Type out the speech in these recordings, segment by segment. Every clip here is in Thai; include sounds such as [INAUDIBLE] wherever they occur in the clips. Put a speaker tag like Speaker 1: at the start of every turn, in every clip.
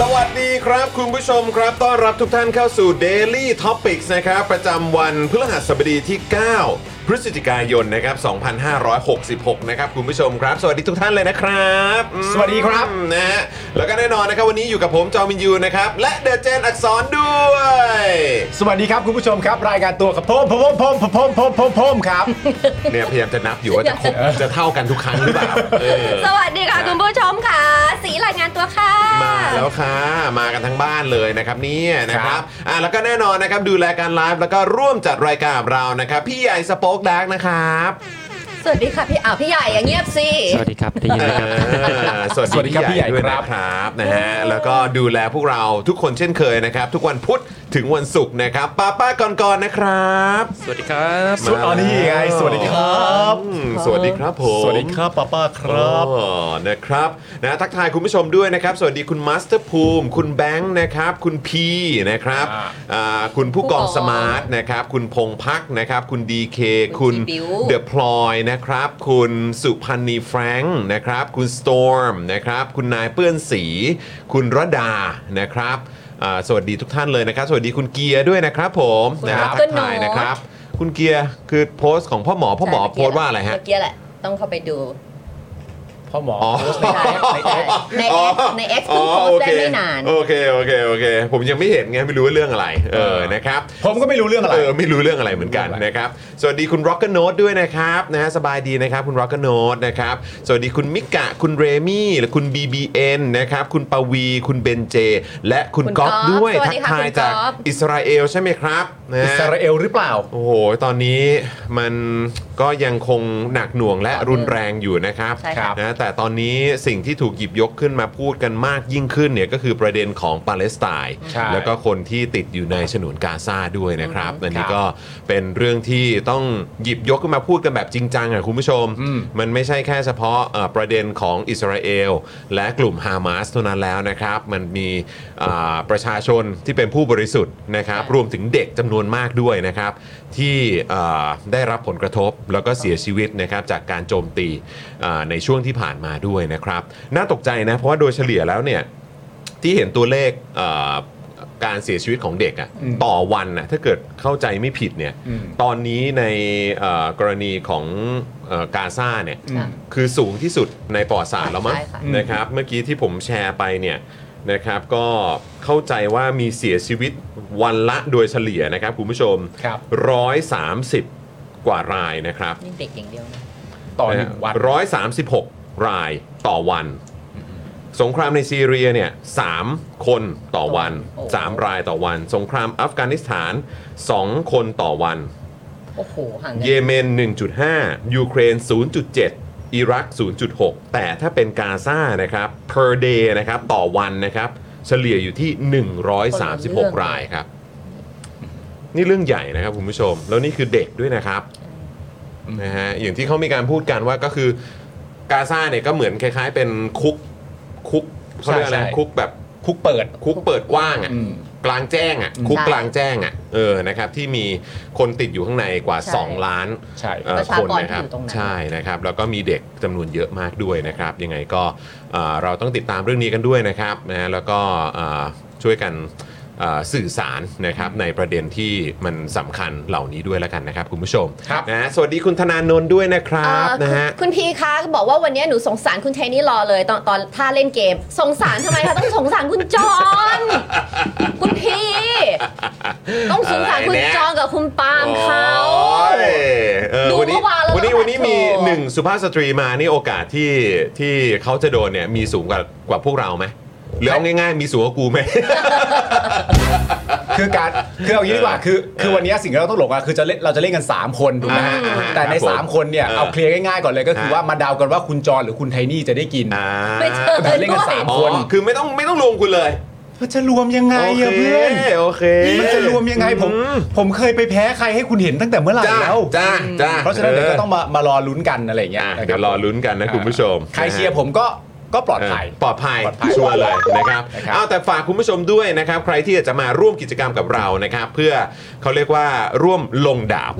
Speaker 1: สวัสดีครับ คุณผู้ชมครับ ต้อนรับทุกท่านเข้าสู่ Daily Topics นะครับ ประจำวันพฤหัสบดีที่ 9 พฤศจิกายนนะครับ 2566 นะครับ คุณผู้ชมครับ สวัสดีทุกท่านเลยนะครับอืม
Speaker 2: สวัสดีครับ
Speaker 1: นะฮะแล้วก็แน่นอนนะครับ วันนี้อยู่กับผมจอมินยูนะครับ และเดอะเจนอักษรด้วย
Speaker 2: สวัสดีครับ คุณผู้ชมครับ รายการตัวกับผมผมผมผมผมผมผมผมผมครับ
Speaker 1: เนี่ยพยายามจะนับอยู่ว่าจะคร
Speaker 2: [LAUGHS]
Speaker 1: บจะเท่ากันทุกครั้งหรือเปล่าเออ
Speaker 3: สวัสดีค่ะ
Speaker 1: ครับ
Speaker 3: คุณผู้ชมค่ะ สีรายงานตัวค่ะ
Speaker 1: มาแล้วค่ะ มากันทั้งบ้านเลยนะครับเนี่ยนะค
Speaker 2: ครั
Speaker 1: รับบ อ่ะแล้วก็แน่นอนนะครับดูแลการไลฟ์แล้วก็ร่วมจัดรายการกับเรานะครับ พี่ใหญ่สป็อคดักนะครับ
Speaker 3: สวัสดีค่ะพี่อ้าวพี่ใหญ่อย่างเงียบสิ
Speaker 4: สวัสดีครับได้ยินไหมครับ
Speaker 1: เออสวัสดีพี่ใหญ่ด้วยนะครับนะฮะแล้วก็ดูแลพวกเราทุกคนเช่นเคยนะครับ ทุกวันพุธถึงวันศุกร์นะครับป้าป้าก่อนๆนะครับ
Speaker 4: สวัสดีครับ
Speaker 2: สวัสดีอ๋อนี่ไงสวัสดีครับ
Speaker 1: อืมสวัสดีครับผม
Speaker 2: สวัสดีครับป้าป้าครับ
Speaker 1: โอ้นะครับนะทักทายคุณผู้ชมด้วยนะครับ สวัสดีคุณมาสเตอร์ภูมิ คุณแบงค์นะครับ คุณพีนะครับ
Speaker 2: อ่า
Speaker 1: อ่าคุณผู้กองสมาร์ทนะครับ คุณพงพักนะครับ คุณดีเคคุณเดอะพลอยนะครับ คุณสุพันธ์นีแฟรงค์นะครับ คุณสตอร์มนะครับ คุณนายเปื้อนสี คุณรดานะครับอ่าสวัสดีทุกท่านเลยนะครับ สวัสดีคุณเกียร์ด้วยนะครับ ผมนะฮะทักทายนะครับ คุณเกียร์คือโพสต์ของพ่อหมอพ่อหมอโพสต์ว่าอะไรฮะ
Speaker 3: เมื่อกี้แหละ ต้องเข้าไปดู
Speaker 2: พ่อหมอ
Speaker 1: อ๋อ
Speaker 2: โพสต์ในแอปในแอป
Speaker 3: ในเอ็กในเอ็กซ์เพิ่งโพสต์ได้ไม่นาน
Speaker 1: โอเคโอเคโอเค ผมยังไม่เห็นไงไม่รู้ว่าเรื่องอะไร เออ
Speaker 2: อ่าน
Speaker 1: นะครับ
Speaker 2: ผมก็ไม่รู้เรื่องอะไร
Speaker 1: เออไม่รู้เรื่องอะไรเหมือนกัน
Speaker 2: ไม่รู้อะไร
Speaker 1: นะครับ สวัสดีคุณ Rock n o t e ด้วยนะครับนะฮะสบายดีนะครับคุณ Rock n o t e นะครับ สวัสดีคุณมิกะคุณเรมี่และคุณ BBN นะครับคุณปวีคุณเบนเจ และคุณ
Speaker 3: คุณ
Speaker 1: ก๊อฟ
Speaker 3: ก๊อฟ
Speaker 1: ด้วย
Speaker 3: สวั
Speaker 1: ทั
Speaker 3: สดี
Speaker 1: ก
Speaker 3: ค่ะ
Speaker 1: ทาย
Speaker 3: คุณ
Speaker 1: จาก
Speaker 3: ก๊อฟ
Speaker 1: อิสราเอลใช่ไหมครับนะฮะ
Speaker 2: อิสราเอลหรือเปล่า
Speaker 1: โอ้โห ตอนนี้มันก็ยังคงหนักหน่วงและรุนแรงอยู่นะครับ
Speaker 3: ใช่ครับ
Speaker 1: นะ แต่ตอนนี้สิ่งที่ถูกหยิบยกขึ้นมาพูดกันมากยิ่งขึ้นเนี่ยก็คือประเด็นของปาเลสไตน์
Speaker 2: ใช่
Speaker 1: แล้วก็คนที่ติดอยู่ในฉนวนกาซาด้วยนะครับ อัน
Speaker 2: ค
Speaker 1: นี้
Speaker 2: รับ
Speaker 1: ก็เป็นเรื่องที่ต้องหยิบยกขึ้นมาพูดกันแบบจริงจังอ่ะคุณผู้ชม
Speaker 2: อืม
Speaker 1: มันไม่ใช่แค่เฉพาะเอ่อประเด็นของอิสราเอลและกลุ่มฮามาสเท่านั้นแล้วนะครับ มันมีอ่าประชาชนที่เป็นผู้บริสุทธิ์นะครับ รวมถึงเด็กจำนวนมากด้วยนะครับ ที่อ่าได้รับผลกระทบแล้วก็เสียชีวิตนะครับจากการโจมตีอ่าในช่วงที่ผ่านมาด้วยนะครับ น่าตกใจนะ เพราะว่าโดยเฉลี่ยแล้วเนี่ย ที่เห็นตัวเลขเอ่อการเสียชีวิตของเด็กอะ
Speaker 2: อืม
Speaker 1: ต่อวันนะถ้าเกิดเข้าใจไม่ผิดเนี่ย
Speaker 2: อืม
Speaker 1: ตอนนี้ในเอ่อกรณีของเอ่อกาซาเนี่ย
Speaker 2: อืม
Speaker 1: คือสูงที่สุดในปอดสารแล้วมั้ง
Speaker 3: ใช่ค่ะ
Speaker 1: นะครับเมื่อกี้ที่ผมแชร์ไปเนี่ยนะครับก็เข้าใจว่ามีเสียชีวิตวันละโดยเฉลี่ยนะครับคุณผู้ชม
Speaker 2: ครับ
Speaker 1: 130 กว่ารายนะครับ
Speaker 3: นี่เด็กอย่างเดียวนะ
Speaker 2: ต่อหนึ่งวัน
Speaker 1: ร้อยสามสิบหกรายต่อวัน สงครามในซีเรียเนี่ยสามคนต่อวันสามรายต่อวัน สงครามอัฟกานิสถานสองคนต่อวัน
Speaker 3: โอ้โหห่าง
Speaker 1: เย
Speaker 3: กัน
Speaker 1: เมน 1.5 ยูเครน 0.7 อิรัก 0.6 แต่ถ้าเป็นกาซานะครับ per day นะครับต่อวันนะครับ เฉลี่ยอยู่ที่ 136 รายครับ นี่เรื่องใหญ่นะครับคุณผู้ชม แล้วนี่คือเด็กด้วยนะครับนะฮะอย่างที่เขามีการพูดกันว่าก็คือกาซาเนี่ยก็เหมือนคล้ายๆ เป็นคุก คุกเขาเรียกอะไร
Speaker 2: ใช่ใช่
Speaker 1: คุกแบบ
Speaker 2: คุกเปิด
Speaker 1: คุกเปิดกว้างอ่ะ
Speaker 2: อืม
Speaker 1: กลางแจ้งอ่ะคุก
Speaker 3: ใช่
Speaker 1: กลางแจ้งอ่ะเออนะครับที่มีคนติดอยู่ข้างในกว่า
Speaker 3: ใช่
Speaker 1: 2 ล้าน
Speaker 2: ใช่
Speaker 1: เอ่อ
Speaker 3: ประชาก
Speaker 1: ค
Speaker 3: ร
Speaker 1: นนะครับ
Speaker 3: ที่อยู่ตรงนั้น
Speaker 1: ใช่นะครับ แล้วก็มีเด็กจำนวนเยอะมากด้วยนะครับ ยังไงก็เอ่อเราต้องติดตามเรื่องนี้กันด้วยนะครับนะแล้วก็เอ่อช่วยกันเอ่อสื่อสารนะครับในประเด็นที่มันสำคัญเหล่านี้ด้วยแล้วกันนะครับ คุณผู้ชม
Speaker 2: ครับ
Speaker 1: นะสวัสดีคุณธนานนท์ด้วยนะครับ
Speaker 3: เอ่อ
Speaker 1: นะฮะ
Speaker 3: คุณพีคะบอกว่าวันนี้หนูสงสารคุณเทนนี่รอเลยตอนตอนท่าเล่นเกม สงสารทำไมคะต้องสงสารคุณจอนคุณพีต้องสงสารคุณจอนกับคุณปาล์มเขา
Speaker 1: โอ้ยเออ
Speaker 3: ดู
Speaker 1: วันนี้
Speaker 3: เมื่อวานแล้ว
Speaker 1: วันนี้
Speaker 3: แล้ว
Speaker 1: วันนี้มี
Speaker 3: โถ
Speaker 1: หนึ่งสุภาพสตรีมานี่โอกาสที่ที่เขาจะโดนเนี่ยมีสูงกว่ากว่าพวกเราไหมหรือเอาง่ายๆ มีสูงกว่ากูไหม
Speaker 2: คือการคือเอางี้ดีกว่าคือคือวันนี้สิ่งที่เราต้องหลงอ่ะคือจะเล่นเราจะเล่นกัน 3 คนถูกไหมฮะ
Speaker 1: อ่า
Speaker 2: แต่ใน
Speaker 1: ครับผม
Speaker 2: 3 คนเนี่ย
Speaker 1: อ่า
Speaker 2: เอาเคลียร์ง่ายๆก่อนเลยก็คือ
Speaker 1: ฮะ
Speaker 2: ว่ามาเดากันว่าคุณจรหรือคุณไทนี่จะได้กิน
Speaker 1: อ่า
Speaker 3: ไม่เจอ
Speaker 2: แต่เล่นกันสาม
Speaker 1: อ๋อ
Speaker 2: คน
Speaker 1: คือไม่ต้องไม่ต้องรวมคุณเลย
Speaker 2: จะรวมยังไงอะเพื่อน
Speaker 1: โอเค
Speaker 2: มันจะรวมยังไงผมผมเคยไปแพ้ใครให้คุณเห็นตั้งแต่เมื่อไหร่
Speaker 1: จ้า
Speaker 2: แล้ว
Speaker 1: จ้าจ้า
Speaker 2: เพราะฉะนั้นเดี๋ยวก็ต้องมามารอลุ้นกันอะไรอย่างเงี้ย
Speaker 1: อ่ะ
Speaker 2: นะคบ
Speaker 1: เดี๋ยวรอลุ้นกันนะคุณผู้ชม
Speaker 2: ใครเชียร์ผมก็ก็ปลอดภัย
Speaker 1: ปลอดภัย
Speaker 2: ปลอดภัย
Speaker 1: ชัวร์เลยนะครับ
Speaker 2: นะครับ
Speaker 1: เอาแต่ฝากคุณผู้ชมด้วยนะครับ ใครที่อยากจะมาร่วมกิจกรรมกับเรานะครับ เพื่อเขาเรียกว่าร่วมลงดาบ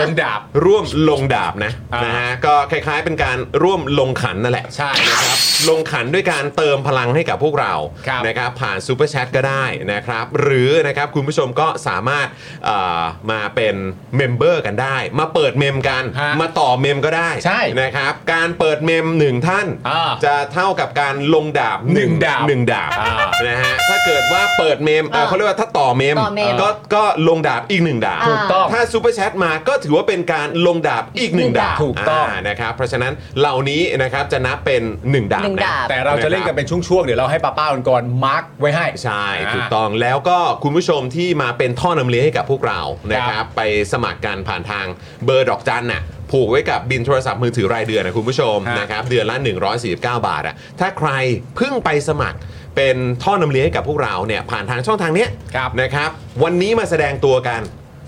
Speaker 2: ลงดาบ
Speaker 1: ร่วมลงดาบนะ
Speaker 2: อ่าน
Speaker 1: นะฮะก็คล้าย ๆ เป็นการร่วมลงขันนั่นแหละ
Speaker 2: ใช่นะครับ
Speaker 1: ลงขันด้วยการเติมพลังให้กับพวกเรา
Speaker 2: ครับ
Speaker 1: นะครับผ่านซูเปอร์แชทก็ได้นะครับ หรือนะครับคุณผู้ชมก็สามารถเอ่อมาเป็นเมมเบอร์กันได้ มาเปิดเมมกัน
Speaker 2: ฮะ
Speaker 1: มาต่อเมมก็ได้
Speaker 2: ใช่
Speaker 1: นะครับการเปิดเมมหนึ่งท่าน
Speaker 2: อ่า
Speaker 1: จะเท่ากับการลงดาบ
Speaker 2: หนึ่งดาบ
Speaker 1: หนึ่งดาบ
Speaker 2: อ่า
Speaker 1: นะฮะถ้าเกิดว่าเปิดเมมเอ่อ
Speaker 3: อ่า
Speaker 1: เขาเรียกว่าถ้าต่อเมม
Speaker 3: ต่อเมม
Speaker 1: ก็ก็ลงดาบอีกหนึ่งดาบ
Speaker 3: ถูกต้อง
Speaker 1: ถ้าซูเปอร์แชทมาก็ถือว่าเป็นการลงดาบอีกหนึ่งดาบ
Speaker 2: ถูกต้อง
Speaker 1: านะครับเพราะฉะนั้นเหล่านี้นะครับจะนับเป็นหนึ่งดาบ
Speaker 3: หนึ่ง
Speaker 1: นะ
Speaker 3: ดาบ
Speaker 2: แต่เราจะเล่นกันเป็นช่วงๆเดี๋ยวเราให้ป้าป้าก่อนมาร์กไว้ให้
Speaker 1: ใช่ถูกต้องแล้วก็คุณผู้ชมที่มาเป็นท่อนำเลี้ยงให้กับพวกเรานะครับไปสมัครกันผ่านทางเบอร์ดอกจันน่ะผูกไว้กับบินโทรศัพท์มือถือรายเดือนนะคุณผู้ชม
Speaker 2: ฮะ
Speaker 1: นะครับเดือนละ 149 บาทอ่ะถ้าใครเพิ่งไปสมัครเป็นท่อนำเลี้ยงให้กับพวกเราเนี่ยผ่านทางช่องทางเนี้ย
Speaker 2: ครับ
Speaker 1: นะครับวันนี้มาแสดงตัวกัน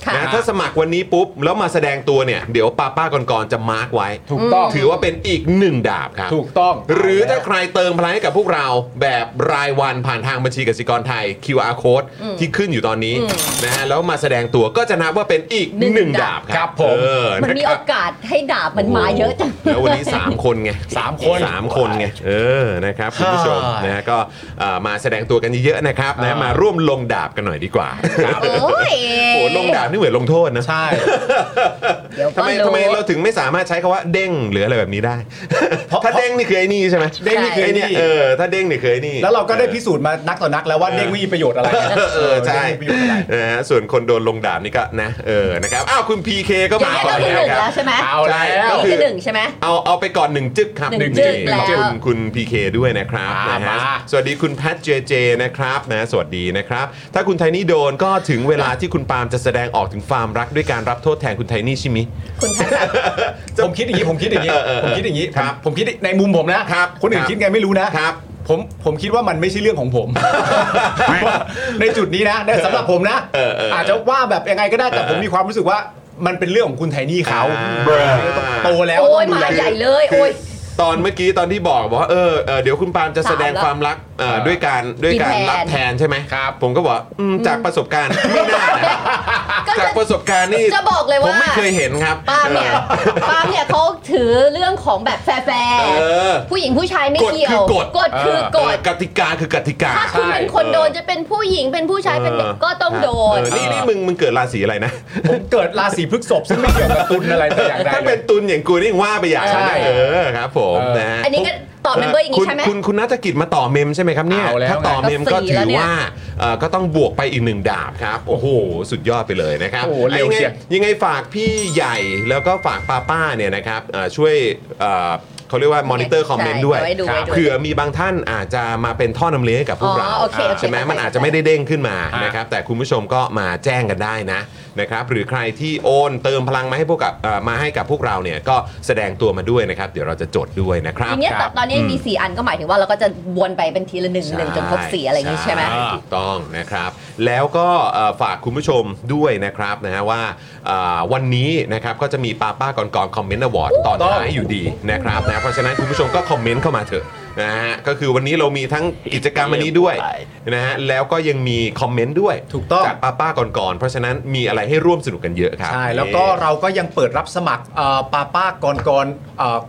Speaker 3: ค่ะ
Speaker 1: นะถ้าสมัครวันนี้ปุ๊บแล้วมาแสดงตัวเนี่ยเดี๋ยวป้าป้าก่อนๆจะมาร์กไว้
Speaker 2: ถูกต้อง
Speaker 1: ถือว่าเป็นอีกหนึ่งดาบครับ
Speaker 2: ถูกต้อง
Speaker 1: หรือถ้าใครเติมพลังให้กับพวกเราแบบรายวันผ่านทางบัญชีกสิกรไทย QR code ที่ขึ้นอยู่ตอนนี้นะฮะแล้วมาแสดงตัวก็จะนับว่าเป็นอีก
Speaker 3: หนึ่ง
Speaker 1: หนึ่งดา
Speaker 3: ดา
Speaker 1: บบ ค
Speaker 2: ครั
Speaker 1: รับบ
Speaker 2: ผม
Speaker 1: เออ
Speaker 3: มันมี
Speaker 1: ะค
Speaker 3: โอ
Speaker 1: รับ
Speaker 3: กาสให้ดาบมันมาเยอะจัง
Speaker 1: แล้ววันนี้ 3 คนไง
Speaker 2: สามคน
Speaker 1: สามคนไงเออนะครับคุณผู้ชม
Speaker 2: ฮ่าน
Speaker 1: นะฮะก็เอ่อมาแสดงตัวกันเยอะๆนะครับนะ
Speaker 2: อ่าม
Speaker 1: มาร่วมลงดาบกันหน่อยดีกว่า
Speaker 3: โอ้ย
Speaker 1: โอ้ลงดาบนี่เหมือนลงโทษนะ
Speaker 2: ใช่
Speaker 3: เดี๋ยว
Speaker 1: ทำ
Speaker 3: ก็
Speaker 1: ไม
Speaker 3: รู้
Speaker 1: ทำไมเราถึงไม่สามารถใช้คาว่าเด้งหรืออะไรแบบนี้ได้
Speaker 2: เพราะ
Speaker 1: ถ้าเด้งนี่คือไอ้นี่ใช่ไหม
Speaker 2: เด้งนี่คือ
Speaker 1: ไอ้
Speaker 2: ไอ้
Speaker 1: เนี่
Speaker 2: นี่
Speaker 1: ยเออถ้าเด้งนี่คือไอ้นี่
Speaker 2: แล้วเราก็ได้พิสูจน์มานักต่อนักแล้วว่าเด้งไม่มีประโยชน์อะไร
Speaker 1: เออเออใช่
Speaker 2: เด้งไม่มีประโยชน์อะไร
Speaker 1: นะฮะส่วนคนโดนลงดาบนี่ก็นะเออนะครับอ้าวคุณ PK ก็มาก่อน
Speaker 3: เดี๋ยว
Speaker 1: แล้ว
Speaker 3: เดี๋
Speaker 1: ค
Speaker 3: ยว
Speaker 1: รับ
Speaker 3: เดี๋ยวเดี๋ยวเดี๋ยวใช่ไหม
Speaker 1: เอาแล้ว
Speaker 2: เดี๋ยว
Speaker 1: ก็
Speaker 3: นี่คือ
Speaker 1: คื
Speaker 3: อหนึ่งใช่ไหม
Speaker 1: เอาเอาไปก่อนหนึ่งจึกครับ
Speaker 3: หนึ่งจึ๊ก
Speaker 1: หนึ่ง
Speaker 3: แล้ว
Speaker 1: จึ๊กคุณ PK ด้วยนะครับ
Speaker 2: อ่า
Speaker 1: นะฮะ
Speaker 2: มา
Speaker 1: สวัสดีคุณแพทเจเจนะครับนะสวัสดีนะครับ ถ้าคุณไทนี่โดนก็ถึงเวลาที่คุณปาล์มจะแสดงออกถึงความรักด้วยการรับโทษแทนคุณไทนี่ใช่ไหมย
Speaker 3: คุณแพทย์
Speaker 2: ผมคิดอย่างนี้ผมคิดอย่างนี้
Speaker 1: เออเออเออ
Speaker 2: ผมคิดอย่างนี้
Speaker 1: ครับ
Speaker 2: ผมคิดในมุมผมนะครับนอื่นคิดไงไม่รู้นะครับผมผมคิดว่ามันไม่ใช่เรื่องของผม ว่าในจุดนี้นะในสำหรับผมนะ
Speaker 1: เออเออ
Speaker 2: อาจจะว่าแบบยังไงก็ได้แต่ผมมีความรู้สึกว่ามันเป็นเรื่องของคุณไทนี่เขา
Speaker 1: อ่า
Speaker 2: เบรอโตแล้ว
Speaker 3: โอ้ย
Speaker 2: ต้องดูแล
Speaker 3: มาใหญ่เลยโอ้ย
Speaker 1: ตอนเมื่อกี้ตอนที่บอกบอกว่าเออเออเดี๋ยวคุณปาล์มจะแสดงความรักเอ่อ
Speaker 2: เออ
Speaker 1: ด้วยการด้วยการรับแทนใช่ไหม
Speaker 2: ครับ
Speaker 1: ผมก็บอกอืมจากประสบการณ์ไม่น่านะ
Speaker 3: ก็
Speaker 1: จาก
Speaker 3: จะ
Speaker 1: ประสบการณ์นี่
Speaker 3: จะบอกเลยว่า
Speaker 1: ผมไม่เคยเห็นครับ
Speaker 3: ปาล์มเนี่ยปาล์มเนี่ยเขาถือเรื่องของแบบแฟร์แฟ
Speaker 1: เอ
Speaker 3: ร์
Speaker 1: อ
Speaker 3: ผู้หญิงผู้ชายไม่
Speaker 1: กฎ
Speaker 3: เกี่ยว
Speaker 1: คือกฎ
Speaker 3: กฎคือกฎ
Speaker 1: เออกติกาคือกติกา
Speaker 3: ถ้าคุณเป็นคนโดนจะเป็นผู้หญิงเป็นผู้ชายเป็นเด็กก็ต้องโดน
Speaker 1: เออนี่นี่มึงมึงเกิดราศีอะไรนะ
Speaker 2: ผมเกิดราศีพฤษภซึ่งไม่เกี่ยวกับตุลอะไรแต่อย่างใด
Speaker 1: ถ้า
Speaker 2: เล
Speaker 1: เป็
Speaker 2: ย
Speaker 1: นตุลอย่างกูนี่ยังว่าไปอย่างนั้นนะ
Speaker 2: ใช่
Speaker 1: เออครับผม
Speaker 2: เออ
Speaker 1: นะฮะ
Speaker 3: อันนี้ก็ตอบเมมเบอร์อย่างนี้
Speaker 1: คุณ
Speaker 3: ใช่ไหม
Speaker 1: คุณคุณนัทกิจมาต่อเมมใช่ไหมครับเนี่ย
Speaker 2: เอาแล้ว
Speaker 1: ถ้าต่อเมม
Speaker 3: ก็
Speaker 1: ก็
Speaker 3: สี่
Speaker 1: ถื
Speaker 3: แล้
Speaker 1: อ
Speaker 3: วเนี่ย
Speaker 1: ว่าเอ่อก็ต้องบวกไปอีกหนึ่งดาบครับ โอ้โห สุดยอดไปเลยนะครับ
Speaker 2: โอ้โหเร็ว
Speaker 1: ยังไง
Speaker 2: เชียว
Speaker 1: ยังไงฝากพี่ใหญ่แล้วก็ฝากป้าป้าเนี่ยนะครับเอ่อช่วยเอ่อเขาเรียกว่ามอนิเตอร์คอมเมนต์ด้วย
Speaker 3: ใช่ไดูไว้ดู
Speaker 1: เผื่อมีบางท่านอาจจะมาเป็นท่อนำเลี้ยงให้กับพวกเรา
Speaker 3: อ๋อโอเคโอเค
Speaker 1: ใช่ไหม
Speaker 3: เข้าใจ
Speaker 1: มันอาจจะไม่ได้เด้งขึ้นมา
Speaker 2: อ่าน
Speaker 1: นะครับแต่คุณผู้ชมก็มาแจ้งกันได้นะนะครับหรือใครที่โอนเติมพลังมาให้พวกกับเอ่อมาให้กับพวกเราเนี่ยก็แสดงตัวมาด้วยนะครับ เดี๋ยวเราจะจดด้วยนะครับ
Speaker 3: อย่างเงี้ย
Speaker 2: ครับ
Speaker 3: ตอนนี้มีสี่อันก็หมายถึงว่าเราก็จะวนไปเป็นทีละหนึ่งหนึ่งจนครบสี่อะไรอย่างงี้ใช่ไหม
Speaker 1: ถูกต้องนะครับ แล้วก็เอ่อฝากคุณผู้ชมด้วยนะครับนะฮะว่าเอ่อวันนี้นะครับก็จะมีป้าป้าก่อนก่อนคอมเมนต์อวอร์ดตอนท้ายอยู่ดีนะครับนะเพราะฉะนั้นคุณผู้ชมก็คอมเมนต์เข้ามาเถอะ นะฮะก็คือวันนี้เรามีทั้งกิจกรรมวันนี้ด้วยนะฮะแล้วก็ยังมีคอมเมนต์ด้วย
Speaker 2: ถูกต้อง
Speaker 1: จากป้าป้าๆก่อนๆเพราะฉะนั้นมีอะไรให้ร่วมสนุกกันเยอะครับ
Speaker 2: ใช่ แล้วก็เราก็ยังเปิดรับสมัครเอ่อป้าป้ากรกร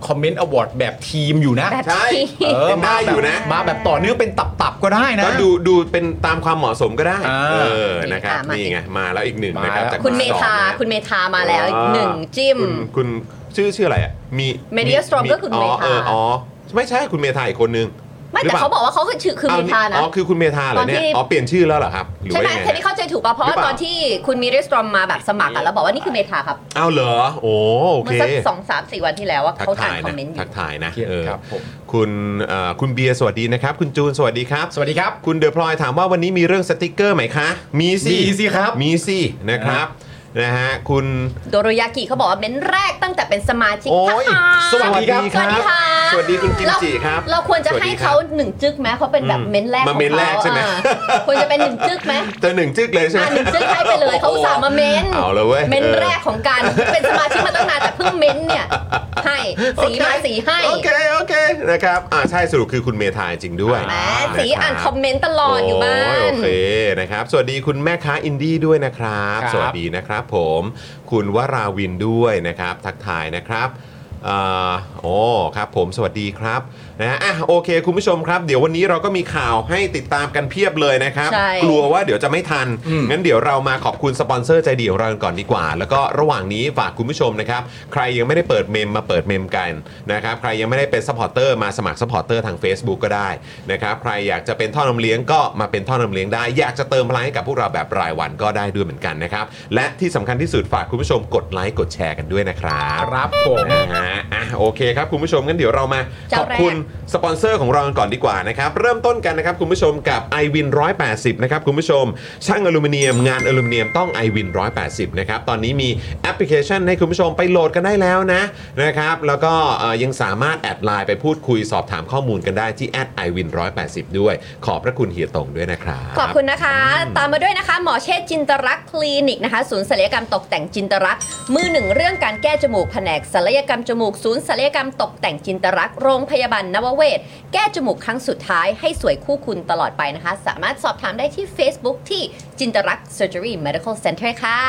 Speaker 2: คอมเมนต์อวอร์ดแบบทีมอยู่นะ
Speaker 3: แบบ
Speaker 1: ใช่
Speaker 2: เออ
Speaker 1: ยังได้อยู่นะ
Speaker 2: มาแบบต่อเนื่องเป็นตับๆก็ได้นะ
Speaker 1: ก็ดูดูเป็นตามความเหมาะสมก็ได้
Speaker 2: อ่า
Speaker 1: เออนะครับ
Speaker 3: อ่ะมา
Speaker 1: นี่ไงมาแล้วอีกหนึ่งนะครั
Speaker 2: มา
Speaker 1: บ
Speaker 2: แล้ว
Speaker 1: จาก
Speaker 3: คุณเม
Speaker 1: สอง
Speaker 3: ธา
Speaker 1: นะ
Speaker 3: คุณเมธามาแล้วอีกหนึ่งจิ้ม
Speaker 1: คุณคุณชื่อชื่ออะไรอ่ะมี
Speaker 3: เมเดียสตรอมก็คือคุณเมธา
Speaker 1: อ๋ออออ๋อไม่ใช่คุณเมธาอีกคนนึง
Speaker 3: ไม่แต่เขาบอกว่าเขาคือชื่อคือเมธานะ
Speaker 1: อ๋อคือคุณเมธาเหรอเนี่ย
Speaker 3: ตอนที่
Speaker 1: อ๋อเปลี่ยนชื่อแล้วเหรอครับรือ
Speaker 3: ใช่ไหม
Speaker 1: ว่ายังง
Speaker 3: เทนนี่เข้าใจถูกป่ะเพราะ
Speaker 1: หรือ
Speaker 3: ว่า
Speaker 1: เปล่า
Speaker 3: ตอนที่คุณมิริสตรอมมาแบบสมัครอะแล้วบอกว่านี่คือเมธาครับ
Speaker 1: อ้าวเหรอโอ้โอเค
Speaker 3: เมื่อสักสองสามสี่วันที่แล้วว่า
Speaker 1: ทัก
Speaker 3: เขาอ่า
Speaker 1: ทา
Speaker 3: คอ
Speaker 1: น ยนะ
Speaker 3: มเมนต์อ
Speaker 1: ทั
Speaker 3: ยู่
Speaker 1: กทายนะ
Speaker 2: เกียรติ
Speaker 1: เออ
Speaker 2: ครับผม
Speaker 1: คุณเอ่อคุณเบียร์สวัสดีนะครับ คุณจูนสวัสดีครับ
Speaker 2: สวัสดีครับ
Speaker 1: คุณเดอะพลอยถามว่าวันนี้มีเรื่องสติกเกอร์ไหมคะ มีสิ
Speaker 2: มีสิครับ
Speaker 1: มีสินะครับนะฮะคุณ
Speaker 3: โดโรยากิเขาบอกว่าเม้นแรกตั้งแต่เป็นสมาชิก
Speaker 1: โอ้
Speaker 3: ท
Speaker 1: ย
Speaker 3: หาร
Speaker 1: สวัสดีครับ
Speaker 3: สวัสดีค่ะ
Speaker 1: สวัสดีคุณกิมจิครับ
Speaker 3: เราควรจะให้เขาหนึ่งจึกไหมเขาเป็นแบบ
Speaker 1: อืม
Speaker 3: เม้นแรกของ
Speaker 1: มาเม้นแรกใช่ไหม
Speaker 3: อ่าควรจะเป็นหนึ่งจึกไหม
Speaker 1: เจอหนึ่งจึกเลยใช่ไหม
Speaker 3: อ่าหนึ่งจึกให้ไปเลยเขาอุตสามมาเม้น
Speaker 1: เอาเลยเว้ย
Speaker 3: เม้น
Speaker 1: ออ
Speaker 3: แรกของการเป็นสมาชิกมาตั้งนานแต่เพิ่งเม้นเนี่ยให้สีมา
Speaker 1: โอเค
Speaker 3: สีให้
Speaker 1: โอเคโอเคนะครับอ่าใช่สรุปคือคุณเมทายจริงด้วย
Speaker 3: แหมสีอ่าน
Speaker 1: ะ
Speaker 3: ค
Speaker 1: รั
Speaker 3: อมเมนต์ตลอดอยู่บ้า
Speaker 1: โโอน เคนะครับ สวัสดีคุณแม่ค้าอินดี้ด้วยนะครับ
Speaker 2: ครับ
Speaker 1: สวัสดีนะครับผม คุณวราวินด้วยนะครับ ทักทายนะครับอ่าโอ้ครับผมสวัสดีครับนะอ่ะโอเค คุณผู้ชมครับ เดี๋ยววันนี้เราก็มีข่าวให้ติดตามกันเพียบเลยนะครับ
Speaker 3: ใช่
Speaker 1: กลัว กลัวว่าเดี๋ยวจะไม่ทัน งั้นเดี๋ยวเรามาขอบคุณสปอนเซอร์ใจดีของเรากันก่อนดีกว่า แล้วก็ระหว่างนี้ฝากคุณผู้ชมนะครับ ใครยังไม่ได้เปิดเมมมาเปิดเมมกันนะครับ ใครยังไม่ได้เป็นสปอร์เตอร์มาสมัครสปอร์เตอร์ทาง Facebook ก็ได้นะครับ ใครอยากจะเป็นท่อนำเลี้ยงก็มาเป็นท่อนำเลี้ยงได้ อยากจะเติมพลังให้กับพวกเราแบบรายวันก็ได้ด้วยเหมือนกันนะครับ และที่สำคัญที่สุดฝากคุณผู้ชมกดไลค์กดแชร์กันด้วยนะครับ
Speaker 2: ครับผม
Speaker 1: นะฮะอ่ะโอเคครับคุณผู้ชมงั้นเดี๋ยวเรามาข
Speaker 3: เจ้า
Speaker 1: อบ
Speaker 3: แรก
Speaker 1: คุณสปอนเซอร์ของเรากันก่อนดีกว่านะครับ เริ่มต้นกันนะครับคุณผู้ชมกับ i w วิน180 นะครับคุณผู้ชม ช่างอลูมิเนียมงานอลูมิเนียมต้อง i w วิน180 นะครับ ตอนนี้มีแอปพลิเคชันให้คุณผู้ชมไปโหลดกันได้แล้วนะนะครับแล้วก็เอ่อยังสามารถแอดไลน์ไปพูดคุยสอบถามข้อมูลกันได้ที่แอด i w วิน180 ด้วย ขอบพระคุณเฮียตงด้วยนะครับ
Speaker 3: ขอบคุณนะคะ ตามมาด้วยนะคะ หมอเชษจินตรักษ์คลินิกนะคะ ศูนย์ศัลยกรรมตกแต่งจินตรักษ์มือหนึ่งเรื่องการแก้จมูกแผนกศัลยกรรมจมูกศูนย์ศัลยกรรมตกแต่งจินตรักษ์โรงพยาบาลนวเวศ แก้จมูกครั้งสุดท้ายให้สวยคู่คุณตลอดไปนะคะ สามารถสอบถามได้ที่ Facebook ที่จินตรักษ์ Surgery Medical Center ค่ะ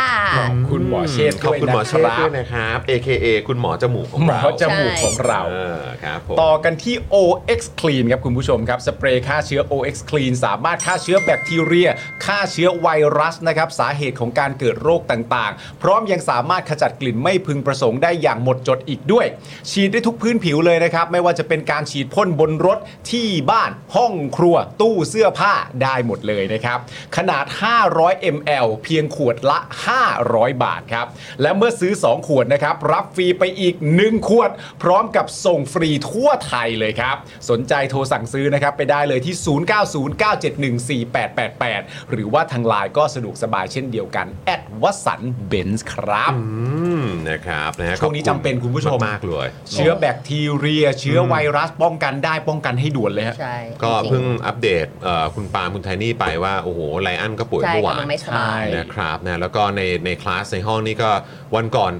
Speaker 2: คุณหมอเชษฐ์
Speaker 1: ขอบคุณหมอเชษ
Speaker 2: ด้
Speaker 1: ฐ์ด้
Speaker 2: ว
Speaker 1: วย ย
Speaker 2: นะ
Speaker 1: นะครับ AKA คุณหมอจมูกของ
Speaker 2: หมอ
Speaker 1: เรา
Speaker 2: จมูกของเรา
Speaker 1: เออครับผม
Speaker 2: ต่อกันที่ OX Clean ครับคุณผู้ชมครับ สเปรย์ฆ่าเชื้อ OX Clean สามารถฆ่าเชื้อแบคทีเรีย ฆ่าเชื้อไวรัสนะครับ สาเหตุของการเกิดโรคต่างๆ พร้อมยังสามารถขจัดกลิ่นไม่พึงประสงค์ได้อย่างหมดจดอีกด้วย ฉีดได้ทุกพื้นผิวเลยนะครับ ไม่ว่าจะเป็นการฉีดพ่นบนรถที่บ้าน ห้องครัว ตู้เสื้อผ้าได้หมดเลยนะครับ ขนาด 500 ml เพียงขวดละ 500 บาทครับ และเมื่อซื้อ 2 ขวดนะครับ รับฟรีไปอีก 1 ขวด พร้อมกับส่งฟรีทั่วไทยเลยครับ สนใจโทรสั่งซื้อนะครับ ไปได้เลยที่ 0909714888 หรือว่าทางไลน์ก็สะดวกสบายเช่นเดียวกันแอดวัสันเบนซ์ครับ
Speaker 1: อืมนะครับนะฮะ
Speaker 2: ช่วงนี้จำเป็นคุณผู้ชม
Speaker 1: มากๆเลย
Speaker 2: เชื้อแบคทีเรีย เชื้อไวรัสป้องกันได้ป้องกันให้ด่วนเลยฮะ
Speaker 3: ใช่
Speaker 1: ก็
Speaker 3: จริ
Speaker 1: เพิ่งอัปเดตเอ่อคุณปาล์มคุณไทนี่ไปว่า โอ้โห ไลอ้อนก็ป่วย
Speaker 3: ใช่
Speaker 1: เมื่อวาน
Speaker 3: กำลังไม่สบาย
Speaker 2: ใช่
Speaker 1: นะครับนะแล้วก็ในในคลาสในห้องนี่ก็วันก่อน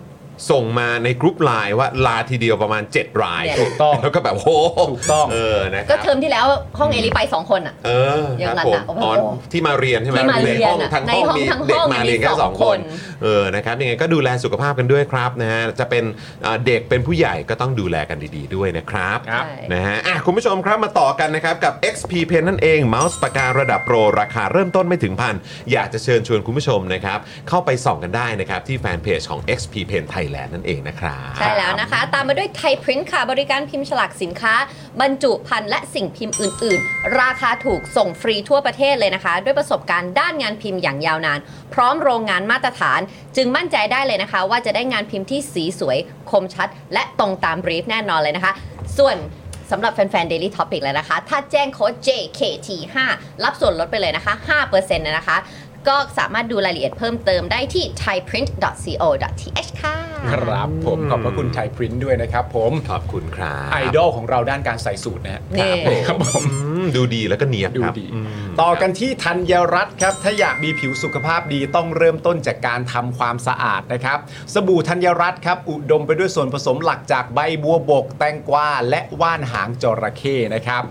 Speaker 1: ส่งมาในกรุ๊ปไลน์ว่าลาทีเดียวประมาณ 7 ราย
Speaker 3: เนี่ย
Speaker 2: ถูกต้อง
Speaker 1: แล้วก็แบบโอ้โห
Speaker 2: ถูกต้อง
Speaker 1: เออนะค
Speaker 3: ก็
Speaker 1: รับ
Speaker 3: เทอมที่แล้วห้องเอลิไปสองคนอะ
Speaker 1: เออ
Speaker 3: ยั
Speaker 1: ค
Speaker 3: ง
Speaker 1: รับ
Speaker 3: รัน
Speaker 1: ผม
Speaker 3: อ่ะโอ้โห
Speaker 1: อ๋อที่มาเรียนใช่ไหม
Speaker 3: ที่มาเรียน
Speaker 1: ในห้อง
Speaker 3: อ่ะ
Speaker 1: ทั้ง
Speaker 3: ใน
Speaker 1: ห้
Speaker 3: ห้อ
Speaker 1: อง
Speaker 3: ง
Speaker 1: มี
Speaker 3: ทั้งห้อง
Speaker 1: เด็กมาเรียนแค่
Speaker 3: มี
Speaker 1: ส
Speaker 3: ส
Speaker 1: อ
Speaker 3: อง ง
Speaker 1: ค
Speaker 3: คน น
Speaker 1: เออนะครับยังไงก็ดูแลสุขภาพกันด้วยครับนะฮะจะเป็นเอ่อเด็กเป็นผู้ใหญ่ก็ต้องดูแลกันดีๆด้วยนะครับ
Speaker 2: ครับ
Speaker 3: ใช่
Speaker 1: นะฮะอ่ะคุณผู้ชมครับมาต่อกันนะครับกับ XP Pen นั่นเองเมาส์ปากการะดับโปร ราคาเริ่มต้นไม่ถึงพัน อยากจะเชิญชวนคุณผู้ชมนะครับ เข้าไปส่องกันได้นะครับ ที่แฟนเพจของ XP Pen Thailand นั่นเองนะครับ
Speaker 3: ใช่แล้วนะคะ ตามมาด้วยไทยพริ้นค่ะ บริการพิมพ์ฉลากสินค้า บรรจุภัณฑ์และสิ่งพิมพ์อื่น ๆ ราคาถูกส่งฟรีทั่วประเทศเลยนะคะ ด้วยประสบการณ์ด้านงานพิมพ์อย่างยาวนาน พร้อมโรงงานมาตรฐาน จึงมั่นใจได้เลยนะคะ ว่าจะได้งานพิมพ์ที่สีสวยคมชัด และตรงตามบรีฟแน่นอนเลยนะคะ ส่วนสำหรับแฟน ๆ Daily Topic เลยนะคะ ถ้าแจ้งโค้ด JKT5 รับส่วนลดไปเลยนะคะ 5%นะคะ ก็สามารถดูรายละเอียดเพิ่มเติมได้ที่ thaiprint.co.th ค่ะ
Speaker 2: ครับผมขอบพระคุณไทยพรินท์ด้วยนะครับผม
Speaker 1: ขอบคุณครับ
Speaker 2: ไอดอลของเราด้านการใส่สูตรนะฮะ
Speaker 3: นี่
Speaker 2: ครับผม
Speaker 1: อืมดูดีแล้วก็เนียบ
Speaker 2: ดู
Speaker 1: ครับ
Speaker 2: ดี
Speaker 1: อืม
Speaker 2: ต่อกันที่ธัญรัตน์ครับ ถ้าอยากมีผิวสุขภาพดีต้องเริ่มต้นจากการทำความสะอาดนะครับ สบู่ธัญรัตน์ครับ อุดมไปด้วยส่วนผสมหลักจากใบบัวบก แตงกวาและว่านหางจระเข้นะครับ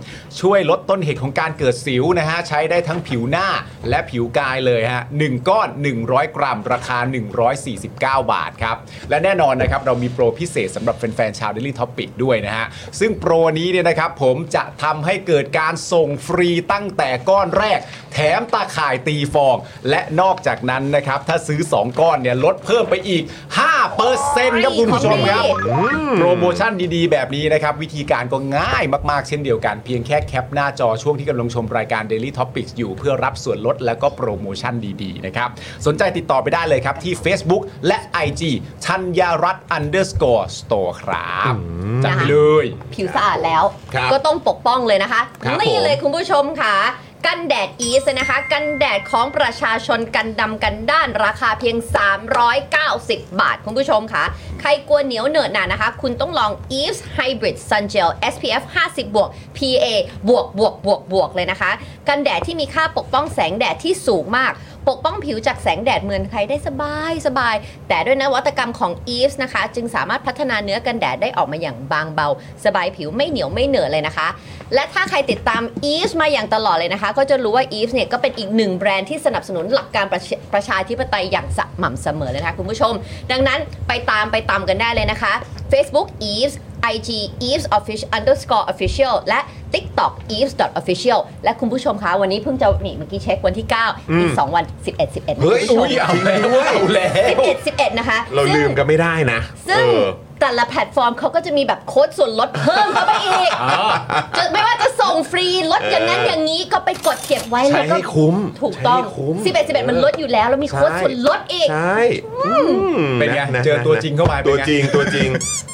Speaker 2: ช่วยลดต้นเหตุของการเกิดสิวนะฮะ ใช้ได้ทั้งผิวหน้าและผิวกายเลยฮะ 1 ก้อน 100 กรัม ราคา 149 บาทครับ และแน่นอนนะครับ เรามีโปรพิเศษสำหรับแฟนๆชาว Daily Topic ด้วยนะฮะ ซึ่งโปรนี้เนี่ยนะครับผมจะทำให้เกิดการส่งฟรีตั้งแต่ก้อนแรก แถมตาข่ายตีฟอง และนอกจากนั้นนะครับ ถ้าซื้อ 2 ก้อนเนี่ยลดเพิ่มไปอีก 5%ครับคุณผู้ชมครับ โปรโมชั่นดีๆ แบบนี้นะครับ วิธีการก็ง่ายมากๆ เช่นเดียวกัน เพียงแค่แคปหน้าจอช่วงที่กำลังชมรายการ Daily Topics อยู่เพื่อรับส่วนลดและก็โปรโมชั่นดีๆ นะครับ สนใจติดต่อไปได้เลยครับ ที่ Facebook และ IG ชัญญารัตน์ underscore store ครับจัดไปเลย
Speaker 3: ผิวสะอาดแล้ว
Speaker 1: ครับ
Speaker 3: ก็ต้องปกป้องเลยนะคะ
Speaker 1: ครับ
Speaker 3: นี่
Speaker 1: ผม
Speaker 3: เลยคุณผู้ชมค่ะ กันแดดอีสนะคะ กันแดดของประชาชนกันดำกันด้านราคาเพียง 390 บาท คุณผู้ชมค่ะ ใครกลัวเหนียวเหนอะหนานะคะ คุณต้องลอง Eves Hybrid Sun Gel SPF 50บวก PA บวกบวกบวกบวกเลยนะคะ กันแดดที่มีค่าปกป้องแสงแดดที่สูงมาก ปกป้องผิวจากแสงแดดเมืองไทยได้สบายสบาย แต่ด้วยนวัตกรรมของ Eves นะคะ จึงสามารถพัฒนาเนื้อกันแดดได้ออกมาอย่างบางเบา สบายผิวไม่เหนียวไม่เหนอะเลยนะคะ และถ้าใครติดตาม Eves มาอย่างตลอดเลยนะคะ ก็จะรู้ว่า Eves เนี่ยก็เป็นอีกหนึ่งแบรนด์ที่สนับสนุนหลักการประชประชาธิปไตยอย่างสม่ำเสมอเลยนะคะคุณผู้ชม ดังนั้นไปตามไปตามกันได้เลยนะคะ Facebook Eves IG Eves Official underscore official และ TikTok Eves dot official และคุณผู้ชมคะวันนี้เพิ่งจะนี่เมื่อกี้เช็ควันที่ 9 อีก 2 วัน 11 11
Speaker 1: เฮ้ย
Speaker 3: คุณผู้ชม
Speaker 1: เอาแล้วเอาแล้ว
Speaker 3: 11 11 นะคะ
Speaker 1: เราลืมกันไม่ได้นะ
Speaker 3: ซึ่ง
Speaker 1: เออ
Speaker 3: แต่ละแพลตฟอร์มเขาก็จะมีแบบโค้ดส่วนลดเพิ่มเข้าไป
Speaker 1: [LAUGHS]
Speaker 3: อีกจะไม่ว่าจะส่งฟรีลดอย่างนั้น
Speaker 1: เออ
Speaker 3: อ
Speaker 1: อ
Speaker 3: ย่างนี้ก็ไปกดเก็บไว้
Speaker 1: ใช้
Speaker 3: แล้วก็
Speaker 1: ให้คุ้ม
Speaker 3: ถูกต้อง
Speaker 1: ใช้ให้คุ้ม
Speaker 3: 11 11 มันลดอยู่แล้ว แล้วมีโค้ดส่วนลดอีก
Speaker 1: ใช่
Speaker 2: เป็นไง
Speaker 1: ะะ
Speaker 2: เจอตัว
Speaker 1: ะ
Speaker 2: จริงเข้าไปเป็นไง
Speaker 1: ตัวจริงตัวจริง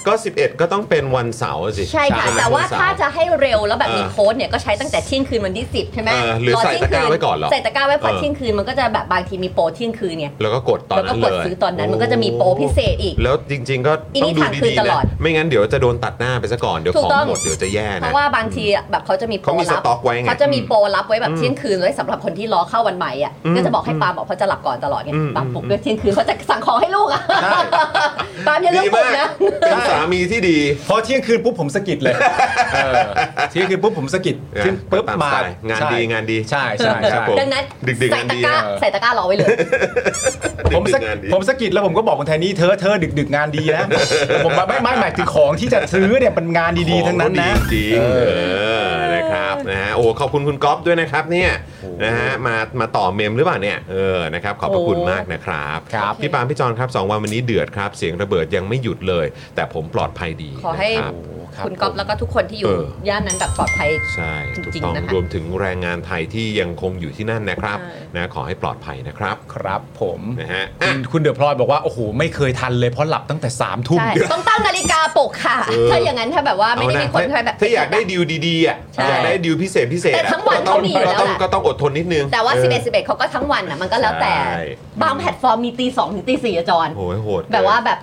Speaker 1: ก็ 11 ก็ต้องเป็นวันเสาร์สิ
Speaker 3: ใช่ค่ะ
Speaker 1: ไหม
Speaker 3: แต่ว่า
Speaker 1: วันเส
Speaker 3: ถ้า
Speaker 1: ร์
Speaker 3: จะให้เร็วแล้วแบบมี
Speaker 1: เออ
Speaker 3: โค้ดเนี่ยก็ใช้ตั้งแต่เที่ยงคืนวันที่ 10 ใช่ไหม
Speaker 1: เออหรือใส่ตะกร้าไว้ก่อนเหรอ
Speaker 3: ใส่ตะกร้าไว้พอ
Speaker 1: เออ
Speaker 3: เที่ยงคืนมันก็จะแบบบางทีมีโปรเที่ยงคืนเนี่ย
Speaker 1: แล้วก็กดตอน
Speaker 3: แล้วก็ก
Speaker 1: นั้น
Speaker 3: ด
Speaker 1: เลย
Speaker 3: ซื้อตอนนั้นมันก็จะมีโปรพิเศษอีก
Speaker 1: แล้วจริง ๆ ก็ต้อง
Speaker 3: อีนี่
Speaker 1: ดู
Speaker 3: ทางคืน
Speaker 1: ดีๆ
Speaker 3: ตลอ
Speaker 1: นะ
Speaker 3: ด
Speaker 1: ไม่งั้นเดี๋ยวจะโดนตัดหน้าไปซะก่อนเดี๋ยว
Speaker 3: ถู
Speaker 1: ข
Speaker 3: ก
Speaker 1: อง
Speaker 3: ต้อง
Speaker 1: หมดเดี๋ยวจะแย่
Speaker 3: เพ
Speaker 1: นะ
Speaker 3: ราะว่าบางทีอะแบบเขาจะมีโปร
Speaker 1: เขามี
Speaker 3: รั
Speaker 1: สต็อกไว้ไง
Speaker 3: เขาจะมีโปรรับไว้แบบ
Speaker 1: อืม
Speaker 3: เที่ยงคืนไว้สำหรับคนที่รอเข้าวันใหม่อ่ะ
Speaker 1: อืม
Speaker 3: ก็จะบอกให้ปาล์มบอกเขาจะหลับก่อนตลอดไง
Speaker 1: อืม
Speaker 3: ปาล์มปลุกด้วยเที่ยงคืนเขาจะสั่งของให้ลูกอ่ะ
Speaker 1: ใช่
Speaker 3: ปาล์มอย่าลืม
Speaker 1: ดี
Speaker 3: ปลุ
Speaker 1: มาก ก
Speaker 3: นะ
Speaker 1: เป็นสามีที่ดี
Speaker 2: พอเที่ยงคืนปุ๊บผมสะกิดเลยเออเที่ยงคืนปุ๊บผมสะกิด
Speaker 1: นะ
Speaker 2: เที่ยงปุ๊บ
Speaker 1: ตาม
Speaker 2: มา
Speaker 1: สไตล์งานดีงานดี
Speaker 2: ใช่ใช่
Speaker 1: ค
Speaker 2: ใช่
Speaker 1: รับผม
Speaker 3: ดังนั้น
Speaker 1: ดึกๆ
Speaker 3: ใส่
Speaker 1: งาน
Speaker 3: ตะ
Speaker 1: ดี
Speaker 3: กร้า
Speaker 2: เออ
Speaker 3: ใส่ตะกร้ารอไว้เลย
Speaker 2: ผม
Speaker 1: ดึ
Speaker 2: สะ
Speaker 1: กๆงานดี
Speaker 2: ผมสะกิดแล้วผมก็บอกคุณแทนนี่เธอเธอดึกดึกๆงานดีนะ ผมว่าไม่ไม่หมายถึงของที่จะซื้อเนี่ยเป็นงานดีๆทั้งนั้นนะ
Speaker 1: ของเขาดีจริงๆเออนะครับนะฮะโอ้ขอบคุณคุณก๊อฟด้วยนะครับเนี่ยนะฮะมามาต่อเมมหรือเปล่าเนี่ยเออนะครับขอบพระคุณมากนะครับ
Speaker 2: ครับ
Speaker 1: พี่ปาล์มพี่จอนครับสองวันวันนี้เดือดครับ เสียงระเบิดยังไม่หยุดเลย แต่ผมปลอดภัยดี
Speaker 3: ขอให้
Speaker 1: นะครับ
Speaker 3: คุณก๊อฟแล้วก็ทุกคนที่อยู่
Speaker 1: เออ
Speaker 3: ย่านนั้นแบบปลอดภัย
Speaker 1: ใช่ถูก
Speaker 3: จริงๆ
Speaker 1: ต้อง
Speaker 3: นะคะ
Speaker 1: รวมถึงแรงงานไทยที่ยังคงอยู่ที่นั่นนะครับ
Speaker 3: ใช่
Speaker 1: นะขอให้ปลอดภัยนะครับ
Speaker 2: ครับผม
Speaker 1: นะฮะ
Speaker 2: คุ
Speaker 1: อ่ะ
Speaker 2: ณคุณเดือพลอยบอกว่า โอ้โห ไม่เคยทันเลยเพราะหลับตั้งแต่3ามทุ่ม
Speaker 3: ใช่ต้องตั้งนาฬิกาปลุกค่ะ
Speaker 1: เออ
Speaker 3: ถ้าอย่างนั้นถ้าแบบว่าไม่ได้มี
Speaker 1: เอนะ
Speaker 3: คนคอยแบบ
Speaker 1: ถ้าอยากได้ดีลดีๆอ่ะ
Speaker 3: ใช่
Speaker 1: อยากได้ดีลพิเศษพิเศษ
Speaker 3: แต่ทั้งวันเขามีอยู่
Speaker 1: ก็ต้อง
Speaker 3: แล้ว
Speaker 1: ก็ต้องก็ต้องอดทนนิดนึง
Speaker 3: แต่ว่า
Speaker 1: เออ
Speaker 3: 11 11เขาก็ทั้งวันอ่ะมันก็แล้วแต่
Speaker 1: ใช่
Speaker 3: บางแพลตฟอร์มมีตีสองถึงตีสี่อะจอน
Speaker 1: โหยโหดเกิน
Speaker 3: แบบว่าแบบ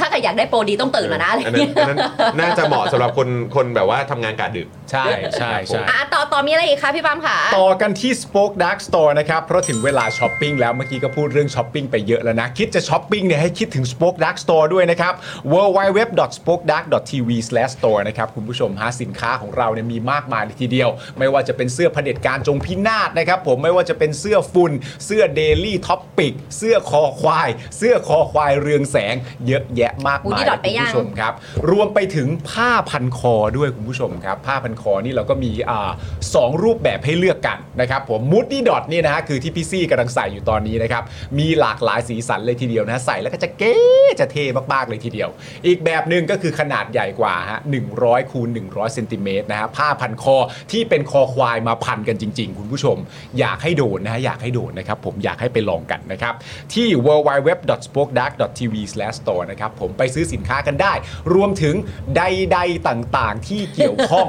Speaker 3: ถ้าใครอยากได้โปรดีต้องตื่นมานะอะไร
Speaker 1: อัน
Speaker 3: เงี้ย
Speaker 1: นั้นอันนั้นน่าจะเหมาะสำหรับคนคนแบบว่าทำงานกะดึก
Speaker 2: ใช่ใช่ใช่
Speaker 3: อ่ะต่อต่อมีอะไรอีกคะพี่ปามค่ะ
Speaker 2: ต่อกันที่ Spoke Dark Store นะครับ เพราะถึงเวลาช้อปปิ้งแล้วเมื่อกี้ก็พูดเรื่องช้อปปิ้งไปเยอะแล้วนะ คิดจะช้อปปิ้งเนี่ยให้คิดถึง Spoke Dark Store ด้วยนะครับ w w w s p o k e d a r k t v s t o r e นะครับคุณผู้ชมฮะสินค้าของเราเนี่ยมีมากมายเลยทีเดียว ไม่ว่าจะเป็นเสื้อเผด็จการจงพินาศนะครับผมไม่ว่าจะเป็นเสื้อฝุ่นเสื้อ Daily Topic เสื้อคอควาย เสื้อคอควายเรืองแสง เยอะแยะมาก
Speaker 3: อุ๊ย
Speaker 2: มาย
Speaker 3: นี่ดอทไปยัง
Speaker 2: คุณผู้ชม ครับรวมไปถึงผ้าพันคอด้วยคุณผู้ชมครับ ผ้าพันคอนี่เราก็มีอาสองรูปแบบให้เลือกกันนะครับผมมูดดี้ดอทนี่ยนะฮะคือที่พี่ซี่กำลังใส่อยู่ตอนนี้นะครับ มีหลากหลายสีสันเลยทีเดียวนะฮะใส่แล้วก็จะเก๋จะเท่มาก ๆ เลยทีเดียว อีกแบบหนึ่งก็คือขนาดใหญ่กว่าฮะ100คูณ100เซนติเมตรนะฮะผ้าพันคอที่เป็นคอควายมาพันกันจริง ๆ คุณผู้ชม อยากให้โดนนะฮะอยากให้โดนนะครับผมอยากให้ไปลองกันนะครับที่ w w w s p o k e d a r k t v s t o r e นะครับผมไปซื้อสิน
Speaker 1: [LAUGHS]
Speaker 2: ค้ากันได้ รวมถึงใดๆต่างๆที่เกี่ยวข้อง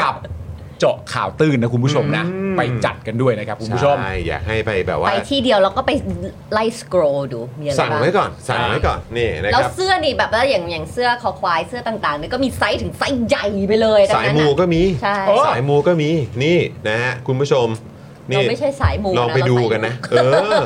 Speaker 2: กับ เจาะข่าวตื้นนะคุณผู้ชมนะ
Speaker 1: อืม
Speaker 2: ไปจัดกันด้วยนะครับคุณผู้ชม
Speaker 1: ใช่อยากให้ไปแบบว่า
Speaker 3: ไปที่เดียวแล้วก็ไปไล่สครอลดูมีอะไร
Speaker 1: สั่ง
Speaker 3: บ้าง
Speaker 1: ไว้ก่อนสั่งไว้ก่อนนี่นะ
Speaker 3: แล้ว
Speaker 1: ครับ
Speaker 3: เสื้อนี่แบบว่าอย่างอย่างเสื้อคอควายเสื้อต่างๆเนี่ยก็มีไซส์ถึงไซส์ใหญ่ไปเลยดัง
Speaker 1: สาย
Speaker 3: นั้น
Speaker 1: มู
Speaker 3: อะ
Speaker 1: ก็มี
Speaker 3: ใช่
Speaker 2: เออ
Speaker 1: สายมูก็มีนี่นะฮะคุณผู้ชม
Speaker 3: เรา
Speaker 1: นี่
Speaker 3: ไม่ใช่สายมู
Speaker 1: ลอง
Speaker 3: ะ
Speaker 1: ไปดู
Speaker 3: เราสาย
Speaker 1: กันนะ เออ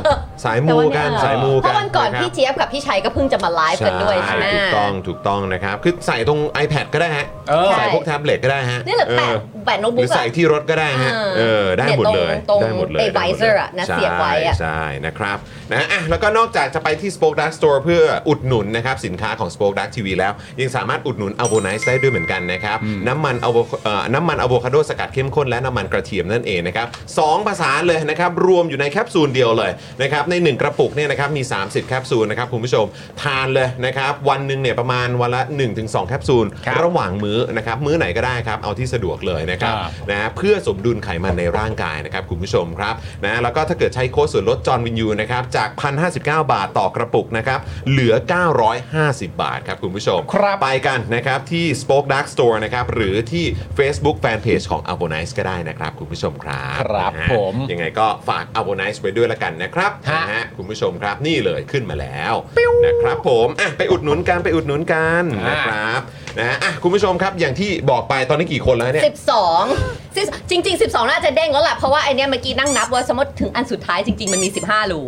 Speaker 1: สาย
Speaker 3: แต่
Speaker 1: มู
Speaker 3: วัน
Speaker 1: กัน
Speaker 3: เย
Speaker 1: สายมูกัน
Speaker 3: เพราะวันก่อนะครับ พี่เจี๊ยบกับพี่ชัยก็เพิ่งจะมาไลฟ์กันด้วยใช่ไหม
Speaker 1: ถูกต้องถูกต้องนะครับ คือใส่ตรง iPad ก็ได้ฮะ
Speaker 2: เออ
Speaker 1: ใส่
Speaker 3: ใช่
Speaker 1: พวกแท็บเล็ตก็ได้ฮะ
Speaker 3: นี่แหละแปะ
Speaker 1: เออ
Speaker 3: แปะโน้ต
Speaker 1: หรื
Speaker 3: บุ๊
Speaker 1: อก
Speaker 3: อะ
Speaker 1: ใส่ที่รถก็ได้ฮะ
Speaker 3: เออ
Speaker 1: เออ ได้หมดเลย
Speaker 3: ตรง
Speaker 1: ได้หมดเลย
Speaker 3: ตรง
Speaker 1: ได้หมดเลย
Speaker 3: Avizer อะนะ
Speaker 1: ใช่
Speaker 3: เสียบไว้อะ
Speaker 1: ใช่นะครับนะอ่ะแล้วก็นอกจากจะไปที่ Spoke Dark Store เพื่ออุดหนุนนะครับ สินค้าของ Spoke Dark TV แล้ว ยังสามารถอุดหนุน a v o n i c e ได้ด้วยเหมือนกันนะครับ น้ำมัน Avo- เอ่อน้ำมันอะโวคาโดสกัดเข้มข้นและน้ำมันกระเทียมนั่นเองนะครับสองภาษาเลยนะครับ รวมอยู่ในแคปซูลเดียวเลยนะครับ ใน 1 กระปุกเนี่ยนะครับมี 30 แคปซูลนะครับคุณผู้ชมทานเลยนะครับ วันหนึ่งเนี่ยประมาณวันละ 1-2 แคปซูล
Speaker 2: ครับ
Speaker 1: ระหว่างมื้อนะครับ มื้อไหนก็ได้ครับ เอาที่สะดวกเลยนะครับ
Speaker 2: ครับ
Speaker 1: นะฮะเพื่อสมดุลไขมันในร่างกายนะครับ คุณผู้ชมครับนะแล้วก็ถ้าเกิดใช้โค้ดส่วนลดจอห์นวินยูนะครับจาก 1,059 บาทต่อกระปุกนะครับเหลือ 950 บาทครับคุณผู้ชม
Speaker 2: ครับ
Speaker 1: ไปกันนะครับที่ Spoke Dark Store นะครับหรือที่ Facebook Fanpage ของ a b o n i c e ก็ได้นะครับ คุณผู้ชมครับ
Speaker 2: ครับ
Speaker 1: นะฮะ
Speaker 2: ผม
Speaker 1: ยังไงก็ฝาก a b o n i c e ไว้ด้วยละกันนะครับ
Speaker 2: ฮะ
Speaker 1: นะฮะคุณผู้ชมครับนี่เลยขึ้นมาแล้วนะครับผมอ่ะไปอุดหนุนกันไปอุดหนุนกันนะครับนะฮะอ่ะคุณผู้ชมครับอย่างที่บอกไปตอนนี้กี่คนแล้วเนี่ย
Speaker 3: สิบสองสิบจริง ๆ 12 น่าจะเด้งแล้วล่ะ เพราะว่าไอเนี้ยเมื่อกี้นั่งนับว่าสมมติถึงอันสุดท้ายจริง ๆ มันมี 15รู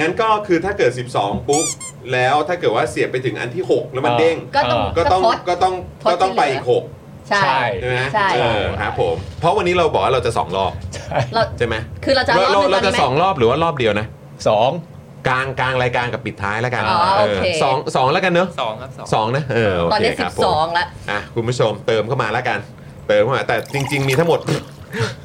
Speaker 1: งั้นก็คือถ้าเกิด 12 ปุ๊บ แล้วถ้าเกิดว่าเสียบไปถึงอันที่ 6 แล้วมันเด้ง
Speaker 3: ก็ต้อง
Speaker 1: ก็ต้อง
Speaker 3: โพส
Speaker 1: ก็ต้อง
Speaker 3: ทด
Speaker 1: ก็ต้องไปอีก
Speaker 3: ที่เหลือ
Speaker 1: 6
Speaker 3: ใช่
Speaker 2: ใช่
Speaker 1: ใช่ไหม
Speaker 3: ใช่
Speaker 1: เออครับผมเพราะวันนี้เราบอกว่าเราจะสองรอบ
Speaker 3: เรา
Speaker 1: ใช่ไหม
Speaker 3: คือเราจะ
Speaker 1: เรา
Speaker 3: รอบห
Speaker 1: เรา
Speaker 3: นึง
Speaker 1: เรา
Speaker 3: ก่อน
Speaker 1: จะ
Speaker 3: ไหม
Speaker 1: สองรอบหรือว่ารอบเดียวนะ
Speaker 2: สอง
Speaker 1: กลางกลางรายการกับปิดท้ายแล้วกัน
Speaker 3: อ๋อโอเค
Speaker 1: เออสองสองแล้วกันเนอะ
Speaker 5: สองครับสอง
Speaker 1: สองนะเออโอ
Speaker 3: ตอน
Speaker 1: เค
Speaker 3: นี้
Speaker 1: ครับผม
Speaker 3: 12 แล้ว
Speaker 1: อ่ะคุณผู้ชมเติมเข้ามาแล้วกัน เติมเข้ามาแต่จริง ๆ มีทั้งหมด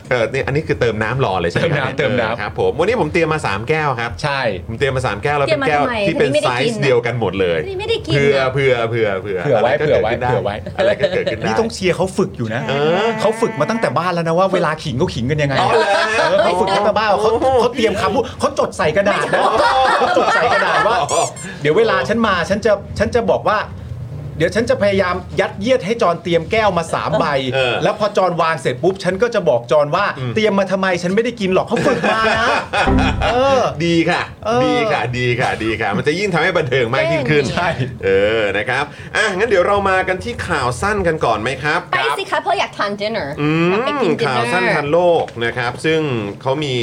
Speaker 1: เออนี่อันนี้คือเติมน้ำรอเลยใช่ไห
Speaker 2: เติ
Speaker 1: ม
Speaker 2: มน้ำเติมน้ำ
Speaker 1: ครับผมวันนี้ผมเตรียมมาสามแก้วครับ
Speaker 2: ใช่
Speaker 1: ผมเตรียมมาสามแก้วแล้วเป็นแก้ว
Speaker 3: เตรียมมาทำไม
Speaker 1: ที่เป็น
Speaker 3: ไม่ได้
Speaker 1: ไซ
Speaker 3: กิน
Speaker 1: ส์
Speaker 3: น่ะ
Speaker 1: เดียวกันหมดเลย
Speaker 3: นี่ไม่ได้กิน
Speaker 1: เผื่อ
Speaker 3: นะ
Speaker 1: เผื่อเผื่อเผื่อ
Speaker 2: เผื่อไว้
Speaker 1: ะรก็
Speaker 2: เผื่อไว้
Speaker 1: กิดขึ้นด้
Speaker 2: เผื่อไว้
Speaker 1: อะไรก็เกิดขึ้นได้
Speaker 2: นี่ต้องเชียร์เขาฝึกอยู่นะ
Speaker 1: เออ
Speaker 2: เขาฝึกมาตั้งแต่บ้านแล้วนะว่าเวลาขิงเขาขิงกันยังไง
Speaker 1: อ๋อเหรอ
Speaker 2: เออเขาฝึกตั้งแต่บ้านเขาเขาเตรียมคำพูดเขาจดใส่กระดาษนะเขาจดใส่กระดาษว่า เดี๋ยวเวลาฉันมาฉันจะฉันจะบอกว่า เดี๋ยวฉันจะพยายามยัดเยียดให้จอนเตรียมแก้วมาสามใบ
Speaker 1: เออ
Speaker 2: แล้วพอจอนวางเสร็จปุ๊บ ฉันก็จะบอกจอนว่าเตรียมมาทำไมฉันไม่ได้กินหรอกเขาฝึกมานะเออ
Speaker 1: ดีค่ะ
Speaker 2: เออ
Speaker 1: ดีค่ะ ดีค่ะ ดีค่ะ มันจะยิ่งทำให้บันเทิงมากยิ่งขึ้น
Speaker 2: ใช่
Speaker 1: เออ นะครับ อ่ะ งั้นเดี๋ยวเรามากันที่ข่าวสั้นกันก่อนไหมครับ
Speaker 3: ไปสิคะเพราะอยากทาน dinner
Speaker 1: อื
Speaker 3: อยากไปกิ
Speaker 1: ม
Speaker 3: น dinner
Speaker 1: ข่าวสั้นทันโลกนะครับ ซึ่งเขามี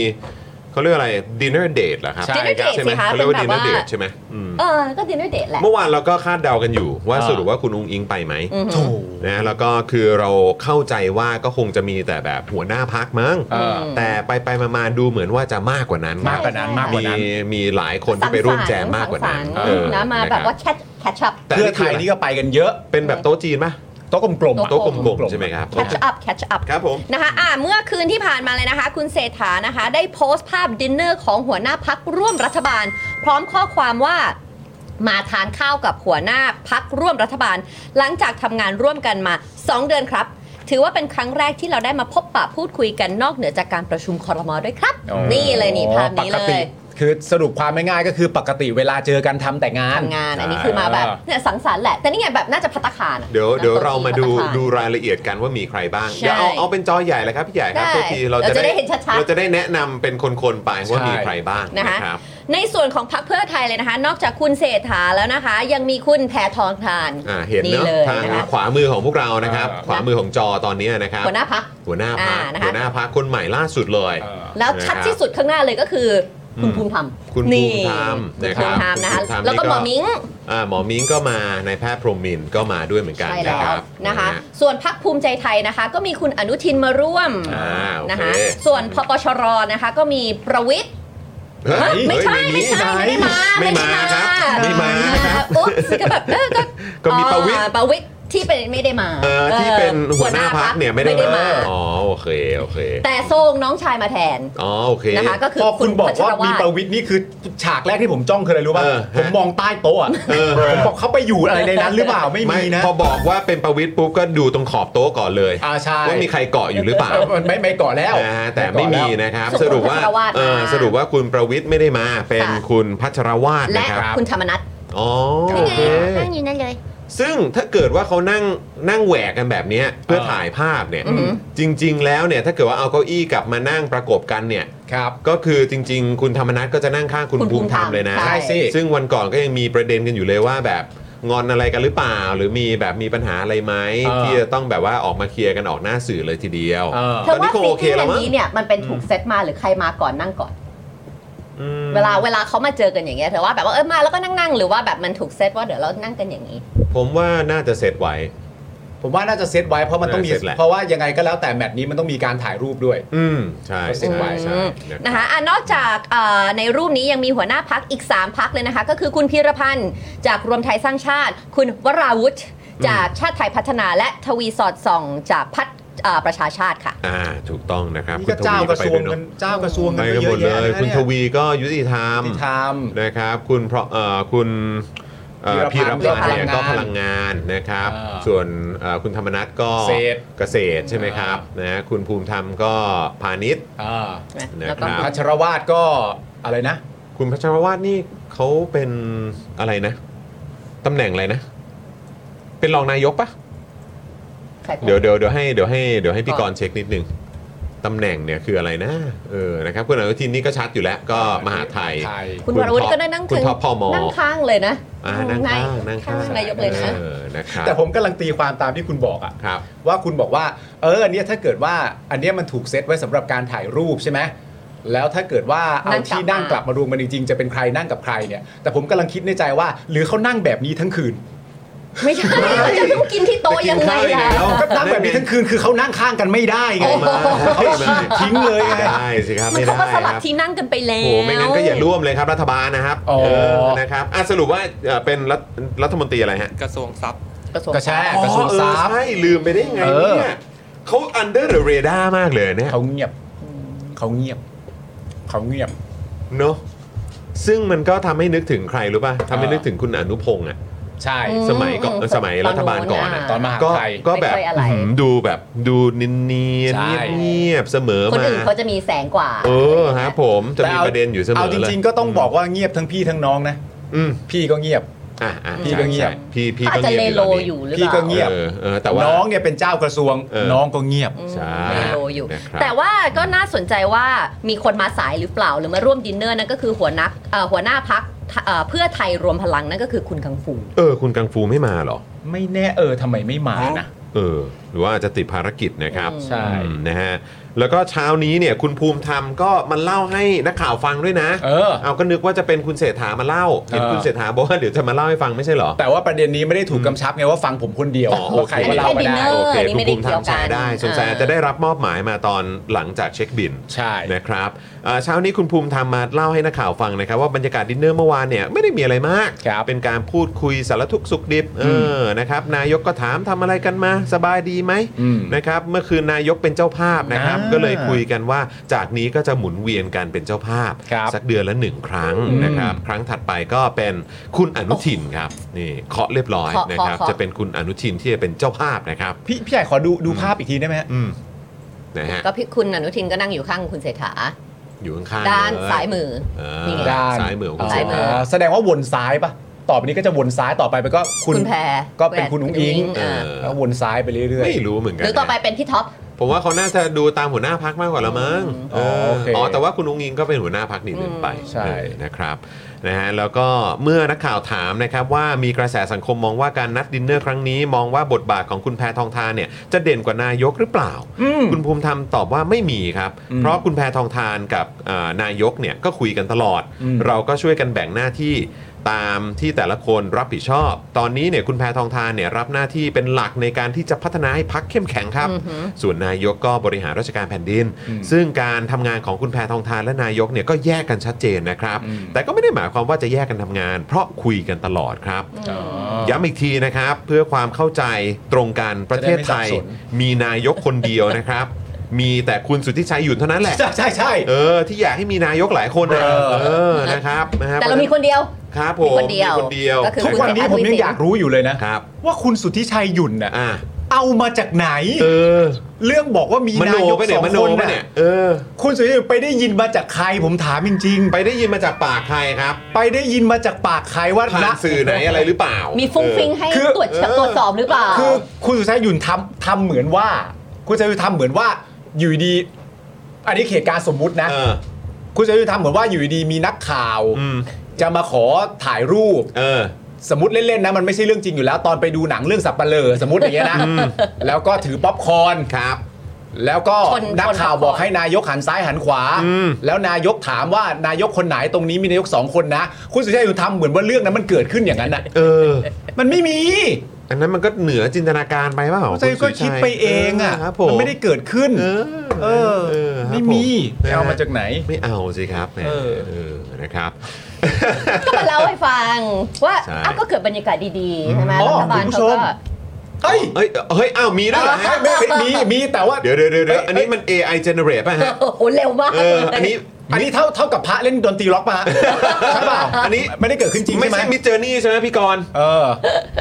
Speaker 1: เขาเรียกอะไร dinner date เหรอครับ
Speaker 3: ใช่ Dinner date
Speaker 1: ใช่ไหม
Speaker 3: สิคะ
Speaker 1: เขาเรียกว่า
Speaker 3: เป็นแบบ
Speaker 1: dinner
Speaker 3: ว่า
Speaker 1: date ใช่ไหมอืม
Speaker 3: เออ ก็ dinner date แหละ
Speaker 1: เมื่อวานเราก็คาดเดากันอยู่ว่า
Speaker 2: อ่า
Speaker 1: สรุปว่าคุณอุ้งอิงไปไหม
Speaker 3: อือหือ
Speaker 2: โถูก
Speaker 1: นะแล้วก็คือเราเข้าใจว่าก็คงจะมีแต่แบบหัวหน้าพักมั้ง
Speaker 2: อ่า
Speaker 1: แต่ไปไปๆมาๆดูเหมือนว่าจะมากกว่านั้น
Speaker 2: มากกว่านั้นมากกว่า
Speaker 1: มี
Speaker 2: นั้น
Speaker 1: มีหลายคนที่ไปร่วมแจมมากกว่านั้
Speaker 3: สั
Speaker 1: น
Speaker 3: งสรรค์นะมาแบบว่า catch catch up
Speaker 1: แต่
Speaker 2: เพื่อ
Speaker 1: นี่
Speaker 2: ไท
Speaker 1: คื
Speaker 2: ย
Speaker 1: อ
Speaker 2: นี่ก็ไปกันเยอะ
Speaker 1: เป็นแบบโต๊ะจีนปะ
Speaker 2: โต๊ะกลมๆอะ
Speaker 1: โต๊ะกลมๆใช่ไหมครับ
Speaker 3: catch up catch up
Speaker 1: ครับผม
Speaker 3: นะคะอ่าเมื่อคืนที่ผ่านมาเลยนะคะ คุณเศรษฐานะคะ ได้โพสต์ภาพดินเนอร์ของหัวหน้าพักร่วมรัฐบาล พร้อมข้อความว่ามาทานข้าวกับหัวหน้าพักร่วมรัฐบาล หลังจากทำงานร่วมกันมา 2 เดือนครับ ถือว่าเป็นครั้งแรกที่เราได้มาพบปะพูดคุยกันนอกเหนือจากการประชุมคอรมอด้วยครับ
Speaker 2: อ๋อ
Speaker 3: นี่เลยนี่ภาพนี้
Speaker 2: ปก
Speaker 3: เล
Speaker 2: ติ
Speaker 3: ย
Speaker 2: คือสรุปความง่ายๆก็คือปกติเวลาเจอกันทำแต่งาน
Speaker 3: ทำงานอันนี้คือมาแบบเนี่ยสังสรรค์แหละ แต่นี่ไงแบบน่าจะพัตตาคารอะ
Speaker 1: เดี๋ยวเดี๋ยวเรามาดู
Speaker 3: พัตตค
Speaker 1: ดูรายละเอียดกันว่ามีใครบ้าง
Speaker 3: ใช่
Speaker 1: อย่าเอาเอาเป็นจอใหญ่เลยครับพี่ใหญ่ครับ
Speaker 3: ได้
Speaker 1: โทษทีเรา
Speaker 3: เรา
Speaker 1: จะ
Speaker 3: จะได้เห็นชัดๆ
Speaker 1: เราจะได้แนะนำเป็นคนๆไปว่ามีใครบ้าง
Speaker 3: นะคะ
Speaker 1: ครับ
Speaker 3: ในส่วนของพรรคเพื่อไทยเลยนะคะ นอกจากคุณเศรษฐาแล้วนะคะ ยังมีคุณแพทองทาน
Speaker 1: อ่าเห็นเนอะ
Speaker 3: เลย
Speaker 1: ทาง
Speaker 3: นะคะ
Speaker 1: ขวามือของพวกเรานะครับ
Speaker 2: อ่า
Speaker 1: ขวามือของจอตอนนี้นะครับ
Speaker 3: หัวหน้าพรรค
Speaker 1: หัวหน้าพัก
Speaker 3: อ่านะคะ
Speaker 1: หัวหน้าพักคนใหม่ล่าสุดเลย
Speaker 2: เออ
Speaker 3: แล้วชัดที่สุดข้างหน้าเลยก็คือคุณ
Speaker 1: อืม
Speaker 3: ภูมิธรรม
Speaker 1: คุณภูมิธรรม
Speaker 3: นี่
Speaker 1: นะครับ
Speaker 3: ณภูมิธรรมนะคะ
Speaker 1: คุณภูมิธรรม
Speaker 3: แล้วก็
Speaker 1: นี่ก็
Speaker 3: หมอมิ้ง
Speaker 1: อ่าหมอมิ้งก็มานายแพทย์พรหมมินทร์ก็มาด้วยเหมือนกัน
Speaker 3: ใช่
Speaker 1: นะ
Speaker 3: แล้
Speaker 1: คว รับ
Speaker 3: นะคะ
Speaker 1: ฮ
Speaker 3: ส่วนพรรคภูมิใจไทยนะคะ ก็มีคุณอนุทินมาร่วม
Speaker 1: อ่าโอเค
Speaker 3: นะคะ ส่วนพปชรนะคะ ก็มีประวิทย์
Speaker 1: เฮ้ย
Speaker 3: ไม่ใช่ไม่ใช่ไม่ได้มา
Speaker 1: ไม่มาครับไม่มาครับ
Speaker 3: อุ๊บก็แบบเออก็
Speaker 1: ก็มีประวิตร
Speaker 3: อ่าประวิตรที่เป็นไม่ได้มา
Speaker 1: เอ่อที่เป็นหัวหน้าพักเนี่ยไม่ได้มาอ๋อโอเคโอเค
Speaker 3: แต่โซรงน้องชายมาแทน
Speaker 1: อ๋อโอเค
Speaker 3: นะคะ ก็คือ
Speaker 2: พอคุณบอกว่ามีป
Speaker 3: ประ
Speaker 2: ระวิทย์นี่คือฉากแรกที่ผมจ้องคืออะไรรู้ป่ะ
Speaker 1: เออ
Speaker 2: ผมมองใต้โต๊ะอะ
Speaker 1: เออ
Speaker 2: ผมบอกเขาไปอยู่อะไรในนั้นหรือเปล่าไม่มีนะ
Speaker 1: พอบอกว่าเป็นประวิทย์ปุ๊บก็ดูตรงขอบโต๊ะก่อนเลย
Speaker 2: อาใช่
Speaker 1: ว่ามีใครเกาะอยู่หรือเปล่า
Speaker 2: มันไม่ไม่ก่อนแล้ว
Speaker 1: นะฮะแต่ไม่มี
Speaker 2: ก่อนแล้ว
Speaker 1: นะครับ
Speaker 3: ส่ง
Speaker 1: สรุปว่า
Speaker 3: คุณพัชรวาท
Speaker 1: เออ
Speaker 3: มา
Speaker 1: สรุปว่าคุณประวิทย์ไม่ได้มาเป็น
Speaker 3: ค่ะ
Speaker 1: คุณพัชรวาท
Speaker 3: และ
Speaker 1: นะครับ
Speaker 3: คุณธรรมนัท
Speaker 1: อ๋อ
Speaker 3: นี่
Speaker 1: โอ
Speaker 3: ไง
Speaker 1: เค
Speaker 3: นั่งอยู่นั่นเลย
Speaker 1: ซึ่งถ้าเกิดว่าเขานั่งนั่งแหวกกันแบบเนี้ยเพื่อ
Speaker 2: เออ
Speaker 1: ถ่ายภาพเนี่ย
Speaker 3: อือหือ
Speaker 1: จริง ๆ แล้วเนี่ยถ้าเกิดว่าเอาเก้าอี้กลับมานั่งประกบกันเนี่ย
Speaker 2: ครับ
Speaker 1: ก็คือจริง ๆ คุณธรรมนัทก็จะนั่งข้างคุณ
Speaker 3: คุณภู
Speaker 1: ภู
Speaker 3: มิ
Speaker 1: มิธรรมเลยนะ
Speaker 3: ธรรมใช่
Speaker 2: สิ
Speaker 1: ซึ่งวันก่อนก็ยังมีประเด็นกันอยู่เลยว่าแบบงอนอะไรกันหรือเปล่า หรือมีแบบมีปัญหาอะไรไหม
Speaker 2: เออ
Speaker 1: ที่จะต้องแบบว่าออกมาเคลียร์กันออกหน้าสื่อเลยทีเดียว
Speaker 2: เออ
Speaker 3: เธอว่า
Speaker 1: คง
Speaker 3: ซี
Speaker 1: โอเค
Speaker 3: ที
Speaker 1: แล้
Speaker 3: อั
Speaker 1: วนมั้ง
Speaker 3: นี้เนี่ยมันเป็นถูกเซตมาหรือใครมาก่อนนั่งก่อน
Speaker 1: อืม
Speaker 3: เวลาเวลาเขามาเจอกันอย่างเงี้ยเธอว่าแบบว่าเออมาแล้วก็นั่งนั่งๆหรือว่าแบบมันถูกเซตว่าเดี๋ยวเรานั่งกันอย่างนี้
Speaker 1: ผมว่าน่าจะเสร็จไว
Speaker 2: ผมว่าน่าจะเซตไว้เพราะมันต้องมี
Speaker 1: น่าจะเซตแหละ
Speaker 2: เพราะว่ายังไงก็แล้วแต่แมตช์นี้มันต้องมีการถ่ายรูปด้วย
Speaker 1: อืมใช่
Speaker 2: เสร็จไว
Speaker 1: ใช่
Speaker 3: อืม
Speaker 1: ใช่รับ
Speaker 3: นะคะอ่ะนอกจากเอ่อในรูปนี้ยังมีหัวหน้าพักอีก 3 พักเลยนะคะ ก็คือคุณพีรพันธ์จากรวมไทยสร้างชาติ คุณวราวุธจากชาติไทยพัฒนาและทวีสอดส่องจากพัฒประชาชาติค่ะ
Speaker 1: อ่าถูกต้องนะครับ
Speaker 2: นี่
Speaker 1: คุ
Speaker 2: ก็
Speaker 1: ณท
Speaker 2: เจ้า
Speaker 1: วี
Speaker 2: ก
Speaker 1: ก็
Speaker 2: ระ
Speaker 1: ไป
Speaker 2: ทรว
Speaker 1: ด้
Speaker 2: งกั
Speaker 1: วยเนาะ
Speaker 2: นเจ้ากระทรวง
Speaker 1: ไป
Speaker 2: กัน
Speaker 1: กัน
Speaker 2: เย
Speaker 1: หม
Speaker 2: อะ
Speaker 1: ดเล
Speaker 2: แยะ
Speaker 1: ย
Speaker 2: นะ
Speaker 1: คุณ
Speaker 2: เนี่ย
Speaker 1: ทวีก็ยุติธรรม
Speaker 2: ที่ท
Speaker 1: นะครับ คุณเพราะเอ่อคุณเอ่อ
Speaker 2: พี
Speaker 1: พีร
Speaker 2: รพั
Speaker 1: พั
Speaker 2: นธ์พ
Speaker 1: นธ์เนี่ย
Speaker 2: ลังงาน
Speaker 1: ก็พลังงานนะครับ
Speaker 2: อ่า
Speaker 1: ส่วนเอ่อคุณธรรมนัทก็
Speaker 2: เกษตร
Speaker 1: เกษตรใช่ไหมครับนะคุณภูมิธรรมก็พาณิชย์
Speaker 2: ำอ่า
Speaker 1: นะ
Speaker 3: แล้วก็
Speaker 1: ครับ
Speaker 2: พัชรวาดก็อะไรนะ
Speaker 1: คุณพัชรวาทนี่เขาเป็นอะไรนะตำแหน่งอะไรนะ เป็นรองนายกปะ
Speaker 3: ใคร
Speaker 1: เดี๋ยวเดี๋ยวเดี๋ยวให้เดี๋ยวให้เดี๋ยวให้พี่
Speaker 3: ก่
Speaker 1: ก
Speaker 3: อน
Speaker 1: รณ์เช็คนิดนึงตำแหน่งเนี่ยคืออะไรนะเออนะครับคุณอนุทินนี่ก็ชัดอยู่แล้วก็มหาไทย
Speaker 3: คุณวราวุธก็ได้นั่ง
Speaker 1: คุณท็อปพม
Speaker 3: นั่งข้างเลยนะ
Speaker 1: อ่านั่งข้างนั่งข้าง
Speaker 3: ข้างนายกเลยนะ
Speaker 1: ออนะครับ
Speaker 2: แต่ผมกำลังตีความตามที่คุณบอกอะ
Speaker 1: ครับ
Speaker 2: ว่าคุณบอกว่า เอออันเนี้ยถ้าเกิดว่าอันเนี้ยมันถูกเซตไว้สำหรับการถ่ายรูปใช่ไหมแล้วถ้าเกิดว่าเอาน
Speaker 3: งกลับ
Speaker 2: ที่นั่ง
Speaker 3: มา
Speaker 2: กลับมารวมกันจริงๆจะเป็นใครนั่งกับใครเนี่ยแต่ผมกำลังคิดในใจว่า หรือเขานั่งแบบนี้ทั้งคืน
Speaker 3: ไม่ใช่เขาจะต้องกินที่โต๊ะยังไงล่ะ
Speaker 2: ก็นั่งแบบนี้ทั้งคืนคือเขานั่งข้างกันไม่ได้ไง
Speaker 1: โอ้โห
Speaker 2: เขาฉีกทิ้งเลยไง
Speaker 1: ได้สิครับ
Speaker 3: มัน
Speaker 1: ไม่
Speaker 3: เขา
Speaker 1: ได้
Speaker 3: ก็ส
Speaker 1: ค
Speaker 3: ลับ
Speaker 1: รับ
Speaker 3: ที่นั่งกันไปแล้
Speaker 1: โอ้
Speaker 3: ว
Speaker 1: โหไม่งั้นก็อย่าร่วมเลยครับรัฐบาลนะครับ
Speaker 2: อ๋อ
Speaker 1: เออนะครับอ่ะสรุปว่าเอ่อเป็นรัฐรัฐมนตรีอะไรฮะ
Speaker 4: กระทรวงทรัพย์
Speaker 2: กระแชกระทรวงทรัพ
Speaker 1: อ๋อเออ
Speaker 2: ย์
Speaker 1: ใช่ลืมไปได้ไง
Speaker 2: เออ
Speaker 1: เนี่ยเขา under the radar มากเลยเนี่ย
Speaker 2: เขาเงียบเขาเงียบเขาเงียบ
Speaker 1: เนอะซึ่งมันก็ทำให้นึกถึงใครรู้ป่ะทำให้นึกถึงคุณอนุพงษ์อ่ะ
Speaker 2: ใช่
Speaker 3: อืม
Speaker 1: สมัยก่อน
Speaker 3: อืม
Speaker 1: สมัยรัฐบาลก่อนอะ
Speaker 2: ตอนมหา
Speaker 1: ก็
Speaker 2: ไทย
Speaker 1: ก็แบบ
Speaker 3: ไม่ค่อยอะไร
Speaker 1: อื้อหือดูแบบดูเนียน
Speaker 2: ใช่
Speaker 1: ๆเงียบๆเสมอ
Speaker 3: คน
Speaker 1: มา
Speaker 3: อื่นเขาจะมีแสงกว่า
Speaker 1: เออครับผมจะมี
Speaker 2: แต่า
Speaker 1: ประเด็นอยู่เสมอ
Speaker 2: เอาจ
Speaker 1: เลย
Speaker 2: ริงๆ ก็ต้องบอกว่าเงียบทั้งพี่ทั้งน้องนะ
Speaker 1: อืม
Speaker 2: พี่ก็เงียบ
Speaker 1: อ่ะอ่ะ
Speaker 2: พี่ก็เงียบ
Speaker 1: ใช่ใช่พี่พี่
Speaker 3: เขาอาจ
Speaker 1: ก็
Speaker 3: จะ
Speaker 1: เงียบ
Speaker 3: เล
Speaker 1: อยู่
Speaker 3: โล
Speaker 1: ตอน
Speaker 3: อยู่หรือ
Speaker 1: นี้
Speaker 2: พี่
Speaker 3: เป
Speaker 2: ก็
Speaker 3: ล่า
Speaker 2: เงียบ
Speaker 1: เออเออแต่ว่า
Speaker 2: น้องเนี่ยเป็นเจ้ากระทรวง
Speaker 1: เออ
Speaker 2: น้องก็เงียบ
Speaker 3: อืม
Speaker 1: ใช่
Speaker 3: เลโลอยู่
Speaker 1: นะครับ
Speaker 3: แต่ว่าก็น่าสนใจว่ามีคนมาสายหรือเปล่า หรือมาร่วมดินเนอร์นั่นก็คือหัวนักเอ่อหัวหน้าพักเพื่อไทยรวมพลังนั่นก็คือคุณกังฟู
Speaker 1: เออคุณกังฟูไม่มาเหรอ
Speaker 2: ไม่แน่เออทำไมไม่มานะ
Speaker 1: เออ หรือว่าอาจจะติดภารกิจนะครับ
Speaker 2: ใช่
Speaker 1: อืมนะฮะแล้วก็เช้านี้เนี่ยคุณภูมิธรรมก็มันเล่าให้นักข่าวฟังด้วยนะ
Speaker 2: เออ
Speaker 1: เอาก็นึกว่าจะเป็นคุณเศรษฐามาเล่าเห็น
Speaker 2: เออ
Speaker 1: คุณเศรษฐาบอกว่าเดี๋ยวจะมาเล่าให้ฟังไม่ใช่เหรอ
Speaker 2: แต่ว่าประเด็นนี้ไม่ได้ถูกกำชับไงว่าฟังผมคนเดียว
Speaker 1: อ๋อโอเค
Speaker 2: ใครก็เล่ามา
Speaker 3: อันนี้ให้
Speaker 2: ได้
Speaker 3: dinner
Speaker 1: โอเค
Speaker 3: อันนี้
Speaker 1: คุณ
Speaker 3: ไม่ได้
Speaker 1: ภูมิธรรมแชร์ได้
Speaker 3: เกี่ยวกัน
Speaker 1: สงสัยอาจจะได้รับมอบหมายมาตอนหลังจากเช็คบิน
Speaker 2: ใช่
Speaker 1: นะครับเอ่อเช้านี้คุณภูมิธรรมมาเล่าให้นักข่าวฟังนะครับ ว่าบรรยากาศดินเนอร์เมื่อวานเนี่ยไม่ได้มีอะไรมาก
Speaker 2: ครับ
Speaker 1: เป็นการพูดคุยสารทุกข์สุขดิบเออนะครับนายกก็ถามทำอะไรกันมาสบายดีไหม
Speaker 2: อืม
Speaker 1: นะครับเมื่อคืนนายกเป็นเจ้าภาพนะครับ
Speaker 2: อ่า
Speaker 1: ก็เลยคุยกันว่าจากนี้ก็จะหมุนเวียนกันเป็นเจ้าภาพ
Speaker 2: ครับ
Speaker 1: สักเดือนละหนึ่งครั้ง
Speaker 2: อืม
Speaker 1: นะครับครั้งถัดไปก็เป็นคุณอนุทินครับนี่เคาะเรียบร้อย
Speaker 3: เคาะ
Speaker 1: นะครับ
Speaker 3: เคาะ
Speaker 1: จะเป็นคุณอนุทินที่จะเป็นเจ้าภาพนะครับ
Speaker 2: พี่พี่ใหญ่ขอดูดูภาพอีกทีได้ไหมฮะ
Speaker 1: อืมนะฮะ
Speaker 3: ก็พี่คุณอนุทินก็นั่งอยู่ข้างคุณเศรษฐา
Speaker 1: อยู่ข้างๆ
Speaker 3: ด้าน
Speaker 1: เล
Speaker 3: ซ้ายมือ
Speaker 1: เออ
Speaker 3: นี่ไง
Speaker 2: ด้าน
Speaker 1: ซ้ายมือของคุณ
Speaker 3: ซ้า
Speaker 1: เศร
Speaker 3: ย
Speaker 1: ษ
Speaker 3: มื
Speaker 1: ฐา
Speaker 2: าแสดงว่าวนซ้ายปะต่อไปนี้ก็จะวนซ้ายต่อไปไปก็คุณ
Speaker 3: คุณแพร
Speaker 2: ก็เป็นคุณอุ้งอิง
Speaker 1: เออ
Speaker 2: แล้ววนซ้ายไปเรื่อย
Speaker 1: ไม่รู้เหมือนกั
Speaker 3: หรือต่อไปเป็นพี่ท็อป
Speaker 1: ผมว่าเขาน่าจะดูตามหัวหน้าพักมากกว่าละมั้ง
Speaker 2: อ๋อโอเค
Speaker 1: อแต่ว่าคุณอุ้งอิงก็เป็นหัวหน้าพักนี่ลืมไป
Speaker 2: ใช่
Speaker 1: เออนะครับนะฮะแล้วก็เมื่อนักข่าวถามนะครับ ว่ามีกระแสสังคมมองว่าการนัดดินเนอร์ครั้งนี้ มองว่าบทบาทของคุณแพทองทานเนี่ยจะเด่นกว่านายกหรือเปล่า
Speaker 2: ๆอืม
Speaker 1: คุณภูมิธรรมตอบว่าไม่มีครับ
Speaker 2: อืม
Speaker 1: เพราะคุณแพทองทานกับเอ่อนายกเนี่ยก็คุยกันตลอด
Speaker 2: อืม
Speaker 1: เราก็ช่วยกันแบ่งหน้าที่ตามที่แต่ละคนรับผิดชอบ ตอนนี้เนี่ยคุณแพทองทานเนี่ยรับหน้าที่เป็นหลักในการที่จะพัฒนาให้พักเข้มแข็งครับ
Speaker 3: อือหือ
Speaker 1: ส่วนนายกก็บริหารราชการแผ่นดิน
Speaker 2: อืม
Speaker 1: ซึ่งการทำงานของคุณแพทองทานและนายกเนี่ยก็แยกกันชัดเจนนะครับ
Speaker 2: อืม
Speaker 1: แต่ก็ไม่ได้หมายความว่าจะแยกกันทำงาน เพราะคุยกันตลอดครับ
Speaker 2: อ๋อ
Speaker 1: ย้ำอีกทีนะครับ เพื่อความเข้าใจตรงกันประเทศไทย
Speaker 2: จะได้ไม่สับส
Speaker 1: มีนายกคนเดียวนะครับ มีแต่คุณสุทธิชัยหยุ่นเท่านั้นแหละ
Speaker 2: ใช่ใช่ใช่
Speaker 1: เออ ที่อยากให้มีนายกหลายคนนะ
Speaker 2: เออ
Speaker 1: เออนะครับนะฮะ
Speaker 3: แต่เรามีคนเดียว
Speaker 1: ครับผม
Speaker 3: มีคนเดียว
Speaker 1: มีคนเดียว
Speaker 3: ก็คือ
Speaker 2: ทุกวันนี้ผมยังอยากรู้อยู่เลยนะ
Speaker 1: ครับ
Speaker 2: ว่าคุณสุทธิชัยหยุ่นน่ะ
Speaker 1: อ่า
Speaker 2: เอามาจากไหน
Speaker 1: เออ
Speaker 2: เรื่องบอกว่ามี
Speaker 1: ม
Speaker 2: นา
Speaker 1: โน
Speaker 2: ยก
Speaker 1: ไปะ
Speaker 2: ส
Speaker 1: เนี่ย
Speaker 2: อง
Speaker 1: มโน
Speaker 2: คน
Speaker 1: ไปะเนี่
Speaker 2: น่ะ
Speaker 1: ยเออ
Speaker 2: คุณสุริยนต์ไปได้ยินมาจากใครผมถามจริง
Speaker 1: ไปได้ยินมาจากปากใครครับ
Speaker 2: ๆ ไปได้ยินมาจากปากใครว่า
Speaker 1: ผ่า
Speaker 2: ณ
Speaker 1: นสื่อไหนอะไรหรือเปล่า
Speaker 3: มี
Speaker 1: มี
Speaker 3: ฟุ้งฟิ้งให้
Speaker 2: คือ
Speaker 3: ตรวจ
Speaker 1: เออ
Speaker 3: ตรวจสอบหรือเปล่า
Speaker 2: คือคุณสุชาติหยุ่นทำทำเหมือนว่า คุณสุชาติหยุ่นทำเหมือนว่าอยู่ดี อันนี้เหตุการณ์สมมุตินะ
Speaker 1: เออ
Speaker 2: คุณสุชาติหยุ่นทำเหมือนว่าอยู่ดีมีนักข่าว
Speaker 1: อืม
Speaker 2: จะมาขอถ่ายรูป
Speaker 1: เออ
Speaker 2: สมมติเล่นๆนะมันไม่ใช่เรื่องจริงอยู่แล้ว ตอนไปดูหนังเรื่องสับปะเลอสมมติอย่างเงี้ยนะแล้วก็ถือป๊อปคอร์นครับ แล้วก็
Speaker 3: ชน
Speaker 2: นักข่าว
Speaker 3: ชนป๊อปคอร์น
Speaker 2: บอกให้นายกหันซ้ายหันขวา
Speaker 1: อืม
Speaker 2: แล้วนายกถามว่านายกคนไหนตรงนี้มีนายกสองคนนะ คุณสุชาติหยุ่นทำเหมือนว่าเรื่องนั้นมันเกิดขึ้นอย่าง
Speaker 1: [LAUGHS]
Speaker 2: นั้นอ่ะ
Speaker 1: เออ
Speaker 2: มันไม่มี
Speaker 1: อันนั้นมันก็เหนือจินตนาการไปเปล่า
Speaker 2: คุณสุชาติหยุ่นก็คิดไปเองอ่ะ
Speaker 1: ครับผม
Speaker 2: มันไม่ได้เกิดขึ้น
Speaker 1: เออ
Speaker 2: เออ
Speaker 1: เออครับ
Speaker 2: ไม่มี
Speaker 1: ผ
Speaker 2: ไปเอามาจากไหน
Speaker 1: ไม่เอาสิครับแหม
Speaker 2: เออ
Speaker 1: เออนะครับ
Speaker 3: ก็มาเล่าให้ฟัง ว่า
Speaker 1: ใช่
Speaker 3: อ้าวก็เกิดบรรยากาศดีๆใช่ไหม
Speaker 2: อ๋อ
Speaker 3: รัฐบาล
Speaker 2: คุณผู้
Speaker 3: เขา
Speaker 2: ชม
Speaker 3: ก็
Speaker 2: เฮ้ย
Speaker 1: เฮ้ยเฮ้ยอ้าวมีด้วยเหรอฮะ
Speaker 2: ไม่ไม่มีมีแต่ว่า
Speaker 1: เดี๋ยวเดี๋ยวเดี๋ยวเดี๋ย
Speaker 2: เอ้
Speaker 1: ว
Speaker 2: ย
Speaker 1: อันนี้มัน AI generate ป่ะฮะ
Speaker 3: โอ้โหเร็วมาก
Speaker 1: เอออันนี้
Speaker 2: อันนี้เท่าเท่ากับพระ [LAUGHS] เล่นดนตรีล็อกมาใช่เปล่า
Speaker 1: อันนี้
Speaker 2: ไม่ได้เกิดขึ้นจริง
Speaker 1: ไม่
Speaker 2: ใช่ไหม
Speaker 1: ใช่มิเจอร์นี่ใช่ไหมพี่กรณ์
Speaker 2: เออ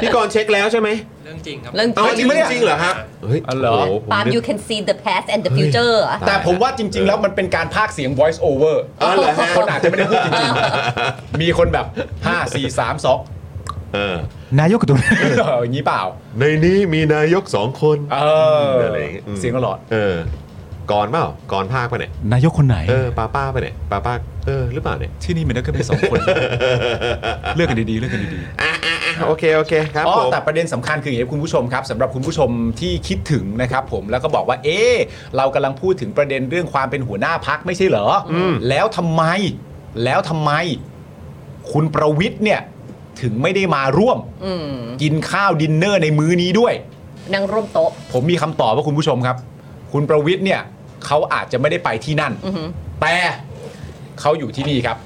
Speaker 1: พี่กรณ์เช็คแล้วใช่ไหม
Speaker 4: เรื่องจริงครับ
Speaker 3: เรื่องจ
Speaker 1: เอา
Speaker 3: ริง
Speaker 1: จริง
Speaker 2: ปะเนี่ย
Speaker 1: จริงเหรอครับเฮ้ย
Speaker 2: อ๋อเหรอ
Speaker 1: โโผม
Speaker 3: ปาล์ม
Speaker 1: นึก
Speaker 3: you can see the past and the future เหรอ
Speaker 2: แต่ผมว่าจริง ๆ แล้วมันเป็นการพากย์เสียง voice over
Speaker 1: อ๋อเหรอฮะ
Speaker 2: คนอาจจะไม่ได้พูดจริงๆ มีคนแบบ 5 4 3 2
Speaker 1: เออน
Speaker 6: ายกตุน
Speaker 2: เอ [LAUGHS] ออย่างนี้เปล่า
Speaker 1: ในนี้มีนายกสองคน
Speaker 2: เออ
Speaker 1: อะไรอย่างเงี้ยอืม
Speaker 2: เสียงหลอด
Speaker 1: เออกรณ์เปล่ากรณ์ภาคปะเนี่ย
Speaker 6: นายกคนไหน
Speaker 1: เออป้าป้าปะเนี่ยป้าป้าเออหรือเปล่าเนี่ย
Speaker 6: ที่นี่มีนักการเมืองสองคน เลือกกันดีๆ เลือกกันดี
Speaker 1: อ่ะอ่ะอ่ะโอเคโอเคครับ
Speaker 2: อ๋
Speaker 1: ผ
Speaker 2: อ
Speaker 1: ม
Speaker 2: แต่ประเด็นสำคัญคืออย่างนี้คุณผู้ชมครับสำหรับคุณผู้ชมที่คิดถึงนะครับผมแล้วก็บอกว่า เอ๊ะเรากำลังพูดถึงประเด็นเรื่องความเป็นหัวหน้าพักไม่ใช่เหรออ
Speaker 1: ม
Speaker 2: แล้วทำไม แล้วทำไม คุณประวิทย์เนี่ย ถึงไม่ได้มาร่วม
Speaker 3: อืม
Speaker 2: กินข้าวดินเนอร์ในมื้อนี้ด้วย
Speaker 3: นั่งร่วมโต๊ะ
Speaker 2: ผมมีคำตอบว่าคุณผู้ชมครับ คุณประวิทย์เนี่ยเขาอาจจะไม่ได้ไปที่นั่น
Speaker 3: อือหือ
Speaker 2: แต่เขาอยู่ที่นี่ครับ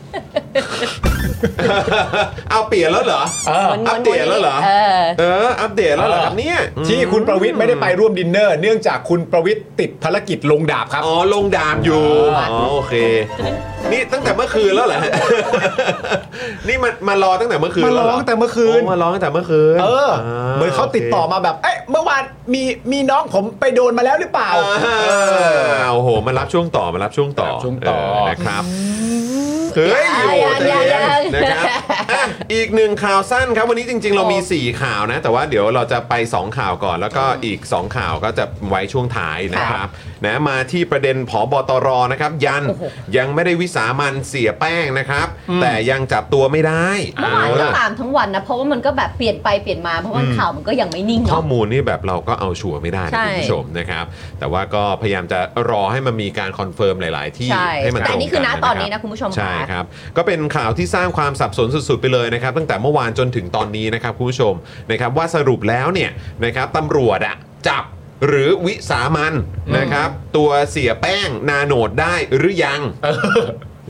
Speaker 1: เอาเปลี่ยนแล้วเหรอ
Speaker 2: เออ
Speaker 3: ม้วนๆ
Speaker 1: อัปเดตแล้วเหรอ
Speaker 3: เออ
Speaker 1: เออ อัปเดตแล้วเหรอครับเนี่ย
Speaker 2: ที่คุณประวิทย์ไม่ได้ไปร่วมดินเนอร์ เนื่องจากคุณประวิทย์ติดภารกิจลงดาบครับ
Speaker 1: อ๋อลงดาบอยู่อ๋อโอเค นี่ตั้งแต่เมื่อคืนแล้วเหรอ [LAUGHS] ฮะ นี่มันมารอตั้งแต่เมื่อคืน
Speaker 2: มาร้อ
Speaker 1: แล้วเหรอง
Speaker 2: แต่เมื่อคืน
Speaker 1: โอ้มารอตั้งแต่เมื่อคืน
Speaker 2: เออ เหมือนเขาติดต่อ
Speaker 1: โค
Speaker 2: มาแบบ เอ๊ะเมื่อวานมีมีน้องผมไปโดนมาแล้วหรือเปล่า
Speaker 1: อ่าโอ้โหมารับช่วงต่อมารับช่วงต่อ
Speaker 2: รับช่วงต่อ
Speaker 1: เนะครับเฮ้ย
Speaker 3: ยัง
Speaker 1: โอ้โหใจ
Speaker 3: ยังยั
Speaker 1: เย็น
Speaker 3: ง
Speaker 1: นะครับอ่ะอีกหนึ่งข่าวสั้นครับวันนี้จริง ๆ เรามี 4 ข่าวนะ แต่ว่าเดี๋ยวเราจะไป 2 ข่าวก่อน แล้วก็อีก 2 ข่าวก็จะไว้ช่วงท้ายนะครับนะมาที่ประเด็นผบตรนะครับ ยันยังไม่ได้วิสามันเสียแป้งนะครับ แต่ยังจับตัวไม่ได้
Speaker 3: เมื่อวาน
Speaker 1: เอา
Speaker 3: ก็
Speaker 1: ล่ะ
Speaker 3: ตามทั้งวันนะ เพราะว่ามันก็แบบเปลี่ยนไปเปลี่ยนมา เพราะว่า
Speaker 1: อืม
Speaker 3: ข่าวมันก็ยังไม่นิ่ง
Speaker 1: ข้อ
Speaker 3: เนาะ
Speaker 1: มูลนี่แบบเราก็เอาชัวร์ไม่ได้
Speaker 3: ใช่
Speaker 1: นะคุณผู้ชมนะครับ แต่ว่าก็พยายามจะรอให้มันมีการคอนเฟิร์มหลาย ๆ ที่
Speaker 3: ใช่
Speaker 1: มัน
Speaker 3: แต่อันนี้
Speaker 1: รงกั
Speaker 3: คือณตอนนี้นะคุณผู้ชม
Speaker 1: ใช่
Speaker 3: ค่ะ
Speaker 1: ครับ ก็เป็นข่าวที่สร้างความสับสนสุด ๆ ไปเลยนะครับ ตั้งแต่เมื่อวานจนถึงตอนนี้นะครับคุณผู้ชมนะครับว่าสรุปแล้วเนี่ยนะครับตำรวจอะจับหรือวิสามันนะครับ ตัวเสียแป้งนาโหนดได้หรือยัง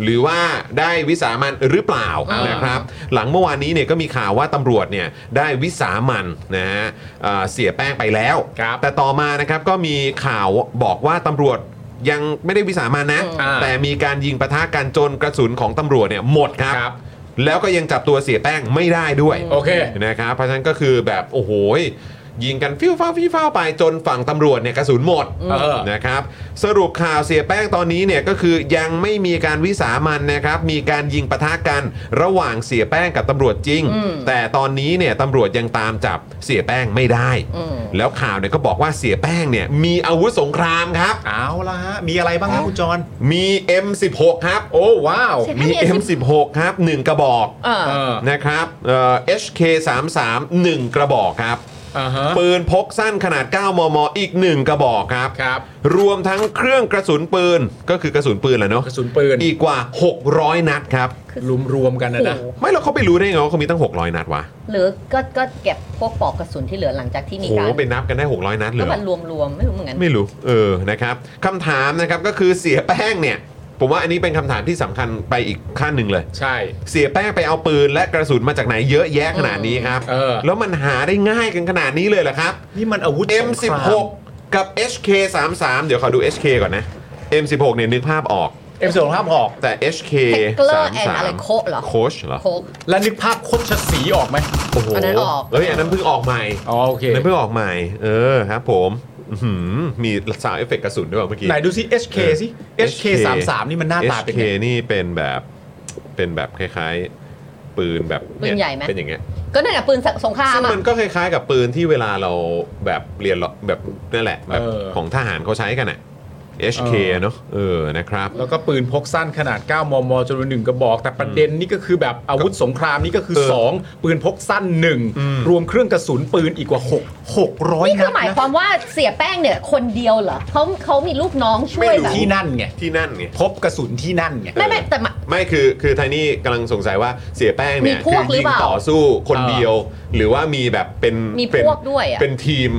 Speaker 1: หรือว่าได้วิสามันหรือเปล่า
Speaker 3: อ่าน
Speaker 1: นะครับ หลังเมื่อวานนี้เนี่ยก็มีข่าวว่าตำรวจเนี่ยได้วิสามันนะฮะเอ่อเสียแป้งไปแล้ว
Speaker 2: ครับ
Speaker 1: แต่ต่อมานะครับก็มีข่าวบอกว่าตำรวจยังไม่ได้วิสามันนะ
Speaker 2: อ่า
Speaker 1: แต่มีการยิงปะทะกันจนกระสุนของตำรวจเนี่ยหมดครับ
Speaker 2: ครับ
Speaker 1: แล้วก็ยังจับตัวเสียแป้งไม่ได้ด้วย
Speaker 2: โอเค
Speaker 1: นะครับเพราะฉะนั้นก็คือแบบโอ้โหยยิงกันฟิวฟ้าวฟิวฟ้าวไปจนฝั่งตำรวจเนี่ยกระสุนหมด
Speaker 2: เออ
Speaker 1: นะครับสรุปข่าวเสียแป้งตอนนี้เนี่ยก็คือยังไม่มีการวิสามันนะครับมีการยิงปะทะกันระหว่างเสียแป้งกับตำรวจจริง
Speaker 3: อืม
Speaker 1: แต่ตอนนี้เนี่ยตำรวจยังตามจับเสียแป้งไม่ได้
Speaker 3: อืม
Speaker 1: แล้วข่าวเนี่ยก็บอกว่าเสียแป้งเนี่ยมีอาวุธสงครามครับ
Speaker 2: เอาละฮะ มีอะไรบ้างครับคุณจร
Speaker 1: มี M16 ครับ
Speaker 2: โอ้ว้าว
Speaker 3: เสียแป้
Speaker 1: มี
Speaker 3: งมี
Speaker 1: M16 ครับหนึ่งกระบอก
Speaker 3: เออ
Speaker 2: เออ
Speaker 1: นะครับเอ่อ HK33 หนึ่งกระบอกครับ
Speaker 2: อ่าฮะ
Speaker 1: ปืนพกสั้นขนาด 9 มม อีก 1 กระบอกครับ
Speaker 2: ครับ
Speaker 1: รวมทั้งเครื่องกระสุนปืน ก็คือกระสุนปืนแหละเนาะ
Speaker 2: กระสุนปืน
Speaker 1: อีกกว่า 600 นัดครับ
Speaker 2: รวมๆกันนะนะ
Speaker 3: โอ้โห
Speaker 1: ไม่แล้วเขาไปรู้ได้ไงว่าเขามีตั้ง 600 นัดวะ
Speaker 3: หรือก็ก็เก็บพวกปลอกกระสุนที่เหลือหลังจากที่มี
Speaker 1: โห
Speaker 3: การ
Speaker 1: ไปนับกันได้ 600 นัดเล
Speaker 3: ก็
Speaker 1: ย
Speaker 3: มันรวมๆไม่รู้เหมือนกัน
Speaker 1: ไม่รู้ เออ นะครับคำถามนะครับก็คือเสียแป้งเนี่ย ผมว่าอันนี้เป็นคำถามที่สำคัญไปอีกขั้นหนึ่งเลย
Speaker 2: ใช่
Speaker 1: เสียแป้งไปเอาปืนและกระสุนมาจากไหนเยอะแยะขนาดนี้ครับ
Speaker 2: เออ
Speaker 1: แล้วมันหาได้ง่ายกันขนาดนี้เลยเหรอครับ
Speaker 2: นี่มันอาวุธสงคราม
Speaker 1: M16 กับ HK33 เดี๋ยวขอดู HK ก่อนนะ M16 เนี่ยนึกภาพออก
Speaker 2: เอฟโซนภาพออก
Speaker 1: แต่ HK
Speaker 3: Heckler
Speaker 1: สาม
Speaker 3: and
Speaker 1: สา
Speaker 3: อะ
Speaker 1: ม
Speaker 3: ไรโคเหรอ
Speaker 1: โคชเหรอ
Speaker 3: โคก
Speaker 2: แล้วนึกภาพโคชสีออกไหม
Speaker 1: โอ้โห
Speaker 3: อันนั้นออก
Speaker 1: เอ้ยอันนั้นเพิ่งออกใหม่
Speaker 2: อ๋อโอเค
Speaker 1: อันนั้นเพิ่งออกใหม่ เออครับผมอื้อหือมีสาวเอฟเฟกต์กระสุนด้วยเปล่าเมื่อกี้
Speaker 2: ไหนดูซิ HK สิ HK 3 3นี่มันหน้าตาเป็นไง
Speaker 1: HK นี่เป็นแบบเป็นแบบคล้ายๆ ปืนแบบ
Speaker 3: ปืนใหญ่ไหม
Speaker 1: เป็นอย่างเงี้ย
Speaker 3: ก็นั่นแหละปืนสงคราม
Speaker 1: ซึ่ง
Speaker 3: อะ
Speaker 1: มันก็คล้ายๆ กับปืนที่เวลาเราแบบเรียนเราแบบนั่นแหละแบบ
Speaker 2: เออ
Speaker 1: ของทหารเขาใช้กันอ่ะ HK เนอะเออนะครับ
Speaker 2: แล้วก็ปืนพกสั้นขนาด 9 มมจำนวนหนึ่งกระบอก แต่ประเด็นนี่ก็คือแบบอาวุธสงครามนี่ก็คือ
Speaker 1: เออ
Speaker 2: 2 ปืนพกสั้น
Speaker 1: อืม
Speaker 2: 1 รวมเครื่องกระสุนปืนอีกกว่า 6 600
Speaker 3: นี่คื
Speaker 2: นั
Speaker 3: อ
Speaker 2: ด
Speaker 3: หมาย
Speaker 2: นะ
Speaker 3: ความว่าเสียแป้งเนี่ยคนเดียวเหรอเขาเขามีลูกน้องช่วยแบบ
Speaker 2: ที่นั่นไง
Speaker 1: ที่นั่นไง
Speaker 2: พบกระสุนที่นั่นไง
Speaker 3: ไม่ไม่แต่หมาย
Speaker 1: ไม่คือคือไทนี่กำลังสงสัยว่าเสียแป้งเนี่ย
Speaker 3: มีพวก
Speaker 1: คื
Speaker 3: หรือ
Speaker 1: ยิง
Speaker 3: เปล่า
Speaker 1: ต่อสู้คน
Speaker 2: เออ
Speaker 1: เดียว หรือว่ามีแบบเป็น
Speaker 3: มีพวก
Speaker 1: เป็น
Speaker 3: ด้วยอะ
Speaker 1: เป็นทีม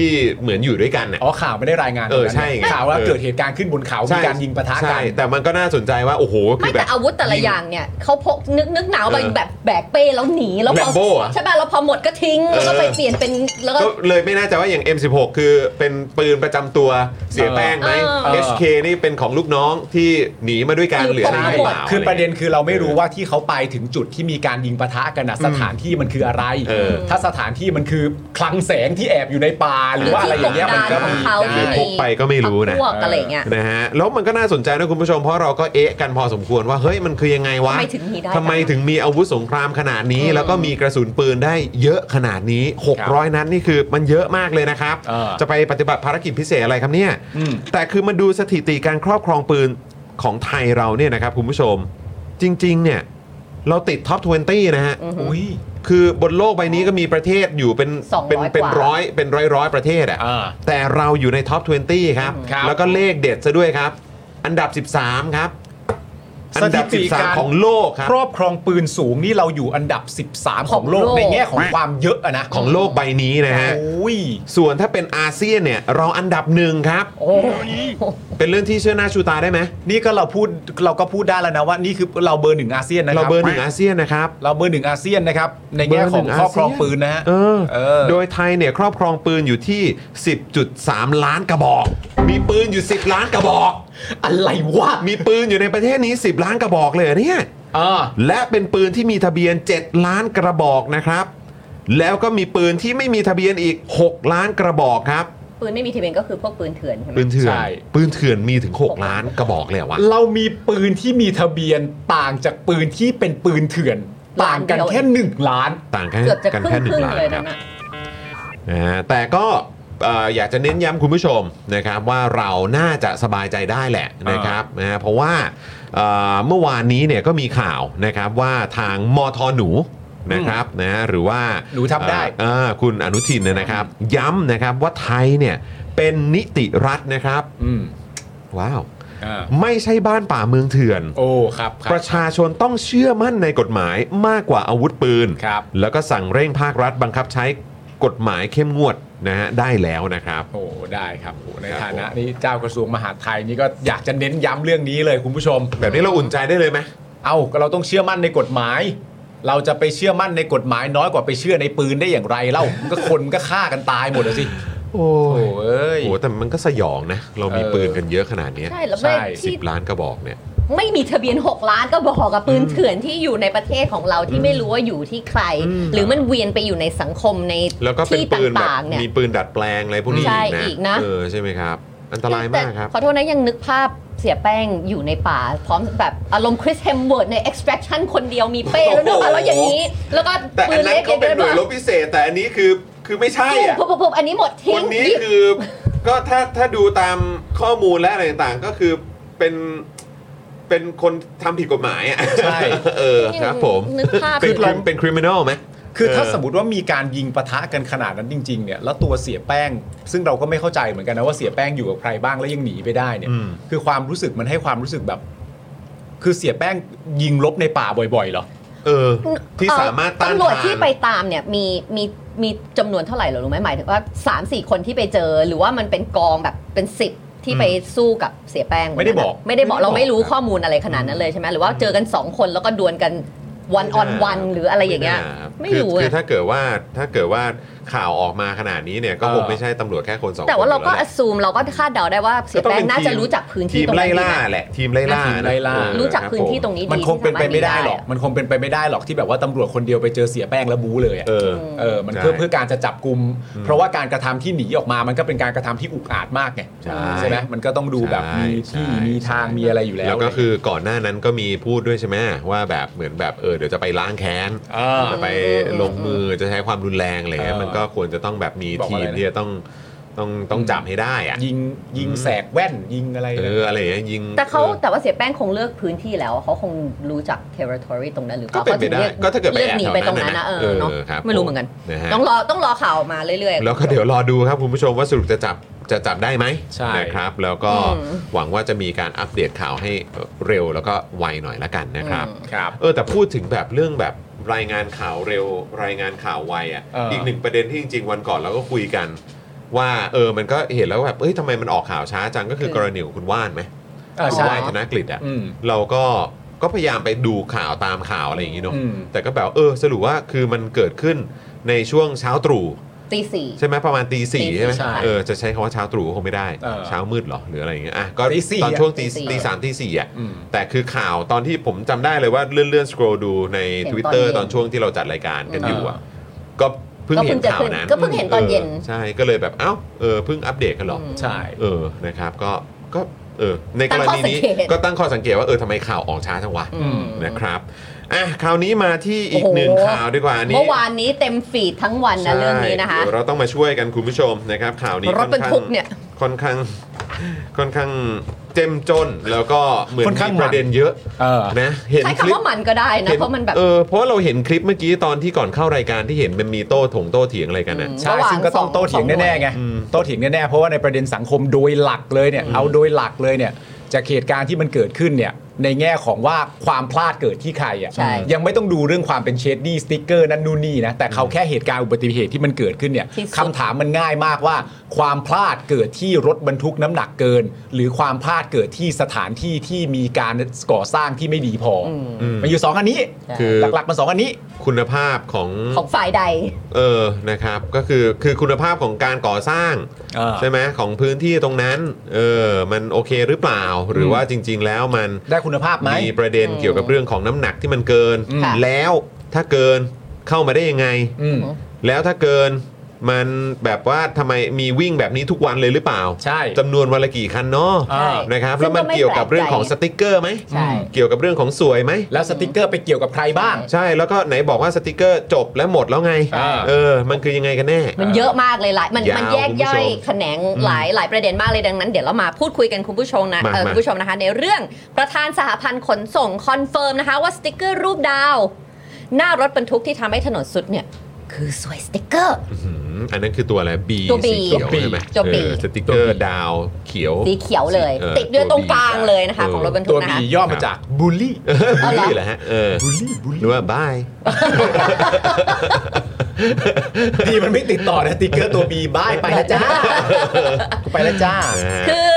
Speaker 1: ที่เหมือนอยู่ด้วยกันอ่ะ
Speaker 2: อ๋อข่าวไม่ได้รายงาน
Speaker 1: เออใช่
Speaker 2: ตรง
Speaker 1: ไง
Speaker 2: นั้นนะข่าวว่า
Speaker 1: เออ
Speaker 2: เกิดเหตุการณ์ขึ้นบนเขามีการยิงปะทะ
Speaker 1: ใช่
Speaker 2: กัน
Speaker 1: แต่มันก็น่าสนใจว่าโอ้โหคื
Speaker 3: ไม่
Speaker 1: อแบ
Speaker 3: แต่
Speaker 1: บ
Speaker 3: อาวุธแต่ละอย่างเนี่ยเขาพกนึกนึกหนาวไป
Speaker 1: เออ
Speaker 3: แบบแบกเป้แล้วหนีแล้วพอ
Speaker 1: แรมโบ้อะ
Speaker 3: ใช่ป่ะแล้วพอหมดก็ทิ้ง
Speaker 1: เออ
Speaker 3: แล้วก็ไปเปลี่ยนเป็นแล้วก็
Speaker 1: ก็เลยไม่แน่ใจว่าอย่าง M16 คือเป็นปืนประจำตัวเสียแป้งไหม
Speaker 3: เออ
Speaker 1: HK นี่เป็นของลูกน้องที่หนีมาด้วยกันหรืออะไรหรือเปล่า
Speaker 2: คือประเด็นคือเราไม่รู้ว่าที่เขาไปถึงจุดที่มีการยิงปะทะกันนะสถานที่มันคืออะไร
Speaker 1: เออ
Speaker 2: ถ้าสถานที่มันคือคลังแสงที่แอบอยู่ในป่าหรือว่าอะไรอย่างเงี้ยมันก็มี
Speaker 3: หรือที่กบดานของเขาที่
Speaker 2: ได้
Speaker 1: พกไปก็ไม่รู้นะ
Speaker 3: พวกอะไรอย่างเงี้ย
Speaker 1: นะฮะแล้วมันก็น่าสนใจนะคุณผู้ชมเพราะเราก็เอะกันพอสมควรว่าเฮ้ยมันคือยังไงวะ
Speaker 3: ทำไมถึงมีได้
Speaker 1: ทำไมถึงมีอาวุธสงครามขนาดนี้
Speaker 3: อืม
Speaker 1: แล้วก็มีกระสุนปืนได้เยอะขนาดนี้ 600 นัดนี่คือมันเยอะมากเลยนะครับ
Speaker 2: เออ
Speaker 1: จะไปปฏิบัติภารกิจพิเศษอะไรครับเนี่ย
Speaker 2: อืม
Speaker 1: แต่คือมาดูสถิติการครอบครองปืนของไทยเราเนี่ยนะครับคุณผู้ชม จริง ๆ เนี่ย เราติดท็อป 20 นะฮะ
Speaker 2: อุ้ย
Speaker 1: คือบนโลกใบนี้ก็มีประเทศอยู่เป็น
Speaker 3: 200
Speaker 1: เป็นเป็น
Speaker 3: กว่า
Speaker 1: ร้อยเป็นร้อยร้อยๆประเทศอ่ะ
Speaker 2: อ่า
Speaker 1: แต่เราอยู่ในท็อป 20 ครับ
Speaker 2: ครับ
Speaker 1: แล้วก็เลขเด็ดซะด้วยครับ อันดับ 13 ครับ อันดับ 13 ของโลกครับ
Speaker 2: ครอบครองปืนสูงนี่เราอยู่อันดับ 13 ของโลก
Speaker 3: ของโลก
Speaker 2: ในแง่ของความเยอะอะนะ
Speaker 1: ของโลกใบนี้นะฮะ
Speaker 2: โอ้ย
Speaker 1: ส่วนถ้าเป็นอาเซียนเนี่ย เราอันดับหนึ่งครับ
Speaker 3: โอ้โห
Speaker 1: เป็นเรื่องที่เชื่อหน้าชูตาได้ไหม
Speaker 2: นี่ก็เราพูดเราก็พูดได้แล้วนะว่านี่คือเราเบอร์หนึ่งอาเซียนนะครั
Speaker 1: เราเบอร์หนึ่งอาเซียนนะครับ
Speaker 2: เราเบอร์หนึ่งอาเซียนนะครับในแง่ของครอบครองปืนนะฮะ
Speaker 1: เออ
Speaker 2: เออ
Speaker 1: โดยไทยเนี่ยครอบครองปืนอยู่ที่ 10.3 ล้านกระบอก มีปืนอยู่ 10 ล้านกระบอก
Speaker 2: อะไรวะ
Speaker 1: มีปืนอยู่ในประเทศนี้ 10 ล้านกระบอกเลยเหรอเนี่ย
Speaker 2: เออ
Speaker 1: และเป็นปืนที่มีทะเบียน 7 ล้านกระบอกนะครับ แล้วก็มีปืนที่ไม่มีทะเบียนอีก 6 ล้านกระบอกครับ
Speaker 3: ปืนไม่มีทะเบียนก็คือพวกปืนเถื่อนใช่ไหม
Speaker 1: ปืนเถื่อน
Speaker 2: ใช่
Speaker 1: ปืนเถื่อนมีถึง 6 ล้านกระบอกเลยเหรอวะ
Speaker 2: เรามีปืนที่มีทะเบียนต่างจากปืนที่เป็นปืนเถื่อน ต่างกันแค่หนึ่งล้าน
Speaker 1: ต่างแค่
Speaker 3: เกือบจะ
Speaker 1: กัน
Speaker 3: ครึ่
Speaker 1: แค่
Speaker 3: ง
Speaker 1: หนึ่
Speaker 3: ครึ่ง
Speaker 1: งล้าน
Speaker 3: เลย
Speaker 1: ค
Speaker 3: นั่
Speaker 1: รับ
Speaker 3: นน่ะ
Speaker 1: นะฮะแต่ก็เอ่ออยากจะเน้นย้ำคุณผู้ชมนะครับว่าเราน่าจะสบายใจได้แหละนะครับนะฮะเพราะว่าเอ่อเมื่อวานนี้เนี่ยก็มีข่าวนะครับว่าทางมทหนูนะครับนะฮะหรือว่า
Speaker 2: หนูทำได้
Speaker 1: เอ่อเอ่อคุณอนุทินเนยนะครับ ย้ำนะครับว่าไทยเนี่ยเป็นนิติรัฐนะครับ
Speaker 2: อืม
Speaker 1: ว้าว
Speaker 2: อ่า
Speaker 1: ไม่ใช่บ้านป่าเมืองเถื่อน
Speaker 2: โอ้ครับค
Speaker 1: ป
Speaker 2: รับ
Speaker 1: ระชาชนต้องเชื่อมั่นในกฎหมายมากกว่าอาวุธปืน
Speaker 2: ครับ
Speaker 1: แล้วก็สั่งเร่งภาครัฐบังคับใช้กฎหมายเข้มงวดนะฮะได้แล้วนะครับ
Speaker 2: โอ้ได้ครับโอ้ใน
Speaker 1: ครับ
Speaker 2: ฐานะนี่เจ้ากระทรวงมหาดไทยนี่ก็อยากจะเน้นย้ำเรื่องนี้เลยคุณผู้ชม
Speaker 1: แบบนี้เราอุ่นใจได้เลยไหม
Speaker 2: เอ้าก็เราต้องเชื่อมั่นในกฎหมาย เราจะไปเชื่อมั่นในกฎหมายน้อยกว่าไปเชื่อในปืนได้อย่างไรเล่า ก็คนก็ฆ่ากันตายหมดเลยสิ
Speaker 1: โอ้
Speaker 2: โอ้เอ้ย
Speaker 1: โหแต่มันก็สยองนะ เรามี
Speaker 2: เออ
Speaker 1: ปืนกันเยอะขนาดเนี้ย
Speaker 3: ใช่แล้วไม่
Speaker 2: ใช่
Speaker 1: สิ
Speaker 3: ที่
Speaker 1: บล้านกระบอกเนี่ย
Speaker 3: ไม่มีทะเบียน 6 ล้านก็บอกกับปืนเถื่อนที่อยู่ในประเทศของเราที่ไม่รู้ว่าอยู่ที่ใคร หรือมันเวียนไปอยู่ในสังคมใน
Speaker 1: แล้วก็เป็น
Speaker 3: ที่
Speaker 1: ปืนแบบ
Speaker 3: ต่างๆเนี่ย
Speaker 1: มีปืนดัดแปลงอะไรพวกนี้
Speaker 3: ใช่
Speaker 1: อีกนะ
Speaker 3: อีกนะ
Speaker 1: เออใช่ไหมครับ อันตรายมากครับ
Speaker 3: แต่ขอโทษนะยังนึกภาพเสียแป้งอยู่ในป่า พร้อมแบบอารมณ์คริสเฮมเวิร์ดใน extraction คนเดียวมีเป้แล้วเนื้อ
Speaker 1: โอ้โห
Speaker 3: มาแล้วอย่างนี้ แล้วก็
Speaker 1: แต่
Speaker 3: ปื
Speaker 1: อัน
Speaker 3: น
Speaker 1: นั้น
Speaker 3: เล็ก
Speaker 1: เขาเป็นหน่วยร
Speaker 3: มา
Speaker 1: บพิเศษ แต่อันนี้คือคือไม่ใช่อ่ะ
Speaker 3: ปุ๊บปุ๊บปุ๊บอันนี้หมด
Speaker 1: ค
Speaker 3: ทิ้ง
Speaker 1: นนี้
Speaker 3: หยิบ
Speaker 1: คือก็ถ้าถ้าดูตามข้อมูลและอะไรต่างๆก็คือเป็นเป็นคนทำผิดกฎหมายอ่ะ
Speaker 2: ใช่
Speaker 1: เออครับผม
Speaker 3: นึกภาพ
Speaker 1: เป็น crim- เป็น criminal ไหม
Speaker 2: คือถ้า
Speaker 1: เออ
Speaker 2: สมมติว่ามีการยิงปะทะกันขนาดนั้นจริง ๆ เนี่ย แล้วตัวเสียแป้ง ซึ่งเราก็ไม่เข้าใจเหมือนกันนะว่าเสียแป้งอยู่กับใครบ้างแล้วยังหนีไปได้เนี่ย
Speaker 1: อืม
Speaker 2: คือความรู้สึกมันให้ความรู้สึกแบบ คือเสียแป้งยิงลบในป่าบ่อยๆเหรอ
Speaker 1: เออ ที่สามารถต้าน
Speaker 3: ตำรวจ
Speaker 1: ทาน
Speaker 3: ที่ไปตามเนี่ยมีมีมีจำนวนเท่าไหร่เหรอรู้ไหมหมายถึงว่า 3 4 คนที่ไปเจอ หรือว่ามันเป็นกองแบบเป็นสิบที่ไปสู้กับเสียแป้ง
Speaker 2: ไม่ได้บอก
Speaker 3: ไม่ได้บอกเราไม่รู้
Speaker 1: ไม่ได้บอก
Speaker 3: ข้อมูลอะไรขนาดนั้นเลยใช่ไหมหรือว่าเจอกัน 2 คนแล้วก็ดวลกันวันออน
Speaker 1: ไม่น่า
Speaker 3: วันหรืออะไรอย่างเงี้ย
Speaker 1: ไม่
Speaker 3: ไม่
Speaker 1: น่าครับคือ
Speaker 3: รู้
Speaker 1: คือ
Speaker 3: อะ
Speaker 1: ถ้าเกิดว่าถ้าเกิดว่าข่าวออกมาขนาดนี้เนี่ยก็คง
Speaker 2: เออ
Speaker 1: ไม่ใช่ตำรวจแค่คนสองคน
Speaker 3: แต่ว่าเราก็
Speaker 1: อ
Speaker 3: อ
Speaker 1: ยู่แล้วแหละ
Speaker 3: s ูมเราก็คาดเดาได้ว่าเสีย
Speaker 1: ก็ต้อ
Speaker 3: แป้ง
Speaker 1: เป็
Speaker 3: น่าจะ
Speaker 1: ทีม
Speaker 3: รู้จักพื้นที่
Speaker 1: ทีม
Speaker 3: ตรง
Speaker 1: ไล่
Speaker 3: นั้น
Speaker 1: ล่า
Speaker 3: ดีนะ
Speaker 1: แหละ ทีมไล่ล่า
Speaker 2: ทีมไล่ล่า
Speaker 1: เออ
Speaker 3: รู้จัก
Speaker 1: คบ
Speaker 3: พื้นที่
Speaker 1: ผม
Speaker 3: ตรงนี้ดี
Speaker 2: มันคงเป็นไปไม่ได้หรอก มันคงเป็นไปไม่ได้หรอกที่แบบว่าตำรวจคนเดียวไปเจอเสียแป้งแล้วบู๊เลยอะ
Speaker 1: เออ
Speaker 2: เออมัน
Speaker 1: ใช่
Speaker 2: เพื่อเพื่อการจะจับกลุ่มเพราะว่าการกระทำที่หนีออกมามันก็เป็นการกระทำที่อุกอาจมากไง
Speaker 1: ใช่
Speaker 2: ไหมมันก็ต้องดูแบบมี
Speaker 1: ใช่
Speaker 2: ที่
Speaker 1: ใช่
Speaker 2: มีทางมีอะไรอยู่แล้ว
Speaker 1: แล้วก็คือก่อนหน้านั้นก็มีพูดด้วยใช่ไหมว่าแบบเหมือนแบบเออเดี๋ยวจะไปล้างแค้น
Speaker 2: เออ
Speaker 1: จะไปลงมือจะใช้ความรุนแรงอะไรเงี้ย
Speaker 2: เออ
Speaker 1: มันก็ควรจะต้องแบบมี
Speaker 2: บอก
Speaker 1: ที
Speaker 2: ว่าอะไร
Speaker 1: ม
Speaker 2: นะ
Speaker 1: ที่จะต้องต้องต้องจับให้ได้อะ
Speaker 2: ยิงยิงแสกแว่นยิงอะไร
Speaker 1: เอ
Speaker 2: นะ
Speaker 1: ออะไรอย่างเงี้ยยิง
Speaker 3: แต่เขา
Speaker 1: ออ
Speaker 3: แต่ว่าเสียแป้งคงเลือกพื้นที่แล้วเขาคงรู้จัก territory ตรงนั้นหรือ
Speaker 1: ก็
Speaker 3: เปล่า
Speaker 1: เป็นไปได้
Speaker 3: ขาถึงลื
Speaker 1: ก็ถ้าเกิดไป
Speaker 3: ลือก
Speaker 1: แอบ
Speaker 3: หนี
Speaker 1: แถว
Speaker 3: ไปต
Speaker 1: นั้น
Speaker 3: รงนั้นนะ
Speaker 1: น่ะ
Speaker 3: เอ
Speaker 1: เออ
Speaker 3: อเนาะ
Speaker 1: ครับ
Speaker 3: ไม่รู้เหมือนกัน
Speaker 1: นะฮะ
Speaker 3: ต้องรอต้องรอข่าวมาเรื่อย
Speaker 1: แล้วก็เดี๋ยวรอดูครับคุณผู้ชมว่าสรุปจะจับจะจับได้ไหม
Speaker 2: ใช่
Speaker 1: นะครับ แล้วก็
Speaker 3: อืม
Speaker 1: หวังว่าจะมีการอัปเดตข่าวให้เร็วแล้วก็ไวหน่อยละกันนะครับ
Speaker 2: ครับ
Speaker 1: เออแต่พูดถึงแบบเรื่องแบบรายงานข่าวเร็วรายงานข่าวไวอ่ะ
Speaker 2: เอออี
Speaker 1: อีกหนึ่งประเด็นที่จริง ๆ วันก่อนเราก็คุยกัน ว่าเออมันก็เห็นแล้วแบบเอ้ยทำไมมันออกข่าวช้าจังก็คือกรณีของคุณว่านไหม
Speaker 2: อ่า
Speaker 1: คุณ
Speaker 2: 啊 ใช่嗯
Speaker 1: ว่านธนกฤษอ่ะ
Speaker 2: อืม
Speaker 1: เราก็ก็พยายามไปดูข่าวตามข่าวอะไรอย่างงี้เนาะ
Speaker 2: อืม
Speaker 1: แต่ก็แบบเออสรุปว่าคือมันเกิดขึ้นในช่วงเช้าตรู่
Speaker 3: ๆตีสี่
Speaker 1: ใช่ไหมประมาณตีสี่ใช่ไหม
Speaker 2: ใช่
Speaker 1: เออจะใช้คำว่าเช้าตรู่ก็คงไม่ได้
Speaker 2: เออ
Speaker 1: เช้ามืดเหรอหรืออะไรอย่างเงี้ยอ่ะก็
Speaker 2: ตีสี่
Speaker 1: ตอนช่วงตี
Speaker 3: ตีสี่
Speaker 1: ตีสามตีสี่อ่ะ
Speaker 2: อืม
Speaker 1: แต่คือข่าวตอนที่ผมจำได้เลยว่าเลื่อนเลื่อนสครอดูใน
Speaker 3: เห็นตอน
Speaker 1: Twitter
Speaker 3: เย็น
Speaker 1: ตอนช่วงที่เราจัดรายการกัน
Speaker 2: 嗯
Speaker 1: อยู่อ่ะก็เพิ่ง
Speaker 3: ก็
Speaker 1: เห็
Speaker 3: เพิ่
Speaker 1: น
Speaker 3: งจะ
Speaker 1: ข่าว
Speaker 3: ขึ้น
Speaker 1: นั้น
Speaker 3: ก็เพิ่งเห็นตอนเย็น
Speaker 1: ใช่ก็เลยแบบเอ้าเออเพิ่งอัปเดตกันเหรอ
Speaker 3: อืม
Speaker 2: ใช่
Speaker 1: เออนะครับก็ก็เออในกรณีนี้
Speaker 3: ตั้งข้อสังเกต
Speaker 1: ก็ตั้งข้อสังเกตว่าเออทำไมข่าวออกช้าจังวะ
Speaker 3: อืม
Speaker 1: นะครับอ่ะคราวนี้มาที่อีก
Speaker 3: โอ้โห
Speaker 1: หนึ่งข่าวดีกว่าอันนี้
Speaker 3: เมื่อวานนี้เต็มฟีดทั้งวันนะเรื่องนี้นะคะ
Speaker 1: ใช่เดี๋ยวเราต้องมาช่วยกันคุณผู้ชมนะครับข่าวนี้
Speaker 3: รถบรรทุกเนี่ย
Speaker 1: ค่อนข้างค่อนข้างเจ้มจนแล้วก็เหมือน
Speaker 2: ค่อนข้าง
Speaker 1: มี
Speaker 2: มัน
Speaker 1: ประเด็นเยอะ
Speaker 2: เออ
Speaker 1: นะเห็น
Speaker 3: ใช้
Speaker 1: คลิ
Speaker 3: คำ
Speaker 1: ป
Speaker 3: ว่ามันก็ได้นะ
Speaker 1: ห็
Speaker 3: เพราะมันแบบ
Speaker 1: เออเพราะว่าเราเห็นคลิปเมื่อกี้ตอนที่ก่อนเข้ารายการที่เห็นมันมีโต้ถงโต้เถียงอะไรกันนะ
Speaker 2: ใช่
Speaker 3: ระหว่าง
Speaker 2: ซึ่งก็ต้องโต้เถียง
Speaker 3: สอหว
Speaker 2: แน่ๆไงโต้เถียงแน่ๆเพราะว่าในประเด็นสังคมโดยหลักเลยเนี่ยเอาโดยหลักเลยเนี่ยจากเหตุการณ์ที่มันเกิดขึ้นเนี่ยในแง่ของว่าความพลาดเกิดที่ใคร
Speaker 3: ใช่
Speaker 2: อ่ะยังไม่ต้องดูเรื่องความเป็นเชดดี้สติ๊กเกอร์นั่นนู่นนี่นะแต่เขาแค่เหตุการณ์อุบัติเหตุที่มันเกิดขึ้นเนี่ย
Speaker 3: ที่สุด
Speaker 2: คำถามมันง่ายมากว่า ความพลาดเกิดที่รถบรรทุกน้ำหนักเกิน หรือความพลาดเกิดที่สถานที่ที่มีการก่อสร้างที่ไม่ดีพออมันอยู่สองอันนี้
Speaker 1: คือ
Speaker 2: หลักๆมันสองอันนี้
Speaker 1: คุณภาพของ
Speaker 3: ของฝ่ายใด
Speaker 1: เออ นะครับ ก็คือ คือคุณภาพของการก่อสร้าง
Speaker 2: เออ
Speaker 1: ใช่ไหมของพื้นที่ตรงนั้น เออ มันโอเคหรือเปล่า หรือ
Speaker 2: ม
Speaker 1: ว่าจริง ๆ แล้วมัน
Speaker 2: ได้คุณภาพไหม
Speaker 1: มีประเด็นเกี่ยวกับเรื่องของน้ำหนักที่มันเกิน
Speaker 2: อืม
Speaker 1: แล้วถ้าเกินเข้ามาได้ยังไง
Speaker 2: อืม
Speaker 1: แล้วถ้าเกินมันแบบว่าทำไมมีวิ่งแบบนี้ทุกวันเลยหรือเปล่า
Speaker 2: ใช่
Speaker 1: จำนวนวันละกี่คันเนาะ
Speaker 2: เออ
Speaker 1: นะครับ
Speaker 3: ซึ่ง
Speaker 1: แล้วมันเกี่ยวกับเรื่องของสติกเกอร์ไหม
Speaker 3: ใช่
Speaker 1: เกี่ยวกับเรื่องของสวยไหม
Speaker 2: แล้วสติกเกอร์ไปเกี่ยวกับใครบ้าง
Speaker 1: ใช่แล้วก็ไหนบอกว่าสติกเกอร์จบและหมดแล้วไง
Speaker 2: อ่า
Speaker 1: เออ มันคือยังไงกันแน่
Speaker 3: มันเยอะมากเลยหลายมัน
Speaker 1: ยาว
Speaker 3: มันแยกย่อย
Speaker 1: คุณผู้ชม
Speaker 3: แขนงหลายหลายประเด็นมากเลยดังนั้น เดี๋ยวเรามาพูดคุยกันคุณผู้ชมนะ
Speaker 1: มา
Speaker 3: เอ่อ
Speaker 1: มา
Speaker 3: คุณผู้ชมนะคะ ในเรื่องประธานสหพันธ์ขนส่งคอนเฟิร์มนะคะว่าสติกเกอร์รูปดาว หน้ารถบรรทุกที่ทำให้ถนนสุดเนี่ย คือสวยสติกเกอร์
Speaker 1: อื้อหืออันนั้นคือตัวอะไรบี
Speaker 3: ตัว B
Speaker 1: สีเขียวใช่ไหม
Speaker 3: ตัว B
Speaker 1: เออสติกเกอร์ดาวเขียว
Speaker 3: สีเขียวเลย
Speaker 1: เออ
Speaker 3: ติดด้วย
Speaker 1: ตัว
Speaker 3: ตรง
Speaker 1: B
Speaker 3: กลางเลยนะคะ
Speaker 1: เออ
Speaker 3: ของรถบรรทุ
Speaker 2: ตัว
Speaker 3: กนะ
Speaker 2: บี
Speaker 3: คะ
Speaker 2: ย่อมาจากบูลลี่
Speaker 1: บู
Speaker 3: เอา
Speaker 1: ล
Speaker 3: เหรอ
Speaker 1: ลี่เหรอฮะเออหรือว่าบาย
Speaker 2: บีมันไม่ติดต่อนะสติกเกอร์ตัวบีบายไปแล้วจ้า ไปแล้วจ้า
Speaker 3: คือ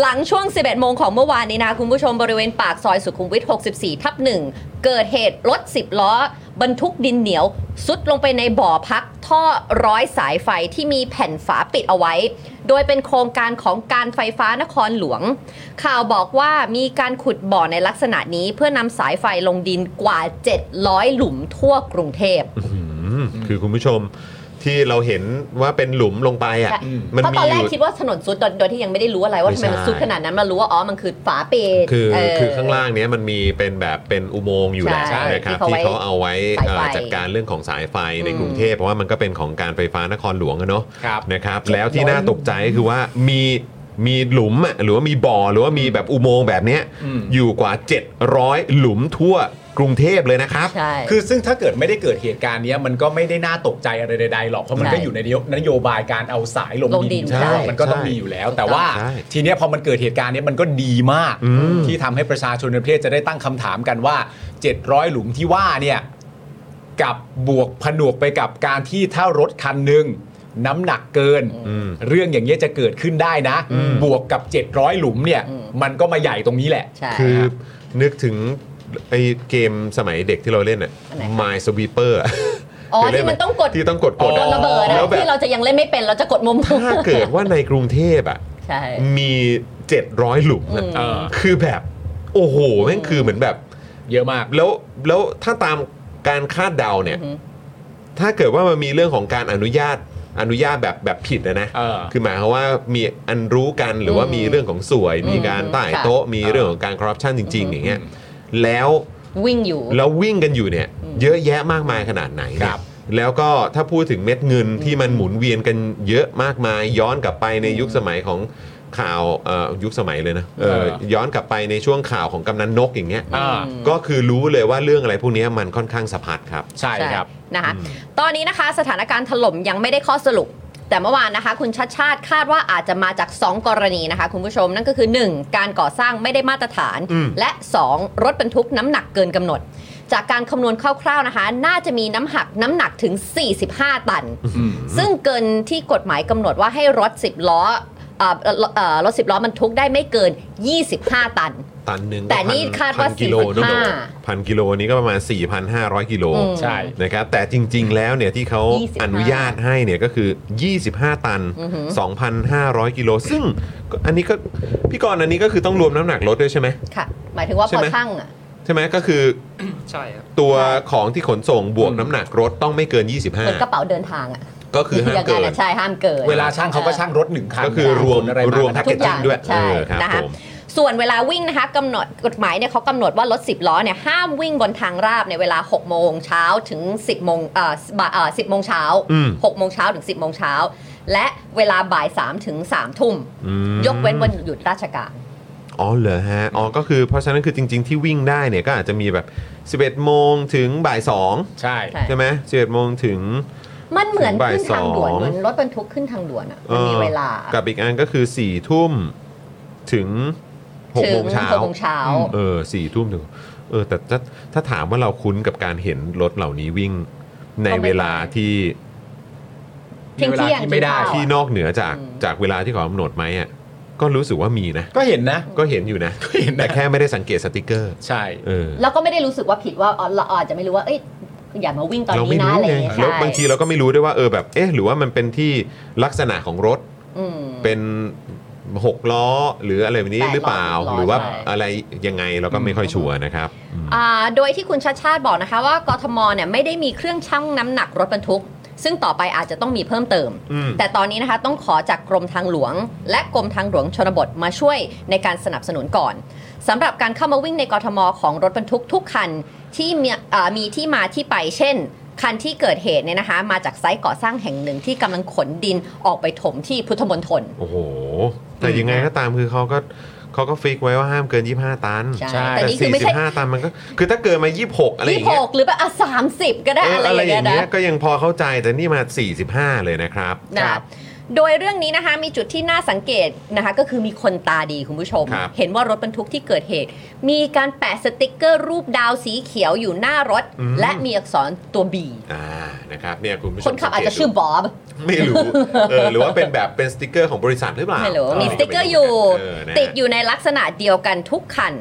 Speaker 3: หลังช่วง 11 โมงของเมื่อวานนี้นะคุณผู้ชมบริเวณปากซอยสุขุมวิท 64 ทับ1เกิดเหตุรถ 10 ล้อ บรรทุกดินเหนียวซุดลงไปในบ่อพักท่อร้อยสายไฟที่มีแผ่นฝาปิดเอาไว้ โดยเป็นโครงการของการไฟฟ้านครหลวง ข่าวบอกว่ามีการขุดบ่อในลักษณะนี้เพื่อนำสายไฟลงดินกว่า 700 หลุมทั่วกรุงเทพ
Speaker 1: อืมคือคุณผู้ชมที่เราเห็นว่าเป็นหลุมลงไปอ่ะ
Speaker 3: ใช่
Speaker 1: มัน
Speaker 3: เพราะ
Speaker 1: มี
Speaker 3: ตอน
Speaker 1: อ
Speaker 3: แรก
Speaker 1: ยู่
Speaker 3: คิดว่าถนนซุดโดยโดยที่ยังไม่ได้รู้อะไรว่า
Speaker 1: ไม่
Speaker 3: ทำ
Speaker 1: ใช่
Speaker 3: ไมมันซุดขนาดนั้นมารู้ว่าอ๋อมันคือฝาปิด
Speaker 1: คือ
Speaker 3: เ
Speaker 1: คือข้างล่างเนี้ยมันมีเป็นแบบเป็นอุโมงค์อยู่แหละ
Speaker 3: ใช่
Speaker 1: นะครับ
Speaker 3: ที่
Speaker 1: ที่เขา
Speaker 3: เขา
Speaker 1: เอาไว้
Speaker 3: สายไฟ
Speaker 1: เอ่อจัดการเรื่องของสายไฟใน
Speaker 3: อืม
Speaker 1: กรุงเทพเพราะว่ามันก็เป็นของการไฟฟ้านครหลวงอะเนาะ
Speaker 2: ครับ
Speaker 1: นะครับ แล้วที่น่าตกใจก็คือว่ามีมีหลุมอะหรือว่ามีบ่อหรือว่ามีแบบอุโมงค์แบบเนี้ย
Speaker 2: อืม
Speaker 1: อยู่กว่า 700 หลุมทั่วกรุงเทพเลยนะครับ
Speaker 3: ใช่
Speaker 2: คือซึ่งถ้าเกิดไม่ได้เกิดเหตุการณ์เนี้ยมันก็ไม่ได้น่าตกใจอะไรใดๆหรอก เพราะมันก็อยู่ในนโยบายการเอาสายลงดิน
Speaker 1: ใช่
Speaker 2: มันก็ต้องมีอยู่แล้ว แต่ว่า
Speaker 1: ใช่
Speaker 2: ทีเนี้ยพอมันเกิดเหตุการณ์เนี้ยมันก็ดีมาก
Speaker 1: อืม
Speaker 2: ที่ทำให้ประชาชนในประเทศจะได้ตั้งคำถามกันว่า 700 หลุมที่ว่าเนี่ยกับบวกผนวกไปกับการที่ถ้ารถคันหนึ่งน้ำหนักเกิน
Speaker 1: อืม
Speaker 2: เรื่องอย่างเงี้ยจะเกิดขึ้นได้นะ บวกกับ 700 หลุมเนี่ย มันก็มาใหญ่ตรงนี้แหละ
Speaker 3: ใช่
Speaker 1: คือนึกถึงไอ้เกมสมัยเด็กที่เราเล่นอะ
Speaker 3: อันไหนคะ
Speaker 1: My Sweeper อะ
Speaker 3: อ๋อ
Speaker 1: เคยเล่
Speaker 3: ที่มันต้องกด
Speaker 1: ที่ต้องกดกด
Speaker 3: กดระเบิดอะ
Speaker 1: แล้วแบบ
Speaker 3: ที่เราจะยังเล่นไม่เป็นเราจะกดมุม
Speaker 1: ถ้าเกิดว่าในกรุงเทพอ่ะ
Speaker 3: ใช่
Speaker 1: มี 700 หลุมอะ
Speaker 3: อืม
Speaker 2: เออ
Speaker 1: คือแบบ โอ้โหแม่งคือเหมือนแบบ
Speaker 2: เยอะมาก
Speaker 1: แล้วแล้วถ้าตามการคาดเดาเนี่ย
Speaker 3: อือฮึ
Speaker 1: ถ้าเกิดว่ามันมีเรื่องของการอนุญาตอนุญาตแบบแบบผิดนะนะ
Speaker 2: เออ
Speaker 1: คือหมายความว่ามีอันรู้กันหรือว่า
Speaker 3: อืม
Speaker 1: มีเรื่องของสวย
Speaker 3: อืม
Speaker 1: มีการใต้โต๊ะมีเรื่องของการคอร์รัปชันจริง ๆ อย่างเงี้ยแล้ว
Speaker 3: วิ่งอยู่
Speaker 1: แล้ววิ่งกันอยู่เนี่ย
Speaker 3: อืม
Speaker 1: เยอะแยะมากมายขนาดไหน
Speaker 2: ค
Speaker 1: เนี่
Speaker 2: รั
Speaker 1: ย
Speaker 2: บ
Speaker 1: แล้วก็ถ้าพูดถึงเม็ดเงินที่มันหมุนเวียนกันเยอะมากมาย ย้อนกลับไปในยุคสมัยของข่าวเอ่อยุคสมัยเลยนะเออย้อนกลับไปในช่วงข่าวของกำนันนกอย่างเงี้ย
Speaker 2: อ่า
Speaker 1: ก็คือรู้เลยว่าเรื่องอะไรพวกนี้มันค่อนข้างสะพัดครับ
Speaker 2: ใช่ครับ
Speaker 3: นะคะตอนนี้นะคะสถานการณ์ถล่มยังไม่ได้ข้อสรุป แต่เมื่อวานนะคะ คุณชัดชาติคาดว่าอาจจะมาจาก 2 กรณีนะคะ คุณผู้ชมนั่นก็คือ 1. การก่อสร้างไม่ได้มาตรฐาน
Speaker 1: อืม
Speaker 3: และ 2. รถบรรทุกน้ำหนักเกินกำหนด จากการคำนวณคร่าวๆนะคะ น่าจะมีน้ำหักน้ำหนักถึง 45 ตัน ซึ่งเกินที่กฎหมายกำหนดว่าให้รถ 10 ล้อเอ่อเอ่อเอ่อรถ 10 ล้อบรรทุกได้ไม่เกิน 25 ตัน
Speaker 1: ตันหนึ่งก็
Speaker 3: แต่นี่
Speaker 1: พั
Speaker 3: คาดว่า
Speaker 1: พันกิโล
Speaker 3: 45
Speaker 1: นะหนูพันกิโลนี้ก็ประมาณ 4,500 กิโล
Speaker 3: อืม
Speaker 2: ใช่
Speaker 1: นะครับแต่จริง ๆ แล้วเนี่ยที่เขา
Speaker 3: 25
Speaker 1: อนุญาตให้เนี่ยก็คือ 25 ตัน
Speaker 3: อือหือ
Speaker 1: 2,500 กิโล ซึ่งก็อันนี้ก็พี่กรณ์อันนี้ก็คือต้องรวมน้ำหนักรถด้วยใช่ไหม
Speaker 3: ค่ะ หมายถึงว่า
Speaker 1: ใช่
Speaker 3: พอ
Speaker 1: ไหม
Speaker 3: ช่างอ่ะ
Speaker 1: ใช่ไหมก็คือ
Speaker 5: ใช่ครับ
Speaker 1: ตัวของที่ขนส่งบวกน้ำหนักรถต้องไม่เกิน
Speaker 3: เหมือนกระ
Speaker 1: 25
Speaker 3: เป๋าเดินทางอ่ะ
Speaker 1: ก็คือห้ามเกิ
Speaker 3: ยังไง
Speaker 1: น
Speaker 3: นะใช่ห้ามเกิน
Speaker 2: เวลาช่างเขาก็ช่างรถหนึ่งคัน
Speaker 1: ก็คือรวม
Speaker 2: ขนอะไรา
Speaker 1: รวมแพ็ก
Speaker 3: ทุก
Speaker 1: เก
Speaker 3: อ
Speaker 1: จจิ้
Speaker 3: ย่าง ง
Speaker 1: ด้วย
Speaker 3: ใช่
Speaker 1: เออครับ
Speaker 3: นะ
Speaker 1: ผ
Speaker 3: คะ
Speaker 1: ม
Speaker 3: ส่วนเวลาวิ่งนะคะกำหนดกฎหมายเนี่ยเขากำหนดว่ารถ 10 ล้อเนี่ยห้ามวิ่งบนทางราบในเวลา 6 โมงเช้าถึง 10 โมงเอ่อบ่ายเอ่อ10 โมงเช้า
Speaker 1: อืม
Speaker 3: 6 โมงเช้าถึง 10 โมงเช้า และเวลาบ่าย 3 ถึง 3 ทุ่ม
Speaker 1: อืม
Speaker 3: ยกเว้นวันหยุดราชการ
Speaker 1: อ๋อเหรอฮะ อ๋อ ก็คือเพราะฉะนั้นคือจริง ๆ ที่วิ่งได้เนี่ยก็อาจจะมีแบบ 11 โมงถึงบ่าย 2
Speaker 2: ใช่
Speaker 3: ใช่
Speaker 1: ใช่ไหม11 โมงถึง
Speaker 3: มันเหมือน
Speaker 1: ถึงบ่าย
Speaker 3: ขึ้นทางด่วน
Speaker 1: สอง
Speaker 3: เหมือนรถบรรทุกขึ้นทางด่วนอ่ะมันมีเวลา
Speaker 1: กับอีกอันก็คือ 4 ทุ่มถึง 6 โมงเช้า
Speaker 3: หกโมงเช้า
Speaker 1: เออสี่ทุ่มถึงเออ แต่ถ้าถ้าถามว่าเราคุ้นกับการเห็นรถเหล่านี้วิ่งในเวลาที่
Speaker 3: เที่ยงๆ
Speaker 2: มีวลาที่ไม่ได้
Speaker 3: เช้า
Speaker 1: ที่นอกเหนือจากจากเวลาที่เขากำหนดไหมอ่ะก็รู้สึกว่ามีนะ
Speaker 2: ก็เห็นนะ
Speaker 1: ก็เห็นอยู่นะ
Speaker 2: ก็เห็นนะ
Speaker 1: แต่แค่ไม่ได้สังเกตสติกเกอร์
Speaker 2: ใช่
Speaker 1: เออ
Speaker 3: แล้วก็ไม่ได้รู้สึกว่าผิดว่าอ๋อเราอาจจะไม่รู้ว่าเอ้ยอย่ามาวิ่งตอน
Speaker 1: เรา
Speaker 3: นี้
Speaker 1: ไม่
Speaker 3: นะ
Speaker 1: รู้
Speaker 3: อะไรอ
Speaker 1: ไง
Speaker 3: ย่างเงี้ย
Speaker 1: แล้ว
Speaker 3: ใช่
Speaker 1: บางทีเราก็ไม่รู้ด้วยว่าเออแบบ เอ๊ะ หรือว่ามันเป็นที่ลักษณะของรถ
Speaker 3: อืม
Speaker 1: เป็นหกล้อ หรืออะไรแบบนี้
Speaker 3: แปดล้อ
Speaker 1: หรือเปล่า
Speaker 3: หกล้อ
Speaker 1: หรือว่า
Speaker 3: ใช่
Speaker 1: อะไรยังไงเราก็ไม่ค่อยชัวร์นะครับ
Speaker 3: อ่าโดยที่คุณชาติชาติบอกนะคะว่ากทมเนี่ยไม่ได้มีเครื่องชั่งน้ำหนักรถบรรทุก ซึ่งต่อไปอาจจะต้องมีเพิ่มเติม
Speaker 1: อืม
Speaker 3: แต่ตอนนี้นะคะต้องขอจากกรมทางหลวง และกรมทางหลวงชนบทมาช่วยในการสนับสนุนก่อนสำหรับการเข้ามาวิ่งในกทมของรถบรรทุกทุกคันที่มีอ่ามีที่มาที่ไปเช่น คันที่เกิดเหตุเนี่ยนะคะ มาจากไซต์ก่อสร้างแห่งหนึ่งที่กำลังขนดินออกไปถมที่พุทธมณฑล
Speaker 1: โอ้โห แต่ยังไงก็ตามคือเขาก็เขาก็ฟิกไว้ว่าห้ามเกิน 25 ตัน
Speaker 3: ใช่แต่
Speaker 1: แต่
Speaker 3: นี่คือ
Speaker 1: สี่
Speaker 3: ไม่
Speaker 1: สิ
Speaker 3: ใช่
Speaker 1: บห้าตันมันก็ คือถ้าเกินมา 26 อะไรอ
Speaker 3: ที่ห
Speaker 1: ย่างเงี้ย
Speaker 3: กหรือแบบอ่ะสามสิบก็ได้
Speaker 1: เออ
Speaker 3: อะไร
Speaker 1: อะไร
Speaker 3: อย่าง
Speaker 1: อ
Speaker 3: เงี้
Speaker 1: ย่าย งเงี้
Speaker 3: นะ
Speaker 1: ยก็ยังพอเข้าใจแต่นี่มา 45 เลยนะครับ
Speaker 3: นะโดยเรื่องนี้นะคะมีจุดที่น่าสังเกตนะคะก็คือมีคนตาดีคุณผู้ชม
Speaker 1: ครับ
Speaker 3: เห็นว่ารถบรรทุกที่เกิดเหตุ มีการแปะสติกเกอร์รูปดาวสีเขียวอยู่หน้ารถ และมีอักษรตัว B
Speaker 1: อ่านะครับเนี่ยคุณผู้ชม
Speaker 3: คนขับอาจจะชื่อ
Speaker 1: สังเก
Speaker 3: บ
Speaker 1: ตดู
Speaker 3: อบ
Speaker 1: ไม่รู้ เออหรือว่าเป็นแบบเป็นสติกเกอร์ของบริษัทหรือเปล่า
Speaker 3: ไม่รู้มี
Speaker 1: เ
Speaker 3: สติกเกอร์อยู่
Speaker 1: เนะ
Speaker 3: ติดอยู่ในลักษณะเดียวกันทุกคัน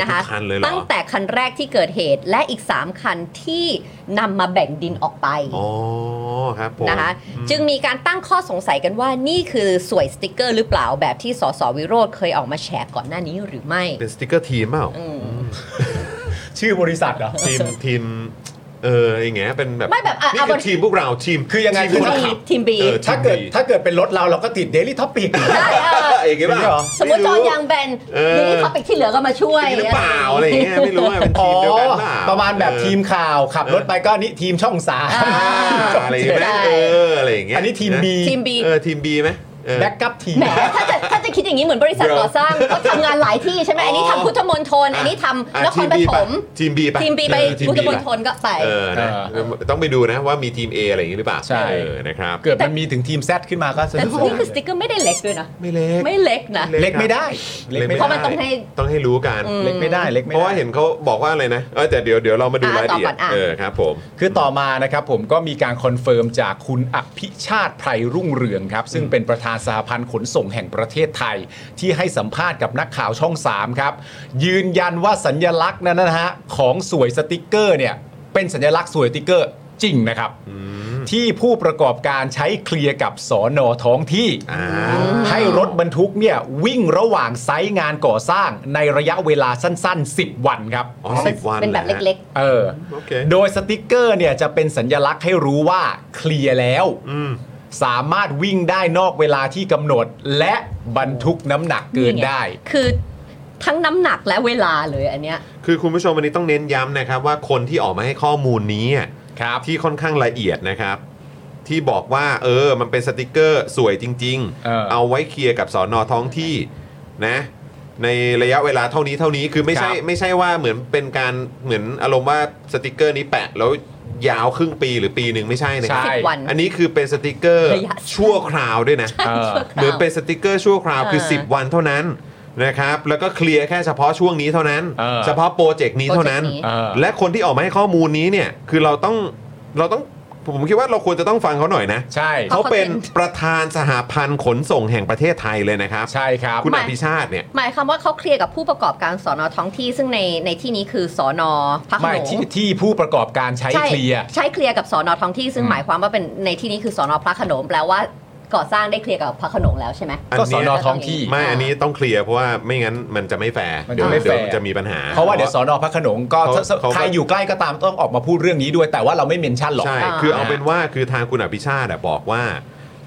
Speaker 3: นะคะ
Speaker 1: ทุกคันเลยเหรอ
Speaker 3: ตั้งแต่คันแรกที่เกิดเหตุ และอีก 3 คันที่นำมาแบ่งดินออกไป
Speaker 1: อ๋อครับผม
Speaker 3: นะคะจึงมีการตั้งข้อสงสัยกันว่านี่คือสวยสติกเกอร์หรือเปล่าแบบที่สสวิโรธเคยออกมาแฉก่อนหน้านี้หรือไม่
Speaker 1: เป็นสติกเกอร์ทีมเปล่า
Speaker 3: อืม
Speaker 2: ชื่อบริษัทเหรอ
Speaker 1: ทีมทีมเอออย่างเงี้ยเป็นแบบ
Speaker 3: ไม่แบบอ่ะ
Speaker 1: นี่
Speaker 3: เอา
Speaker 1: คือทีมพวกเราทีม
Speaker 2: คือยังไง
Speaker 1: ที
Speaker 2: คื
Speaker 1: ม
Speaker 2: อ
Speaker 1: คน
Speaker 2: ถ้า
Speaker 1: ขับ
Speaker 3: ทีมบี
Speaker 1: เออ
Speaker 2: ถ้าเกิดถ้าเกิดเป็นรถเราเราก็ติด Daily Topic
Speaker 1: อย่างเงี้ยเปล่า
Speaker 3: สมมติจอนยางแบน
Speaker 1: เออ
Speaker 3: นี่ท็อปิกที่เหลือก็มาช่วย
Speaker 1: ไม่รู้หรือเปล่าอะไรอย่างเงี้ยไม่รู้ว่าเป็น
Speaker 2: อ๋อ
Speaker 1: ทีมเดียวกันเปล่า
Speaker 2: ประมาณแบบทีมข่าวขับรถไปก็นี่ทีมช่องสาม
Speaker 1: อ่าอะไรอย่างเงี้ยเอออะไรอย่างเงี้ย
Speaker 2: อันนี้ทีม B
Speaker 3: ทีมบี
Speaker 1: เออทีมบีไหมเออ
Speaker 2: แบ็กกับทีม
Speaker 3: แหมถ้าจะถ้าจะคิดอย่างนี้เหมือนบริษัท
Speaker 1: Bro
Speaker 3: ก่อสร้างเขาทำงานหลายที่ใช่ไหมอันนี้
Speaker 1: อ๋อ
Speaker 3: ทำพุทธมณฑลอันนี้ท
Speaker 1: อ่ะ
Speaker 3: ำนครปฐม
Speaker 1: ทีมบีไป
Speaker 3: ทีมบีไป
Speaker 1: เออ
Speaker 3: พุทธมณฑ
Speaker 1: ไป
Speaker 3: ลก็ไป
Speaker 1: เออนะ
Speaker 2: เออ
Speaker 1: ต้องไปดูนะว่ามีทีม A อะไรอย่างงี้หรือเปล่า
Speaker 2: ใช่
Speaker 1: เออนะครับ
Speaker 2: เกิดมันมีถึงทีมแซดขึ้นมาก็ส
Speaker 3: แต่
Speaker 2: นุก
Speaker 3: นี่คือสติกเกอร์ไม่ได้เล็กด้วยนะ
Speaker 1: ไม่เล็ก
Speaker 3: ไม่เล็กนะ
Speaker 2: เล็กไม่ได้เล็กไม่
Speaker 3: เพราะมันต้อ
Speaker 2: ได้
Speaker 3: งให้
Speaker 1: ต้องให้รู้กัน
Speaker 2: เล็กไม่ได้เล็กไม่
Speaker 1: เพราะ
Speaker 2: ได้
Speaker 1: ว่าเห็นเขาบอกว่าอะไรนะ เออแต่เดี๋ยวเดี๋ยวเรามาดู
Speaker 3: อ่ะ
Speaker 1: รายละเอีย
Speaker 3: ต่อก่
Speaker 1: ด
Speaker 3: อนอ่ะ
Speaker 1: เออครับผม
Speaker 2: คือต่อมานะครับผมก็มีการคอนเฟิร์มจากคุณอภิชาติไพรรุ่งเรืองครับ ซึ่งเป็นประธานสหพันธ์ขนส่งแห่งประเทศไทย ที่ให้สัมภาษณ์กับนักข่าวช่อง 3 ครับ ยืนยันว่าสัญลักษณ์นั้นนะฮะของสวยสติกเกอร์เนี่ย เป็นสัญลักษณ์สวยสติกเกอร์ จริงนะครับ ที่ผู้ประกอบการใช้เคลียร์กับสอนอท้องที่
Speaker 1: อ่า
Speaker 2: ให้รถบรรทุกเนี่ยวิ่งระหว่างไซต์งานก่อสร้างในระยะเวลาสั้น ๆ 10 วันครับ
Speaker 1: อ๋อสิบวัน
Speaker 3: เป็นแบบเล็ก
Speaker 2: เออ
Speaker 1: ๆโอเค
Speaker 2: โดยสติกเกอร์เนี่ยจะเป็นสัญญลักษณ์ให้รู้ว่าเคลียร์แล้ว
Speaker 1: อืม
Speaker 2: สามารถวิ่งได้นอกเวลาที่กำหนด และบรรทุกน้ำหนักเกิน
Speaker 3: นี่ไง
Speaker 2: ได้
Speaker 3: ๆ คือทั้งน้ำหนักและเวลาเลยอันเนี้ย
Speaker 1: คือคุณผู้ชมวันนี้ต้องเน้นย้ำนะครับ ว่าคนที่ออกมาให้ข้อมูลนี้อ่ะ
Speaker 2: ครับ
Speaker 1: ที่ค่อนข้างละเอียดนะครับ ที่บอกว่าเออมันเป็นสติกเกอร์สวยจริง
Speaker 2: เออ
Speaker 1: เอาไว้เคลียร์กับสอนอท้องที่นะในระยะเวลาเท่านี้เท่านี้คือไม่ใช่
Speaker 2: ครับ
Speaker 1: ไม่ใช่ว่าเหมือนเป็นการเหมือนอารมณ์ว่าสติกเกอร์นี้แปะแล้วยาวครึ่งปีหรือปีหนึ่งไม่ใช่นะครั
Speaker 2: ใช่
Speaker 1: บ
Speaker 3: 10 วัน
Speaker 1: อันนี้คือเป็นสติกเกอร์
Speaker 3: ระยะสั้น
Speaker 1: ชั่วคราวด้วยนะ
Speaker 2: เออ
Speaker 3: ชั่วค
Speaker 1: เหมือน
Speaker 3: ราว
Speaker 1: เป็นสติกเกอร์ชั่วคราวคือ
Speaker 3: เออ
Speaker 1: 10 วันเท่านั้นนะครับ แล้วก็เคลียร์แค่เฉพาะช่วงนี้เท่านั้น
Speaker 2: เออ
Speaker 1: เฉพาะโปรเจกต์นี้เท่านั้น
Speaker 3: โปรเจกต์นี้
Speaker 2: เออ
Speaker 1: และคนที่ออกมาให้ข้อมูลนี้เนี่ยคือเราต้องเราต้องผมคิดว่าเราควรจะต้องฟังเขาหน่อยนะ
Speaker 2: ใช่
Speaker 1: เขาเป็นประธานสหพันธ์ขนส่งแห่งประเทศไทยเลยนะครับ
Speaker 2: ใช่ครับ
Speaker 1: คุณอภิชาติเนี่ย
Speaker 3: หมายความว่าเขาเคลียร์กับผู้ประกอบการสอนอท้องที่ซึ่งในในที่นี้คือสอนอพระโข
Speaker 2: ไม่
Speaker 3: น
Speaker 2: ที่
Speaker 3: ง
Speaker 2: ที่ผู้ประกอบการใช้เคลียร์
Speaker 3: ใช้เคลียร์กับสอนอท้องที่ซึ่ง
Speaker 2: อืม
Speaker 3: หมายความว่าเป็นในที่นี้คือสอนอพระโขนงแปลว่าก่อสร้างได้เคลียร์กับพระโขนงแล้วใช่ไหม
Speaker 1: อัน
Speaker 2: ก็ส
Speaker 1: เนี้
Speaker 2: อนอย ท้องที่
Speaker 1: ไม่อันนี้ต้องเคลียร์เพราะว่าไม่งั้นมันจะไม่แฟร์
Speaker 2: มันจะ
Speaker 1: เดี๋ยว
Speaker 2: ไม่แฟร์
Speaker 1: เดี๋ยวจะมีปัญหา
Speaker 2: เพราะว่าเดี๋ยวสอนอพระโขนงก็
Speaker 1: เขา
Speaker 2: ถ้า
Speaker 1: เขาก็
Speaker 2: ใครอยู่ใกล้ก็ตามต้องออกมาพูดเรื่องนี้ด้วยแต่ว่าเราไม่เมนชั่นหรอก
Speaker 1: ใช่
Speaker 3: อ่า
Speaker 1: คือเอาเป็นว่าคือทางคุณอภิชาติอะบอกว่า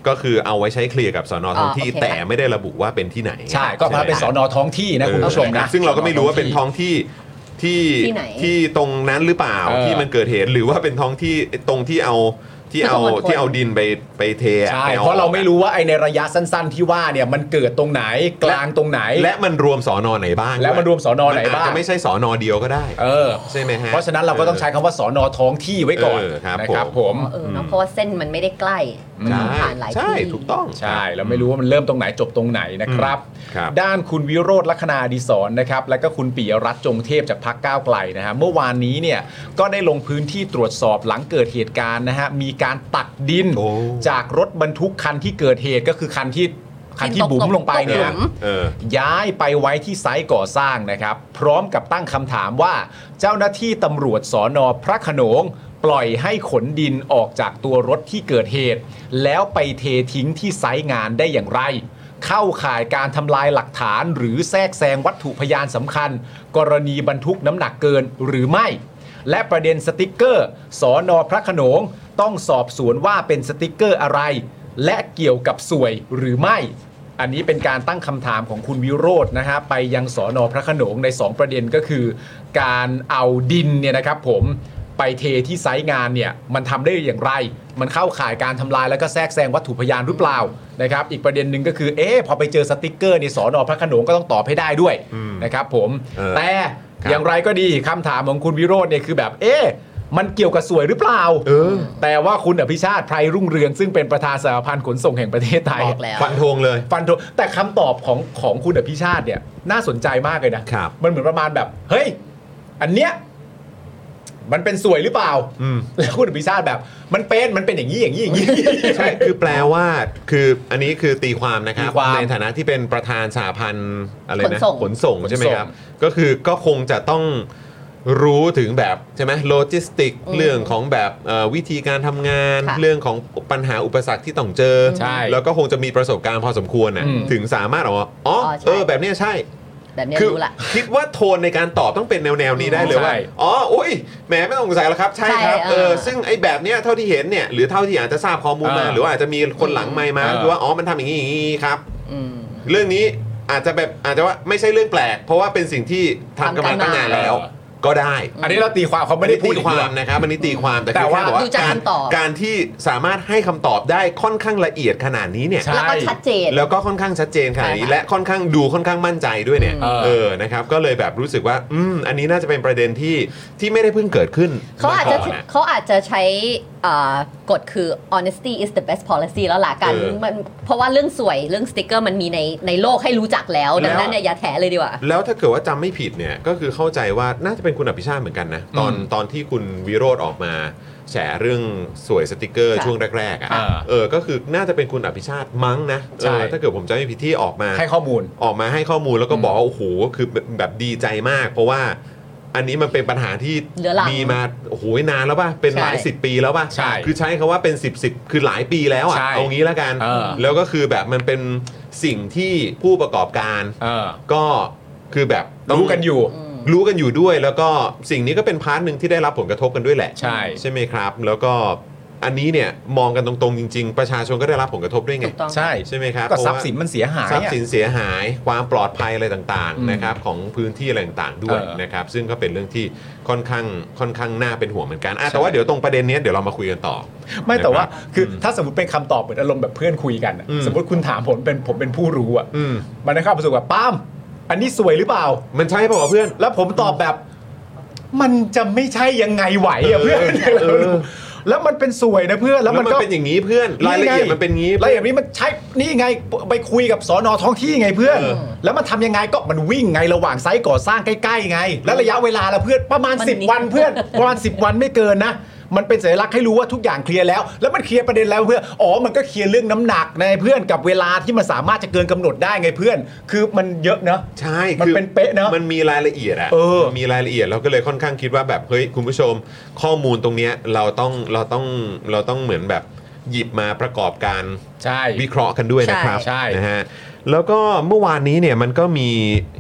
Speaker 1: ก็คือเอาไว้ใช้เคลียร์กับสอนอท้องที่
Speaker 3: อ่าโอเค
Speaker 1: แต่ไม่ได้ระบุว่าเป็นที่ไหน
Speaker 2: ใช่ก็เพราะเป็นสอนอท้องที่นะคุณผู้ชมนะ
Speaker 1: เออซึ่งเราก็ไม่รู้ว่าเป็นท้องที่ที่
Speaker 3: ที่ไหน
Speaker 1: ที่ตรงนั้นหรือเปล่า
Speaker 2: เออ
Speaker 1: ที่มันเกิดเหตุหรือว่าเป็นท้องที่ตรงที่เอาที่เอา
Speaker 3: พุทธมณฑล
Speaker 1: ที่เอาดินไปไปเทอ
Speaker 2: ใช่
Speaker 1: ไปอ
Speaker 2: เพราะเราไม่รู้ว่าไอในระยะสั้นๆ ที่ว่าเนี่ยมันเกิดตรงไหนกลางตรงไหน
Speaker 1: และมันรวมสอนอไหนบ้าง
Speaker 2: และมันรวมสอนอไหนบ้าง
Speaker 1: มัจจะไม่ใช่สอนอเดียวก็ได้
Speaker 2: เออ
Speaker 1: ใช่ไหมฮะ
Speaker 2: เพราะฉะนั้นเราก็ต้องใช้คำว่าสอนอท้องที่ไว้ก่อน
Speaker 1: เออครับ
Speaker 2: นะครับ
Speaker 1: ผ
Speaker 2: ผม ม
Speaker 3: เออเนอะเพราะว่าเส้นมันไม่ได้ใกล้
Speaker 1: ใช่
Speaker 3: มันผ่านหลาย
Speaker 1: ใช่
Speaker 3: ที่
Speaker 1: ถูกต้อง
Speaker 2: ใช่เราไม่รู้ว่ามันเริ่มตรงไหนจบตรงไหนนะครับ
Speaker 1: ครับ
Speaker 2: ด้านคุณวิโรธลักษณาดีสอนนะครับ และก็คุณปิยรัตน์จงเทพจากพักก้าวไกลนะฮะเมื่อวานนี้เนี่ยก็ได้ลงพื้นที่ตรวจสอบหลังเกิดเหตุการณ์นะฮะมีการตักดิน
Speaker 1: โอ้
Speaker 2: จากรถบรรทุกคันที่เกิดเหตุก็คือคันที่คันที่บุ๋มลงไป
Speaker 3: ตกห
Speaker 2: เนี่
Speaker 3: ลุ
Speaker 2: ย
Speaker 3: ม
Speaker 1: เออ
Speaker 2: ย้ายไปไว้ที่ไซต์ก่อสร้างนะครับ พร้อมกับตั้งคำถามว่า เจ้าหน้าที่ตำรวจสอนอพระโขนง ปล่อยให้ขนดินออกจากตัวรถที่เกิดเหตุ แล้วไปเททิ้งที่ไซต์งานได้อย่างไร เข้าข่ายการทำลายหลักฐานหรือแทรกแซงวัตถุพยานสำคัญ กรณีบรรทุกน้ำหนักเกินหรือไม่ และประเด็นสติกเกอร์สอนอพระโขนง ต้องสอบสวนว่าเป็นสติกเกอร์อะไร และเกี่ยวกับสวยหรือไม่ อันนี้เป็นการตั้งคำถามของคุณวิโรจน์นะฮะไปยังสอนอพระโขนงใน 2 ประเด็นก็คือ การเอาดินเนี่ยนะครับผมไปเทที่ไซต์งานเนี่ยมันทำได้อย่างไร มันเข้าข่ายการทำลายแล้วก็แทรกแซงวัตถุพยานหรือเปล่านะครับอีกประเด็นหนึ่งก็คือเอ๊ะพอไปเจอสติกเกอร์ในสอนอพระโขนงก็ต้องตอบให้ได้ด้วย
Speaker 1: อืม
Speaker 2: นะครับผม
Speaker 1: เออ
Speaker 2: แต่อย่างไรก็ดีคำถามของคุณวิโรจน์เนี่ยคือแบบเอ๊ะมันเกี่ยวกับสวยหรือเปล่า
Speaker 1: เออ
Speaker 2: แต่ว่าคุณอภิชาติไพรรุ่งเรืองซึ่งเป็นประธานสหพันธ์ขนส่งแห่งประเทศไทย
Speaker 3: บอกแล้ว
Speaker 1: ฟันธงเลย
Speaker 2: ฟันธงแต่คำตอบของของคุณอภิชาติเนี่ยน่าสนใจมากเลยนะครับ มันเหมือนประมาณแบบ เฮ้ย อันเนี้ยมันเป็นสวยหรือเปล่า
Speaker 1: อืม
Speaker 2: แล้วคุณอภิชาติแบบ มันเป็นมันเป็นอย่างนี้อย่างนี้อย่างนี้
Speaker 1: ใช่ คือแปลว่า คือ อันนี้คือตีความนะครับ
Speaker 2: ตีความ
Speaker 1: ในฐานะที่เป็นประธานสาพันธ์อะไร
Speaker 3: ขน
Speaker 1: นะ
Speaker 3: ส่ง
Speaker 1: ขนส่งใช่ไหมครับ ก็คือก็คงจะต้องรู้ถึงแบบใช่ไหมโลจิสติก
Speaker 3: อืม
Speaker 1: เรื่องของแบบเอ่อวิธีการทำงาน
Speaker 3: ค่ะ
Speaker 1: เรื่องของปัญหาอุปสรรคที่ต้องเจอ
Speaker 2: ใช่
Speaker 1: แล้วก็คงจะมีประสบการณ์พอสมควรน่ะ
Speaker 2: อืม
Speaker 1: ถึงสามารถออกมาอ๋ออ
Speaker 3: อใช่
Speaker 1: เออ แบบเนี้ยใช่
Speaker 3: แบบเนี้ยรู้ละ
Speaker 1: คิดว่าโทนในการตอบต้องเป็นแนวแนวๆนี้ได้เลย
Speaker 2: ใช่
Speaker 1: ว่าอ๋ออุ้ยแหมไม่ต้องสงสัยแล้วครับ ใช่ครับ
Speaker 3: ใช่
Speaker 1: เอ
Speaker 3: เอ
Speaker 1: อ
Speaker 3: อ
Speaker 1: ซึ่งไอ้แบบเนี้ยเท่าที่เห็นเนี่ยหรือเท่าที่อาจจะทราบข้อมูลมา
Speaker 2: เออ
Speaker 1: หรือว่าอาจจะมีคนหลังไมค์มา
Speaker 2: เออ
Speaker 1: หรือว่าอ๋อมันทำอย่างนี้อย่างนี้ครับ
Speaker 3: อืม
Speaker 1: เรื่องนี้อาจจะแบบอาจจะว่าไม่ใช่เรื่องแปลก เพราะว่าเป็นสิ่งที่ทำกันมา
Speaker 3: ทำกันมา
Speaker 1: ตั้งนานแล้ว ก็ได้
Speaker 2: อันนี้เราตีความเขา
Speaker 1: ไม่
Speaker 2: ไม่
Speaker 1: ได้
Speaker 2: ได้
Speaker 1: ตี
Speaker 2: พูดอีก
Speaker 1: ควา
Speaker 2: แล้
Speaker 1: มนะครับมันนี้ตีความแต่
Speaker 2: แต่
Speaker 1: คือแค่
Speaker 2: ว่า
Speaker 1: บอกว่า
Speaker 3: ดูจาก
Speaker 1: การ
Speaker 3: คำตอบ
Speaker 1: การที่สามารถให้คำตอบได้ค่อนข้างละเอียดขนาดนี้เนี่ย
Speaker 2: ใช่
Speaker 3: แล้วก็ชัดเจน
Speaker 1: แล้วก็ค่อนข้างชัดเจนขนาดนี้
Speaker 3: ใช่ค่ะ
Speaker 1: และค่อนข้างดูค่อนข้างมั่นใจด้วยเนี่ย
Speaker 2: เออ
Speaker 1: เออนะครับก็เลยแบบรู้สึกว่าอืมอันนี้น่าจะเป็นประเด็นที่ที่ไม่ได้เพิ่งเกิดขึ้น
Speaker 3: เขาอาจจะ
Speaker 1: มก่นอ
Speaker 3: เขาอาจจะใช้เอ่อกฎคือ honesty is the best policy แล้วล่ะกัน
Speaker 1: เออ
Speaker 3: มันเพราะว่าเรื่องสวยเรื่องสติกเกอร์มันมีในในโลกให้รู้จักแล้ว ดังนั้นเนี่ยอย่าแถเลยดีกว่า
Speaker 1: แล้วถ้าเกิดว่าจำไม่ผิดเนี่ยก็คือเข้าใจว่าน่าจะเป็นคุณอภิชาติเหมือนกันนะตอนตอนที่คุณวิโรธออกมา แฉเรื่องสวยสติกเกอร์
Speaker 3: ค่ะ
Speaker 1: ช่วงแรกๆอะ
Speaker 2: อ่า
Speaker 1: เออก็คือน่าจะเป็นคุณอภิชาติมั้งนะเออ
Speaker 2: ใช่
Speaker 1: ถ้าเกิดผมจำไม่ผิดที่ออกมา
Speaker 2: ให้ข้อมูล
Speaker 1: ออกมาให้ข้อมูลแล้วก็บอกว่าโอ้โหคือแบบดีใจมาก เพราะว่า อันนี้มันเป็นปัญหาที่
Speaker 3: เหลือหลัง
Speaker 1: มีมาโอ้โหนานแล้วป่ะเป็น
Speaker 3: ใช่
Speaker 1: หลายสิบปีแล้วป่ะ
Speaker 2: ใช่
Speaker 1: คือใช้คำว่าเป็นสิบสิบคือหลายปีแล้วอ่ะ
Speaker 2: ใช่
Speaker 1: เอางี้แล้วกัน
Speaker 2: เออ
Speaker 1: แล้วก็คือแบบมันเป็นสิ่งที่ผู้ประกอบการ
Speaker 2: เออ
Speaker 1: ก็คือแบบต้ง
Speaker 2: รู้กันอยู่
Speaker 1: รู้กันอยู่ด้วย แล้วก็สิ่งนี้ก็เป็นพาร์ทหนึ่งที่ได้รับผลกระทบกันด้วยแหละ
Speaker 2: ใช่
Speaker 1: ใช่ไหมครับ แล้วก็อันนี้เนี่ยมองกันตรงๆจริง ๆ ประชาชนก็ได้รับผลกระทบด้วยไง
Speaker 3: ถูกต้อง
Speaker 2: ใช่
Speaker 1: ใช่ไหมครับ
Speaker 2: ก็
Speaker 1: เพราะ
Speaker 2: ทรัพ
Speaker 1: ว่า
Speaker 2: ย์สินมันเสียหาย
Speaker 1: ทรัพย์
Speaker 2: อะ
Speaker 1: สินเสียหายความปลอดภัยอะไรต่าง
Speaker 2: อืม
Speaker 1: ๆนะครับของพื้นที่อะไรต่างๆด้วย
Speaker 2: เออ
Speaker 1: นะครับซึ่งก็เป็นเรื่องที่ค่อนข้างค่อนข้างน่าเป็นห่วงเหมือนกันอ่ะ
Speaker 2: ใช่
Speaker 1: แต่ว่าเดี๋ยวตรงประเด็นเนี้ยเดี๋ยวเรามาคุยกันต่อ
Speaker 2: ไม่แต่ว่า
Speaker 1: นะครับ
Speaker 2: คือถ้าสมมติเป็นคำตอบเหมือนอารมณ์แบบเพื่อนคุยกันอะ
Speaker 1: อืม
Speaker 2: สมมติคุณถามผมเป็นผมเป็นผู้รู้อ่ะ
Speaker 1: อืม
Speaker 2: มันนะครับประสบกับป้ามอันนี้สวยหรือเปล่า
Speaker 1: มันใช่เปล่าวะเพื่อน
Speaker 2: แล้วผมตอบแบบ มันจะไม่ใช่ยังไงไหวอะเพื่อน
Speaker 1: เออ
Speaker 2: แล้วมันเป็นสวยนะเพื่อน
Speaker 1: แล้
Speaker 2: แล้ว ว
Speaker 1: มั
Speaker 2: มัน นก็
Speaker 1: เป็นอย่างนี้เพื่อนรายละเอียดมันเป็นงี้
Speaker 2: รายละเอียดนี้มันใช่นี่ไงไปคุยกับสอนอท้องที่ไงเพื่อน
Speaker 1: เออ
Speaker 2: แล้วมันทำยังไงก็มันวิ่งไงระหว่างไซต์ก่อสร้างใกล้ๆไง แล้วระยะเวลาละเพื่อนประมาณ
Speaker 3: มันมี
Speaker 2: 10 วันเพื่อน ประมาณ 10 วันไม่เกินนะ มันเป็นสัญลักษณ์ให้รู้ว่าทุกอย่างเคลียร์แล้ว แล้วมันเคลียร์ประเด็นแล้วเพื่อนอ๋อมันก็เคลียร์เรื่องน้ำหนักไงเพื่อนกับเวลาที่มันสามารถจะเกินกำหนดได้ไงเพื่อน คือมันเยอะเนอะ
Speaker 1: ใช่
Speaker 2: มัน
Speaker 1: คือ
Speaker 2: เป็นเป๊ะเนอะ
Speaker 1: มันมีรายละเอียดอะ
Speaker 2: เออ
Speaker 1: มันมีรายละเอียดเราก็เลยค่อนข้างคิดว่าแบบเฮ้ยคุณผู้ชม ข้อมูลตรงเนี้ยเราต้องเราต้องเราต้องเหมือนแบบหยิบมาประกอบการ
Speaker 2: ใช่
Speaker 1: วิเคราะห์กันด้วยนะครับ
Speaker 2: ใช่ใช่
Speaker 1: นะฮะแล้วก็เมื่อวานนี้เนี่ยมันก็มี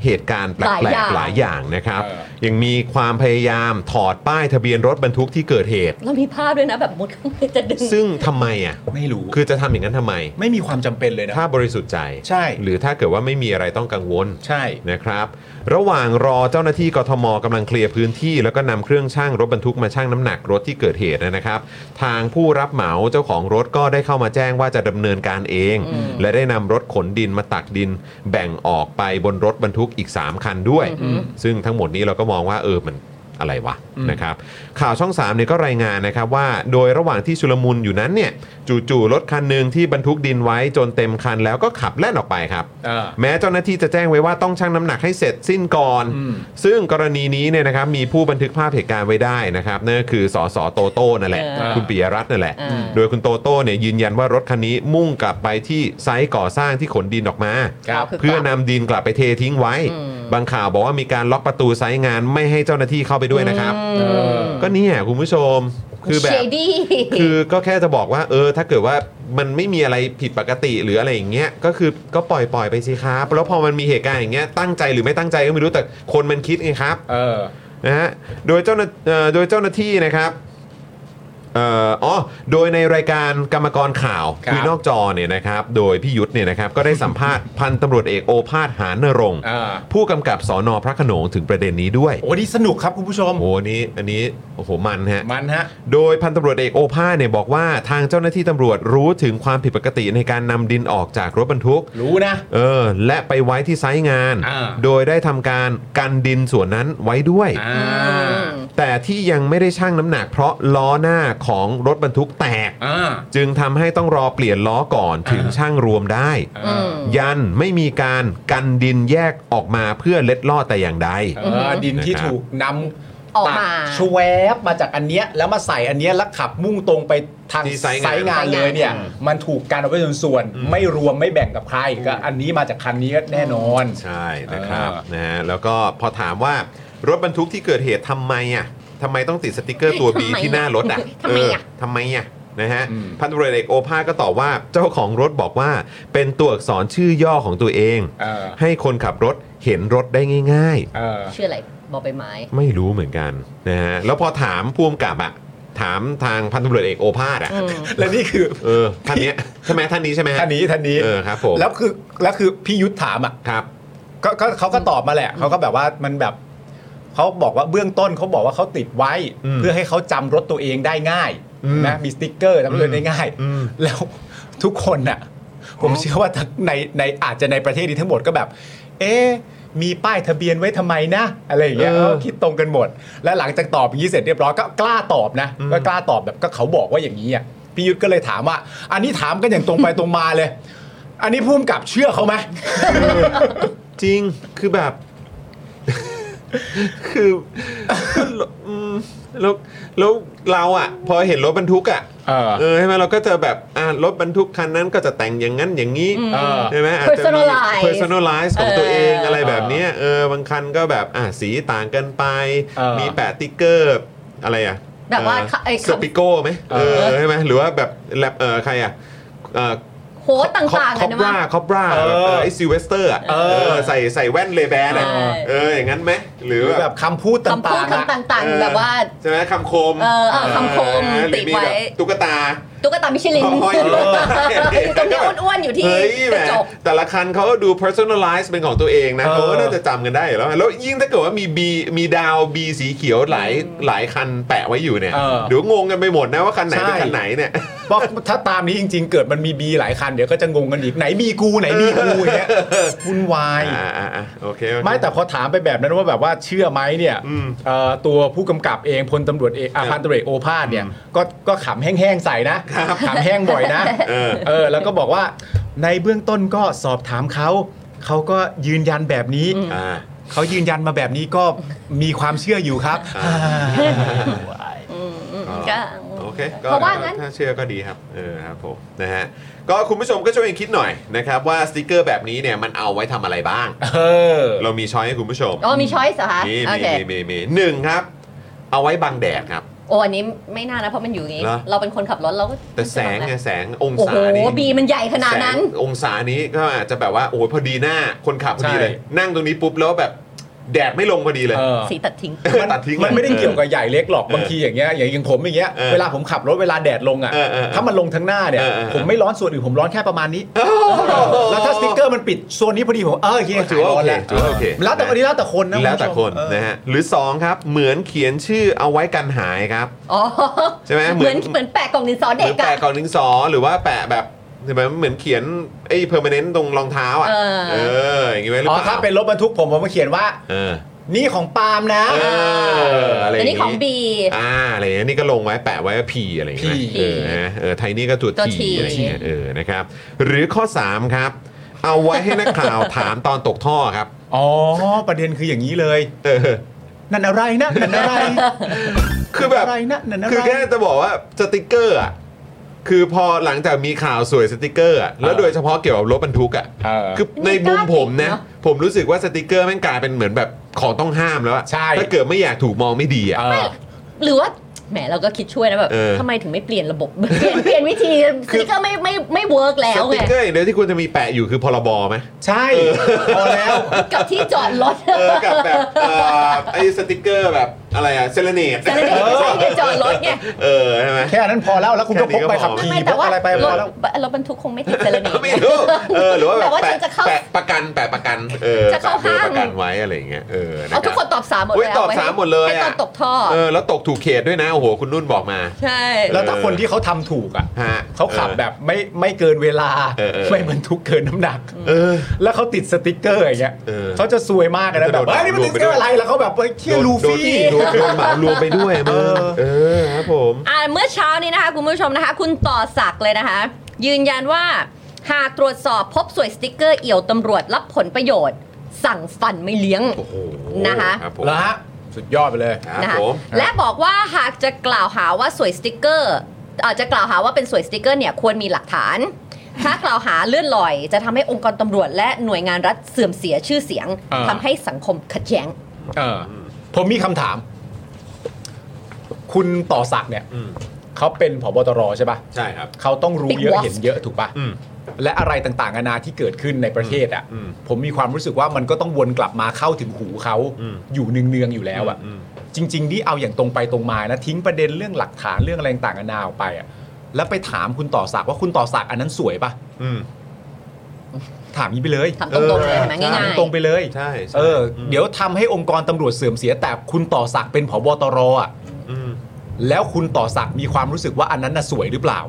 Speaker 1: เหตุการณ์แปล
Speaker 3: หลายอก ย่าง
Speaker 1: ๆหลายอย่างนะครับ
Speaker 2: เออ
Speaker 1: ยังมีความพยายามถอดป้ายทะเบียนรถบรรทุกที่เกิดเหตุ
Speaker 3: แล้วมีภาพด้วยนะแบบมุดเข้าไปจะดึง
Speaker 1: ซึ่งทำไมอ่ะ
Speaker 2: ไม่รู้
Speaker 1: คือจะทำอย่างนั้นทำไม
Speaker 2: ไม่มีความจำเป็นเลยนะ
Speaker 1: ถ้าบริสุทธิ์ใจ
Speaker 2: ใช่
Speaker 1: หรือถ้าเกิดว่าไม่มีอะไรต้องกังวล
Speaker 2: ใช่
Speaker 1: นะครับระหว่างรอเจ้าหน้าที่กทมกำลังเคลียร์พื้นที่ แล้วก็นำเครื่องช่างรถบรรทุกมาชั่งน้ำหนักรถที่เกิดเหตุนะครับ ทางผู้รับเหมาเจ้าของรถก็ได้เข้ามาแจ้งว่าจะดำเนินการเอง และได้นำรถขนดินมาตักดิน แบ่งออกไปบนรถบรรทุกอีก 3 คันด้วย ซึ่งทั้งหมดนี้เราก็มองว่าเออมันอะไรวะนะครับข่าวช่อง3เนี่ยก็รายงานนะครับว่าโดยระหว่างที่ชุลมุนอยู่นั้นเนี่ยจู่ๆรถคันหนึ่งที่บรรทุกดินไว้จนเต็มคัน แล้วก็ขับแล่นออกไปครับ
Speaker 2: อ่า
Speaker 1: แม้เจ้าหน้าที่จะแจ้งไว้ว่าต้องชั่งน้ำหนักให้เสร็จสิ้นก่อน
Speaker 2: อืม
Speaker 1: ซึ่งกรณีนี้เนี่ยนะครับมีผู้บันทึกภาพเหตุการณ์ไว้ได้นะครับนั่นก็คือสสโตโต้นั่นแหละ
Speaker 3: เออ
Speaker 1: คุณปิยรัตน์นั่นแหละ
Speaker 3: เออ
Speaker 1: โดยคุณโตโต้เนี่ยยืนยันว่ารถคันนี้มุ่งกลับไปที่ไซต์ก่อสร้างที่ขนดินออกมา
Speaker 2: ครับ
Speaker 3: คืกลับ
Speaker 1: เพื่อนำดินกลับไปเททิ้งไว้ บางข่าวบอกว่ามีการล็อกประตูไซต์งานไม่ให้เจ้าหน้าที่เข้าไปด้วยนะครับ ก็เนี่ยคุณผู้ชมคือแบ
Speaker 3: เช
Speaker 1: บ
Speaker 3: ดี้
Speaker 1: คือก็แค่จะบอกว่าเออถ้าเกิดว่ามันไม่มีอะไรผิดปกติหรืออะไรอย่างเงี้ยก็คือก็ปล่อยปล่อยไปสิครับแล้วพอมันมีเหตุการณ์อย่างเงี้ยตั้งใจหรือไม่ตั้งใจก็ไม่รู้แต่คนมันคิดไงครับ
Speaker 2: เออ
Speaker 1: นะฮะโดยเจ้าหน้าเอ่อโดยเจ้าหน้าที่นะครับเอ่ออ๋อโดยในรายการกรรมกรข่าว
Speaker 2: ครับ
Speaker 1: ยนอกจอเนี่ยนะครับโดยพี่ยุทธเนี่ยนะครับก็ได้สัมภาษณ์ [LAUGHS] พันตำรวจเอกโอภาสหานนรงค์
Speaker 2: อ่า
Speaker 1: ผู้กำกับสอนอพระโขนงถึงประเด็นนี้ด้วย
Speaker 2: โอ้นี่สนุกครับคุณผู้ชม
Speaker 1: โอ้โหอันนี้อันนี้โอ้โหมันฮะ
Speaker 2: มันฮะ
Speaker 1: โดยพันตำรวจเอกโอภาสเนี่ยบอกว่าทางเจ้าหน้าที่ตำรวจรู้ถึงความผิดปกติในการนำดินออกจากรถบรรทุก
Speaker 2: รู้นะ
Speaker 1: เออ และไปไว้ที่ไซต์งาน
Speaker 2: อ่า
Speaker 1: โดยได้ทำการกันดินส่วนนั้นไว้ด้วย
Speaker 2: อ่า
Speaker 1: แต่ที่ยังไม่ได้ชั่งน้ำหนักเพราะล้อหน้าของรถบรรทุกแตก
Speaker 2: อ่า
Speaker 1: จึงทำให้ต้องรอเปลี่ยนล้อก่อนถึงช่างรวมได้
Speaker 2: อืม
Speaker 1: ยันไม่มีการกันดินแยกออกมาเพื่อเล็ดลอดแต่อย่างใด
Speaker 2: เออดินที่
Speaker 1: นะครับ
Speaker 2: ถูกนำ
Speaker 3: ออกมา
Speaker 2: ชแวบมาจากอันเนี้ยแล้วมาใส่อันเนี้ยแล้วขับมุ่งตรงไปทาง
Speaker 1: ที่ไซต์งา
Speaker 2: ต์งา
Speaker 1: น
Speaker 2: นเลยเนี่ย มันถูกการเอาไว้ส่วนส่วนๆไม่รวมไม่แบ่งกับใครก็อันนี้มาจากคันนี้แน่นอน
Speaker 1: ใช่นะครับ
Speaker 2: เออ
Speaker 1: นะฮะแล้วก็พอถามว่ารถบรรทุกที่เกิดเหตุทำไมอ่ะทำไมต้องติดสติกเกอร์ตัว B
Speaker 3: ทำไม
Speaker 1: ที่หน้ารถอ่ะ
Speaker 3: ทำไมอ่ะ
Speaker 1: เทำไมอ่ะนะฮะพันตำรวจเอกโอภาสก็ตอบว่าเจ้าของรถบอกว่า เป็นตัวอักษรชื่อย่อของตัวเอง
Speaker 2: เออ
Speaker 1: ให้คนขับรถเห็นรถได้ง่าย
Speaker 2: เออ
Speaker 3: ชื่ออะไรบอกไปไม้
Speaker 1: ๆ ไม่รู้เหมือนกันนะฮะแล้วพอถามพ่วงกับอ่ะถามทางพันตำรวจเอกโอภาสอ่ะ
Speaker 3: อืม
Speaker 2: และนี่คือ
Speaker 1: เออท่านเนี้ยใช่ไหมท่านนี้ใช่ไหมฮะ
Speaker 2: ท่านนี้ท่านนี้
Speaker 1: เออครับผม
Speaker 2: แล้วคือแล้วคือพี่ยุทธถามอ่ะ
Speaker 1: ครับ
Speaker 2: ก็ก็เขาก็ตอบมาแหละเขาก็แบบว่ามันแบบเขาบอกว่าเบื้องต้นเขาบอกว่าเขาติดไว้
Speaker 1: อืม
Speaker 2: เพื่อให้เขาจำรถตัวเองได้ง่าย
Speaker 1: อืม
Speaker 2: นะมีสติ๊กเกอร์จำรถตัวเองได้ง่าย
Speaker 1: อืม
Speaker 2: แล้วทุกคนน่ะ ผมเชื่อว่าทั้งในในอาจจะในประเทศนี้ทั้งหมดก็แบบ เอ๊ะมีป้ายทะเบียนไว้ทำไมนะ อะไรอย่างเงี้ย
Speaker 1: เออ
Speaker 2: เออคิดตรงกันหมด แล้วหลังจากตอบอย่างนี้เสร็จเรียบร้อยก็กล้าตอบนะก็กล้าตอบแบบก็เขาบอกว่าอย่างนี้อ่ะพี่ยุทธก็เลยถามว่า อันนี้ถามกันอย่างตรงไปตรงมาเลย อันนี้พุ่มกับเชื่อเขาไหม
Speaker 1: จริง [LAUGHS] คือแบบ คือ แล้วแล้วเราอ่ะ พอเห็นรถบรรทุกอ่ะ
Speaker 2: เออ
Speaker 1: เออใช่ไหมเราก็จะแบบอ่ารถบรรทุกคันนั้นก็จะแต่งอย่างนั้นอย่างนี้
Speaker 2: เออ
Speaker 1: ใช่ไหมอาจจะมี
Speaker 3: Personalize
Speaker 1: personalize ของตัวเอง
Speaker 3: เอออ
Speaker 1: อะไรแบบเนี้ยเออบางคันก็แบบอ่ะสีต่างกันไป
Speaker 2: เออ
Speaker 1: มีแปะติ๊กเกอร์อะไรอ่ะ
Speaker 3: แบบว่า
Speaker 1: เออ
Speaker 3: ไอ้คำ
Speaker 1: สปิโก้ไหมเออ
Speaker 2: เออ
Speaker 1: ใช่ไหมหรือว่าแบบแลบเออใครอ่ะเออ
Speaker 3: โหดต่างๆ
Speaker 1: ค
Speaker 3: กั
Speaker 1: อน ป
Speaker 3: นะ
Speaker 1: รา
Speaker 3: มั้ง
Speaker 1: คอปรา
Speaker 2: เออ
Speaker 1: ไอซิเวสเตอร์
Speaker 2: เออ
Speaker 1: ใส่ใส่แว่นเลแบนอะ
Speaker 3: ใช่
Speaker 1: เอออย่างนั้นไหมหรือ
Speaker 2: หรือ
Speaker 1: แบ
Speaker 2: แบบ บคำพูดต่าง
Speaker 3: คำพูด
Speaker 2: ๆอะ
Speaker 3: คำต่างๆ แบบว่า
Speaker 1: ใช่ไหมคำคม
Speaker 3: เออเอาคำคม
Speaker 1: เออหรือมี
Speaker 3: ติดไว้
Speaker 1: แบบตุ๊กตา
Speaker 3: ตุ๊กตามิชลิน
Speaker 1: ห้อยอยู่
Speaker 3: ตรงนี้อ้วนๆอยู่ที่
Speaker 1: เฮ้ย
Speaker 3: ก
Speaker 1: แหม
Speaker 3: ระจก
Speaker 1: แต่ละคันเขาก็ดู personalize เป็นของตัวเองนะเขาก็น่าจะจำกันได้อยู่แล้ว แล้วยิ่งถ้าเกิดว่ามีบีมีดาวบีสีเขียวหลายหลายคันแปะไว้อยู่เนี่ยเดี๋ยวงงกันไปหมดนะว่าคันไหนเป็นคันไหนเนี่ย
Speaker 2: เพราะถ้าตามนี้จริง ๆ เกิดมันมีบีหลายคัน เดี๋ยวก็จะงงกันอีกไหนบีกูไหนบีกูอย่างเงี้ยวุ่นวาย
Speaker 1: อ่าๆๆโอเคโอเค
Speaker 2: ไม่แต่พอถามไปแบบนั้นว่าแบบว่าเชื่อไหมเนี่ย
Speaker 1: อืม
Speaker 2: เอ่อตัวผู้กำกับเองพลตำรวจเอกอ่ะ
Speaker 1: ครับ
Speaker 2: พันตำรวจเอกโอภาสเนี่ยก็ก็ขำแห้งๆใส่นะครับ ขำแห้งบ่อยนะ
Speaker 1: เออ
Speaker 2: เออแล้วก็บอกว่าในเบื้องต้นก็สอบถามเขาเขาก็ยืนยันแบบนี้
Speaker 1: อ่า
Speaker 2: เขายืนยันมาแบบนี้ก็มีความเชื่ออยู่ครับ
Speaker 1: อ่า
Speaker 3: อืม
Speaker 1: ก็
Speaker 3: ก็
Speaker 1: โอเคก็
Speaker 3: เพราะว่างั้น
Speaker 1: ถ้าเชื่อก็ดีครับ เออครับผมนะฮะ ก็คุณผู้ชมก็ช่วยกันคิดหน่อยนะครับว่าสติกเกอร์แบบนี้เนี่ยมันเอาไว้ทำอะไรบ้าง
Speaker 2: เออ
Speaker 1: เรามีช้อยให้คุณผู้ชม
Speaker 3: อ๋อมีช้อยส์เหรอคะ
Speaker 1: มี
Speaker 3: โอ
Speaker 1: มี
Speaker 3: เค
Speaker 1: มีมีมีหนึ่งครับ เอาไว้บังแดดครับ
Speaker 3: โอ้อันนี้ไม่น่านะเพราะมันอยู่อย่างนี้
Speaker 1: เหรอ
Speaker 3: เราเป็นคนขับรถเราก็
Speaker 1: แต่แสงเนี่ยแสงอง
Speaker 3: โอ้
Speaker 1: ศา
Speaker 3: โห
Speaker 1: นี้
Speaker 3: บีมันใหญ่ขนาดนั้น
Speaker 1: แสงองศานี้ก็อาจจะแบบว่าโอ้ยพอดีหน้าคนขับพอดีเลย
Speaker 2: ใช่
Speaker 1: นั่งตรงนี้ปุ๊บแล้วแบบแดดไม่ลงพอดีเลย
Speaker 2: เออ
Speaker 3: สีตัดทิ้ง
Speaker 1: ตัดทิ้งเลย
Speaker 2: มันไม่ได้เกี่ยวกับใหญ่เล็กหรอกบางทีอย่างเงี้ยอย่างอย่างผมอย่างเงี้ย
Speaker 1: เออ
Speaker 2: เวลาผมขับรถเวลาแดดลงอ่ะ
Speaker 1: เออเออเออ
Speaker 2: ถ้ามันลงทั้งหน้าเนี่ย
Speaker 1: เออเออเออ
Speaker 2: ผมไม่ร้อนส่วนอื่นผมร้อนแค่ประมาณนี้
Speaker 1: โอ้โห
Speaker 2: แล้วถ้าสติ๊กเกอร์มันปิดโซนนี้พอดีผมเออโอเค
Speaker 1: ถือว่าโอ
Speaker 2: ห
Speaker 1: เค
Speaker 2: ยร้น
Speaker 1: ถือว่าโอเค
Speaker 2: แล้วแต่วันนี้แล้วแต่คนนะ
Speaker 1: แล้วแต่คน
Speaker 2: ณผู้ชม
Speaker 1: นะฮะหรือสองครับเหมือนเขียนชื่อเอาไว้กันหายครับ
Speaker 3: อ๋อ
Speaker 1: ใช่ไหม
Speaker 3: เห
Speaker 1: เหมื
Speaker 3: มื
Speaker 1: อ
Speaker 3: อน นเหมือนแปะกล่องดินสอ
Speaker 1: ห
Speaker 3: เด็
Speaker 1: รื
Speaker 3: ก
Speaker 1: อแปะ
Speaker 3: อะ
Speaker 1: กล่องดินสอหรือว่าแปะแบบเห็นไหมเหมือนเขียนไอ้เพอร์มานนตรงรองเท้าอ่ะ
Speaker 3: เออ
Speaker 1: ออย่างงี้ไว้หรือ
Speaker 2: อ๋อ
Speaker 1: เปล่า
Speaker 2: ถ้าเป็นรถบรรทุกผมผมมาเขียนว่า
Speaker 1: เออ
Speaker 2: นี่ของปาล์มนะ
Speaker 1: เอออะไรอ
Speaker 3: อั
Speaker 1: ย่าน ง
Speaker 3: นี้ของบี
Speaker 1: อ่าอะไรอย่างงี้นี่ก็ลงไว้แปะไว้ว่าพีอะไรอย่างเงี้ย
Speaker 2: P
Speaker 1: เออนะเออไทยนี่ก็ตัว
Speaker 3: ตัว
Speaker 1: ที
Speaker 3: T
Speaker 1: อะไรอย่างเงี้ยเออนะครับ หรือข้อ 3 ครับ เอาไว้ให้นักข่าว ถามตอนตกท่อครับ
Speaker 2: อ๋อประเด็นคืออย่างนี้เลย
Speaker 1: เออ
Speaker 2: นั่นอะไรนะนั่นอะไร
Speaker 1: คือแบบ
Speaker 2: อะไรนะนั่นอะไร
Speaker 1: คือแค่จะบอกว่าสติกเกอร์อ่ะคือพอหลังจากมีข่าวสวยสติกเกอร์อ่ะแล้วโดยเฉพาะเกี่ยวกับรถบรรทุกอ่ะ
Speaker 2: เออ
Speaker 1: คือในมุมผมนะ ผมรู้สึกว่าสติกเกอร์แม่งกลายเป็นเหมือนแบบของต้องห้ามแล้วอะ
Speaker 2: ใช่
Speaker 1: ถ้าเกิดไม่อยากถูกมองไม่ดีอ่ะ
Speaker 2: เออ
Speaker 3: หรือว่าแหมเราก็คิดช่วยนะแบบ
Speaker 1: เออ
Speaker 3: ทำไมถึงไม่เปลี่ยนระบบ เปลี่ยนเปลี่ยนวิธีสติ๊กเกอร์ไม่ไม่ไม่เวิร์กแล้ว
Speaker 1: ส
Speaker 3: ไง
Speaker 1: ติกเกอร์อย่างเดียวที่คุณจะมีแปะอยู่คือพรบไหม
Speaker 2: ใช่พอแล้ว
Speaker 3: กับที่จอดรถ
Speaker 1: เออกับแบบเอ่อไอ้สติกเกอร์แบบอะไรอ่ะเซเลเน [LAUGHS] ต
Speaker 3: แต่ละเด็กไม่ใช่ที่จอดรถไง
Speaker 1: เออใช่ไหม
Speaker 2: แค่นั้นพอแล้วแล้วคุณก็พ
Speaker 1: แค่นี้
Speaker 2: ก
Speaker 1: ก็
Speaker 2: ไป
Speaker 1: พอ
Speaker 2: ขับขี่
Speaker 3: ไม่
Speaker 2: พ
Speaker 3: แต่
Speaker 2: ก
Speaker 3: ว่า
Speaker 2: อะไรไป
Speaker 3: ร
Speaker 2: พ
Speaker 3: ถ
Speaker 2: อแล้ว
Speaker 3: รถบรรทุกคงไม่ติดแต่ละเด็ก
Speaker 1: ไม่รู้เออหรือว่าแบบ
Speaker 3: แต่ว่าฉัน
Speaker 1: แปะ
Speaker 3: จะเข้า
Speaker 1: แปะประกันแปะประกันเออ
Speaker 3: จะเข้า
Speaker 1: แปะเบอร์
Speaker 3: ห้าง
Speaker 1: ประกันไว้อะไรอย่างเงี้ยเออนะ
Speaker 3: เอา
Speaker 1: รับ
Speaker 3: ทุกคนตอบสามหมด
Speaker 1: อุ๊ย
Speaker 3: แล้ว
Speaker 1: ตอบ
Speaker 3: ไว้
Speaker 1: สามหมดเลย
Speaker 3: ให้
Speaker 1: อะ
Speaker 3: ตอนตกท่อ
Speaker 1: เออแล้วตกถูกเขตด้วยนะ โอ้โห คุณนุ่นบอกมา
Speaker 3: ใช่
Speaker 2: แล้วถ้าคนที่เขาทำถูกอ่ะ
Speaker 1: ฮะ
Speaker 2: เขาขับแบบไม่ไม่เกินเวลา
Speaker 1: เออเออ
Speaker 2: ไม่บรรทุกเกินน้ำหนัก
Speaker 1: เออ
Speaker 2: แล้วเขาติดสติกเกอร์อย่างเงี้ย
Speaker 1: เออ
Speaker 2: เขาจะซวยมากเลยนะ
Speaker 1: จะ
Speaker 2: แบ
Speaker 1: โด
Speaker 2: บ
Speaker 1: น
Speaker 2: เฮ้ยนี่มัน
Speaker 1: รวม
Speaker 2: ติดสติก
Speaker 1: ไป
Speaker 2: เกอ
Speaker 1: ด้วย
Speaker 2: ร์อะไรแล้วเขาแบบเฮ้ยเคียลูฟี่
Speaker 1: โดนโดนเหมารวมไปด้วยมึง
Speaker 2: เออ
Speaker 1: เออครับผม
Speaker 3: อ่าเมื่อเช้านี้นะคะ คุณผู้ชมนะคะ คุณต่อศักดิ์เลยนะคะ ยืนยันว่า หากตรวจสอบพบสวยสติกเกอร์เอี่ยวตำรวจรับผลประโยชน์ สั่งฟันไม่เลี้ยง
Speaker 1: โอ้โห
Speaker 3: นะคะ
Speaker 1: ครับผม
Speaker 2: แล้วฮะสุดยอดไปเลย
Speaker 1: ครับ
Speaker 3: นะคะ
Speaker 1: ผม
Speaker 3: และบอกว่าหากจะกล่าวหาว่าสวยสติกเกอร์เอ่อจะกล่าวหาว่าเป็นสวยสติกเกอร์เนี่ยควรมีหลักฐาน ถ้ากล่าวหาเลื่อนลอย จะทำให้องค์กรตำรวจและหน่วยงานรัฐเสื่อมเสียชื่อเสียง
Speaker 2: อ่า
Speaker 3: ทำให้สังคมขัดแย้ง
Speaker 2: เออผมมีคำถาม คุณต่อศักดิ์เนี่ย
Speaker 1: อืม
Speaker 2: เขาเป็นผบตรใช่ป่ะ
Speaker 1: ใช่ครับ
Speaker 2: เขาต้องรู้
Speaker 3: Big
Speaker 2: เยอะ
Speaker 3: boss
Speaker 2: เห็นเยอะถูกป่ะ
Speaker 1: อืม
Speaker 2: และอะไรต่างๆนานาที่เกิดขึ้นในประเทศอ่ะ
Speaker 1: อืม
Speaker 2: ผมมีความรู้สึกว่ามันก็ต้องวนกลับมาเข้าถึงหูเขา
Speaker 1: อืม
Speaker 2: อยู่เนืองๆอยู่แล้วอ่ะ
Speaker 1: อืม
Speaker 2: จริงๆนี่เอาอย่างตรงไปตรงมานะ ทิ้งประเด็นเรื่องหลักฐานเรื่องอะไรต่างๆนานาออกไปอ่ะแล้วไปถามคุณต่อศักดิ์ว่าคุณต่อศักดิ์อันนั้นสวยปะ
Speaker 1: อืม
Speaker 2: ถามนี้ไปเลย
Speaker 3: ถามตรงๆเลยเห็นไหม
Speaker 2: ถาม
Speaker 3: ง่าย
Speaker 2: ตรงไปเลย
Speaker 1: ใช่ใช่
Speaker 2: เออ
Speaker 1: ม
Speaker 2: เดี๋ยวทำให้องค์กรตำรวจเสื่อมเสียแต่คุณต่อศักดิ์เป็นผบตรอ่ะ
Speaker 1: อืม
Speaker 2: แล้วคุณต่อศักดิ์มีความรู้สึกว่าอันนั้นน่ะสวยหรือเปล่า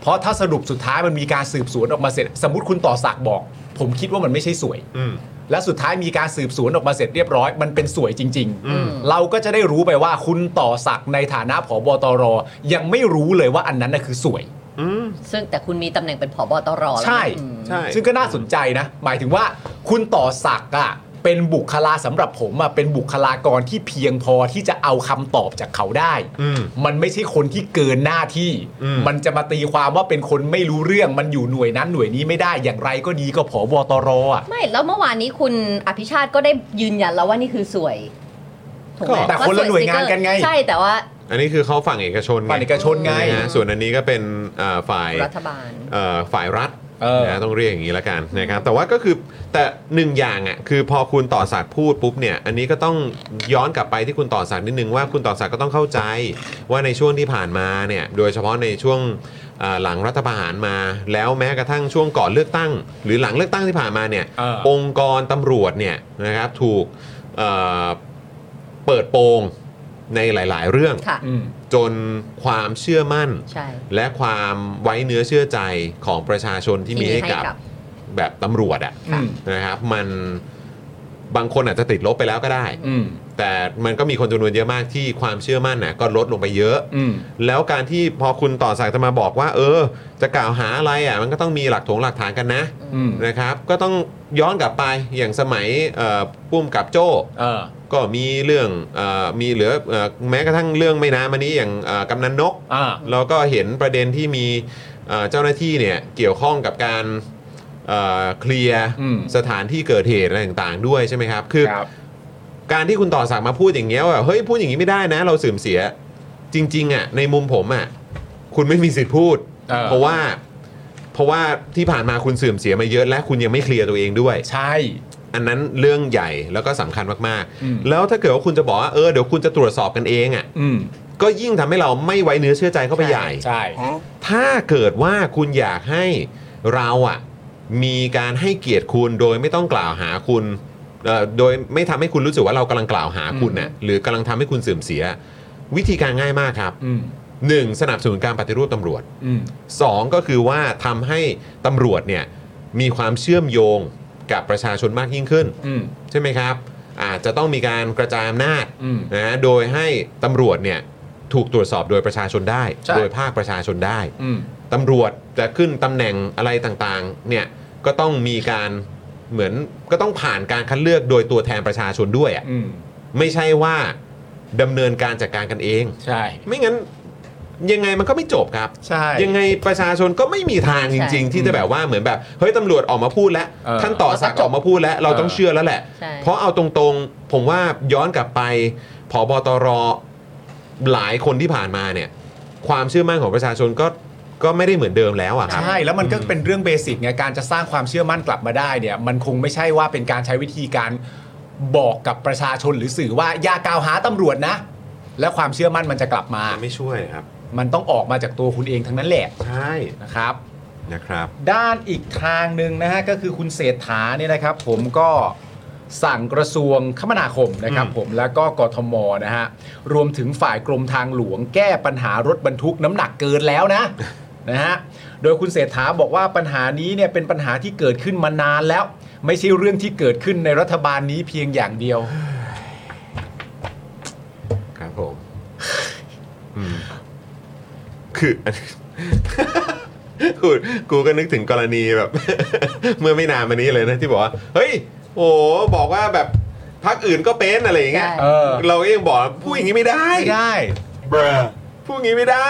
Speaker 2: เพราะถ้าสรุปสุดท้ายมันมีการสืบสวนออกมาเสร็จ สมมติคุณต่อศักดิ์บอก ผมคิดว่ามันไม่ใช่สวย
Speaker 1: อืม
Speaker 2: และสุดท้ายมีการสืบสวนออกมาเสร็จเรียบร้อย มันเป็นสวยจริง
Speaker 1: อืม
Speaker 2: ๆ เราก็จะได้รู้ไปว่าคุณต่อศักดิ์ในฐานะผบตร ยังไม่รู้เลยว่าอันนั้นน่ะคือสวย
Speaker 1: อืม
Speaker 3: ๆ ซึ่งแต่คุณมีตำแหน่งเป็นผบตรแล้วนะ
Speaker 2: ใช่
Speaker 3: อืม
Speaker 1: ใช่
Speaker 2: ซึ่งก็น่าสนใจนะ หมายถึงว่าคุณต่อศักดิ์อะ เป็นบุคลาสำหรับผมอะเป็นบุคลากรที่เพียงพอที่จะเอาคำตอบจากเขาได้
Speaker 4: อืม
Speaker 2: มันไม่ใช่คนที่เกินหน้าที่
Speaker 4: อืม
Speaker 2: มันจะมาตีความว่าเป็นคนไม่รู้เรื่อง มันอยู่หน่วยนั้นหน่วยนี้ไม่ได้ อย่างไรก็ดีก็ผอบตรอ่ะ
Speaker 3: ไม่แล้วเมื่อวานนี้คุณอภิชาติก็ได้ยืนยันแล้วว่านี่คือสวยถูกไหม
Speaker 2: แต่คนละหน่วยงานกันไง
Speaker 3: ใช่แต่ว่า
Speaker 4: อันนี้คือเขาฝั่งเอกชนไง
Speaker 2: ฝ่ายเอกชนไง
Speaker 4: นะฮะส่วนอันนี้ก็เป็นเอ่อฝ่าย
Speaker 3: รัฐบาล
Speaker 4: เอ่อฝ่ายรัฐ
Speaker 2: เออ
Speaker 4: นะต้องเรียกอย่างนี้ละกันนะครับแต่ว่าก็คือแต่หนึ่งอย่างอ่ะคือพอคุณต่อสัตว์พูดปุ๊บเนี่ยอันนี้ก็ต้องย้อนกลับไปที่คุณต่อสัตว์นิดนึงว่าคุณต่อสัตว์ก็ต้องเข้าใจว่าในช่วงที่ผ่านมาเนี่ยโดยเฉพาะในช่วงเอ่อหลังรัฐประหารมา แล้วแม้กระทั่งช่วงก่อนเลือกตั้ง หรือหลังเลือกตั้งที่ผ่านมาเนี่ย
Speaker 2: เออ
Speaker 4: องค์กรตำรวจเนี่ยนะครับถูกเอ่อเปิดโปงในหลาย ๆ เรื่อง
Speaker 3: ค่ะ
Speaker 2: อืม
Speaker 4: จนความเชื่อมั่น
Speaker 3: ใช่
Speaker 4: และความไว้เนื้อเชื่อใจของประชาชนที่มีให้กับแบบตำรวจอะ
Speaker 2: อืม
Speaker 4: นะครับ มันบางคนอาจจะติดลบไปแล้วก็ได้
Speaker 2: อืม
Speaker 4: แต่มันก็มีคนจำนวนเยอะมากที่ความเชื่อมั่นน่ะก็ลดลงไปเยอะ
Speaker 2: อืม
Speaker 4: แล้วการที่พอคุณต่อสักดิ์จะมาบอกว่า เออ จะกล่าวหาอะไรอ่ะมันก็ต้องมีหลักถงหลักฐานกันนะ
Speaker 2: อืม
Speaker 4: นะครับ ก็ต้องย้อนกลับไปอย่างสมัยเอ่อพุ่มกับโจ้
Speaker 2: เออ
Speaker 4: ก็มีเรื่องเออมีเหลือเอ่อแม้กระทั่งเรื่องไม่นานมานี้อย่างเอ่อกำนันนก
Speaker 2: อ่า
Speaker 4: เราก็เห็นประเด็นที่มีเอ่อเจ้าหน้าที่เนี่ยเกี่ยวข้องกับการเอ่อเคลียร์
Speaker 2: อืม
Speaker 4: สถานที่เกิดเหตุอะไรต่างๆ ด้วยใช่ไหมครับ คือ
Speaker 2: ครับ
Speaker 4: การที่คุณต่อสักดิ์มาพูดอย่างเงี้ยว่าเฮ้ยพูดอย่างนี้ไม่ได้นะ เราเสื่อมเสียจริงๆอ่ะในมุมผมอ่ะคุณไม่มีสิทธิ์พูด
Speaker 2: เออ
Speaker 4: เพราะว่าเพราะว่าที่ผ่านมาคุณเสื่อมเสียมาเยอะ และคุณยังไม่เคลียร์ตัวเองด้วย
Speaker 2: ใช่
Speaker 4: อันนั้นเรื่องใหญ่แล้วก็สำคัญมาก
Speaker 2: อืม
Speaker 4: ๆ แล้วถ้าเกิดว่าคุณจะบอกว่าเออเดี๋ยวคุณจะตรวจสอบกันเองอ่ะ
Speaker 2: อืม
Speaker 4: ก็ยิ่งทำให้เราไม่ไว้เนื้อเชื่อใจเข้าไปใหญ่
Speaker 2: ใช่
Speaker 4: ถ้าเกิดว่าคุณอยากให้เราอะมีการให้เกียรติคุณโดยไม่ต้องกล่าวหาคุณเอ่อโดยไม่ทำให้คุณรู้สึกว่าเรากำลังกล่าวหาคุณน่ะหรือกำลังทำให้คุณเสื่อมเสีย วิธีการง่ายมากครับ
Speaker 2: อืม
Speaker 4: 1. สนับสนุนการปฏิรูปตำรวจ
Speaker 2: อืม
Speaker 4: 2. ก็คือว่าทำให้ตำรวจเนี่ยมีความเชื่อมโยงกับประชาชนมากยิ่งขึ้น
Speaker 2: อืม
Speaker 4: ใช่ไหมครับ อาจจะต้องมีการกระจายอำนาจ
Speaker 2: อืม
Speaker 4: นะโดยให้ตำรวจเนี่ยถูกตรวจสอบโดยประชาชนได้
Speaker 2: ใช่
Speaker 4: โดยภาคประชาชนได้
Speaker 2: อืม
Speaker 4: ตำรวจจะขึ้นตำแหน่งอะไรต่างๆ เนี่ยก็ต้องมีการเหมือนก็ต้องผ่านการคัดเลือกโดยตัวแทนประชาชนด้วยอะ่ะ
Speaker 2: อืม
Speaker 4: ไม่ใช่ว่าดำเนินการจัดการกันเอง
Speaker 2: ใช่
Speaker 4: ไม่งั้นยังไงมันก็ไม่จบครับ
Speaker 2: ใช่
Speaker 4: ยังไงประชาชนก็ไม่มีทางจริง ๆ ที่จะแบบว่าเหมือนแบบเฮ้ยตำรวจออกมาพูดแล้ว
Speaker 2: เออ
Speaker 4: ท่านต่อสักดิ์ออกมาพูดแล้ว เราต้อง
Speaker 2: เออ
Speaker 4: เชื่อแล้วแหละ
Speaker 3: ใช่
Speaker 4: เพราะเอาตรงๆ ผมว่าย้อนกลับไปผอบตรหลายคนที่ผ่านมาเนี่ย ความเชื่อมั่นของประชาชนก็ก็ไม่ได้เหมือนเดิมแล้วอะครับ
Speaker 2: ใช่ แล้วมันก็เป็นเรื่องเบสิกไงการจะสร้างความเชื่อมั่นกลับมาได้เนี่ย มันคงไม่ใช่ว่าเป็นการใช้วิธีการบอกกับประชาชนหรือสื่อว่าอย่ากล่าวหาตำรวจนะ และความเชื่อมั่นมันจะกลับมา
Speaker 4: ไม่ช่วยครับ
Speaker 2: มันต้องออกมาจากตัวคุณเองทั้งนั้นแหละ
Speaker 4: ใช่
Speaker 2: นะครับ
Speaker 4: นะครับ
Speaker 2: ด้านอีกทางหนึ่งนะฮะก็คือคุณเศรษฐาเนี่ยนะครับ ผมก็สั่งกระทรวงคมนาคมนะครับ
Speaker 4: อืม
Speaker 2: ผมแล้วก็กทมนะฮะรวมถึงฝ่ายกรมทางหลวงแก้ปัญหารถบรรทุกน้ำหนักเกินแล้วนะ [LAUGHS] นะฮะโดยคุณเศรษฐาบอกว่าปัญหานี้เนี่ยเป็นปัญหาที่เกิดขึ้นมานานแล้ว ไม่ใช่เรื่องที่เกิดขึ้นในรัฐบาลนี้เพียงอย่างเดียว
Speaker 4: ครับผมอืมคือ กูกูก็นึกถึงกรณีแบบ [LAUGHS] เมื่อไม่นานมานี้เลยนะ ที่บอกว่า เฮ้ย โอ้บอกว่าแบบพักอื่นก็เป็นอะไรอย่างเงี้ย
Speaker 3: ใช่
Speaker 2: เออ
Speaker 4: เราก็ยังบอกพูดอย่างนี้ไม่ได้
Speaker 2: ไม่ได้
Speaker 4: พูดอย่างนี้ไม่ได้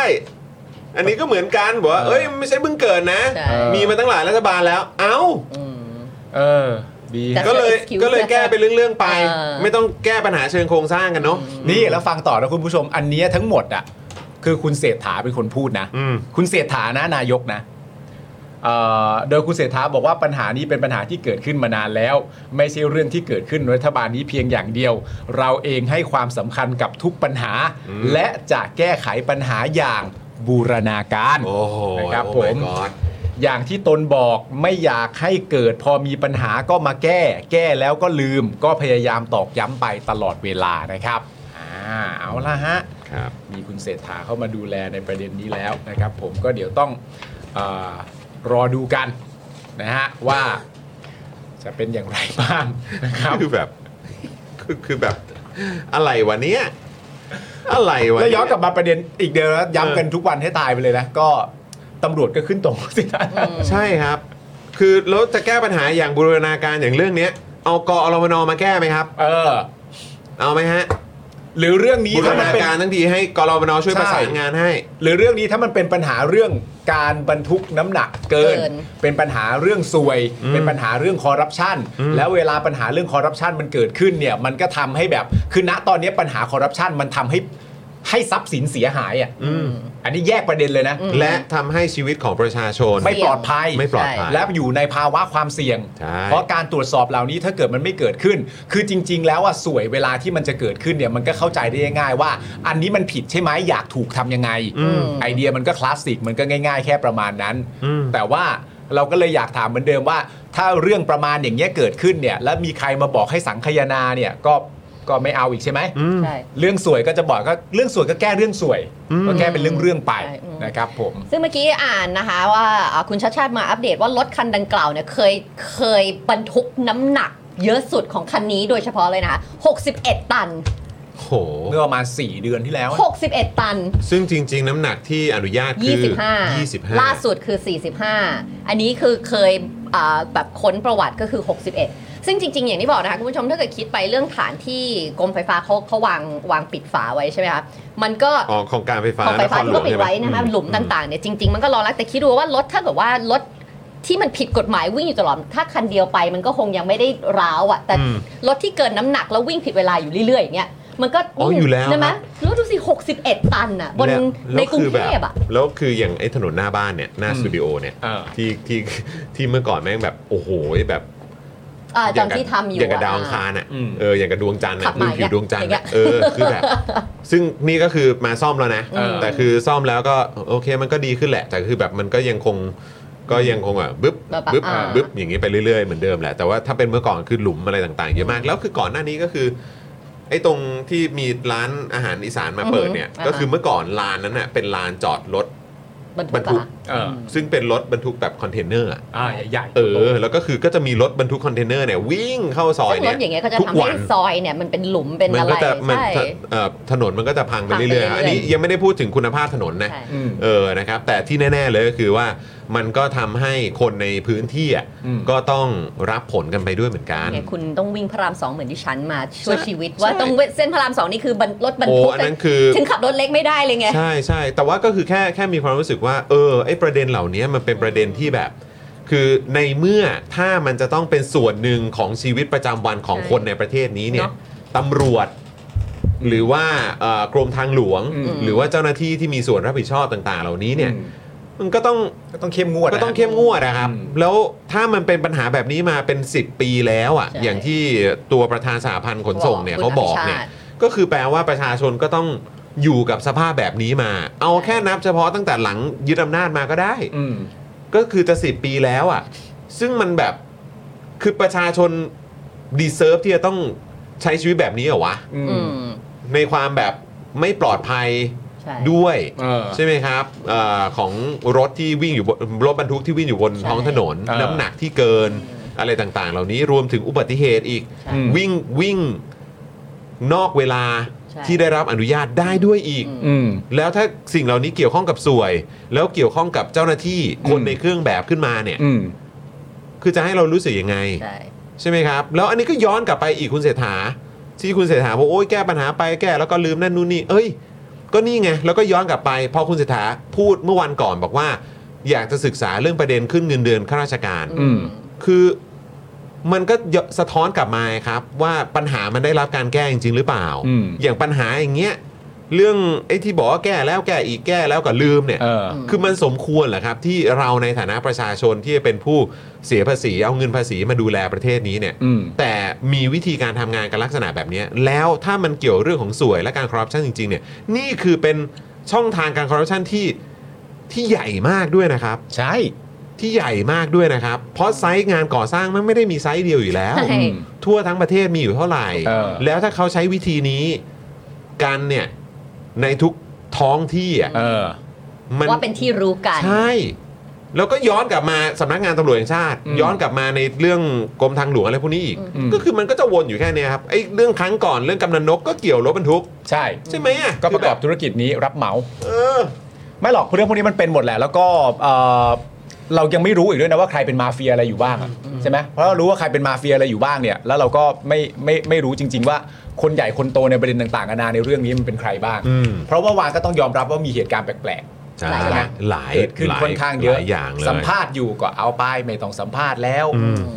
Speaker 4: อันนี้ก็เหมือนกันบอกว่า
Speaker 2: เออ
Speaker 4: เอ้ยไม่ใช่เพิ่งเกิดนะ
Speaker 3: ใช่
Speaker 4: มีมาตั้งหลายรัฐบาลแล้ว เอ้า
Speaker 3: อืม
Speaker 2: เออดี
Speaker 3: แต่
Speaker 4: ก็เลย
Speaker 3: excuse
Speaker 4: ก็เลยแก้ไปเรื่องๆไป
Speaker 3: เออ
Speaker 4: ไม่ต้องแก้ปัญหาเชิงโครงสร้างกันเนาะ
Speaker 2: นี่แล้วฟังต่อนะคุณผู้ชม อันเนี้ยทั้งหมดอ่ะคือคุณเศรษฐาเป็นคนพูดนะ
Speaker 4: อืม
Speaker 2: คุณเศรษฐานะนายกนะเอ่อโดยคุณเศรษฐาบอกว่าปัญหานี้เป็นปัญหาที่เกิดขึ้นมานานแล้ว ไม่ใช่เรื่องที่เกิดขึ้นรัฐบาลนี้เพียงอย่างเดียว เราเองให้ความสำคัญกับทุกปัญหา
Speaker 4: อืม
Speaker 2: และจะแก้ไขปัญหาอย่างบูรณาการ
Speaker 4: โอ้โห
Speaker 2: นะครับ
Speaker 4: โอ้
Speaker 2: ผม
Speaker 4: my god
Speaker 2: อย่างที่ตนบอกไม่อยากให้เกิดพอมีปัญหาก็มาแก้ แก้แล้วก็ลืม ก็พยายามตอกย้ำไปตลอดเวลานะครับอ่าเอาละฮะ
Speaker 4: ครับ
Speaker 2: มีคุณเศรษฐาเข้ามาดูแลในประเด็นนี้แล้วนะครับ ผมก็เดี๋ยวต้องเออรอดูกันนะฮะว่าจะเป็นอย่างไรบ้างนะครับ
Speaker 4: คือแบบคือคือแบบ อะไรวะเนี้ยอะไรวะ
Speaker 2: แล้ว
Speaker 4: เ
Speaker 2: ย้อนกลับมาประเด็นอีกเดิมนะย้ำกันทุกวันให้ตายไปเลยนะ ก็ตำรวจก็ขึ้นตรงสินะ
Speaker 4: ใช่ครับ คือแล้วจะแก้ปัญหาอย่างบูรณาการอย่างเรื่องเนี้ย เอากอรมนมาแก้ไหมครับ
Speaker 2: เออ
Speaker 4: เอาไหมฮะ
Speaker 2: หรือเรื่องนี้
Speaker 4: บูร
Speaker 2: ถ้ามัน
Speaker 4: ณา
Speaker 2: เป็น
Speaker 4: การทั้งทีให้กรมนช่วย
Speaker 2: ใช่
Speaker 4: ประสานงานให้
Speaker 2: หรือเรื่องนี้ถ้ามันเป็นปัญหาเรื่องการบรรทุกน้ำหนักเกิน
Speaker 3: เกิน
Speaker 2: เป็นปัญหาเรื่องสวย
Speaker 4: อืม
Speaker 2: เป็นปัญหาเรื่องคอร์รัปชัน
Speaker 4: อืม
Speaker 2: แล้วเวลาปัญหาเรื่องคอร์รัปชันมันเกิดขึ้นเนี่ยมันก็ทำให้แบบคือณตอนนี้ปัญหาคอร์รัปชันมันทำให้ให้ทรัพย์สินเสียหายอ่ะอันนี้แยกประเด็นเลยนะ
Speaker 3: อืม
Speaker 4: และทำให้ชีวิตของประชาชน
Speaker 2: ไม่ปลอดภัย
Speaker 4: ไม่ปลอดภัย
Speaker 2: และอยู่ในภาวะความเสี่ยง
Speaker 4: ใช่
Speaker 2: เพราะการตรวจสอบเหล่านี้ถ้าเกิดมันไม่เกิดขึ้น คือจริง ๆ แล้วอ่ะสวยเวลาที่มันจะเกิดขึ้นเนี่ยมันก็เข้าใจได้ง่ายๆว่า อันนี้มันผิดใช่ไหมอยากถูกทำยังไง ไอเดียมันก็คลาสสิกมันก็ง่ายๆ แค่ประมาณนั้น แต่ว่าเราก็เลยอยากถามเหมือนเดิมว่า ถ้าเรื่องประมาณอย่างเงี้ยเกิดขึ้นเนี่ยแล้วมีใครมาบอกให้สังคายนาเนี่ยก็ก็ไม่เอาอีกใช่ไหม
Speaker 3: ใช่
Speaker 2: เรื่องสวยก็จะบอกก็เรื่องสวยก็แก้เรื่องสวยก็แก้เป็นเรื่องๆไป
Speaker 3: ใช่อืม
Speaker 2: นะครับผม
Speaker 3: ซึ่งเมื่อกี้อ่านนะคะว่าเอ่อคุณชาติชาติมาอัปเดตว่ารถคันดังกล่าวเนี่ยเคยเคยบรรทุกน้ำหนัก เยอะสุดของคันนี้โดยเฉพาะเลยนะคะ61 ตัน
Speaker 4: โห
Speaker 2: เมื่อประมาณ 4 เดือนที่แล้วอะ
Speaker 3: 61 ตัน
Speaker 4: ซึ่งจริง ๆ น้ำหนักที่อนุญาตคือ
Speaker 3: 25
Speaker 4: 25
Speaker 3: ล่าสุดคือ 45 อันนี้คือเคยอ่าแบบค้นประวัติก็คือ 61 ซึ่งจริง ๆ อย่างที่บอกนะคะคุณผู้ชมถ้าเกิดคิดไปเรื่องฐานที่กรมไฟฟ้าเขาเขาวางวางปิดฝาไว้ใช่ไหมคะมันก็
Speaker 4: อ๋อของการไฟฟ้า
Speaker 3: ของไฟฟ้าน
Speaker 4: คร
Speaker 3: ที่ก็ปิดไว้
Speaker 4: ใช่
Speaker 3: นะคะหลุม
Speaker 4: อื
Speaker 3: ต่างๆเนี่ยจริง ๆ มันก็รอรักแต่คิดดูว่ารถถ้าเกิดว่ารถที่มันผิดกฎหมายวิ่งอยู่ตลอด ถ้าคันเดียวไปมันก็คงยังไม่ได้ร้าวอะแต่
Speaker 4: อืม
Speaker 3: รถที่เกินน้ำหนักแล้ววิ่งผิดเวลาอยู่เรื่อยๆอย่างเงี้ยมันก็
Speaker 4: อ๋ออยู่แล้ว
Speaker 3: ใช่ไหม
Speaker 4: ครับ
Speaker 3: รู้ดูสิ 61 ตันอะบน
Speaker 4: แล้ว
Speaker 3: ในกรุง
Speaker 4: คือ
Speaker 3: เท
Speaker 4: แบบ
Speaker 3: พอะ
Speaker 4: แล้วคืออย่างไอ้ถนนหน้าบ้านเนี่ยหน้าสตูดิโอเนี่ย
Speaker 2: เออ
Speaker 4: ที่ที่ที่เมื่อก่อนแม่งแบบโอ้โหแบบ
Speaker 3: อ่า
Speaker 4: ย่าง
Speaker 3: จำ
Speaker 4: กับ
Speaker 3: ที่ทำอยู่
Speaker 4: อย่างกับ
Speaker 3: อะ
Speaker 4: ดาวอังคารอ่ะ
Speaker 2: อืม
Speaker 4: เอออย่างกับดวงจันทร์
Speaker 3: ขั
Speaker 4: อ่ะ
Speaker 3: บมา
Speaker 4: ผิวดวงจันทร์
Speaker 3: อย่างเงี้
Speaker 4: อะ
Speaker 3: ย
Speaker 4: เออคือแบบ [LAUGHS] ซึ่งนี่ก็คือมาซ่อมแล้วนะ
Speaker 2: เออ
Speaker 4: แต่คือซ่อมแล้วก็โอเคมันก็ดีขึ้นแหละ แต่คือแบบมันก็ยังคงก็ยังคงอ่ะบึ๊บ
Speaker 3: แบบอ่ะ
Speaker 4: บึ๊บ
Speaker 3: อ่า
Speaker 4: บึ๊บอย่างนี้ไปเรื่อยๆเหมือนเดิมแหละแต่ว่าถ้าเป็นเมื่อก่อนคือหลุมอะไรต่างๆเยอะมากแล้วคือก่อนหน้านี้ก็คือไอ้ตรงที่มีร้านอาหารอีสานมาเปิดเนี่ย
Speaker 3: อือฮึ
Speaker 4: ก็คือเมื่อก่อนลานนั้นน่ะเป็นลานจอดรถ
Speaker 3: บรร
Speaker 4: บรรทุ
Speaker 3: ทุ
Speaker 4: ก
Speaker 3: ก
Speaker 2: เออ
Speaker 4: ซึ่งเป็นรถบรรทุกแบบคอนเทนเนอร์อะ
Speaker 2: อ่าใหญ่ๆ
Speaker 4: เออ แล้วก็คือก็จะมีรถบรรทุกคอนเทนเนอร์เนี่ยวิ่งเข้าซอย
Speaker 3: ซึ่งร
Speaker 4: เนี่
Speaker 3: ถ
Speaker 4: ย
Speaker 3: อย่างเงี้ยเขาจะ
Speaker 4: ทุก
Speaker 3: ทำ
Speaker 4: วั
Speaker 3: ให้
Speaker 4: น
Speaker 3: ซอยเนี่ยมันเป็นหลุมเป็น
Speaker 4: มั
Speaker 3: อะไร
Speaker 4: ก็จะมัน
Speaker 3: ใช่
Speaker 4: เอ่อถนนมันก็จะพังไป
Speaker 3: พังไป
Speaker 4: เรื่อยๆอันนี้
Speaker 3: เรื่อยๆ
Speaker 4: ยังไม่ได้พูดถึงคุณภาพถนนนะ
Speaker 3: ใช่
Speaker 2: อืม
Speaker 4: เออ นะครับ แต่ที่แน่ ๆ เลยก็คือว่ามันก็ทำให้คนในพื้นที่อ่ะ
Speaker 2: อืม
Speaker 4: ก็ต้องรับผลกันไปด้วยเหมือนกัน
Speaker 3: เนี่ยคุณต้องวิ่งพระรามสองเหมือนที่ฉันมาช่วยชีวิตว่าต้องเว้นเส้นพระรามสองนี่คือบรรรถบรร
Speaker 4: โอ้
Speaker 3: ทุก
Speaker 4: อันนั้นคือ
Speaker 3: ถึงขับรถเล็กไม่ได้เลยไง
Speaker 4: ใช่ใช่แต่ว่าก็คือแค่แค่มีความรู้สึกว่า เออไอประเด็นเหล่านี้มันเป็นประเด็นที่แบบ คือในเมื่อถ้ามันจะต้องเป็นส่วนหนึ่งของชีวิตประจำวันของ
Speaker 3: ใช่
Speaker 4: คนในประเทศนี้เนี่ย
Speaker 3: เนอะ
Speaker 4: ตำรวจ หรือว่าเอ่อกรมทางหลวง
Speaker 2: อืม
Speaker 4: หรือว่าเจ้าหน้าที่ที่มีส่วนรับผิดชอบต่างๆ เหล่านี้เนี่ยมันก็ต้อง
Speaker 2: ก็ต้องเข้มงวดนะ
Speaker 4: ก็ต้องเข้มงวดนะครับ
Speaker 2: อืม
Speaker 4: แล้วถ้ามันเป็นปัญหาแบบนี้มาเป็น 10 ปีแล้วอ่ะ
Speaker 3: ใช่
Speaker 4: อย่างที่ตัวประธานสหพันธ์ขนส่งเนี่ย
Speaker 3: บอก
Speaker 4: เขาบอกเนี่ย
Speaker 3: คุณอภิชาติ
Speaker 4: ก็คือแปลว่าประชาชนก็ต้องอยู่กับสภาพแบบนี้มา เอาแค่นับเฉพาะตั้งแต่หลังยึดอำนาจมาก็ได้
Speaker 2: อืม
Speaker 4: ก็คือจะสิบปีแล้วอ่ะ ซึ่งมันแบบ คือประชาชนดีเซิร์ฟที่จะต้องใช้ชีวิตแบบนี้เหรอวะ
Speaker 2: อื
Speaker 3: อื
Speaker 2: ม
Speaker 3: ม
Speaker 4: ในความแบบไม่ปลอดภัย
Speaker 3: ใช่
Speaker 4: ด้วย
Speaker 2: เออ
Speaker 4: ใช่ไหมครับเออของรถที่วิ่งอยู่บนรถบรรทุกที่วิ่งอยู่บน
Speaker 3: ใช่
Speaker 4: ท้องถนน
Speaker 2: เออ
Speaker 4: น้ำหนักที่เกินอะไรต่างๆ เหล่านี้รวมถึงอุบัติเหตุอีก
Speaker 3: ใช่
Speaker 4: วิ่งวิ่งนอกเวลา
Speaker 3: ใช่
Speaker 4: ที่ได้รับอนุญาตได้ด้วยอีก
Speaker 2: อืม
Speaker 4: แล้วถ้าสิ่งเหล่านี้เกี่ยวข้องกับสวย แล้วเกี่ยวข้องกับเจ้าหน้าที่คน
Speaker 2: อืม
Speaker 4: ในเครื่องแบบขึ้นมาเนี่ย
Speaker 2: อืม
Speaker 4: คือจะให้เรารู้สึกยังไง
Speaker 3: ใช่
Speaker 4: ใช่ไหมครับ แล้วอันนี้ก็ย้อนกลับไปอีกคุณเศรษฐาที่คุณเศรษฐาบอกโอ้ยแก้ปัญหาไปแก้แล้วก็ลืมนั่นนู่นนี่เอ้ย ก็นี่ไงแล้วก็ย้อนกลับไปพอคุณเศรษฐาพูดเมื่อวันก่อนบอกว่า อยากจะศึกษาเรื่องประเด็นขึ้นเงินเดือนข้าราชการ
Speaker 2: อืม
Speaker 4: คือมันก็สะท้อนกลับมาครับ ว่าปัญหามันได้รับการแก้จริง ๆ หรือเปล่า
Speaker 2: อืม
Speaker 4: อย่างปัญหาอย่างเงี้ยเรื่องไอ้ที่บอกว่าแก้แล้วแก้อีกแก้แล้วก็ลืมเนี่ย
Speaker 2: เออ
Speaker 4: คือมันสมควรเหรอครับ ที่เราในฐานะประชาชนที่จะเป็นผู้เสียภาษีเอาเงินภาษีมาดูแลประเทศนี้เนี่ย
Speaker 2: อืม
Speaker 4: แต่มีวิธีการทำงานกันลักษณะแบบเนี้ยแล้วถ้ามันเกี่ยวเรื่องของสวยและการคอร์รัปชันจริง ๆ เนี่ย นี่คือเป็นช่องทางการคอร์รัปชันที่ที่ใหญ่มากด้วยนะครับ
Speaker 2: ใช่
Speaker 4: ที่ใหญ่มากด้วยนะครับ เพราะไซต์งานก่อสร้างมันไม่ได้มีไซต์เดียวอยู่แล้ว
Speaker 3: ใช่
Speaker 2: อืม
Speaker 4: ทั่วทั้งประเทศมีอยู่เท่าไหร่
Speaker 2: เออ
Speaker 4: แล้วถ้าเขาใช้วิธีนี้กันเนี่ยในทุกท้องที่อ่ะ
Speaker 2: เออ
Speaker 4: มัน
Speaker 3: ว่าเป็นที่รู้กัน
Speaker 4: ใช่ แล้วก็ย้อนกลับมาสำนักงานตำรวจแห่งชาติ
Speaker 2: อืม
Speaker 4: ย้อนกลับมาในเรื่องกรมทางหลวงอะไรพวกนี้อีก
Speaker 2: อืม
Speaker 4: ก็คือมันก็จะวนอยู่แค่เนี้ยครับไอ้เรื่องครั้งก่อนเรื่องกำนันนกก็เกี่ยวรถบรรทุก
Speaker 2: ใช่
Speaker 4: ใช่ไหมอ่ะ
Speaker 2: ก็ประกอบ
Speaker 4: คืแ
Speaker 2: ธุรกิจนี้รับเหมา
Speaker 4: เออ
Speaker 2: ไม่หรอกเรื่องพวกนี้มันเป็นหมดแหละ แล้วก็เอ่อเรายังไม่รู้อีกด้วยนะว่าใครเป็นมาเฟียอะไรอยู่บ้างอะ ใช่ไหมเพราะเรารู้ว่าใครเป็นมาเฟียอะไรอยู่บ้างเนี่ย แล้วเราก็ไม่ไม่ไม่รู้จริง ๆ ว่าคนใหญ่คนโตในประเด็นต่างๆนานาในเรื่องนี้มันเป็นใครบ้าง
Speaker 1: อืม
Speaker 2: เพราะว่าวานก็ต้องยอมรับว่ามีเหตุการณ์แปลกๆ
Speaker 1: ใช่
Speaker 3: หลายอย่าง
Speaker 1: หลาย
Speaker 2: เกิดขึ้น
Speaker 1: หลย
Speaker 2: ค่อนข้างเยอะ
Speaker 1: หลายอย่างเลย
Speaker 2: สัมภาษณ์อยู่ก็เอาไปไม่ต้องสัมภาษณ์แล้ว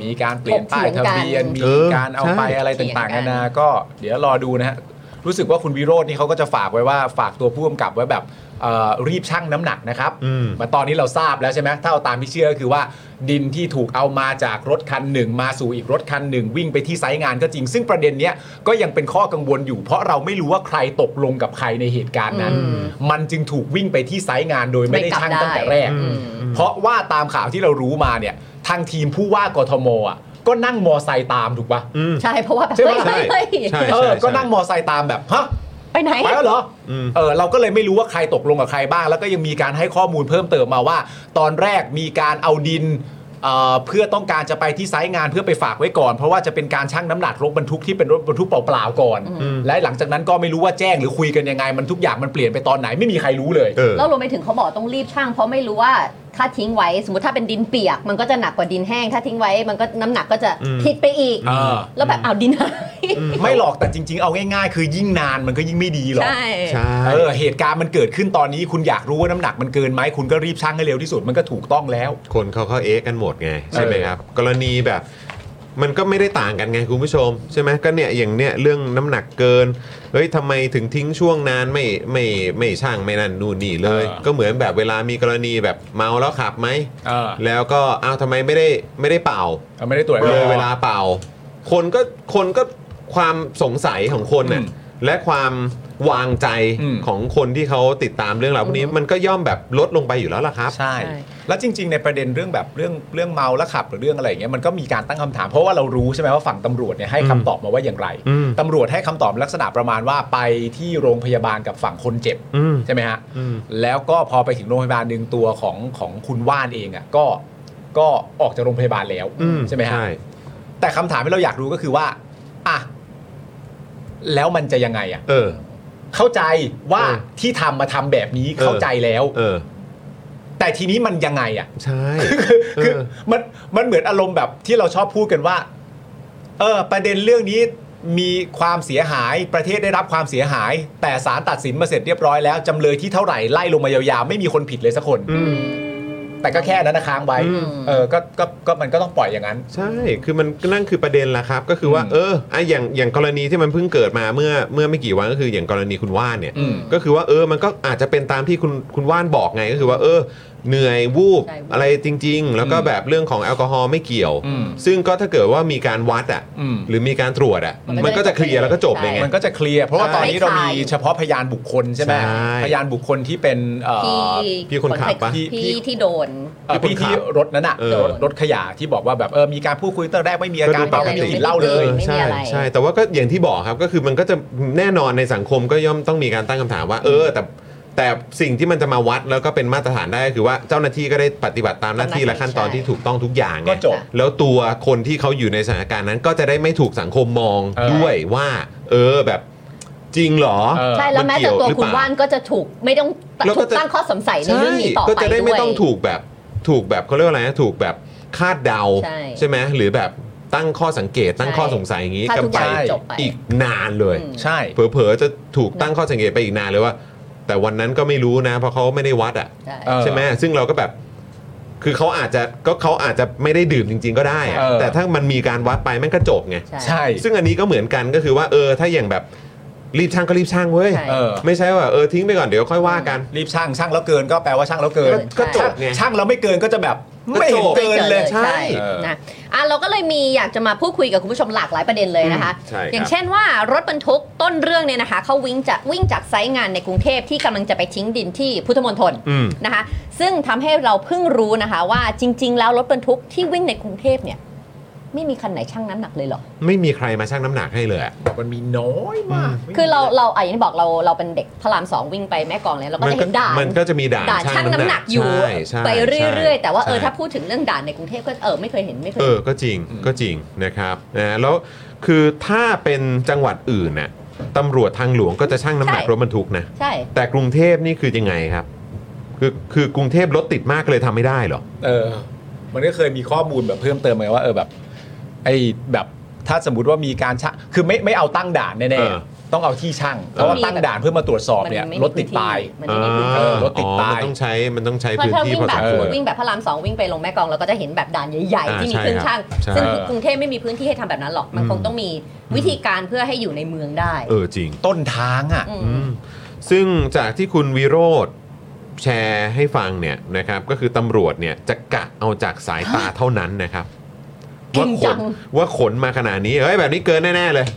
Speaker 2: มีการเปลี่ยนป้ายทะเบียน มี
Speaker 1: เออ
Speaker 2: การเอาไป
Speaker 1: ใช่
Speaker 2: อะไรต่างๆนานาก็เดี๋ยวรอดูนะฮะ รู้สึกว่าคุณวิโรจน์นี่เขาก็จะฝากไว้ว่าฝากตัวผู้กำกับไว้แบบเอ่อรีบชั่งน้ำหนักนะครับ
Speaker 1: อืม
Speaker 2: มาตอนนี้เราทราบแล้วใช่ไหมถ้าเอาตามที่เชื่อก็คือว่าดินที่ถูกเอามาจากรถคันหนึ่ง มาสู่อีกรถคันหนึ่ง วิ่งไปที่ไซต์งานก็จริง ซึ่งประเด็นเนี้ยก็ยังเป็นข้อกังวลอยู่ เพราะเราไม่รู้ว่าใครตกลงกับใครในเหตุการณ์นั้น
Speaker 3: อืม
Speaker 2: มันจึงถูกวิ่งไปที่ไซต์งานโดยไม่ได้ชั่งตั้งแต่แรก
Speaker 3: อืม
Speaker 2: เพราะว่าตามข่าวที่เรารู้มาเนี่ย ทางทีมผู้ว่ากทมอ่ะก็นั่งมอไซค์ตามถูกปะ
Speaker 1: อืม
Speaker 3: ใช่เพราะว่าแบบ
Speaker 2: ใช่ไหม
Speaker 3: เฮ้ยเฮ้ยเฮ้ย
Speaker 1: ใช่
Speaker 2: เออก็นั่งมอไซค์ตามแบบฮะ
Speaker 3: ไปไหน
Speaker 2: ไปแล้วเหรออ
Speaker 1: ม
Speaker 2: เออเราก็เลยไม่รู้ว่าใครตกลงกับใครบ้าง แล้วก็ยังมีการให้ข้อมูลเพิ่มเติมมาว่า ตอนแรกมีการเอาดินเอ่อเพื่อต้องการจะไปที่ไซต์งานเพื่อไปฝากไว้ก่อน เพราะว่าจะเป็นการชั่งน้ำหนักรถบรรทุกที่เป็นรถบรรทุกเปล่าๆก่อน และหลังจากนั้นก็ไม่รู้ว่าแจ้งหรือคุยกันยังไง มันทุกอย่างมันเปลี่ยนไปตอนไหนไม่มีใครรู้เลย
Speaker 1: เออ
Speaker 3: แล้วรวมไปถึงเขาบอกต้องรีบช่างเพราะไม่รู้ว่าถ้าทิ้งไว้สมมติถ้าเป็นดินเปียก มันก็จะหนักกว่าดินแห้ง ถ้าทิ้งไว้มันก็น้ำหนักก็จะ
Speaker 1: อืม
Speaker 3: ผิดไปอีก
Speaker 2: เออ
Speaker 3: แล้วแบบเอาดินหาย
Speaker 2: ไม่หรอกแต่จริง ๆ เอาง่ายๆ คือยิ่งนานมันก็ยิ่งไม่ดีหรอก
Speaker 3: ใช่
Speaker 1: ใช่
Speaker 2: เออเหตุการณ์มันเกิดขึ้นตอนนี้คุณอยากรู้ว่าน้ำหนักมันเกินไหมคุณก็รีบชั่งให้เร็วที่สุดมันก็ถูกต้องแล้ว
Speaker 1: คนเขาเข้าเอ๊ะกันหมดไง ใช่ไหมครับ กรณีแบบมันก็ไม่ได้ต่างกันไงคุณผู้ชม ใช่ไหมก็เนี่ยอย่างเนี้ยเรื่องน้ำหนักเกินเฮ้ยทำไมถึงทิ้งช่วงนานไม่ไม่ไม่ช่างไม่นั่นนู่นนี่เลย
Speaker 2: เออ
Speaker 1: ก็เหมือนแบบเวลามีกรณีแบบเมาแล้วขับไหม
Speaker 2: เออ
Speaker 1: แล้วก็อ้าวทำไมไม่ได้ไม่ได้เป่า
Speaker 2: เอาไม่ได้ตรวจ
Speaker 1: เลยเวลาเป่า คนก็คนก็ความสงสัยของคนน่ะ
Speaker 2: อืม
Speaker 1: และความวางใจ
Speaker 2: อืม
Speaker 1: ของคนที่เขาติดตามเรื่องราวพวกนี้มันก็ย่อมแบบลดลงไปอยู่แล้วล่ะครับ
Speaker 2: ใช่ แล้วจริง ๆ ในประเด็นเรื่องแบบเรื่องเรื่องเมาแล้วขับหรือเรื่องอะไรอย่างเงี้ยมันก็มีการตั้งคำถามเพราะว่าเรารู้ใช่ไหมว่าฝั่งตำรวจเนี่ยให้คำตอบมาว่าอย่างไร
Speaker 1: อืม
Speaker 2: ตำรวจให้คำตอบลักษณะประมาณว่าไปที่โรงพยาบาลกับฝั่งคนเจ็บ
Speaker 1: อืม
Speaker 2: ใช่ไหมฮะ
Speaker 1: อืม
Speaker 2: แล้วก็พอไปถึงโรงพยาบาลหนึ่งตัวของของคุณว่านเองอ่ะก็ก็ออกจากโรงพยาบาลแล้ว
Speaker 1: อื
Speaker 2: ใช่ไหมฮะ
Speaker 1: ใช่
Speaker 2: แต่คำถามที่เราอยากรู้ก็คือว่า อ่ะ แล้วมันจะยังไงอ่ะ
Speaker 1: เออ
Speaker 2: เข้าใจว่า
Speaker 1: เออ
Speaker 2: ที่ทำมาทำแบบนี้
Speaker 1: เออ
Speaker 2: เข้าใจแล้ว
Speaker 1: เออ
Speaker 2: แต่ทีนี้มันยังไงอ่ะ
Speaker 1: ใช่
Speaker 2: คือ
Speaker 1: เออ
Speaker 2: มันมันเหมือนอารมณ์แบบที่เราชอบพูดกันว่า เออ ประเด็นเรื่องนี้มีความเสียหายประเทศได้รับความเสียหาย แต่ศาลตัดสินมาเสร็จเรียบร้อยแล้วจำเลยที่เท่าไหร่ไล่ลงมายาวๆไม่มีคนผิดเลยสักคน
Speaker 1: อืม
Speaker 2: แต่ก็แค่นั้นนะค้างไว้
Speaker 1: อืม
Speaker 2: เออก็ก็ก็มันก็ต้องปล่อยอย่างนั้น
Speaker 1: ใช่ คือมันนั่นคือประเด็นละครับ ก็คือว่า
Speaker 2: อืม
Speaker 1: เอออะอย่างอย่างกรณีที่มันเพิ่งเกิดมาเมื่อเมื่อไม่กี่วันก็คืออย่างกรณีคุณว่านเนี่ย
Speaker 2: อืม
Speaker 1: ก็คือว่าเออ มันก็อาจจะเป็นตามที่คุณคุณว่านบอกไง ก็คือว่าเออ เหนื่อยวูบ
Speaker 3: ใช่
Speaker 1: อะไรจริง ๆ แล้วก็แบบเรื่องของแอลกอฮอล์ไม่เกี่ยว
Speaker 2: อืม
Speaker 1: ซึ่งก็ถ้าเกิดว่ามีการวัดอ่ะ
Speaker 2: อืม
Speaker 1: หรือมีการตรวจอ่ะ
Speaker 3: มั
Speaker 1: มัน
Speaker 3: นก็
Speaker 1: ก็จะ
Speaker 3: จะ
Speaker 1: เคลียร์แล้วก็จบเลยไง
Speaker 2: มันก็จะเคลียร์เพราะว่าตอนนี้เรามี
Speaker 3: ไม่คลาย
Speaker 2: เฉพาะพยานบุคคลใช่ไหม
Speaker 1: ใช่
Speaker 2: พยานบุคคลที่เป็นเอ่อ
Speaker 3: พี่
Speaker 1: พี่คนขับปะ
Speaker 3: พี่พี่ที่โดน
Speaker 2: เอ่อพี่ที่รถนั้นอะ
Speaker 1: เออ
Speaker 2: รถรถขยะที่บอกว่าแบบเออมีการพูดคุยตั้งแต่แรกไม่มีอาการ
Speaker 3: ก็
Speaker 2: เป่า
Speaker 3: ดูปกติ
Speaker 2: ไม่มีกลิ่นเหล้าเลย
Speaker 3: ไม่มี
Speaker 1: ใช่
Speaker 3: อะไร
Speaker 1: ใช่ แต่ว่าก็อย่างที่บอกครับก็คือมันก็จะแน่นอนในสังคมก็ย่อมต้องมีการตั้งคำถามว่า เออ แต่แต่สิ่งที่มันจะมาวัดแล้วก็เป็นมาตรฐานได้ก็คือว่าเจ้าหน้าที่ก็ได้ปฏิบัติตามหน้าที่และขั้นตอนที่ถูกต้องทุกอย่างไง
Speaker 2: ก็จบ
Speaker 1: แล้วตัวคนที่เขาอยู่ในสถานการณ์นั้น ก็จะได้ไม่ถูกสังคมมอง
Speaker 2: เออ
Speaker 1: ด้วยว่า เออแบบจริงเหรอ
Speaker 2: เออ
Speaker 3: ใช่แล้วแม้แต่ตัวคุณว่านก็จะถูกไม่ต้อง
Speaker 1: แล้ว
Speaker 3: ถู
Speaker 1: ก็
Speaker 3: ก
Speaker 1: จะ
Speaker 3: ตั้งข้อสงสัยใน
Speaker 1: ใช่
Speaker 3: เรื่องนี้ต่อไปด้วย
Speaker 1: ก็จะได้ไม่ต้องถูกแบบถูกแบบเขาเรียกว่าอะไรนะถูกแบบคาดเดา
Speaker 3: ใช่
Speaker 1: ไหมหรือแบบตั้งข้อสังเกตตั้งข้อสงสัยอย่างนี้
Speaker 3: ถ้า
Speaker 1: กัน
Speaker 3: ทุก
Speaker 1: ไป
Speaker 3: อย่างจบไป
Speaker 1: อีกนานเลย
Speaker 3: อืม
Speaker 2: ใช่
Speaker 1: เผลอๆจะถูกตั้งข้อสังเกตไปอีกนานเลยว่า แต่วันนั้นก็ไม่รู้นะ เพราะเขาไม่ได้วัดอ่ะ
Speaker 3: ใช่
Speaker 2: เออ
Speaker 1: ใช่ไหมซึ่งเราก็แบบ คือเขาอาจจะก็เขาอาจจะไม่ได้ดื่มจริง ๆ ก็ได้อะ
Speaker 2: เออ
Speaker 1: แต่ถ้ามันมีการวัดไปมันก็จบไง
Speaker 2: ใช่
Speaker 1: ซึ่งอันนี้ก็เหมือนกันก็คือว่าเออ ถ้าอย่างแบบรีบช่างก็รีบช่างเว้ย
Speaker 3: ใช่
Speaker 2: เออ
Speaker 1: ไม่ใช่ว่าเออทิ้งไปก่อนเดี๋ยวค่อยว่ากัน
Speaker 2: รีบช่างช่างแล้วเกินก็แปลว่าช่างแล้วเกิน
Speaker 1: ก็จบไง
Speaker 2: ช่างแล้วไม่เกินก็จะแบบ
Speaker 1: ก็จบ
Speaker 2: ไม่เห็นเกินเลย
Speaker 1: ใช่
Speaker 3: นะอ่ะเราก็เลยมีอยากจะมาพูดคุยกับคุณผู้ชมหลากหลายประเด็นเลยนะคะ
Speaker 1: ใช่ครับ
Speaker 3: อย่างเช่นว่ารถบรรทุกต้นเรื่องเนี่ยนะคะเขาวิ่งจากวิ่งจากไซต์งานในกรุงเทพที่กำลังจะไปทิ้งดินที่พุทธมณฑล
Speaker 1: อืม
Speaker 3: นะคะ ซึ่งทำให้เราเพิ่งรู้นะคะ ว่าจริง ๆ แล้วรถบรรทุกที่วิ่งในกรุงเทพเนี่ยไม่มีคันไหนชั่งน้ำหนักเลยเหรอ
Speaker 1: ไม่มีใครมาชั่งน้ำหนักให้เลยอะ
Speaker 2: มันมีน้อยมาก
Speaker 3: คือเราเราอ่ะอย่างที่บอกเราเราเป็นเด็กพระรามสองวิ่งไปแม่กลองเลยเราก็จะเห็นด่าน
Speaker 1: มันก็จะมีด่าน
Speaker 3: ด่านชั่งน้ำหนักอยู่
Speaker 1: ใช่ใช่
Speaker 3: ไปเรื่อยๆ แต่ว่าเออ
Speaker 1: ใช่
Speaker 3: ถ้าพูดถึงเรื่องด่านในกรุงเทพก็เออไม่เคยเห็นไม่เคย
Speaker 1: เอ
Speaker 3: เห็
Speaker 1: อน ก็จริงก็จริงนะครับนะแล้วคือถ้าเป็นจังหวัดอื่นน่ะตำรวจทางหลวงก็จะชั่งน้ำหนัก
Speaker 3: ใช่
Speaker 1: รถบรรทุกนะ
Speaker 3: ใช่
Speaker 1: แต่กรุงเทพนี่คือยังไงครับ คือคือกรุงเทพรถติดมากเลยทำไม่ได้เหรอ
Speaker 2: เออ มันก็เคยมีข้อมูลแบบเพิ่มเติมมาว่าเออแบบไอ้แบบถ้าสมมติว่ามีการช่างคือไม่ไม่เอาตั้งด่าน
Speaker 1: เอ
Speaker 2: แน่
Speaker 1: อ
Speaker 2: ๆต้องเอาที่ช่างเพราะว่าตั้งด่านเพื่อมาตรวจสอบเนี่ย
Speaker 3: มัไม่
Speaker 2: ร
Speaker 3: มี
Speaker 2: ถติดตาย
Speaker 3: มันไม่มีพื้น
Speaker 2: เอ
Speaker 3: ที่
Speaker 2: อรถติดตาย
Speaker 1: อ๋อมันต้องใช้มันต้องใช้
Speaker 3: เพราะ
Speaker 1: พื้น
Speaker 3: ถ้า
Speaker 1: ที่
Speaker 3: วิ่ง
Speaker 1: พอ
Speaker 3: แบ
Speaker 1: ส
Speaker 3: บ
Speaker 1: มควร
Speaker 3: วิ่งแบบพระรามสองวิ่งไปลงแม่กลองเราก็จะเห็นแบบด่านใหญ่ๆ ที่มีเครื่องช่าง
Speaker 1: ใช่
Speaker 3: ซึ่ง
Speaker 1: ครับ
Speaker 3: กรุงเทพไม่มีพื้นที่ให้ทำแบบนั้นหรอก มันคงต้องมีวิธีการเพื่อให้อยู่ในเมืองได้
Speaker 1: เออจริง
Speaker 2: ต้นทางอ่ะ
Speaker 3: ม
Speaker 1: อืมซึ่งจากที่คุณวิโรธแชร์ให้ฟังเนี่ยนะครับก็คือตำรวจเนี่ยจะกะเอาจากสายตาเท่านั้นนะครับ
Speaker 3: เก่
Speaker 1: ว่าง ข
Speaker 3: จัง
Speaker 1: นว่าขนมาขนาดนี้เฮ้ยแบบนี้เกินแน่ ๆ เลย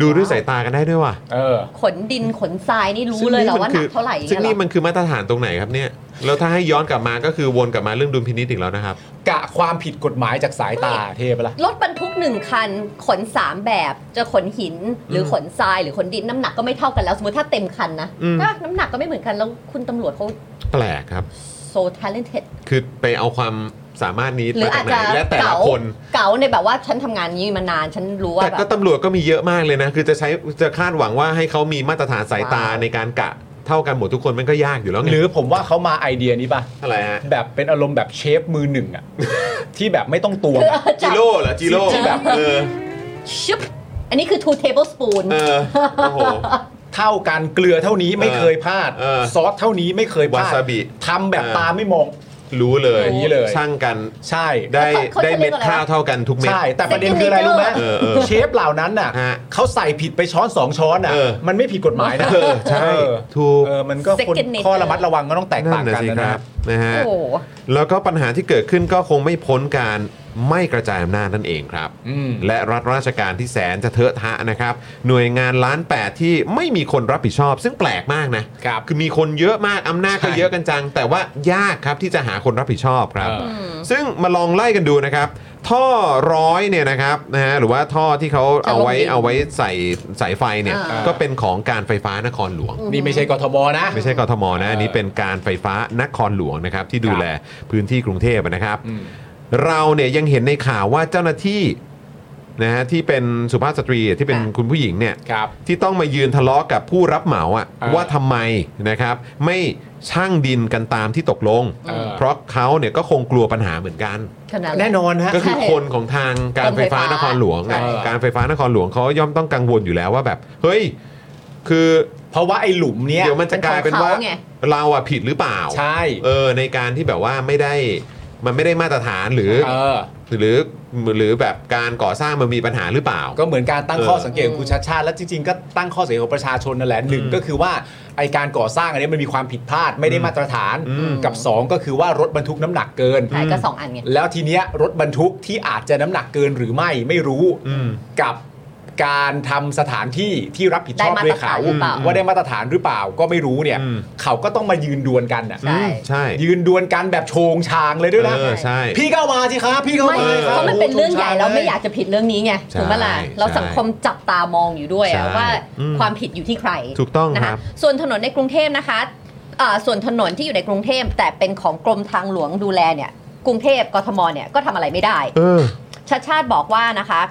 Speaker 1: ดูด้วยสายตากันได้ด้วยว่ะ
Speaker 2: เออ
Speaker 3: ขนดินขนทรายนี่รู้เลยเหรอ
Speaker 1: ซึ่ง
Speaker 3: ว่าห
Speaker 1: มั
Speaker 3: นักเท่าไหร่
Speaker 1: ซึ่งนี่
Speaker 3: เยเหรอ
Speaker 1: มันคือมาตรฐานตรงไหนครับเนี่ยแล้วถ้าให้ย้อนกลับมาก็คือวนกลับมาเรื่องดุลพินิจอีกแล้วนะครับ
Speaker 2: กะความผิดกฎหมายจากสายตาเทพปะละ
Speaker 3: รถบรรทุกหนึ่งคัน ขนสามแบบจะขนหินหรือขนทรายหรือขนดินน้ำหนักก็ไม่เท่ากันแล้ว สมมติถ้าเต็มคันนะ
Speaker 1: อืม
Speaker 3: ก็น้ำหนักก็ไม่เหมือนกันแล้วคุณตำรวจเขา
Speaker 1: แปลกครับ
Speaker 3: so talented
Speaker 1: คือไปเอาความสามารถนี้
Speaker 3: หรื
Speaker 1: มา
Speaker 3: อ
Speaker 1: จา
Speaker 3: อาก จ
Speaker 1: ไหน
Speaker 3: จะ
Speaker 1: และแต่ละ
Speaker 3: เก๋า
Speaker 1: คน
Speaker 3: เก๋าในแบบว่าฉันทำงานนี้มานานฉันรู้ว่า
Speaker 1: แต่
Speaker 3: แบ
Speaker 1: ก็
Speaker 3: บ
Speaker 1: ตำรวจก็มีเยอะมากเลยนะ คือจะใช้จะคาดหวังว่าให้เขามีมาตรฐานสายตา
Speaker 3: ว้าว
Speaker 1: ในการกะเท่ากันหมดทุกคนมันก็ยากอยู่แล้วไง
Speaker 2: หรือผมว่าเขามาไอเดียนี้ปะ
Speaker 1: อะไรฮะ
Speaker 2: แบบเป็นอารมณ์แบบเชฟมือหนึ่ง
Speaker 1: [LAUGHS]
Speaker 2: อ่ะ ที่แบบไม่ต้องตวงอะ
Speaker 1: จิโร่เหรอจิโร่
Speaker 2: ที่แบบ
Speaker 1: เออ
Speaker 3: ชึบอันนี้คือ two tablespoon
Speaker 1: เออโอ้โห
Speaker 2: เท่ากันเกลือเท่านี้ไม่เคยพลาด
Speaker 1: เออ
Speaker 2: ซอสเท่านี้ไม่เคยพลาด
Speaker 1: วาซาบิ
Speaker 2: ทำแบบ
Speaker 1: เออ
Speaker 2: ตาไม่มอง
Speaker 1: รู้เลย
Speaker 2: รู้เลย
Speaker 1: ช่างกัน
Speaker 2: ใช่
Speaker 1: ได้
Speaker 3: เขา
Speaker 1: ได้
Speaker 3: เขาเรี
Speaker 1: เม็
Speaker 3: ย
Speaker 1: ด
Speaker 3: กว่าอะไร
Speaker 1: ข้าวเท่ากันทุกเม็ด
Speaker 2: ใช่ แต่ประเด็นคืออะไรรู้ไหม
Speaker 1: เออเออ
Speaker 2: เชฟเหล่านั้นน่ะ
Speaker 1: ฮะ
Speaker 2: เขาใส่ผิดไปช้อนสองช้อนอ่ะ
Speaker 1: เออ
Speaker 2: มันไม่ผิดกฎหมายนะ
Speaker 1: เออใช่
Speaker 2: เออ
Speaker 1: ถูก
Speaker 2: เออมันก็คน
Speaker 3: Second nature
Speaker 2: ข้อระมัดระวังก็ต้องแตกต่างกัน
Speaker 1: สิ
Speaker 2: นะ
Speaker 1: ค
Speaker 2: นะ
Speaker 1: รับนะฮะ
Speaker 3: โอ้โห
Speaker 1: แล้วก็ปัญหาที่เกิดขึ้นก็คงไม่พ้นการไม่กระจายอำนาจนั่นเองครับ
Speaker 2: อืม
Speaker 1: และรัฐราชการที่แสนจะเทอะทะนะครับ หน่วยงานล้านแปดที่ไม่มีคนรับผิดชอบ ซึ่งแปลกมากนะครับคือมีคนเยอะมากอำนาจก็
Speaker 2: ใช่
Speaker 1: เยอะกันจัง แต่ว่ายากครับที่จะหาคนรับผิดชอบครับ
Speaker 2: เออ
Speaker 1: ซึ่งมาลองไล่กันดูนะครับ ท่อร้อยเนี่ยนะครับนะฮะหรือว่าท่อที่เขาเอาไว้เอาไว้ใส่สายไฟเนี่ยก็เป็นของการไฟฟ้านครหลวง
Speaker 2: นี่ไม่ใช่กทมนะ
Speaker 1: ไม่ใช่กทม
Speaker 2: เออ
Speaker 1: นะ
Speaker 2: อั
Speaker 1: อันนี้เป็นการไฟฟ้านครหลวงนะครับ ที่ดูแลพื้นที่กรุงเทพนะครับ
Speaker 2: อืม
Speaker 1: เราเนี่ยยังเห็นในข่าวว่าเจ้าหน้าที่นะฮะที่เป็นสุภาพสตรีที่เป็นคุณผู้หญิงเนี่ย
Speaker 2: ครับ
Speaker 1: ที่ต้องมายืนทะเลาะกับผู้รับเหมาอะ
Speaker 2: เออ
Speaker 1: ว่าทำไมนะครับ ไม่ช่างดินกันตามที่ตกลง
Speaker 2: เออ
Speaker 1: เพราะเขาเนี่ยก็คงกลัวปัญหาเหมือนกัน
Speaker 3: ขนาด
Speaker 2: แน่นอนฮะ
Speaker 1: ก็คือคนของทางการไฟฟ้านครหลวงอะ
Speaker 2: ใช่
Speaker 1: การไฟฟ้านครหลวงเขาย่อมต้องกังวลอยู่แล้วว่าแบบ เฮ้ยคือ
Speaker 2: เพราะว่าไอ้หลุมเนี้ย
Speaker 1: เดี๋ยวมันจะกลายเป็นว่า
Speaker 3: เป็นของเขาไง
Speaker 1: เราอะผิดหรือเปล่า
Speaker 2: ใช่
Speaker 1: เออในการที่แบบว่าไม่ได้มันไม่ได้มาตรฐานหรือ
Speaker 2: เออ
Speaker 1: หรือหรือแบบการก่อสร้างมันมีปัญหาหรือเปล่า
Speaker 2: ก็เหมือนการตั้ง
Speaker 1: เออ
Speaker 2: ข้อสังเกตของคุณชาติชาติและจริงๆ ก็ตั้งข้อสังเกตของประชาชนนั่นแหละหนึ่งก็คือว่าไอการก่อสร้างอันนี้มันมีความผิดพลาดไม่ได้มาตรฐาน
Speaker 1: อืม
Speaker 2: กับสองก็คือว่ารถบรรทุกน้ำหนักเกิน
Speaker 3: ใช่ก็สองอันไง
Speaker 2: แล้วทีเนี้ยรถบรรทุกที่อาจจะน้ำหนักเกินหรือไม่ไม่รู้
Speaker 1: อืม
Speaker 2: กับการทำสถานที่ที่รับผิดชอบ
Speaker 3: ได้มาตร
Speaker 2: ด้วยเขา
Speaker 3: ฐานหรือเปล่า
Speaker 2: ว่าได้มาตรฐานหรือเปล่าก็ไม่รู้เนี่ย
Speaker 1: อืม
Speaker 2: เขาก็ต้องมายืนดวลกันน่ะ
Speaker 3: ใช่
Speaker 1: ใช่
Speaker 2: ยืนดวลกันแบบโชงชางเลยด้วยนะ
Speaker 1: เออใช่
Speaker 2: พี่เข้ามาสิครับพี่เข้า
Speaker 3: ไม่
Speaker 2: มาสิค
Speaker 3: เพ
Speaker 2: บ
Speaker 3: ราะมันเป็นเรื่องใหญ่
Speaker 2: โโชงชง
Speaker 3: แล้วไม่อยากจะผิดเรื่องนี้ไง
Speaker 1: ใช่
Speaker 3: ถูกไหมล่ะ
Speaker 1: ใช่
Speaker 3: เราสังคมจับตามองอยู่ด้วยอะ
Speaker 1: ใช่
Speaker 3: ว่า
Speaker 1: อืม
Speaker 3: ความผิดอยู่ที่ใคร
Speaker 1: ถูกต้อง
Speaker 3: นะ
Speaker 1: ค
Speaker 3: คะ
Speaker 1: รับ
Speaker 3: ส่วนถนนในกรุงเทพนะคะเอ่อส่วนถนนที่อยู่ในกรุงเทพแต่เป็นของกรมทางหลวงดูแลเนี่ยกรุงเทพกทมเนี่ยก็ทำอะไรไม่ได้
Speaker 1: เออ
Speaker 3: ชาติชาติบอกว่านะคะ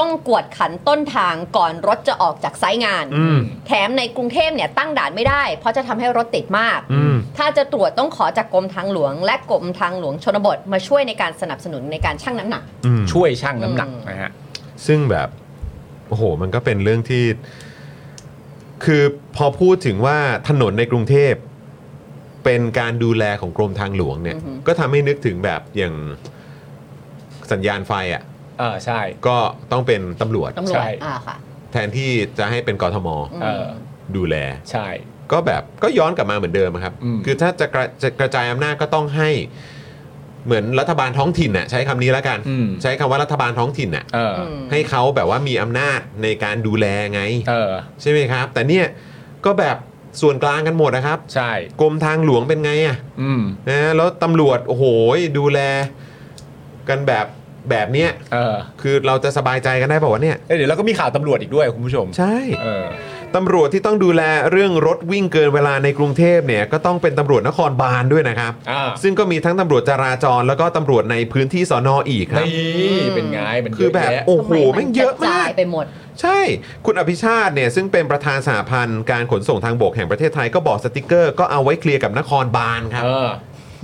Speaker 3: ต้องกวดขันต้นทางก่อนรถจะออกจากไซต์งาน
Speaker 1: อืม
Speaker 3: แถมในกรุงเทพเนี่ยตั้งด่านไม่ได้ เพราะจะทำให้รถติดมาก
Speaker 1: อืม
Speaker 3: ถ้าจะตรวจต้องขอจากกรมทางหลวง และกรมทางหลวงชนบทมาช่วยในการสนับสนุนในการชั่งน้ำหนัก
Speaker 1: อืม
Speaker 2: ช่วยช่างน้ำหนักนะฮะ
Speaker 1: ซึ่งแบบโอ้โห มันก็เป็นเรื่องที่ คือพอพูดถึงว่าถนนในกรุงเทพ เป็นการดูแลของกรมทางหลวงเนี่ย
Speaker 3: อือหือ
Speaker 1: ก็ทำให้นึกถึงแบบอย่างสัญญาณไฟอ่ะ
Speaker 2: เออใช่
Speaker 1: ก็ต้องเป็นตำรวจ
Speaker 3: ตำรว
Speaker 2: ใช่
Speaker 3: จอ่าค่ะ
Speaker 1: แทนที่จะให้เป็นกทม
Speaker 3: อืม
Speaker 2: เออ
Speaker 1: ดูแล
Speaker 2: ใช่
Speaker 1: ก็แบบก็ย้อนกลับมาเหมือนเดิมครับ
Speaker 2: อืม
Speaker 1: คือถ้าจะกระจะกระจายอำนาจก็ต้องให้เหมือนรัฐบาลท้องถิ่นน่ะใช้คำนี้แล้วกัน
Speaker 2: อืม
Speaker 1: ใช้คำว่ารัฐบาลท้องถิ่นน่ะ
Speaker 2: เออ
Speaker 3: ม
Speaker 1: ให้เขาแบบว่ามีอำนาจในการดูแลไง
Speaker 2: เออ
Speaker 1: ใช่ไหมครับ แต่เนี่ยก็แบบส่วนกลางกันหมดนะครับ
Speaker 2: ใช่
Speaker 1: กรมทางหลวงเป็นไงอ่ะ
Speaker 2: อืม
Speaker 1: นะแล้วตำรวจโอ้โหดูแลกันแบบแบบเนี้ย
Speaker 2: เออ
Speaker 1: คือเราจะสบายใจกันได้ป่าวะเนี่ย
Speaker 2: เอ้ยเดี๋ยวเราก็มีข่าวตำรวจอีกด้วยคุณผู้ชม
Speaker 1: ใช่
Speaker 2: เออ
Speaker 1: ตำรวจที่ต้องดูแลเรื่องรถวิ่งเกินเวลาในกรุงเทพเนี่ยก็ต้องเป็นตำรวจนครบาลด้วยนะครับ
Speaker 2: อ่า
Speaker 1: ซึ่งก็มีทั้งตำรวจจราจรแล้วก็ตำรวจในพื้นที่สอนออีกครับ
Speaker 2: นี่เป็นไงมันเยะ
Speaker 1: คือแบบ
Speaker 2: ยะ
Speaker 1: โอ้โห
Speaker 3: ทำน
Speaker 1: แม่งเยอะ
Speaker 3: กรจ
Speaker 1: มาก
Speaker 3: ไปหมด
Speaker 1: ใช่ คุณอภิชาติเนี่ยซึ่งเป็นประธานสหพันธ์การขนส่งทางบกแห่งประเทศไทยก็บอกสติกเกอร์ก็เอาไว้เคลียร์กับนครบาลครับ
Speaker 2: เออ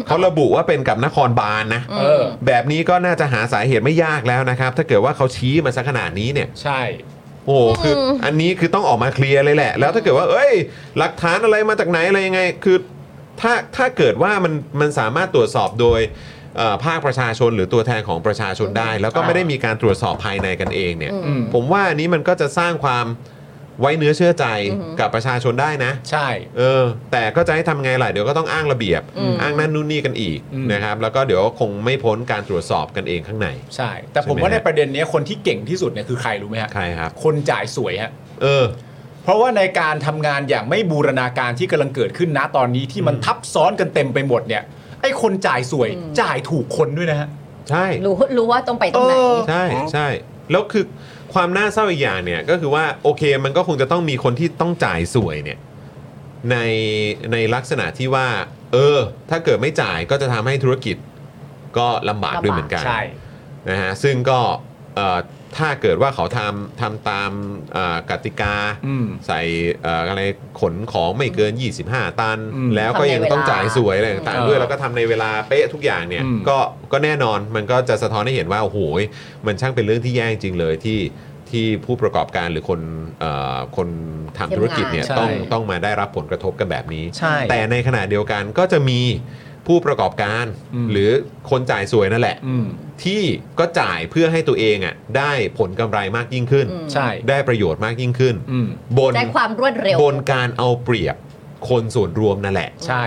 Speaker 4: เขาระบุว่าเป็นกับนครบาลนะ
Speaker 2: เออ
Speaker 4: แบบนี้ก็น่าจะหาสาเหตุไม่ยากแล้วนะครับ ถ้าเกิดว่าเขาชี้มาสักขนาดนี้เนี่ย
Speaker 2: ใช่
Speaker 4: โอ้โหคือออันนี้คือต้องออกมาเคลียร์เลยแหละ แล้วถ้าเกิดว่า เอ้ย หลักฐานอะไรมาจากไหนอะไรยังไง คือถ้าถ้าเกิดว่ามันมันสามารถตรวจสอบโดยเอ่อภาคประชาชนหรือตัวแทนของประชาชนได้ แล้วก็ไม่ได้มีการตรวจสอบภายในกันเองเนี่ย
Speaker 2: อืม
Speaker 4: ผมว่าอันนี้มันก็จะสร้างความไว้เนื้อเชื่อใจกับประชาชนได้นะ
Speaker 2: ใช่
Speaker 4: เออแต่ก็จะให้ทำไงล่ะเดี๋ยวก็ต้องอ้างระเบียบ อ้างนั่นนู่นนี่กันอีก
Speaker 2: อืม
Speaker 4: นะครับ แล้วก็เดี๋ยวคงไม่พ้นการตรวจสอบกันเองข้างใน
Speaker 2: ใช่ แต่ผม
Speaker 4: ใช่ไหม
Speaker 2: ว่าใน
Speaker 4: ฮะ
Speaker 2: ประเด็นเนี้ยคนที่เก่งที่สุดเนี่ยคือใครรู้ไหมฮะ
Speaker 4: ใครครับ
Speaker 2: คนจ่ายสวยฮะ
Speaker 4: เออ
Speaker 2: เพราะว่าในการทำงานอย่างไม่บูรณาการที่กำลังเกิดขึ้นนะตอนนี้ที่มันทับซ้อนกันเต็มไปหมดเนี่ย ไอ้คนจ่ายสวยจ่ายถูกคนด้วยนะฮะ
Speaker 4: ใช่
Speaker 3: รู้รู้ว่าต้องไปตรงไหน
Speaker 2: เออ
Speaker 4: ใช่ใช่แล้วคือความน่าเศร้าอีกอย่างเนี่ยก็คือว่าโอเคมันก็คงจะต้องมีคนที่ต้องจ่ายสวยเนี่ยในในลักษณะที่ว่า เออ ถ้าเกิดไม่จ่ายก็จะทำให้ธุรกิจก็ลำบาก
Speaker 3: ลำบาก
Speaker 4: ด้วยเหมือนกัน
Speaker 2: ใช่
Speaker 4: นะฮะซึ่งก็เอ่อถ้าเกิดว่าเขาทำทำตามเอ่อกติกา
Speaker 2: อืม
Speaker 4: ใส่เอ่ออะไรขนของไม่เกิน 25 ตัน
Speaker 2: อืม
Speaker 4: แล้วก็ยังต้องจ่ายสวยอะไรต่างๆ
Speaker 2: เออ
Speaker 4: ด้วยแล้วก็ทำในเวลาเป๊ะทุกอย่างเนี่ย
Speaker 2: อืม
Speaker 4: ก็ก็แน่นอนมันก็จะสะท้อนให้เห็นว่า โอ้โหยมันช่างเป็นเรื่องที่แย่จริงเลยที่ที่ผู้ประกอบการหรือคนเอ่อคนทำธุรกิจเนี่ย
Speaker 2: ใช่
Speaker 4: ต้องต้องมาได้รับผลกระทบกันแบบนี้
Speaker 2: ใช่
Speaker 4: แต่ในขณะเดียวกันก็จะมีผู้ประกอบการ
Speaker 2: อืม
Speaker 4: หรือคนจ่ายสวยนั่นแหละ
Speaker 2: อืม
Speaker 4: ที่ก็จ่ายเพื่อให้ตัวเองอ่ะได้ผลกำไรมากยิ่งขึ้น
Speaker 3: อืม
Speaker 2: ใช่
Speaker 4: ได้ประโยชน์มากยิ่งขึ้น
Speaker 2: อืม
Speaker 4: บน
Speaker 3: ได้ความรวดเร็ว
Speaker 4: บนการเอาเปรียบคนส่วนรวมนั่นแหละ
Speaker 2: ใช่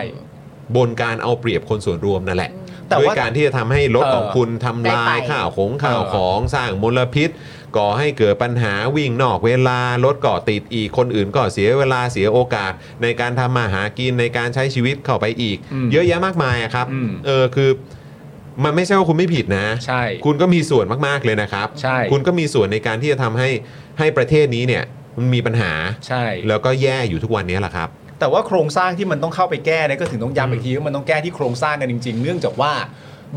Speaker 4: บนการเอาเปรียบคนส่วนรวมนั่นแหละ
Speaker 2: แต่
Speaker 4: ด้วย
Speaker 2: ว่า
Speaker 4: การที่จะทำให้รถ
Speaker 2: เออ
Speaker 4: ของคุณทำลาย
Speaker 3: ได้ไป
Speaker 4: ข้าวของข้าวของสร้างมลพิษ ก่อให้เกิดปัญหาวิ่งนอกเวลารถก่อติดอีกคนอื่นก็เสียเวลาเสียโอกาส ในการทำมาหากินในการใช้ชีวิตเข้าไปอีก
Speaker 2: อืม
Speaker 4: เยอะแยะมากมายอะครับ
Speaker 2: อืม
Speaker 4: เออคือ มันไม่ใช่ว่าคุณไม่ผิดนะ
Speaker 2: ใช่
Speaker 4: คุณก็มีส่วนมากๆเลยนะครับ
Speaker 2: ใช่
Speaker 4: คุณก็มีส่วนในการที่จะทำให้ให้ประเทศนี้เนี่ยมันมีปัญหา
Speaker 2: ใช่
Speaker 4: แล้วก็แย่อยู่ทุกวันนี้แหละครับ
Speaker 2: แต่ว่าโครงสร้างที่มันต้องเข้าไปแก้เนี่ยก็ถึงต้องย้ำอีกทีว่ามันต้องแก้ที่โครงสร้างกันจริง ๆ เนื่องจากว่า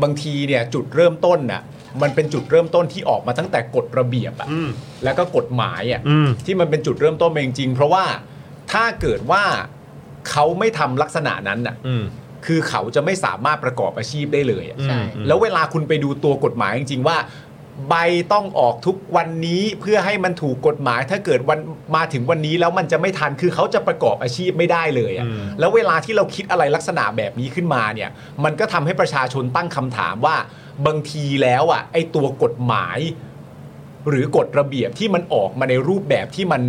Speaker 2: บางทีเนี่ยจุดเริ่มต้นน่ะมันเป็นจุดเริ่มต้นที่ออกมาตั้งแต่กฎระเบียบอะแล้วก็กฎหมายอะ
Speaker 4: อืม
Speaker 2: ที่มันเป็นจุดเริ่มต้นมาจริงๆ เพราะว่าถ้าเกิดว่าเขาไม่ทำลักษณะนั้นน่ะ
Speaker 4: อืม
Speaker 2: คือเขาจะไม่สามารถประกอบอาชีพได้เลยอะ
Speaker 3: ใช่
Speaker 2: แล้วเวลาคุณไปดูตัวกฎหมายจริง ๆ ว่า ใบต้องออกทุกวันนี้เพื่อให้มันถูกกฎหมาย ถ้าเกิดวันมาถึงวันนี้แล้วมันจะไม่ทันคือเขาจะประกอบอาชีพไม่ได้เลยอะ
Speaker 4: อืม
Speaker 2: แล้วเวลาที่เราคิดอะไรลักษณะแบบนี้ขึ้นมาเนี่ย มันก็ทำให้ประชาชนตั้งคำถามว่าบางทีแล้วอ่ะไอ้ตัวกฎหมาย หรือกฎระเบียบที่มันออกมาในรูปแบบที่มัน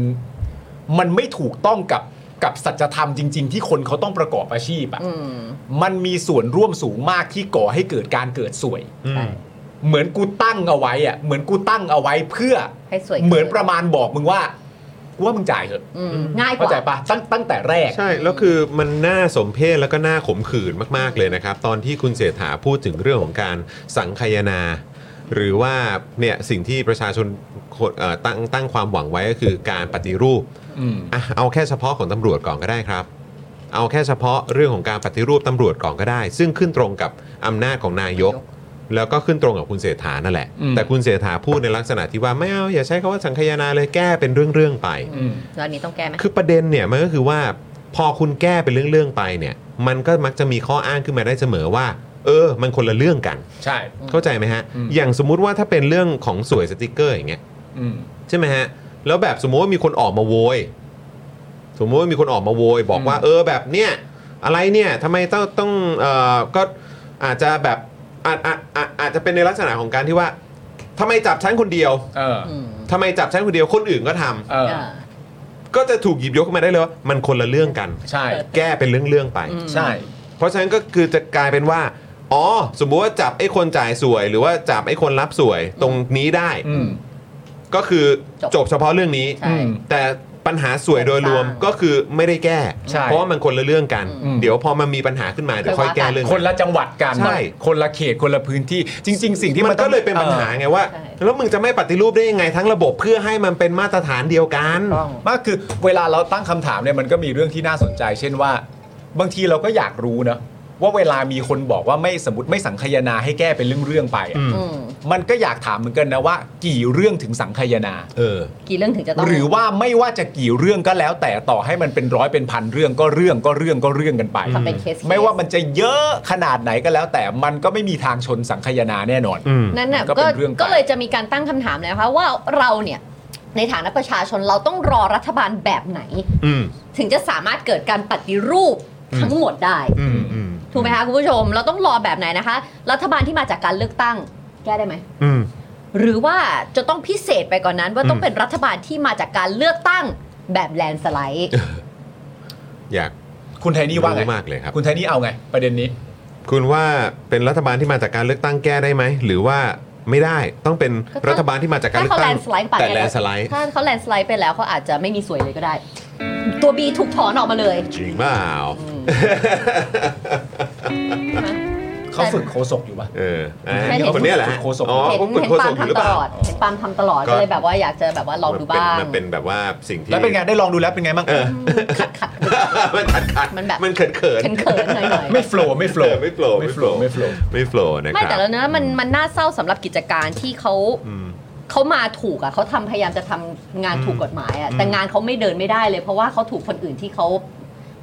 Speaker 2: มันไม่ถูกต้องกับกับสัจธรรมจริง ๆ ที่คนเขาต้องประกอบอาชีพอ่ะ
Speaker 3: อืม
Speaker 2: มันมีส่วนร่วมสูงมากที่ก่อให้เกิดการเกิดสวย
Speaker 4: อืม
Speaker 2: เหมือนกูตั้งเอาไว้อะเหมือนกูตั้งเอาไว้เพื่อ
Speaker 3: ให้สวยขึ้น
Speaker 2: เหมือนประมาณบอกมึงว่ากูว่ามึงจ่ายเถอะ
Speaker 3: อืมง่ายก
Speaker 2: เข้า
Speaker 3: ว่า
Speaker 2: ใจปะตั้งตั้งแต่แรก
Speaker 4: ใช่ แล้วคือมันน่าสมเพชแล้วก็น่าขมขื่นมากๆเลยนะครับ ตอนที่คุณเศรษฐาพูดถึงเรื่องของการสังคายนา หรือว่าเนี่ยสิ่งที่ประชาชนคนเอ่อตั้งตั้งความหวังไว้ก็คือการปฏิรูป
Speaker 2: อืม
Speaker 4: อ่ะเอาแค่เฉพาะของตำรวจก่อนก็ได้ครับ เอาแค่เฉพาะเรื่องของการปฏิรูปตำรวจก่อนก็ได้ ซึ่งขึ้นตรงกับอำนาจของนายก แล้วก็ขึ้นตรงกับคุณเศรษฐานั่นแหละ
Speaker 2: อืม
Speaker 4: แต่คุณเศรษฐาพูดในลักษณะที่ว่าไม่เอาอย่าใช้คำว่าสังคายนาเลยแก้เป็นเรื่องๆไป
Speaker 2: อืม
Speaker 3: แล้วอันนี้ต้องแก้ไหม
Speaker 4: คือประเด็นเนี่ยมันก็คือว่าพอคุณแก้เป็นเรื่อง ๆ ไปเนี่ย มันก็มักจะมีข้ออ้างขึ้นมาได้เสมอว่า เออ มันคนละเรื่องกัน
Speaker 2: ใช่
Speaker 4: เข้าใจไหมฮะ
Speaker 2: อืม
Speaker 4: อย่างสมมุติว่าถ้าเป็นเรื่องของสวยสติกเกอร์อย่างเงี้ย
Speaker 2: อืม
Speaker 4: ใช่ไหมฮะ แล้วแบบสมมุติว่ามีคนออกมาโวย สมมุติว่ามีคนออกมาโวย บอกว่า
Speaker 2: อืม
Speaker 4: เออแบบเนี้ยอะไรเนี่ยทำไมต้องต้องเอ่อก็อาจจะแบบอาจอาจอาจอาจจะเป็นในลักษณะของการที่ว่าทำไมจับฉันคนเดียว
Speaker 2: เออ
Speaker 3: อืม
Speaker 4: ทำไมจับฉันคนเดียวคนอื่นก็ทำ
Speaker 2: เออ
Speaker 3: เออ
Speaker 4: ก็จะถูกหยิบยกขึ้นมาได้เลยว่ามันคนละเรื่องกัน
Speaker 2: ใช่
Speaker 4: แก้เป็นเรื่องๆไป
Speaker 2: ใช่
Speaker 4: เพราะฉะนั้นก็คือจะกลายเป็นว่า อ๋อ สมมุติว่าจับไอ้คนจ่ายสวย หรือว่าจับไอ้คนรับสวยตรงนี้ได้
Speaker 2: อืม
Speaker 4: ก็คือ
Speaker 3: จบ
Speaker 4: จบเฉพาะเรื่องนี้
Speaker 3: ใช่
Speaker 2: อืม
Speaker 4: แต่ปัญหาสวยโดยรวม
Speaker 3: สร้าง
Speaker 4: ก็คือไม่ได้แก้
Speaker 2: ใช่
Speaker 4: เพราะว่ามันคนละเรื่องกัน
Speaker 2: อืม
Speaker 4: เดี๋ยวพอมันมีปัญหาขึ้นมา เดี๋ยวค่อยแก้เรื่อง
Speaker 2: คนละจังหวัดกัน
Speaker 4: ใช่
Speaker 2: คนละเขตคนละพื้นที่ จริง ๆ สิ่งที่
Speaker 4: มั
Speaker 2: มัน
Speaker 4: นก็เลยเป็นปัญหาไงว่า
Speaker 3: ใช่
Speaker 4: แล้วมึงจะไม่ปฏิรูปได้ยังไงทั้งระบบเพื่อให้มันเป็นมาตรฐานเดียวกัน
Speaker 3: ต้อง
Speaker 2: มากคือเวลาเราตั้งคำถามเนี่ยมันก็มีเรื่องที่น่าสนใจ เช่นว่า บางทีเราก็อยากรู้นะ ว่าเวลามีคนบอกว่าไม่สมมติไม่สังคายนาให้แก้เป็นเรื่องๆไปอะ
Speaker 3: อืม
Speaker 2: มันก็อยากถามเหมือนกันนะว่า กี่เรื่องถึงสังคายนา
Speaker 1: เออ
Speaker 3: กี่เรื่องถึงจะต้อง
Speaker 2: หรือว่าไม่ว่าจะกี่เรื่องก็แล้ว แต่ต่อให้มันเป็นร้อยเป็นพันเรื่องก็เรื่องก็เรื่องก็เรื่องกันไป
Speaker 3: ทำเป็นเคส
Speaker 2: ไม่ว่ามันจะเยอะขนาดไหนก็แล้ว แต่มันก็ไม่มีทางชนสังคายนาแน่นอน
Speaker 3: นั่นน่ะ
Speaker 2: มันก็
Speaker 3: ก็
Speaker 2: เป็นเรื่องไป
Speaker 3: ก็เลยจะมีการตั้งคำถามแล้วค่ะว่าเราเนี่ยในฐานะประชาชนเราต้องรอรัฐบาลแบบไหน
Speaker 1: อืม
Speaker 3: ถึงจะสามารถเกิดการปฏิรูปทั้งหมดได้
Speaker 1: อืมอืม
Speaker 3: ถูกไหมคะคุณผู้ชม เราต้องรอแบบไหนนะคะ รัฐบาลที่มาจากการเลือกตั้ง แก้ได้ไหม
Speaker 1: อืม
Speaker 3: หรือว่าจะต้องพิเศษไปกว่านนั้น ว่าต้องเป็นรัฐบาลที่มาจากการเลือกตั้งแบบแลนด์สไลด์
Speaker 1: อยาก
Speaker 2: คุณไทนี่ว่าไง
Speaker 1: รู้มากเลยครับ
Speaker 2: คุณไทนี่เอาไง ประเด็นนี้
Speaker 1: คุณว่าเป็นรัฐบาลที่มาจากการเลือกตั้งแก้ได้ไหม หรือว่าไม่ได้ต้องเป็น
Speaker 3: ก็ต้อง
Speaker 1: รัฐบาลที่มาจากการ
Speaker 3: ถ้า
Speaker 1: เลือ
Speaker 3: เขา
Speaker 1: ก
Speaker 3: แลน
Speaker 1: ตั้ง
Speaker 3: ด์สไลด์ไป
Speaker 1: แต่แลนด์สไลด์
Speaker 3: ถ้าเขาแลนด์สไลด์ไปแล้วเขาอาจจะไม่มีสวยเลยก็ได้ ตัว B ถูกถอนออกมาเลย
Speaker 1: จริงเปล่า
Speaker 3: ใช่ไหม
Speaker 2: เขาฝึกโคศกอยู่ปะ
Speaker 1: เอออ่
Speaker 3: ไม่เห็น
Speaker 1: าคนเนี้ยแหละ
Speaker 2: โฆษก
Speaker 1: อ๋อ
Speaker 3: เห็น
Speaker 1: เขาฝึก
Speaker 3: เห็น
Speaker 1: โฆ
Speaker 3: ปา
Speaker 1: ษ
Speaker 3: ล์มทำต
Speaker 1: กอยู่หรือเปล่า
Speaker 3: ลอดเห็นปาล์มทำตลอด
Speaker 1: ก็
Speaker 3: ก็เลยแบบว่าอยากจะแบบว่าลองดูบ้าง
Speaker 1: มันเป็นมันเป็นแบบว่าสิ่งที่
Speaker 2: แล้วเป็นไงได้ลองดูแล้วเป็นไงบ้าง
Speaker 3: ขัดขัด
Speaker 1: [LAUGHS] มันขัดขัด
Speaker 3: มันแบบ
Speaker 1: มันเขินเขิน
Speaker 3: เขินเขินๆหน่อยๆ
Speaker 2: ไม่โฟล์ไม่โฟ
Speaker 1: เอ
Speaker 2: ล์
Speaker 1: อไม่โผล่
Speaker 2: ไม่
Speaker 1: ไม่
Speaker 2: โฟ
Speaker 1: โผ
Speaker 2: ล์
Speaker 1: ล่
Speaker 2: ไม่โฟล์
Speaker 1: ไม่โผล่นะ
Speaker 3: ไม่
Speaker 1: ครั
Speaker 3: แต่
Speaker 1: บ
Speaker 3: แล้วนะมันมันน่าเศร้าสำหรับกิจการที่เขา
Speaker 1: อืม
Speaker 3: เขามาถูกอ่ะเขาทำพยายามจะทำงานถูกกฎหมายอ่ะแต่งานเขาไม่เดินไม่ได้เลย เพราะว่าเขาถูกคนอื่นที่เขา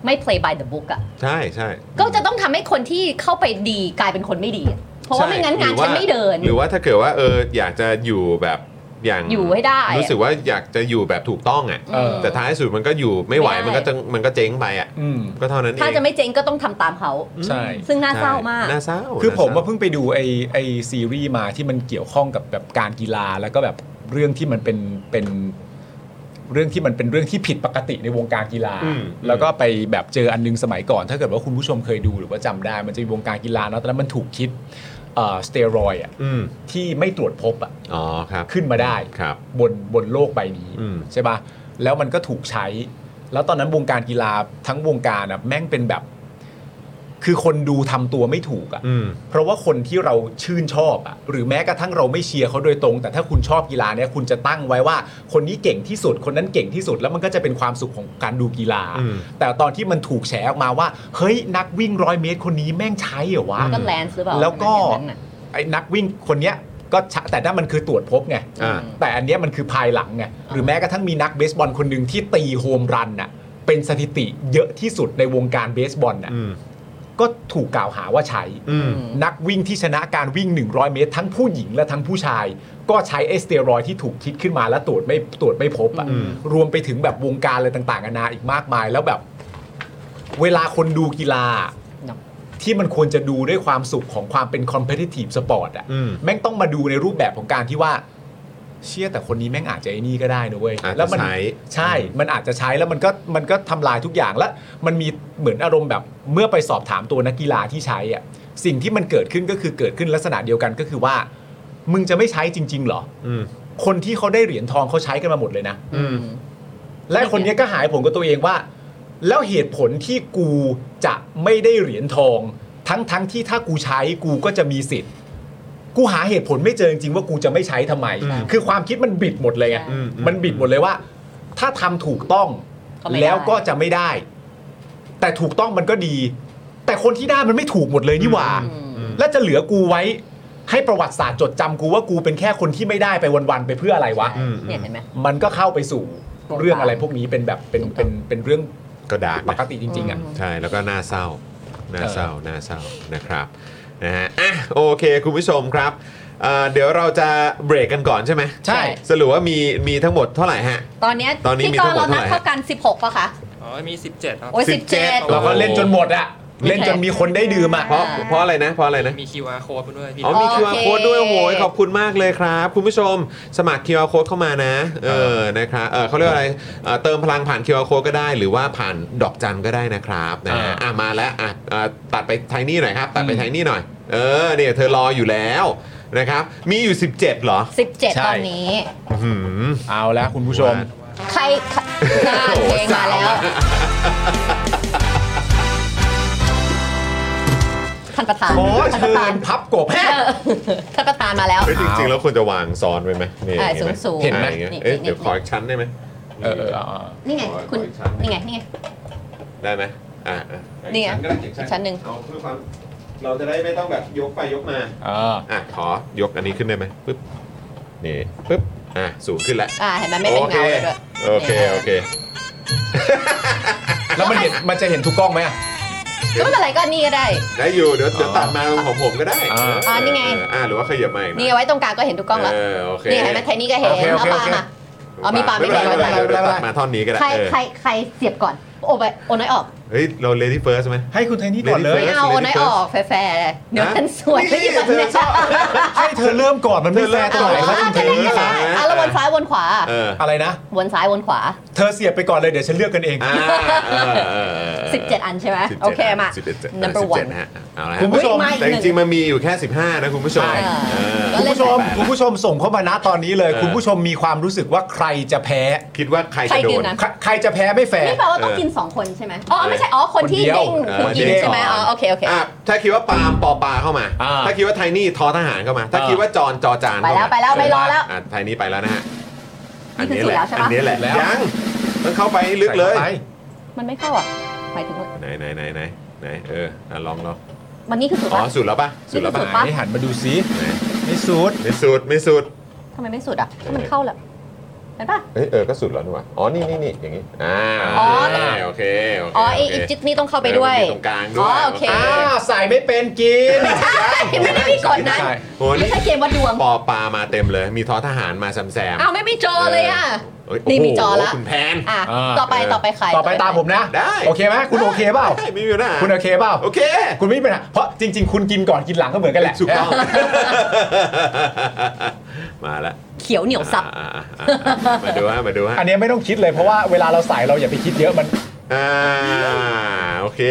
Speaker 3: ไม่ play by the book อ่ะ
Speaker 1: ใช่ใช่
Speaker 3: ก็จะต้องทำให้คนที่เข้าไปดีกลายเป็นคนไม่ดีอะเพราะว่า
Speaker 1: ใช่
Speaker 3: ไม่งั้นงาน
Speaker 1: หรือว่
Speaker 3: ฉันไม่เดิน
Speaker 1: หรือว่าถ้าเกิดว่าเอออยากจะอยู่แบบอย่าง
Speaker 3: อยู่ให้ได้อะ
Speaker 1: รู้สึกว่าอยากจะอยู่แบบถูกต้องอ่ะ
Speaker 2: เออ
Speaker 1: แต่ท้ายสุดมันก็อยู่ไม่ไหว
Speaker 3: ไม่ได้
Speaker 1: มันก็จะมันก็เจ๊งไปอ่ะ
Speaker 2: อืม
Speaker 1: ก็เท่านั้นเอง
Speaker 3: ถ้าจะไม่เจ๊งก็ต้องทำตามเขา
Speaker 2: ใช่
Speaker 3: ซึ่งน่าเศร้ามาก
Speaker 1: น่าเศร้า
Speaker 2: คือผมว่า
Speaker 1: น่เศร้
Speaker 2: เพิ่งไปดูไอไอซีรีส์มาที่มันเกี่ยวข้องกับแบบการกีฬาแล้วก็แบบเรื่องที่มันเป็นเป็นเรื่องที่มันเป็นเรื่องที่ผิดปกติในวงการกีฬา
Speaker 1: อืม
Speaker 2: แล้วก็ไปแบบเจออันนึงสมัยก่อน ถ้าเกิดว่าคุณผู้ชมเคยดูหรือว่าจำได้ มันจะมีวงการกีฬาเนอะตอนนั้นมันถูกคิดเอ่อสเตียรอยด์อะ
Speaker 1: อืม
Speaker 2: ที่ไม่ตรวจพบอะ
Speaker 1: อ๋อครับ
Speaker 2: ขึ้นมาได้
Speaker 1: ครับ
Speaker 2: บนบนโลกใบนี้
Speaker 1: อืม
Speaker 2: ใช่ปะ่ะ แล้วมันก็ถูกใช้ แล้วตอนนั้นวงการกีฬาทั้งวงการอะแม่งเป็นแบบ คือคนดูทำตัวไม่ถูกอะ
Speaker 1: อืม
Speaker 2: เพราะว่าคนที่เราชื่นชอบอะหรือแม้กระทั่งเราไม่เชียร์เขาโดยตรง แต่ถ้าคุณชอบกีฬาเนี่ยคุณจะตั้งไว้ว่า คนนี้เก่งที่สุด คนนั้นเก่งที่สุด แล้วมันก็จะเป็นความสุขของการดูกีฬา
Speaker 1: อืม
Speaker 2: แต่ตอนที่มันถูกแฉออกมาว่า เฮ้ยนักวิ่งร้อยเมตรคนนี้แม่งใช้เหรอวะ
Speaker 3: ก็แลนซ์หรือเปล่า
Speaker 2: แล้วก็
Speaker 3: อย่างนั้นน่ะ
Speaker 2: ไอ้นักวิ่งคนเนี้ยก็ชะแต่นั่นมันคือตรวจพบไง
Speaker 1: อ่า
Speaker 2: แต่อันเนี้ยมันคือภายหลังไงหรือแม้กระทั่งมีนักเบสบอลคนหนึ่งที่ตีโฮมรันน่ะเป็นสถิติเยอะที่สุดในวงการเบสบอลน่ะ
Speaker 1: อืม
Speaker 2: ก็ถูกกล่าวหาว่าใช้
Speaker 1: อืม
Speaker 2: นักวิ่งที่ชนะการวิ่ง 100 เมตร ทั้งผู้หญิงและทั้งผู้ชาย ก็ใช้ไอสเตียรอยด์ที่ถูกคิดขึ้นมาและตรวจไม่ตรวจไม่พบอะ
Speaker 1: อืม
Speaker 2: รวมไปถึงแบบวงการอะไรต่างๆนานาอีกมากมาย แล้วแบบ เวลาคนดูกีฬา
Speaker 3: เนอะ
Speaker 2: ที่มันควรจะดูด้วยความสุขของความเป็น competitive sport อะ
Speaker 1: อืม
Speaker 2: แม่งต้องมาดูในรูปแบบของการที่ว่า เชี่ยแต่คนนี้แม่งอาจจะไอ้นี่ก็ได้นะเว้ย
Speaker 1: อาจจะ
Speaker 2: แล้วมั
Speaker 1: ใช้
Speaker 2: ใช่ มันอาจจะใช้แล้วมันก็มันก็ทำลายทุกอย่างและมันมีเหมือนอารมณ์แบบเมื่อไปสอบถามตัวนักกีฬาที่ใช้อ่ะสิ่งที่มันเกิดขึ้นก็คือเกิดขึ้นลักษณะเดียวกันก็คือว่า มึงจะไม่ใช้จริง ๆ เหรอ
Speaker 1: อืม
Speaker 2: คนที่เขาได้เหรียญทองเขาใช้กันมาหมดเลยนะ
Speaker 1: อืม
Speaker 2: และคนเนี้ยก็หายผมกับตัวเองว่า แล้วเหตุผลที่กูจะไม่ได้เหรียญทอง ทั้งทั้งที่ถ้ากูใช้กูก็จะมีสิทธิ์ กูหาเหตุผลไม่เจอจริงๆว่ากูจะไม่ใช้ทำไม
Speaker 1: อืม
Speaker 2: คือความคิดมันบิดหมดเลยไง
Speaker 1: อืม
Speaker 2: มันบิดหมดเลยว่า ถ้าทำถูกต้อง
Speaker 3: ก็ไม่ได้
Speaker 2: แล้วก็จะไม่ได้ แต่ถูกต้องมันก็ดี แต่คนที่ได้มันไม่ถูกหมดเลยนี่หว่า แล้วจะเหลือกูไว้ ให้ประวัติศาสตร์จดจำกูว่ากูเป็นแค่คนที่ไม่ได้ไปวันๆไปเพื่ออะไรวะ
Speaker 1: อืม
Speaker 3: เนี่ยเห็นไหม
Speaker 2: มันก็เข้าไปสู่เรื่องอะไรพวกนี้เป็นแบบเป็นเป็นเป็นเรื่อง
Speaker 1: ก็ดาร์ก
Speaker 2: ป
Speaker 1: นะ
Speaker 2: กติจริง ๆ อ่ะ
Speaker 1: ใช่แล้วก็น่าเศร้าน่าเศร้าน่าเศร้านะครับนะฮะอ่ะโอเค คุณผู้ชมครับอ่าเดี๋ยวเราจะเบรกกันก่อนใช่ไหม
Speaker 2: ใช่
Speaker 1: สรุปว่ามีมีทั้งหมดเท่าไหร่ฮะ
Speaker 3: ตอนเนี้ย
Speaker 1: ตอนนี้
Speaker 3: พี่
Speaker 1: มี
Speaker 3: ก
Speaker 1: ทั้
Speaker 3: รง
Speaker 1: หมด
Speaker 3: เรานับ
Speaker 1: เท่าไหร่
Speaker 3: เท่ากัน 16ป่ะคะ
Speaker 5: อ๋อ มี 17ครับ
Speaker 3: โอ้ย
Speaker 1: สิ
Speaker 3: สิ
Speaker 1: บบ เจ็
Speaker 3: เจ็
Speaker 1: ด
Speaker 3: ด
Speaker 1: โอ้
Speaker 2: เรา
Speaker 1: โห
Speaker 2: ก็เล่นจนหมดอ่ะ เล่นจนมีคนได้ดื่มอ่ะ
Speaker 1: เพราะเพราะอะไรนะเพราะอะไรนะ
Speaker 5: มี QR code ด้วยพี่
Speaker 1: อ๋อมี
Speaker 3: โอ
Speaker 1: QR
Speaker 3: เค
Speaker 1: code ด้วยโอ้โหขอบคุณมากเลยครับ คุณผู้ชมสมัคร QR code เข้ามานะ เออนะครับเออเขาเรียกว่าอะไรเอ่อเติมพลังผ่าน QR code ก็ได้ หรือว่าผ่านดอกจันก็ได้นะครับนะฮะ
Speaker 2: อ่า
Speaker 1: อ่ะมาแล้วอ่ะเอ่อตัดไปไทนี่หน่อยครับ ตัดไปไทนี่หน่อย เออเนี่ยเธอรออยู่แล้วนะครับ มีอยู่ 17 เหรอ
Speaker 2: ใช่
Speaker 3: 17 ตอนนี้
Speaker 1: อื้อหือ
Speaker 2: เอาแล้วคุณผู้ชม
Speaker 3: ใครงานเพลงมาแล้ว ท่านประธาน
Speaker 2: ขอ
Speaker 3: ท่านป
Speaker 2: เชิ
Speaker 3: ระธาน
Speaker 2: ญพับกบแฮะ
Speaker 3: เอ [LAUGHS] อท่านประธานมาแล้ว
Speaker 1: เฮ้ยจริงๆ แล้วควรจะวางซ้อนไว้ไหมนี่
Speaker 3: เออ
Speaker 1: เห็นไหม
Speaker 3: สูงๆ
Speaker 1: เห็นไหม
Speaker 3: นี่นี่
Speaker 1: เอ๊ะ
Speaker 3: นี่
Speaker 1: เดี๋ยวขออีกชั้นได้ไหม
Speaker 2: เออเออเออ
Speaker 3: นี่ไง คุณ นี่ไง นี่ไง
Speaker 1: ได้ไหม
Speaker 4: อ่ะ
Speaker 3: นี่ไง
Speaker 4: ฉัก็ด้เก็บ
Speaker 3: ชั้นหนึ่ง
Speaker 4: เอาเพื่อความเราจะได้ไม่ต้องแบบยกไปยกมา
Speaker 2: เออ
Speaker 4: อ่ะ ขอยกอันนี้ขึ้นได้ไหมปึ๊บ นี่ปึ๊บ อ่ะ สูงขึ้นแล้ว
Speaker 3: อ่าเห็นไหมไม่เป็นเงาเลยด้วย
Speaker 4: โอเค โอเค
Speaker 2: แล้วมันเห็นมันจะเห็นทุกกล้องไหมอะ
Speaker 3: ก็ไม่เป็นไรก็อันนี่ก็ได้
Speaker 4: ได้อยู่ เดี๋ยวเดี๋ยวตัดมาของผมก็ได้
Speaker 2: อ่า
Speaker 4: เ
Speaker 3: นี่ไง
Speaker 4: เอ่าหรือว่าขยับมาอีกห
Speaker 3: นี่
Speaker 4: อย
Speaker 3: ไว้ตรงกลางก็เห็นทุกกล้องแล้ว
Speaker 4: เโอเค
Speaker 3: นี่เห็นไหมไทยนี่ก็เห็น
Speaker 2: โอเคโอ
Speaker 3: เอา
Speaker 2: เค
Speaker 3: ปลา
Speaker 2: โอเค
Speaker 3: มา อ๋อมีปลาไม่
Speaker 4: ไม่เป็นไรไม่
Speaker 3: เป็
Speaker 4: เป็นไร
Speaker 3: นไร
Speaker 4: เดี๋ยวตัดมาท่อนนี้ก็ได้
Speaker 3: ใคร
Speaker 4: เออ
Speaker 3: ใครใครเสียบก่อน โอไปโอนน้อยออก
Speaker 4: เฮ้ย เรา lady first ไหม
Speaker 2: ให้คุณเทนนี่ก่อนเล
Speaker 4: Lady
Speaker 2: ย
Speaker 3: ไม่
Speaker 4: First
Speaker 3: เอาโอนน้อยออกแฟร์ๆเดี๋ยวฉันสวย
Speaker 4: นี่เธอชอบ
Speaker 2: ให้เธอเริ่มก่อนมันไม่แฟร์ตรงไหน
Speaker 3: เอา
Speaker 2: ค
Speaker 3: แล้ว
Speaker 2: รับคุณเทนนี่
Speaker 4: อ่
Speaker 2: คะ
Speaker 3: อ่ะแล้ววนซ้ายวนขวา
Speaker 4: เออ
Speaker 2: อะไรนะ
Speaker 3: วนซ้ายวนขวา
Speaker 2: เธอเสียบไปก่อนเลยเดี๋ยวฉันเลือกกันเอง
Speaker 4: อ่าเออเออเออ
Speaker 3: 17 อันใช่ไหม
Speaker 4: 17
Speaker 3: โอเคมา
Speaker 4: สิบเอ็ดเจ็ด
Speaker 3: number
Speaker 4: สิบเจ็
Speaker 3: one
Speaker 4: ดนะฮะเอาละ
Speaker 2: คุณผู้ชม
Speaker 3: เฮ้ยาอีก
Speaker 4: แต่จ
Speaker 3: หนึ่
Speaker 4: ริงๆมันมีอยู่แค่ 15 นะคุณผู้ชม
Speaker 2: ใช่
Speaker 4: เออ
Speaker 3: ก็
Speaker 2: คุณ
Speaker 3: เล่น
Speaker 2: ผู้ชม
Speaker 3: ไป
Speaker 2: คุณผู้ชมส่งเข้ามานะตอนนี้เลย
Speaker 4: เออ
Speaker 2: คุณผู้ชมมีความรู้สึกว่าใครจะแพ้
Speaker 4: คิดว่าใคร
Speaker 3: ใคร
Speaker 4: จะโด
Speaker 3: กิน
Speaker 4: น
Speaker 3: นะ
Speaker 2: ใครใครจะแพ้ไม่แฟร์
Speaker 3: นี่แปลว่าต้องกิน 2 คนใช่ไหมอ๋อไม่ใช่อ๋อคนที่
Speaker 2: คน
Speaker 4: เออ
Speaker 3: เด้งผู้ห
Speaker 2: เดียว
Speaker 3: ญิง
Speaker 2: เด้ง
Speaker 3: ใช่ไหมอ๋อโอเคโอเค
Speaker 4: อ่ะถ้าคิดว่าปาล์มปอปลาเข้ามา
Speaker 2: อ่า
Speaker 4: ถ้าคิดว่าไทนี่ทอทหารเข้ามา ถ้า
Speaker 2: อ่า
Speaker 4: คิดว่าจอนจอจาน
Speaker 3: ไปแล้วไปแล้วไม่รอแล้ว
Speaker 4: ะไทนี่ไปแล้วนะฮะ
Speaker 3: นี่คือสุดแล้วใช่ปะ
Speaker 4: อันนี้แหละยังต้องเข้าไปให้ลึกเลย
Speaker 2: ใส่ข้าไป
Speaker 3: มันไม่เข้าอ่ะหมายถึงว่า
Speaker 4: ไหนไหนไหนไหนไหนเอออ่ะลองลอง
Speaker 3: มันนี่คือสุด
Speaker 4: อ๋อ
Speaker 3: ปะ
Speaker 4: สุดแล้วปะสุดแล้วปะ
Speaker 3: นี่คือสุดปะ
Speaker 2: ให้หันมาดูซิ
Speaker 4: ไหน
Speaker 2: ไม่สูด
Speaker 4: ไม่สุดไม่สุด
Speaker 3: ทำไมไม่สุดอ่ะถ้ามันเข้าแหละเห็นปะ
Speaker 4: เอ้ยเออก็สุดแล้วนี่หว่าอ๋อนี่นี่นี่อย่างงี้อ่า
Speaker 3: อ๋อ
Speaker 4: โอเคโเค
Speaker 3: อ๋อไอ
Speaker 4: โเค
Speaker 3: อีจิ๊กนี่ต้องเข้าไปด้วย
Speaker 4: ออมันมีตรงกลางด้วย
Speaker 3: อ๋อโอเค
Speaker 2: อ้าวใส่ไม่เป็นกิน
Speaker 3: ไม่ได้มีกฎนั้น
Speaker 2: ใส่
Speaker 4: โอ้
Speaker 3: ไม่
Speaker 4: นี่
Speaker 3: ใช่เกมวัดดวง
Speaker 4: ปอปลามาเต็มเลย มีทอทหารมาแซมแซม
Speaker 3: อ้าวไม่มีจอเลยอ่ะ
Speaker 4: เอ้ย
Speaker 3: นี่มี
Speaker 4: โโห
Speaker 3: จอละ
Speaker 4: คุณแพน
Speaker 3: อ่ะ
Speaker 2: า
Speaker 3: ต่อไปต่อไปใคร
Speaker 2: ต่อไปตามผมนะ
Speaker 4: ได้
Speaker 2: โอเคไหมคุณโอเคเปล่า
Speaker 4: ได้ไม่มีปัญหา
Speaker 2: คุณโอเคเปล่า
Speaker 4: โอเค
Speaker 2: คุณไม่เป็นไรเพราะจริง ๆ คุณกินก่อนกินหลังก็เหมือนกันแหละ
Speaker 4: ถูกต้อง มาละ
Speaker 3: เขียวเหนียวซับ
Speaker 4: อ่าๆๆมาดูฮะมาดูฮะ
Speaker 2: อันเนี้ยไม่ต้องคิดเลยเพราะว่าเวลาเราใส่เราอย่าไปคิดเยอะมัน
Speaker 4: อ่าโอเค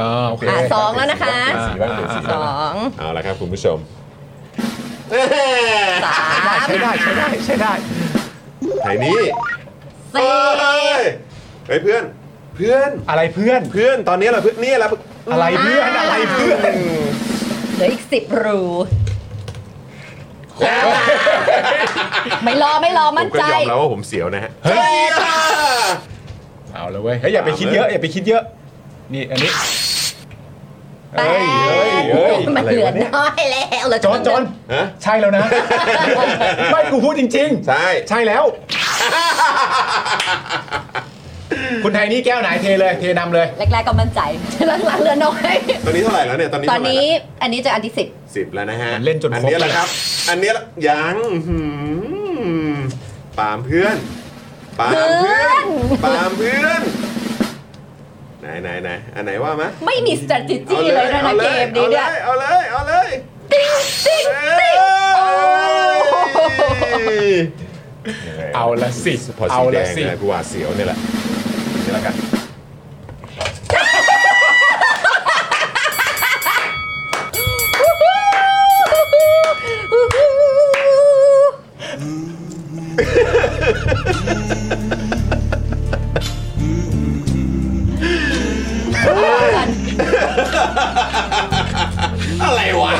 Speaker 2: อ่าโอเค
Speaker 3: อ่ะสองแล้วนะคะ
Speaker 4: เปลี่ยนสีบ้างเปลี่ยนสี
Speaker 3: ส
Speaker 4: บ้าง
Speaker 3: อง
Speaker 4: เอาละครับคุณผู้ชม
Speaker 3: สาม
Speaker 2: ใช้ได้ใช้ได้ใช้ได้
Speaker 4: ไทยนี้เฮ้
Speaker 3: สี่
Speaker 4: ยเฮ้ยเพื่อน เพื่อน
Speaker 2: อะไรเพื่อน
Speaker 4: เพื่อนตอนนี้เราเพื่อนนี่แหละ
Speaker 2: อะไรเพื่อนอะไรเพื่อน
Speaker 3: เหลืออีกสิบรูไม่รอไม่รอ
Speaker 4: ผ
Speaker 3: มั่น
Speaker 4: มก็
Speaker 3: ใจ
Speaker 4: ยอมแล้วว่าผมเสียวนะฮะ
Speaker 2: เฮ้ย
Speaker 4: อ่า
Speaker 2: เอาเลยเว้ยเฮ้ยอย่าไปคิดเยอะอย่าไปคิดเยอะ นี่อันนี้
Speaker 3: แปด
Speaker 2: เฮ้ยเฮ้ยเฮ้ย
Speaker 3: มันเหลือน้อยแล้วเหลือ
Speaker 2: จอนจอน
Speaker 4: ฮะ
Speaker 2: ใช่แล้วนะ
Speaker 4: [LAUGHS]
Speaker 2: ไม่กูพูดจริง
Speaker 4: ใช่
Speaker 2: ๆ ใช่แล้ว คุณไทยนี่แก้วไหนเทเลยเทนำเลย
Speaker 3: แรกๆก็มั่นใจ หลังๆเหลือน้อย
Speaker 4: ตอนนี้เท่าไหร่แล้วเนี่ย ตอนนี้
Speaker 3: ตอน
Speaker 4: เท่าไหร่
Speaker 3: นี้
Speaker 4: ละ
Speaker 3: อันนี้จะอันที่สิบ
Speaker 4: สิบแล้วนะฮะ
Speaker 2: เล่นจนค
Speaker 4: อั
Speaker 2: รบ
Speaker 4: นนี้แหละครับ อันเนี้ยละยังอื้อหือปามเพื่อนปามเพื่อนปามเพื่อน ไหนไหนไหนอันไหนว่ามะ
Speaker 3: ไม่มี strategy เลยนะนะเกมนี้เนี่ย
Speaker 4: เอาเลยเอาเลย
Speaker 3: ติ๊งติ๊งติ๊ง
Speaker 4: เอาเลย
Speaker 2: เอาละสิ
Speaker 4: พอสี
Speaker 2: เอา
Speaker 4: แด
Speaker 2: ละ
Speaker 4: ง
Speaker 2: สิ
Speaker 4: นะกูหวาดเสียวเนี่ยแหละนี่แล้วกันอะไรวะ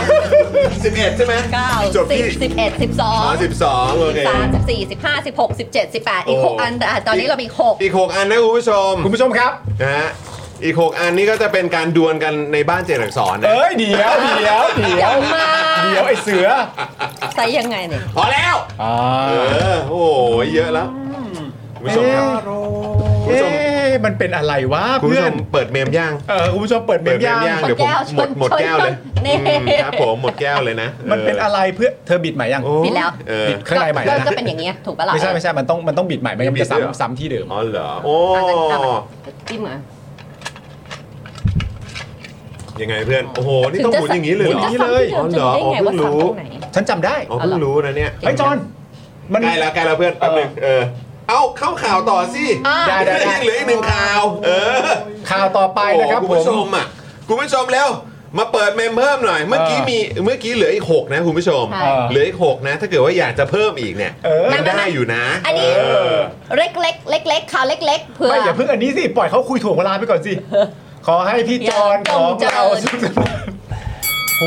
Speaker 4: สิบเอ็ดใช่ไหม
Speaker 3: เก้า
Speaker 4: จบ
Speaker 3: สิ
Speaker 4: ที่
Speaker 3: บสิบเอ็ดสิบสอ
Speaker 4: อ๋
Speaker 3: ง
Speaker 4: อสิบสองโอเค
Speaker 3: สามสิบสี่สิบห้าสิบหกสิบเจ็ดสิบแปดอีกหกอันแต่อ่ะตอนนี้เรามีอีกหก
Speaker 4: อีก 6 อันนะคุณผู้ชม
Speaker 2: คุณผู้ชมครับ
Speaker 4: นะฮะอีก 6 อันนี้ก็จะเป็นการดวลกันในบ้านเจรักสอนนะ
Speaker 2: เอ้ยเดี๋ยวเดี๋ยวเดี๋ยว
Speaker 3: มา
Speaker 2: เดี๋ยวไอเสือ
Speaker 3: ใส่ยังไงเนี่ย
Speaker 4: พอแล้ว
Speaker 2: อ่า
Speaker 4: เออ โอ้โหเยอะแล้ว คุณผู้ชมครับ คุณ
Speaker 2: เอ๊
Speaker 4: ผู้ชม
Speaker 2: ะมันเป็นอะไรวะ
Speaker 4: คุณผู้
Speaker 2: เพื่อ
Speaker 4: ช
Speaker 2: น
Speaker 4: มเปิดเมมย่าง
Speaker 2: เออคุณผู้ชมเปิดเม
Speaker 4: เปิด
Speaker 2: ม
Speaker 4: เม
Speaker 2: ย่าม ง
Speaker 4: ย่างเดี๋ยวผมหมดหมดแก้วเลย
Speaker 3: นี่
Speaker 4: อืมครับผมหมดแก้วเลยนะ
Speaker 2: มันเป็นอะไรเพื่อเธอบิดใหม่ยัง
Speaker 4: โอ้
Speaker 3: ปิดแล้ว
Speaker 4: เออ
Speaker 2: บิดข้างในใหม่
Speaker 3: ก็
Speaker 2: แล้ว
Speaker 3: ก็
Speaker 2: นะ
Speaker 3: เป็นอย่างเงี้ยถูกปะล่ะ
Speaker 2: ไม่ใช่ไม่ใช่มันต้องมันต้องบิดใหม่ไม่งั้นมันจะ
Speaker 4: บิดด้วยเหรอ
Speaker 2: ซ้ำซ้ำที่เดิม
Speaker 4: อ๋อเหรอ โอ้
Speaker 3: จิ้มเหรอ
Speaker 4: ยังไงเพื่อน โอ้โห นี่ต้องหมุนอย่างนี้เลยเหรอ
Speaker 3: ถึจะสับ
Speaker 4: เหรอ
Speaker 3: ถึงจะได้ไงว่า
Speaker 4: อ๋อเพิ่งรู้
Speaker 3: สับตรงไหน
Speaker 2: ฉันจำได้
Speaker 4: อ๋อเพิ่งรู้นะเนี่ย
Speaker 2: เฮ้ยจอนมัน
Speaker 4: ใกล้แล้วใกล้แล้วเพื่อนแป๊บหนึงเออ เอาเข้าข่าวต่อสิ
Speaker 2: ได้ได้ได้
Speaker 4: ยังเหลืออีกหนึ่งข่าว เออ
Speaker 2: ข่าวต่อไปนะครับ
Speaker 4: โอ้
Speaker 2: ผ
Speaker 4: โหคุณ
Speaker 2: ม
Speaker 4: ผู้ชมอ่ะ คุณผู้ชมแล้ว มาเปิดเมมเพิ่มหน่อย เมื่อกี้
Speaker 2: เออ
Speaker 4: มี เมื่อกี้เหลืออีกหกนะคุณผู้ชม
Speaker 3: ใช่
Speaker 4: เหลืออีกหกนะ ถ้าเกิดว่าอยากจะเพิ่มอีกเนี่ย
Speaker 2: เออ
Speaker 4: ยังได้อยู่นะ
Speaker 3: อันนี้
Speaker 4: เออ
Speaker 3: เล็กเล็กเล็กเล็กๆข่าวเล็ก ๆ เพื่อ
Speaker 2: ไม่อย่าเพิ่งอันนี้สิ ปล่อยเขาคุยถ่วงเวลาไปก่อนสิ ขอให้พี่จอน
Speaker 3: อย่า
Speaker 2: ของเรา
Speaker 3: จงเจริญ
Speaker 2: โห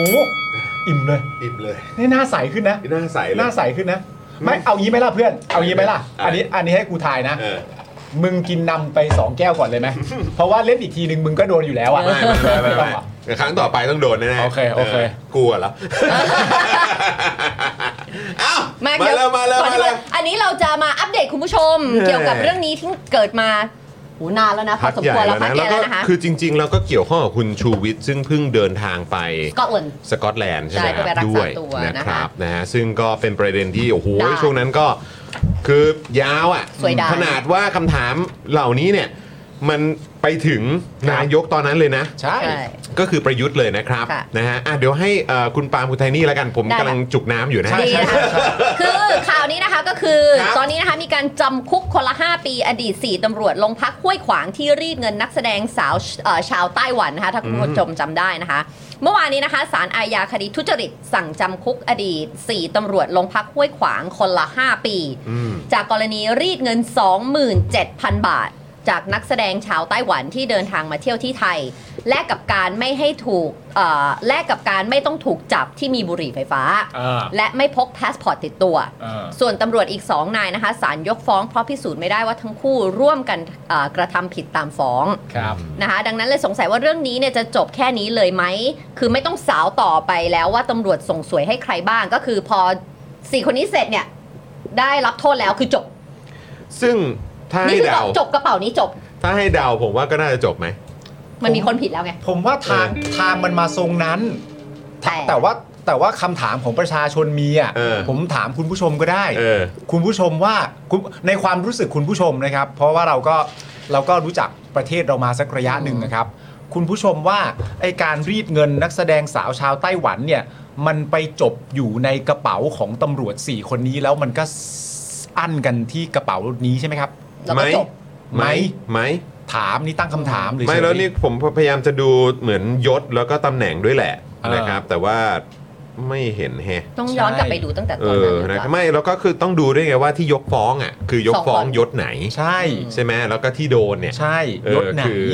Speaker 2: อิ่มเลย
Speaker 4: อิ่มเลย
Speaker 2: นี่หน้าใสขึ้นนะ
Speaker 4: หน้าใสเล
Speaker 2: หน้าย ใสขึ้นนะ ไม่เอางี้ไหมล่ะเพื่อน เอางี้ไหมล่ะ
Speaker 4: เอา
Speaker 2: อันนี้อันนี้ให้กูทายนะ
Speaker 4: เออ
Speaker 2: มึงกินนำไปสองแก้วก่อนเลยไหม เพราะว่าเล่นอีกทีหนึ่งมึงก็โดนอยู่แล้วอ่ะ
Speaker 1: ไม่ไม่ไม่ไม่ไม่ครั้งต่อไปต้องโดนแน่ๆ
Speaker 2: โอเคโอเค
Speaker 1: กลัวเหรอ เอ้ามา
Speaker 3: ดี๋ย
Speaker 1: แล้วมาแล้ว
Speaker 3: ก่อน
Speaker 1: มา
Speaker 3: ที่
Speaker 1: แล้ว
Speaker 3: อันนี้เราจะมาอัปเดตคุณผู้ชม เกี่ยวกับเรื่องนี้ที่เกิดมาโหนานแล้วนะพอสมควรแล้วพักใหญ่
Speaker 1: ก็
Speaker 3: แล้วนะคะ
Speaker 1: คือจริง ๆ เราก็เกี่ยวข้องกับคุณชูวิทย์ซึ่งเพิ่งเดินทางไป
Speaker 3: สกอตแลนด์
Speaker 1: สกอตแลนด์ใช่ไห
Speaker 3: ใช่
Speaker 1: มค
Speaker 3: ไป
Speaker 1: รับ
Speaker 3: ไปรักษา
Speaker 1: ด้วย
Speaker 3: ตัว
Speaker 1: นะ
Speaker 3: นะคะ
Speaker 1: ครับนะฮะซึ่งก็เป็นประเด็นที่โอ้โห
Speaker 3: ด่า
Speaker 1: ช่วงนั้นก็คือยาวอ่ะ
Speaker 3: สวยด่า
Speaker 1: ขนาดว่าคำถามเหล่านี้เนี่ย มันไปถึงนายกตอนนั้นเลยนะ
Speaker 2: ใช่
Speaker 3: ใช่
Speaker 1: ก็คือประยุทธ์เลยนะครับ
Speaker 3: ค่ะ
Speaker 1: นะฮะอ่ะเดี๋ยวให้เอ่อคุณปาล์มคุณไทนี่แล้วกันผม
Speaker 3: ได้ค่ะ
Speaker 1: กำลังจุกน้ำอยู่นะ
Speaker 3: ดีนะคะคือข่าวนี้นะคะก็คือ
Speaker 1: ครับ
Speaker 3: ตอนนี้นะคะมีการจำคุกคนละ 5 ปีอดีต 4ตำรวจลงพักห้วยขวางที่รีดเงินนักแสดงสาวเอ่อชาวไต้หวันนะคะถ้าคุณผู้ชมจำได้นะคะ เมื่อวานนี้นะคะสารอาญาคดีทุจริต สั่งจำคุกอดีต 4ตำรวจลงพักห้วยขวางคนละ 5 ปี
Speaker 1: อืม
Speaker 3: จากกรณีรีดเงิน 27,000 บาท จากนักแสดงชาวไต้หวันที่เดินทางมาเที่ยวที่ไทย และกับการไม่ให้ถูกเอ่อแลกกับการไม่ต้องถูกจับที่มีบุหรี่ไฟฟ้า
Speaker 2: อ่า
Speaker 3: และไม่พกพาสปอร์ตติดตัว
Speaker 2: อ่า
Speaker 3: ส่วนตำรวจอีก 2 นายนะคะศาลยกฟ้องเพราะพิสูจน์ไม่ได้ว่าทั้งคู่ร่วมกันเอ่อกระทำผิดตามฟ้อง
Speaker 2: ครับ
Speaker 3: นะคะดังนั้นเลยสงสัยว่าเรื่องนี้เนี่ยจะจบแค่นี้เลยไหม คือไม่ต้องสาวต่อไปแล้วว่าตำรวจส่งสวยให้ใครบ้างก็คือพอสี่คนนี้เสร็จเนี่ยได้รับโทษแล้วคือจบ
Speaker 1: ซึ่งถ้า
Speaker 3: นี่
Speaker 1: ให้
Speaker 3: คื
Speaker 1: เดา
Speaker 3: จบกระเป๋านี้จบ
Speaker 1: ถ้าให้เดาผมว่าก็น่าจะจบไหม
Speaker 3: มันมีคนผิดแล้วไง
Speaker 2: ผมว่าทางทางมันมาทรงนั้น
Speaker 3: แต่
Speaker 2: แต่ว่าแต่ว่าคำถามของประชาชนมีอ่ะ
Speaker 1: เออ
Speaker 2: ผมถามคุณผู้ชมก็ได้
Speaker 1: เออ
Speaker 2: คุณผู้ชมว่าคุณในความรู้สึกคุณผู้ชมนะครับ เพราะว่าเราก็เราก็รู้จักประเทศเรามาสักระยะหนึ่งนะครับ คุณผู้ชมว่าไอการรีดเงินนักแสดงสาวชาวไต้หวันเนี่ยมันไปจบอยู่ในกระเป๋าของตำรวจ 4 คนนี้แล้วมันก็อั้นกันที่กระเป๋านี้ใช่ไหมครับ
Speaker 3: แล้วก็จบ
Speaker 1: ไหมไหม
Speaker 2: ถามนี่ตั้งคำถามหรือ
Speaker 1: ไม่
Speaker 2: เฉย
Speaker 1: แล้วนี่ผมพยายามจะดูเหมือนยศแล้วก็ตำแหน่งด้วยแหละ
Speaker 2: เออ
Speaker 1: นะครับ แต่ว่าไม่เห็นแฮะ
Speaker 3: ต้องย้อนกลับไปดูตั้งแต่
Speaker 1: เอ
Speaker 3: ตอนนั้ห
Speaker 1: อน
Speaker 3: รือ
Speaker 1: นะ
Speaker 3: เปล่า
Speaker 1: ไม่แล้วก็คือต้องดูด้วยไงว่าที่ยกฟ้องอ่ะคือยกฟ้อง
Speaker 3: สองคน
Speaker 1: ยศไหน
Speaker 2: ใช่
Speaker 1: ใช่ไหมแล้วก็ที่โดนเนี่ย
Speaker 2: ใช่
Speaker 1: เออย
Speaker 2: ศไหน
Speaker 1: คือ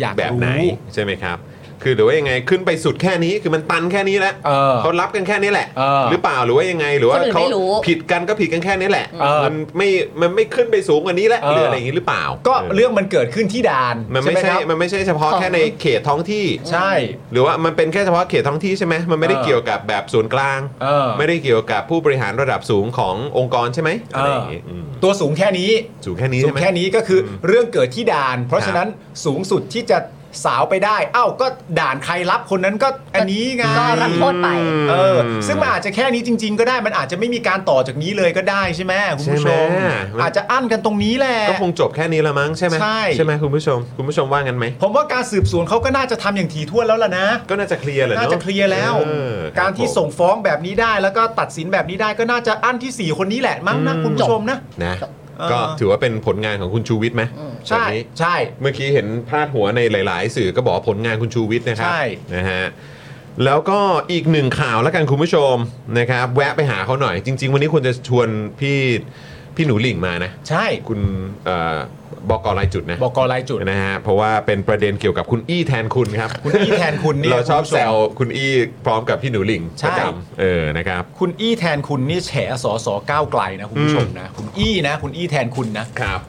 Speaker 2: อยาก
Speaker 1: แบบ
Speaker 2: รู้
Speaker 1: ไหนใช่ไหมครับ คือหรือว่ายังไงขึ้นไปสุดแค่นี้คือมันตันแค่นี้แล้ว
Speaker 2: เออ
Speaker 1: เขารับกันแค่นี้แหละ
Speaker 2: เออ
Speaker 1: หรือเปล่าหรือว่ายังไงหรือว่า
Speaker 3: คนอื่น
Speaker 1: เขา
Speaker 3: ไม่รู้
Speaker 1: ผิดกันก็ผิดกันแค่นี้แหละ
Speaker 2: เออ
Speaker 1: มันไม่มันไม่ขึ้นไปสูงกว่านี้แล้ว
Speaker 2: เออ
Speaker 1: หรืออะไรอย่างนี้หรือเปล่า
Speaker 2: ก็เรื่องมันเกิดขึ้นที่ด่าน
Speaker 1: มันไม่
Speaker 2: ห
Speaker 1: ใช่
Speaker 2: ครับ
Speaker 1: มันไม่ใช่เฉพาะแค่ในเขตท้องที่
Speaker 2: ใช่
Speaker 1: หรือว่ามันเป็นแค่เฉพาะเขตท้องที่ใช่ไหมมันไม่ได้
Speaker 2: เออ
Speaker 1: เกี่ยวกับแบบส่วนกลาง
Speaker 2: เออ
Speaker 1: ไม่ได้เกี่ยวกับผู้บริหารระดับสูงขององค์กรใช่ไหม
Speaker 2: เอออ
Speaker 1: อะไรอย่างงี้ม
Speaker 2: ตัวสูงแค่นี้
Speaker 1: สูงแค่นี้
Speaker 2: สูง
Speaker 1: ใช่ไหม
Speaker 2: แค่นี้ก็คืออ
Speaker 1: ม
Speaker 2: เรื่องเกิดที่ด่าน เพราะฉะนั้นสูงสุดที่จะสาวไปได้ เอ้าก็ด่านใครรับคนนั้นก็อันนี้ไง
Speaker 3: ก็รับโทษไป
Speaker 2: เออซึ่งมันอาจจะแค่นี้จริง ๆ ก็ได้มันอาจจะไม่มีการต่อจากนี้เลยก็ได้ใช่ไหมคุณผู้ชม
Speaker 1: ใช่ไหม
Speaker 2: อาจจะอั้นกันตรงนี้แหละ
Speaker 1: ก็คงจบแค่นี้ละมั้งใช่ไหม
Speaker 2: ใช่
Speaker 1: ไหมคุณผู้ชม คุณผู้ชมว่างั้นไหม
Speaker 2: ผมว่าการสืบสวนเขาก็น่าจะทำอย่างถี่ถ้วนแล้วล่ะนะ
Speaker 1: ก็น่าจะเคลียร์แหละเนอะ
Speaker 2: น่าจะเคลียร์แล้ว
Speaker 1: เออคบ
Speaker 2: การที่ส่งฟ้องแบบนี้ได้ แล้วก็ตัดสินแบบนี้ได้ก็น่าจะอั้นที่สี่คนนี้แหละมั้งนะคุณผู้ชมนะ
Speaker 1: นะ
Speaker 3: จบ
Speaker 1: ก็
Speaker 2: เออ
Speaker 1: ถือว่าเป็นผลงานของคุณชูวิทย์ไหม
Speaker 2: ใช่
Speaker 1: แบบนี้
Speaker 2: ใช่
Speaker 1: เมื่อกี้เห็นพาดหัวในหลาย ๆ สื่อก็บอกว่าผลงานคุณชูวิทย์นะครับ
Speaker 2: ใช่
Speaker 1: นะฮะแล้วก็อีกหนึ่งข่าวแล้วกันคุณผู้ชมนะครับแวะไปหาเขาหน่อย จริง ๆ วันนี้ควรจะชวนพี่พี่หนูหลิ่งมานะ
Speaker 2: ใช่
Speaker 1: คุณเอ่อบอกกรายจุดนะ
Speaker 2: บอกกรายจุด
Speaker 1: นะฮะเพราะว่าเป็นประเด็นเกี่ยวกับคุณอี้แทนคุณครับ
Speaker 2: คุณอี้แทนคุณเนี่ย
Speaker 1: เราชอบ
Speaker 2: คุณผู้
Speaker 1: แซ
Speaker 2: ม
Speaker 1: วคุณอี้พร้อมกับพี่หนูหลิ่ง
Speaker 2: ใช่
Speaker 1: ประจำเออนะครับ
Speaker 2: คุณอี้แทนคุณนี่แฉสอสอก้าวไกลนะคุณผู้ชมนะ คุณอี้นะ คุณอี้แทนคุณนะ
Speaker 1: ครับ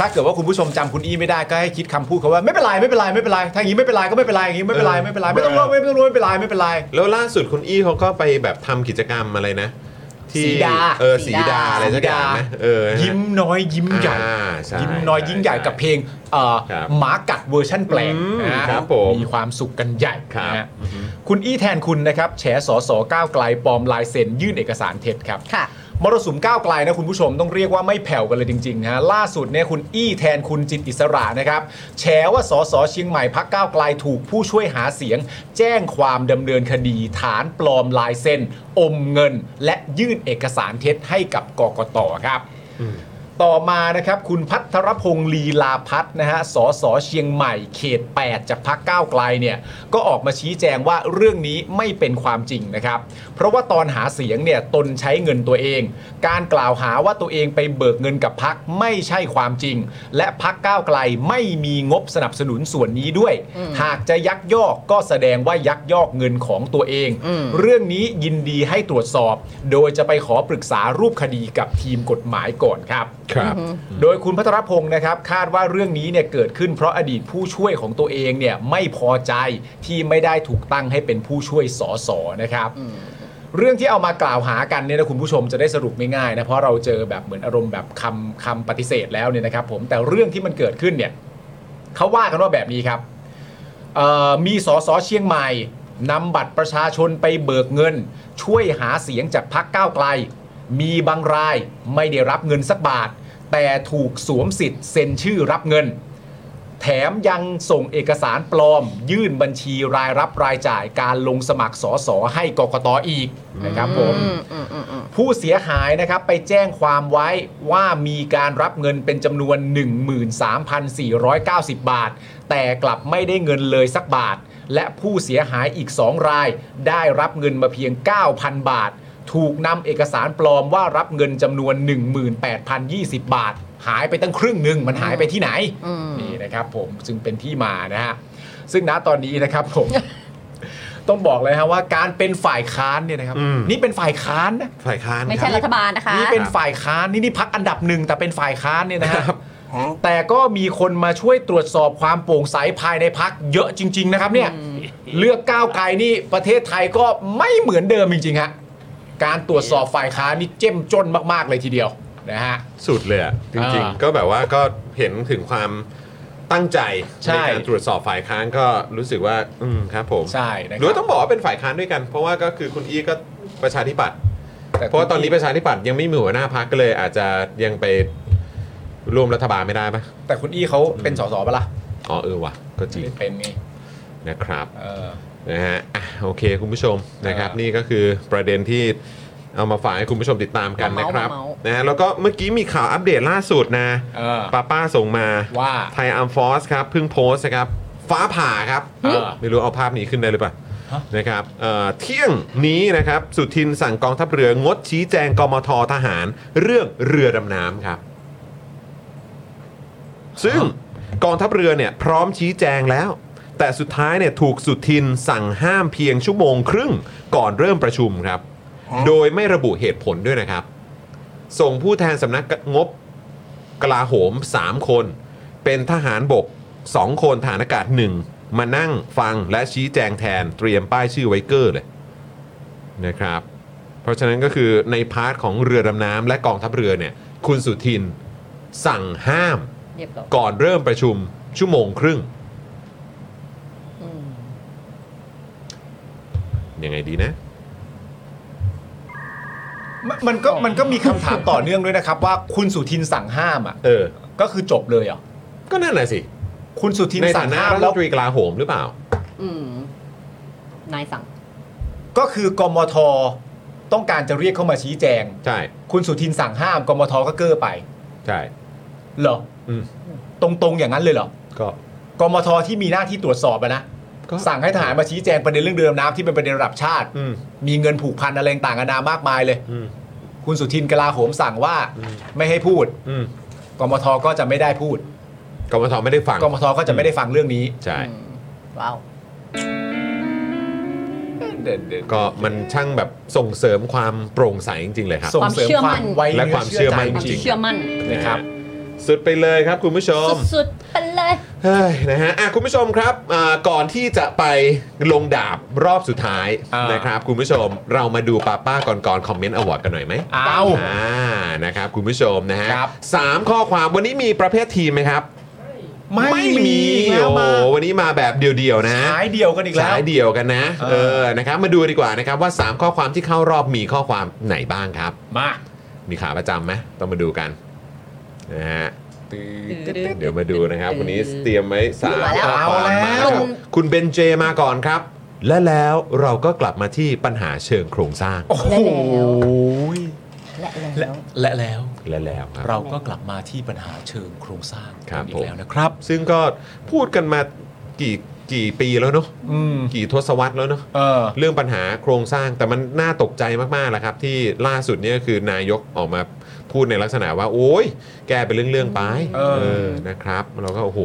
Speaker 2: ถ้าเกิดว่าคุณผู้ชมจำคุณอี้ไม่ได้ก็ให้คิดคำพูดเขาว่าไม่เป็นไรไม่เป็นไรไม่เป็นไรถ้าอย่างนี้ไม่เป็นไรก็ไม่เป็นไรอย่างนี้ไม่เป็นไรไม่เป็นไรไม่ต้องรู้ไม่ต้องรู้ไม่เป็นไรไม่เป็นไร
Speaker 1: แล้วล่าสุดคุณอี้เขาก็ไปแบบทำกิจกรรมอะไรนะ ที่
Speaker 2: สีดา
Speaker 1: เออสีดาอะไรสักอย่างนะเออนะฮะ
Speaker 2: ยิ้มน้อยยิ้มใหญ่
Speaker 1: อ่าใช่
Speaker 2: ยิ้มน้อยยิ้มใหญ่กับเพลงเอ่อ
Speaker 1: ครับ
Speaker 2: หมากัดเวอร์ชั่นแปลง
Speaker 1: อืม
Speaker 2: นะครับ
Speaker 1: ผม
Speaker 2: มีความสุขกันใหญ่
Speaker 1: ครับ
Speaker 2: นะฮะคุณอี้แทนคุณนะครับแฉสอสอก้าวไกลปลอมลายเซ็นยื่นเอกสารเท็จครับ
Speaker 3: ค่ะ
Speaker 2: มรสุมก้าวไกลนะคุณผู้ชมต้องเรียกว่าไม่แผ่วกันเลยจริงๆนะฮะล่าสุดเนี่ยคุณอี้แทนคุณจิตอิสระนะครับแฉว่าสสเชียงใหม่พักก้าวไกลถูกผู้ช่วยหาเสียง แจ้งความดำเนินคดี ฐานปลอมลายเซ็นอมเงิน และยื่นเอกสารเท็จให้กับกกตครับ ต่อมานะครับ คุณพัทรพงศ์ลีลาพัฒน์นะฮะสสเชียงใหม่เขต 8 จากพักก้าวไกลเนี่ยก็ออกมาชี้แจงว่าเรื่องนี้ไม่เป็นความจริงนะครับ เพราะว่าตอนหาเสียงเนี่ยตนใช้เงินตัวเอง การกล่าวหาว่าตัวเองไปเบิกเงินกับพักไม่ใช่ความจริง และพักก้าวไกลไม่มีงบสนับสนุนส่วนนี้ด้วย หากจะยักยอกก็แสดงว่ายักยอกเงินของตัวเอง
Speaker 3: อืม
Speaker 2: เรื่องนี้ยินดีให้ตรวจสอบ โดยจะไปขอปรึกษารูปคดีกับทีมกฎหมายก่อนครับ
Speaker 4: ครับ
Speaker 2: โดยคุณพัทรพงศ์นะครับคาดว่าเรื่องนี้เนี่ยเกิดขึ้นเพราะอดีตผู้ช่วยของตัวเองเนี่ยไม่พอใจที่ไม่ได้ถูกตั้งให้เป็นผู้ช่วยสอสอนะครับ เรื่องที่เอามากล่าวหากันเนี่ยนะคุณผู้ชมจะได้สรุปไม่ง่ายนะเพราะเราเจอแบบเหมือนอารมณ์แบบคำคำปฏิเสธแล้วเนี่ยนะครับผมแต่เรื่องที่มันเกิดขึ้นเนี่ยเขาว่ากันว่าแบบนี้ครับ เอ่อมีสสเชียงใหม่นำบัตรประชาชนไปเบิกเงิน ช่วยหาเสียงจากพักก้าวไกล มีบางรายไม่ได้รับเงินสักบาท แต่ถูกสวมสิทธิ์เซ็นชื่อรับเงิน แถมยังส่งเอกสารปลอม ยื่นบัญชีรายรับรายจ่ายการลงสมัครสอสอให้กกตออีกนะครับผม
Speaker 3: อืมอืมอืมอืม
Speaker 2: ผู้เสียหายนะครับไปแจ้งความไว้ว่ามีการรับเงินเป็นจำนวน 13,490 บาท แต่กลับไม่ได้เงินเลยสักบาท และผู้เสียหายอีก 2 ราย ได้รับเงินมาเพียง 9,000 บาท ถูกนำเอกสารปลอมว่ารับเงินจำนวน 18,020 บาท หายไปตั้งครึ่งหนึ่งมันหายไปที่ไหน
Speaker 3: อืม
Speaker 2: นี่นะครับผมจึงเป็นที่มานะฮะซึ่งณตอนนี้นะครับผม ต้องบอกเลยฮะว่าการเป็นฝ่ายค้านเนี่ยนะครับ นี่เป็นฝ่ายค้านนะ
Speaker 4: ฝ่ายค้าน
Speaker 3: ไม่ใช่
Speaker 4: ค
Speaker 3: รั
Speaker 4: รับ
Speaker 3: ฐบาลนะคะ
Speaker 2: นี่เป็นฝ่ายค้านนี่นี่พักอันดับหนึ่งแต่เป็นฝ่ายค้านเนี่ยนะฮะแต่ก็มีคนมาช่วยตรวจสอบความโปร่งใสภายในพักเยอะจริง ๆ นะครับ เนี่ย เลือกก้าวไกลนี่ประเทศไทยก็ไม่เหมือนเดิมจริงๆฮะการตรวจสอบฝ่ายค้านนี่เจ้มจนมากๆเลยทีเดียวนะฮะ
Speaker 4: สุดเลยอะจริง
Speaker 2: อ่า
Speaker 4: ๆ ก็แบบว่าก็เห็นถึงความตั้งใจ
Speaker 2: ใช่
Speaker 4: การตรวจสอบฝ่ายค้านก็รู้สึกว่า อืมครับผม
Speaker 2: ใช่นะค
Speaker 4: หรือ
Speaker 2: รั
Speaker 4: ว่าต้องบอกว่าเป็นฝ่ายค้านด้วยกัน เพราะว่าก็คือคุณอี้ก็ประชาธิปัตย์
Speaker 2: แ
Speaker 4: เพราะว่าตอนนี้ประชาธิปัตย์ยังไม่มีหัวหน้าพักก็เลย อาจจะยังไปร่วมรัฐบาลไม่ได้ปะ
Speaker 2: แต่คุณอี้เขาเป็นสสปะล่ะ
Speaker 4: อ๋อเออว่ะก็จริง
Speaker 2: ไม่เป็นไง
Speaker 4: นะครับ
Speaker 2: เออ
Speaker 4: นะฮะอ่ะโอเคคุณผู้ชมนะครับ
Speaker 2: เออ
Speaker 4: นี่ก็คือประเด็นที่เอามาฝากให้คุณผู้ชมติดตามกันนะครับ
Speaker 3: มาเมาส์
Speaker 4: นะฮะแล้วก็เมื่อกี้มีข่าวอัปเดตล่าสุดนะ
Speaker 2: เออ
Speaker 4: ป้าป้าส่งมา
Speaker 2: ว่า
Speaker 4: ไทยอาร์มฟอสครับเพิ่งโพสต์นะครับ ฟ้าผ่าครับ
Speaker 2: เออ
Speaker 4: ไม่รู้เอาภาพนี้ขึ้นได้หรือเปล่านะครับเอ่อเที่ยงนี้นะครับ สุทินสั่งกองทัพเรืองดชี้แจงกมททหาร เรื่องเรือดำน้ำครับ ซึ่งกองทัพเรือเนี่ยพร้อมชี้แจงแล้ว แต่สุดท้ายเนี่ยถูกสุทินสั่งห้ามเพียงชั่วโมงครึ่งก่อนเริ่มประชุมครับ โดยไม่ระบุเหตุผลด้วยนะครับ ส่งผู้แทนสำนักงบกลาโหม 3 คน เป็นทหารบก 2 คนฐานอากาศ 1 มานั่งฟังและชี้แจงแทนเตรียมป้ายชื่อไวเกอร์เลยนะครับ เพราะฉะนั้นก็คือในพาร์ทของเรือดำน้ำและกองทัพเรือเนี่ยคุณสุทินสั่งห้าม
Speaker 3: เรียบร้อย
Speaker 4: ก่อนเริ่มประชุมชั่วโมงครึ่ง
Speaker 3: อืม
Speaker 4: ยังไงดีนะ
Speaker 2: มันมันก็มันก็มีคำถามต่อเนื่องด้วยนะครับ ว่าคุณสุทินสั่งห้ามอ่ะ
Speaker 4: เออ
Speaker 2: ก็คือจบเลยเหรอ
Speaker 4: ก็นั่นแหละสิ
Speaker 2: คุณสุทิน
Speaker 4: ในฐา
Speaker 2: สั่
Speaker 4: ง นะ
Speaker 2: ห้าม
Speaker 4: รัฐ
Speaker 2: แล้
Speaker 4: ม
Speaker 2: วน
Speaker 4: ตรีกลาโหมหรือเปล่า
Speaker 3: อืมนายสั่ง
Speaker 2: ก็คือกมทต้องการจะเรียกเข้ามาชี้แจง
Speaker 4: ใช่
Speaker 2: คุณสุทินสั่งห้ามกมทก็เก้อไป
Speaker 4: ใช่
Speaker 2: เหรอ
Speaker 4: อืม
Speaker 2: ตรงๆอย่างนั้นเลยเหรอ
Speaker 4: ก็
Speaker 2: กมทที่มีหน้าที่ตรวจสอบอะนะ
Speaker 4: ก็
Speaker 2: สั่งให้ทหารมาชี้แจงประเด็นเรื่องเรือดำน้ำที่เป็นประเด็นระดับชาติ
Speaker 4: อืม
Speaker 2: มีเงินผูกพันอะไรต่างๆนานามากมายเลย
Speaker 4: อืม
Speaker 2: คุณสุทินกลาโหมสั่งว่า
Speaker 4: อืม
Speaker 2: ไม่ให้พูด
Speaker 4: อืม
Speaker 2: กมทก็จะไม่ได้พูด
Speaker 4: กมทไม่ได้ฟัง
Speaker 2: กมทก็จะไม่ได้ฟังเรื่องนี้
Speaker 4: ใช่
Speaker 3: อืมว้าว
Speaker 4: ก็มันช่างแบบส่งเสริมความโปร่งใสจริง ๆ เลยครับ
Speaker 2: ส่งเสริมค
Speaker 3: คาว
Speaker 2: วาม ม
Speaker 3: เชื่อมั่น
Speaker 2: ไว้
Speaker 4: และความเชื่อมั่น
Speaker 2: จ
Speaker 3: ความ
Speaker 2: ริง
Speaker 3: เชื่อมั่น
Speaker 4: นะ
Speaker 2: นะครับ
Speaker 4: สุดไปเลยครับคุณผู้ชม
Speaker 3: สุดๆไปเลย
Speaker 4: เฮ้ยนะฮะอ่ะคุณผู้ชมครับอ่าก่อนที่จะไปลงดาบรอบสุดท้าย
Speaker 2: อ่าน
Speaker 4: นะครับคุณผู้ชมเรามาดูป้าป้าก่อนก่อนคอมเมนต์อวอร์ดกันหน่อยไหม
Speaker 2: เอา
Speaker 4: อ่านะครับคุณผู้ชมนะฮะ
Speaker 2: ครับ
Speaker 4: สามข้อความวันนี้มีประเภททีมไหมครับ
Speaker 2: ไม่มีแล้ว
Speaker 4: โอ้
Speaker 2: มา
Speaker 4: โหวันนี้มาแบบเดียวๆนะ
Speaker 2: หายเดียวกันอีกแล้ว
Speaker 4: สายเดียวกันนะ
Speaker 2: เออ
Speaker 4: เออ นะครับ มาดูดีกว่านะครับว่า 3 ข้อความที่เข้ารอบมีข้อความไหนบ้างครับ
Speaker 2: มา
Speaker 4: มีขาประจำไหมต้องมาดูกันนะฮะ เดี๋ยวมาดูนะครับ วันนี้เตรียมไว้สาม
Speaker 3: มาแล้ว
Speaker 4: ข้อความมาค
Speaker 2: เอาแล้ว
Speaker 4: รับคุณเบนเจมาก่อนครับ และแล้วเราก็กลับมาที่ปัญหาเชิงโครงสร้าง
Speaker 2: โอ้โห
Speaker 3: และแล้ว
Speaker 2: และและแล้ว
Speaker 4: และแล้วครับ
Speaker 2: เราก็กลับมาที่ปัญหาเชิงโครงสร้าง
Speaker 4: ครับ
Speaker 2: อี
Speaker 4: ผ
Speaker 2: ก
Speaker 4: ม
Speaker 2: แล้วนะครับ
Speaker 4: ซึ่งก็พูดกันมากี่กี่ปีแล้วเนาะ
Speaker 2: อืม
Speaker 4: กี่ทศวรรษแล้วเนาะ
Speaker 2: เออ
Speaker 4: เรื่องปัญหาโครงสร้างแต่มันน่าตกใจมากๆแหละครับ ที่ล่าสุดเนี่ยคือนายกออกมาพูดในลักษณะว่า โอ้ยแกเป็นเรื่องๆไป
Speaker 2: เออ
Speaker 4: นะครับเราก็โอ้โห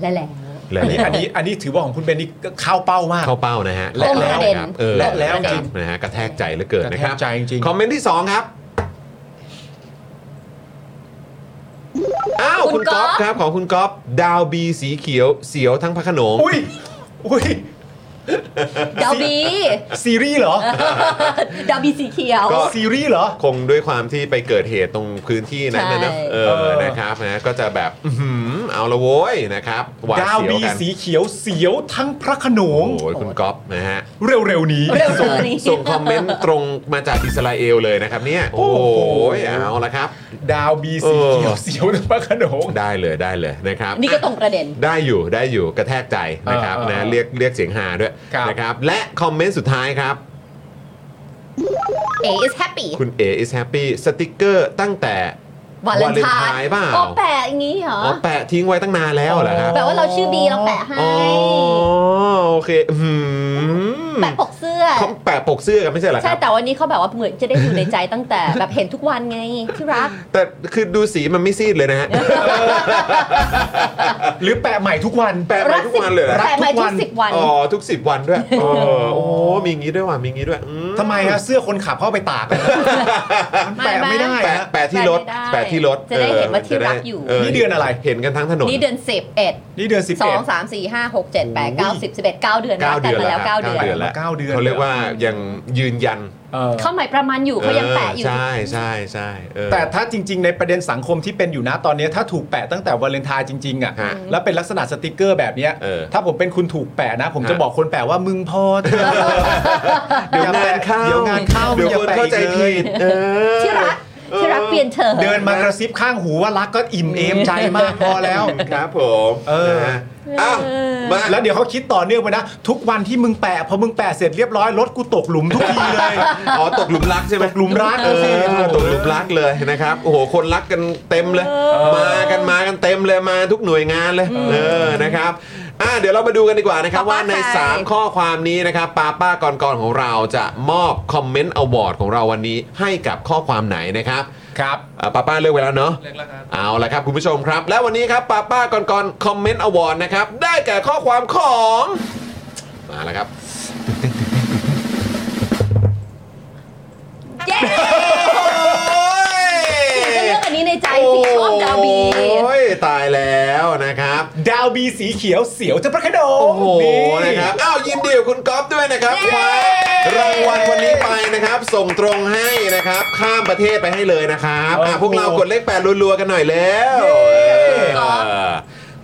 Speaker 3: และแล้ว
Speaker 4: แหละ
Speaker 2: อันนี้อันนี้อันนี้ถือว่าของคุณเบนนี่ก็เข้าเป้ามาก
Speaker 4: เข้าเป้านะฮะ
Speaker 2: และแล้ว
Speaker 4: ครับ
Speaker 3: ประเด็น
Speaker 4: เออ
Speaker 2: และแล้ว
Speaker 4: ค
Speaker 2: จริ
Speaker 4: รับ
Speaker 2: ง
Speaker 4: นะฮะกระแทกใจเหลือเกินนะครับ
Speaker 2: กระแทกใจจริง
Speaker 4: คอมเมนต์ที่ 2 ครับ าว
Speaker 3: คุ
Speaker 4: คุณ ณก๊อฟค
Speaker 3: ก๊อฟ
Speaker 4: รับของคุณก๊อฟดาวบีสีเขียวเสียวทั้งพระโขนง
Speaker 2: อุ้ยอุ้ย
Speaker 3: ดาวบี
Speaker 2: ซีรีส์เหรอ
Speaker 3: ดาวบีสีเขียว
Speaker 2: ซีรีส์เหรอ
Speaker 4: คงด้วยความที่ไปเกิดเหตุตรงพื้นที่นั้นนะเนอะ
Speaker 3: ใช่
Speaker 4: เอ
Speaker 2: เอ
Speaker 4: อ
Speaker 2: อ
Speaker 4: นะครับนะก็จะแบบอื้อหือเอาละโว้ยนะครับหวาด
Speaker 2: ดาว
Speaker 4: เสียว
Speaker 2: บี
Speaker 4: กัน
Speaker 2: สีเขียวเสียวทั้งพระโขน
Speaker 4: โอ้
Speaker 2: ง
Speaker 4: โหคุณก๊อฟนะฮะ
Speaker 2: เร็วๆนี้
Speaker 3: เร็วเกินนี้
Speaker 4: ส่งคอมเมนต์ตรงมาจากอิสราเอลเลยนะครับเนี่ย โอ้โห
Speaker 2: โอ้โห
Speaker 4: เอาละครับ
Speaker 2: ดาวบีสีเขียวเสียวทั้งพระโขนง
Speaker 4: ได้เลยได้เลยนะครับ
Speaker 3: [LAUGHS] นี่ก็ตรงประเด็น
Speaker 4: ได้อยู่ได้อยู่กระแทกใจนะครับ
Speaker 2: เออเออ
Speaker 4: นะเรียกเรียกเสียงฮาด้วย
Speaker 2: ครับ
Speaker 4: นะครับ และคอมเมนต์สุดท้ายครับ
Speaker 3: A is happy
Speaker 4: คุณเอ is happy สติกเกอร์ตั้งแต่
Speaker 3: วาเลนไท
Speaker 4: Valentine
Speaker 3: น์
Speaker 4: เปล่า
Speaker 3: โอแปะอย่างนี้เหรอ
Speaker 4: อ๋อแปะทิ้งไว้ตั้งนานแล้วเหรอครับ
Speaker 3: แปลว่าเราชื่อบีเราแปะให้
Speaker 4: อ๋อโอเคอืม
Speaker 3: แปะปกเสื้อ
Speaker 4: เขาแปะปกเสื้อกันไม่ใช่เหรอค
Speaker 3: ใช่
Speaker 4: รับ
Speaker 3: แต่วันนี้เขาแบบว่าเหมือนจะได้อยู่ในใจตั้งแต่แบบเห็นทุกวันไงที่รัก
Speaker 4: แต่คือดูสีมันไม่ซีดเลยนะฮะ
Speaker 2: หรือแปะใหม่ทุกวัน
Speaker 4: แปะไปทุกวันเลยเหรอ
Speaker 3: รักสิบแปะไปทุกสิบวัน
Speaker 4: อ๋อทุกสิบวันด้วยเออโอ้มีอย่างงี้ด้วยว่ะมีอย่างงี้ด้วยอื
Speaker 2: ทำไมฮะเสื้อคนขับเข้าไปตากอะมันแปะไม่ได้
Speaker 4: แปะ
Speaker 2: ฮะ
Speaker 4: แปะที่รถ
Speaker 3: แปะไม่ได้
Speaker 4: แปะที่รถ
Speaker 3: จะได้เห็นว่าที่รักอยู่
Speaker 4: เ
Speaker 2: นี่เดือนอะไร
Speaker 4: เห็นกันทั้งถนน
Speaker 3: นี่เดือนสิบเอ็ด
Speaker 2: นี่เดือนสิบ
Speaker 3: ส
Speaker 2: เอ็
Speaker 3: อ
Speaker 2: ด
Speaker 3: งสามสี่ห้าหกเจ็ดแปดเก้าสิบสิบเอ็ดเก้าเดือน
Speaker 4: เก้า
Speaker 3: รักกันมาแล้ว
Speaker 4: เดือนแล้วครับ
Speaker 3: เก้าเดือน
Speaker 4: เก้าเดือน
Speaker 2: เก้าเดือน
Speaker 4: เขาเรียกว่ายังยืนยัน
Speaker 2: เออ
Speaker 3: เข้าใหม่ประมาณอยู่เขายังแปะอยู่
Speaker 4: เใช่ใช่ใช่เออ
Speaker 2: แต่ถ้าจริง ๆ ในประเด็นสังคมที่เป็นอยู่นะตอนเนี้ยถ้าถูกแปะตั้งแต่วาเลนไทน์จริงๆอ่ะ
Speaker 4: ฮะ
Speaker 2: แล้วเป็นลักษณะสติกเกอร์แบบเนี้ย
Speaker 4: เออ
Speaker 2: ถ้าผมเป็นคุณถูกแปะนะ ผมจะ
Speaker 4: ฮะ
Speaker 2: บอกคนแปะว่ามึงพอเถอะ
Speaker 4: เดี๋ยวงานเข้า
Speaker 2: เดี๋ยวงานเข้า
Speaker 4: เดี๋ยว
Speaker 2: มึงอย่
Speaker 4: คน
Speaker 2: แปะ
Speaker 4: เข้าใจ
Speaker 2: อีกล
Speaker 4: ผิ
Speaker 2: ย
Speaker 4: ดเออ
Speaker 3: ที่รักที่รักเปลี่ยนเธอ
Speaker 2: เดินมากระซิบข้างหูว่ารักก็อิ่มเอมใจมากพอแล้ว
Speaker 4: ครับผม
Speaker 2: เออ
Speaker 4: นะฮะอ้าวมา
Speaker 2: แล้วเดี๋ยวเขาคิดต่อเนื่องไปนะ ทุกวันที่มึงแปะพอมึงแปะเสร็จเรียบร้อยรถกูตกหลุมทุกทีเลย
Speaker 4: อ๋อตกหลุมรักใช่ไหม
Speaker 2: ตกหลุมรัก
Speaker 4: เอ
Speaker 2: สิ
Speaker 4: อตกหลุมรักเลยนะครับโอ้โหคนรักกันเต็มเลย มากันมากันเต็มเลยมาทุกหน่วยงานเลยเออนะครับอ่ะเดี๋ยวเรามาดูกันดีกว่านะครับ
Speaker 3: ป้าป้า
Speaker 4: ว่าใน
Speaker 3: ใคร
Speaker 4: 3 ข้อความนี้นะครับป้าป้าก่อนก่อนๆของเราจะมอบคอมเมนต์อวอร์ดของเราวันนี้ให้กับข้อความไหนนะครับ
Speaker 2: ครับ
Speaker 4: อ่ะป้าป้าเลือกไว้แล้วเนาะ
Speaker 5: เลือกแล้วครับ
Speaker 4: เอาละครับคุณผู้ชมครับ และวันนี้ครับป้าป้าก่อนก่อนคอมเมนต์อวอร์ดนะครับได้แก่ข้อความของมาแล้วครับ
Speaker 3: เย้จะเลือกอันนี้ในใจสิชอบดาวบี
Speaker 4: โอ้ยตายแล้วนะครับ
Speaker 2: ดาวบีสีเขียวเสียวจะประกระโดง
Speaker 4: โอ้โห
Speaker 2: นี่
Speaker 4: นะครับอ้าวยินดีกับคุณก๊อฟด้วยนะครับ
Speaker 3: เย้
Speaker 4: คว้ารางวัลวันนี้ไปนะครับ ส่งตรงให้นะครับ ข้ามประเทศไปให้เลยนะครับอ่ะพวกเรากดเลขแปดรัวๆกันหน่อยแล้วเออ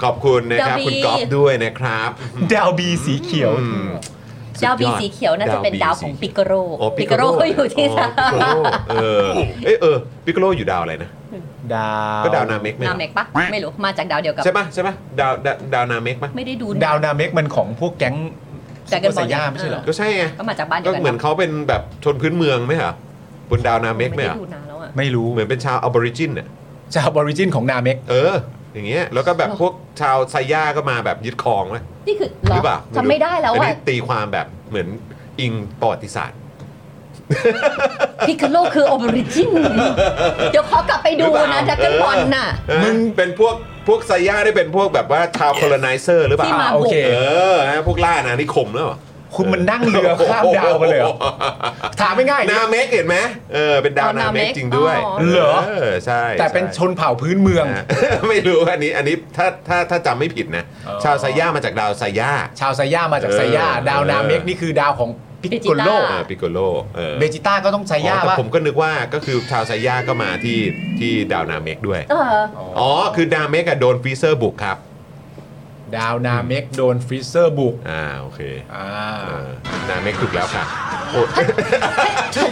Speaker 4: ขอบคุณนะครับคุณก๊อฟด้วยนะครับ
Speaker 2: ดาวบีสีเขียว
Speaker 4: อืม
Speaker 3: ดาวบีสีเขียวน่าจะเป็นดาวของปิกโร
Speaker 4: อ๋อ
Speaker 3: ปิกโรก็อยู่ที่
Speaker 4: อ๋อปิกโร่เออเอยเออปิกโรอยู่ดาวอะไรนะ
Speaker 2: ดาว
Speaker 4: ก็ดาวนาเมกไหม
Speaker 3: นาเมกปะไม่รู้มาจากดาวเดียวกับ
Speaker 4: ใช่ปะใช่ปะดาวดาวดาวนาเมกปะ
Speaker 3: ไม่ได้ดู
Speaker 2: ดาวนาเมกมันของพวกแก๊ง
Speaker 3: แต่กัน
Speaker 2: โซย่า
Speaker 3: บอกเลย
Speaker 2: ไม่ใช่เหรอ
Speaker 4: ก็ใช่ไง
Speaker 3: ก็มาจากบ้านเดี
Speaker 4: ก็
Speaker 3: ยวกัน
Speaker 4: เหมือนเขาเป็นแบบชนพื้นเมืองไหมครับบนดาวนาเมกไหม
Speaker 3: ไม่
Speaker 4: อ่ะ
Speaker 3: ได้ดูนานแล้วอ่ะ
Speaker 2: ไม่รู้
Speaker 4: เหมือนเป็นชาวอ b บอริจินอ่ะ
Speaker 2: ชาวบอริจินของนาเมก
Speaker 4: เออ อย่างเงี้ยแล้วก็แบบพวกชาวไซย่าก็มาแบบยึดครองไหม
Speaker 3: นี่คือ
Speaker 4: หรือเปล่ารู้
Speaker 3: จำไม่ได้แล้ว
Speaker 4: อัน
Speaker 3: ว่า
Speaker 4: นี้ตีความแบบเหมือนอิงประวัติศาสตร์
Speaker 3: พิคโลคือออริจิ
Speaker 4: [LAUGHS]
Speaker 3: น เดี๋ยวขอกลับไปดูนะดักเกิลบอลน่ะ
Speaker 4: เออมึงเป็นพวกพวกไซย่าได้เป็นพวกแบบว่าชาวคอลไนเซอร์หรือเปล่า
Speaker 3: ที่มา
Speaker 2: โอเค
Speaker 4: เออฮะพวกล่าอาณานิคมหรือเปล่า
Speaker 2: คุณมันนั่งเรือข้ามดาวมาเลยเหรอถามไม่ง่ายๆ
Speaker 4: นาเมกเห็นไหมเออเป็นดาวนา
Speaker 3: ดาวนา
Speaker 4: เม
Speaker 3: เม
Speaker 4: ก
Speaker 3: ก
Speaker 4: จริงด้วย
Speaker 3: อ๋อ
Speaker 2: เหรอ
Speaker 4: เออใช่
Speaker 2: แต่เป็น
Speaker 4: ใ
Speaker 2: ชนเผ่าพื้นเมือง
Speaker 4: อ่ะ [LAUGHS] ไม่รู้อันนี้อันนี้ถ้าถ้าถ้าจำไม่ผิดนะ
Speaker 2: อ๋อ
Speaker 4: ชาวไซย่ามาจากดาวไซย่า
Speaker 2: ชาวไซย่ามาจากไซย่า
Speaker 4: เออ
Speaker 2: ดาวนาเมกนี่คือดาวของพิกโกโล
Speaker 3: เบจิต้า
Speaker 4: เออปิโกโลเออ
Speaker 2: เบจิต้าก็ต้องไซย่า
Speaker 4: อ๋อแต่
Speaker 2: ป่ะ
Speaker 4: ผมก็นึกว่าก็คือชาวไซย่าก็มาที่ที่ดาวนาเมกด้วย
Speaker 3: เออ
Speaker 4: อ๋อ คือดาวเมกอะโดนฟรีเซอร์บุกครับ
Speaker 2: ดาวนาเมกโดนฟรีเซอร์บุก
Speaker 4: อ่า โอเค
Speaker 2: อ่า
Speaker 4: เออนาเมกถูกแล้วค่ะโอ้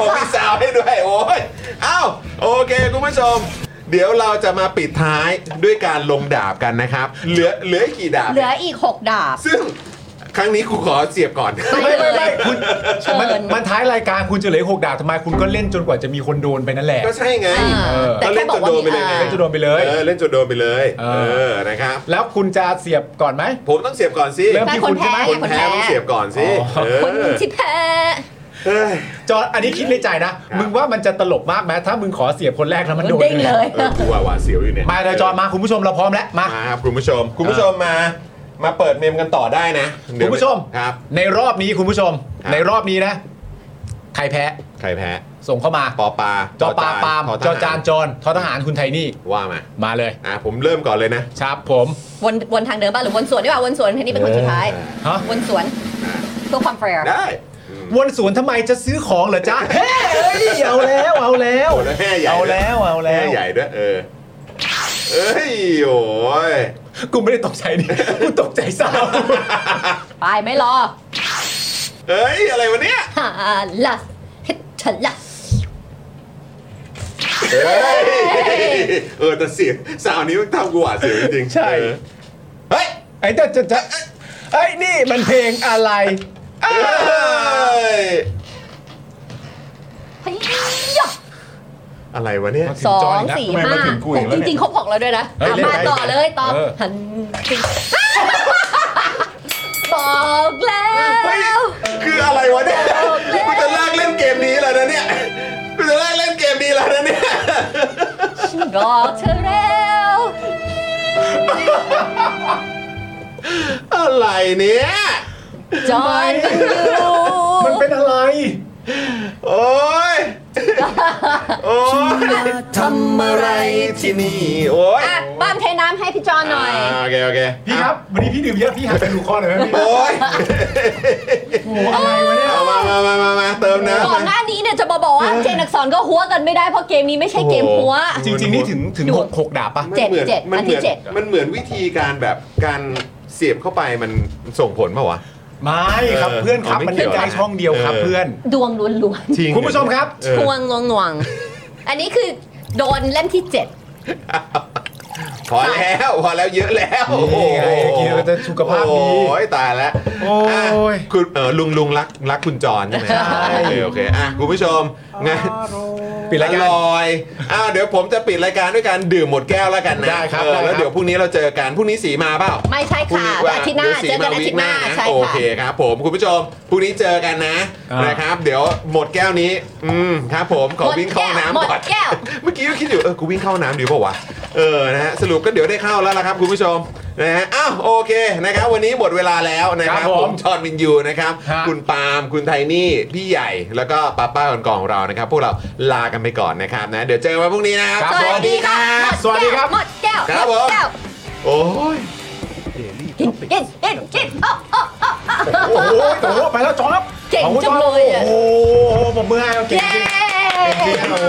Speaker 4: ผมมีสาวให้ด้วยโอ้ยอ้าวโอเคคุณผู้ชม เดี๋ยวเราจะมาปิดท้ายด้วยการลงดาบกันนะครับ เหลือเหลืออีกกี่ดาบ
Speaker 3: เหลืออีก 6 ดาบ
Speaker 4: ซึ่งครั้งนี้กูขอเสียบก่อน
Speaker 3: ไป
Speaker 2: ไม่
Speaker 3: เล
Speaker 2: ไม่
Speaker 3: ย
Speaker 2: ไม่คุณ
Speaker 3: เชิญ
Speaker 2: มันมันท้ายรายการคุณจะเหลืออกหกดาวทำไมคุณก็เล่นจนกว่าจะมีคนโดนไปนั่นแหละ
Speaker 4: ก็ใช่ไง
Speaker 3: อ่า
Speaker 2: เออ
Speaker 3: แต่แค่บอกว่ามี
Speaker 4: ก็เล่นจนโดนไปเลยไง
Speaker 3: อ่า
Speaker 2: เล่นจนโดนไปเลย
Speaker 4: เออเล่นจนโดนไปเลยเอ
Speaker 2: เออ
Speaker 4: อนะครับ
Speaker 2: แล้วคุณจะเสียบก่อนไหม
Speaker 4: ผมต้องเสียบก่อนสิ
Speaker 2: เริ่ม
Speaker 3: แต่
Speaker 2: ที่
Speaker 3: ค
Speaker 2: คุ
Speaker 3: น
Speaker 2: ณใช่
Speaker 4: ค
Speaker 3: แพ้
Speaker 2: ไหม
Speaker 4: นแพ้ต้องเสียบก่อนสิ
Speaker 2: อ๋อ
Speaker 4: เอ
Speaker 3: คน
Speaker 4: อ
Speaker 3: ที่แพ้
Speaker 4: เฮ้ย
Speaker 2: จออันนี้คิดในใจนะ มึงว่ามันจะตลกมากไหมถ้ามึงขอเสียบคนแรกแล้วมันโดน
Speaker 3: เด้งเลย
Speaker 4: เออกูว่าหวาดเสียวอยู่เนี่ย
Speaker 2: มาเลยจอมาคุณผู้ชมเราพร้อมแล้วมา
Speaker 4: มาครับคุณผู้ชม คุณผู้ชมมา มาเปิดเมมกันต่อได้นะเดี๋ยว
Speaker 2: คุณผู้ชม
Speaker 4: ครับ
Speaker 2: ในรอบนี้คุณผู้ชม
Speaker 4: ครับ
Speaker 2: ในรอบนี้นะ ใครแพ้
Speaker 1: ใครแพ้
Speaker 2: ส่งเข้ามา
Speaker 1: ปอปลา
Speaker 2: จอปลาปาล์ม
Speaker 1: ทอท
Speaker 2: จ
Speaker 1: ห
Speaker 2: อจานจรทอทหารคุณไทนี่
Speaker 1: ว่ามา
Speaker 2: มาเลย
Speaker 1: อ่ะผมเริ่มก่อนเลยนะครับ
Speaker 2: ผม
Speaker 3: วนวนทางเดิมป่ะหรือวนสวนดีกว่าวนสวนแค่นี้เป็นคนสุดท้าย
Speaker 2: ฮะ
Speaker 3: วนสวนเพื่อความแฟร์
Speaker 1: ได้
Speaker 2: วนสวนทำไมจะซื้อของเหรอจ๊ะเฮ้ยเอาแล้วเอาแล้ว
Speaker 1: โอ้แล้วแห่ใหญ่
Speaker 2: เอา
Speaker 1: ด้วย
Speaker 2: แล้วเอาแล้
Speaker 1: แห่
Speaker 2: ว
Speaker 1: ใหญ่ด้วยเออเอ้ยโอ้ย
Speaker 2: กูไม่ได้ตกใจดิกูตกใจสาว
Speaker 3: ไปไม่รอ
Speaker 1: เอ้ยอะไรวะเนี่ย
Speaker 3: ฮ่าลัสเฮ็ดฉันลัส
Speaker 1: เอ้ยเออแต่เสียงสาวนี้มันทำกูหวาดเสียวจริงๆ
Speaker 2: ใช่
Speaker 1: เออ
Speaker 2: เฮ้ยไอ้เจ้าจะจะไอ้ยนี่มันเพลงอะไรอ้า
Speaker 1: เอ้ย
Speaker 3: เฮ้ยยะ
Speaker 1: อะไรวะเนี่ย
Speaker 3: สอ
Speaker 2: จ
Speaker 3: ง
Speaker 2: ยนะ
Speaker 3: สี่
Speaker 2: ทำไม
Speaker 3: ห้าน
Speaker 2: ถึงกูอีก
Speaker 3: จ
Speaker 2: แล้วเนี่ย
Speaker 3: ริงๆครบหกแล้วด้วยนะ
Speaker 2: เฮ้ย
Speaker 3: อ่ะ
Speaker 2: เล่น
Speaker 3: มา
Speaker 2: ไป
Speaker 3: ต่อเลยตอบ
Speaker 2: เออ
Speaker 3: หันสิบอกแล้ว
Speaker 1: คืออะไรวะเนี่ยกูจะเลิกเล่นเกมนี้แล้วนะเนี่ยกูจะเลิกเล่นเกมนี้แล้วนะเนี่ย
Speaker 3: บอกเธอแล้ว
Speaker 1: อะไรเนี่ย
Speaker 3: จอนมันอยู่
Speaker 2: มันเป็นอะไร
Speaker 1: โอ้ [LAUGHS] ยโอ้ยทำอะไรที่นี่โอ้ย
Speaker 3: อ่ะบ้านเทน้ำให้พี่จอนหน่อย
Speaker 1: าโอเคโอเค
Speaker 2: พี่ครับวันนี้พี่ดื่มเยอะพี่หักเป็นหนูข้อหน่อยไหมพี่
Speaker 1: โอ้ย
Speaker 2: โอ้โหอะไรวะเนี่ย
Speaker 1: เอามามามามามาเติมน้ำ
Speaker 3: ก่อนห
Speaker 1: มา
Speaker 3: น้านี้เนี่ยจะมาบอกว่าเจนอักษรก็หัวกันไม่ได้เพราะเกมนี้ไม่ใช่เกมหัว
Speaker 1: โอ้โห
Speaker 2: จริงๆนี่ถึงถึงหกหกดาบปะ
Speaker 1: มันเหมือน
Speaker 3: เจ็ด
Speaker 1: มันเห
Speaker 3: อัน
Speaker 1: มื
Speaker 3: ที่
Speaker 1: อน
Speaker 3: เจ็ด
Speaker 1: มันเหมือนวิธีการแบบการเสียบเข้าไปมันส่งผลเปล่าวะ
Speaker 2: ไม่ครับ
Speaker 1: เออ
Speaker 2: เพื่อนครับ
Speaker 1: ไม่
Speaker 2: มัน
Speaker 1: เกี่
Speaker 2: เป็น
Speaker 1: ยว
Speaker 2: ได้ช่องเดียวครับ
Speaker 1: เออ
Speaker 2: เพื่อน
Speaker 3: ดวงล้วน
Speaker 1: จริง
Speaker 2: คุณผู้ชมครับ
Speaker 1: เอ
Speaker 3: ๆท
Speaker 1: อ
Speaker 3: วงงวงนวงอันนี้คือโดนเล่มที่ 7
Speaker 1: พอแล้วพอแล้วเยอะแล้ว
Speaker 2: นี่ไงกินแล้วจะสุขภาพดี
Speaker 1: โอ้ยตายแล้ว
Speaker 2: โอ้ย
Speaker 1: คุณเออลุงลุงรักรักคุณจรใช่ไหมโอเคโอเคอ่ะคุณผู้ชมงาน
Speaker 2: ปิดรายการ
Speaker 1: อร่อยอ้าวเดี๋ยวผมจะปิดรายการด้วยการดื่มหมดแก้วแล้วกันนะ
Speaker 2: ได้ครับ
Speaker 1: เออ
Speaker 2: ได้ครับ
Speaker 1: แล้วเดี๋ยวพรุ่งนี้เราเจอกันพรุ่งนี้สีมาเปล่า
Speaker 3: ไม่ใช่
Speaker 1: พรุ่ง
Speaker 3: ค่ะ
Speaker 1: นี้
Speaker 3: อาทิตย์หน้า
Speaker 1: ดี๋วสี
Speaker 3: เจอกันอาทิตย์หน้า
Speaker 1: วีค
Speaker 3: ใช่
Speaker 1: โอ
Speaker 3: ค่ะ
Speaker 1: เคครับผมคุณผู้ชมพรุ่งนี้เจอกันนะนะครับ เดี๋ยวหมดแก้วนี้ อืมครับ ผมขอ
Speaker 3: หมด
Speaker 1: วิ่งเข้าห้องน้ำ
Speaker 3: หมด
Speaker 1: ก่อน
Speaker 3: แก้ว
Speaker 1: [LAUGHS] เมื่อกี้ก็คิดอยู่เออกูวิ่งเข้าห้องน้ำดีเปล่าวะเออนะฮะสรุปก็เดี๋ยวได้เข้าแล้วละครับคุณผู้ชมนะฮะอ้าวโอเคนะครับวันนี้หมดเวลาแล้วนะครั
Speaker 2: ค
Speaker 1: บ
Speaker 2: รับผม
Speaker 1: จอห์นวินยูนะครับ
Speaker 2: ฮะ
Speaker 1: คุณปาล์มคุณไทนี่พี่ใหญ่แล้วก็ป้าป้าคนกองของเรานะครับพวกเราลากันไปก่อนนะครับนะเดี๋ยวเจอกันวันพรุ่งนี้นะครับ
Speaker 3: สวัสดีค่ะ
Speaker 2: สวัสดีครับ
Speaker 3: หมดแก้ว
Speaker 1: ครับ
Speaker 3: หมดแก้ว
Speaker 1: ผม โอ้ย
Speaker 3: กินกินกินกินโอ้โอ้โอ้โอ้
Speaker 2: โอ้โหโอ้โหไปแล้วจอนครับ
Speaker 3: เก่ง
Speaker 2: ขอบคุณ
Speaker 3: จัง
Speaker 2: อน
Speaker 3: เลยอะ
Speaker 2: โอ้โหผมมือให้เก่ง
Speaker 3: เย้
Speaker 2: จริงเก่งจริงโอ้โห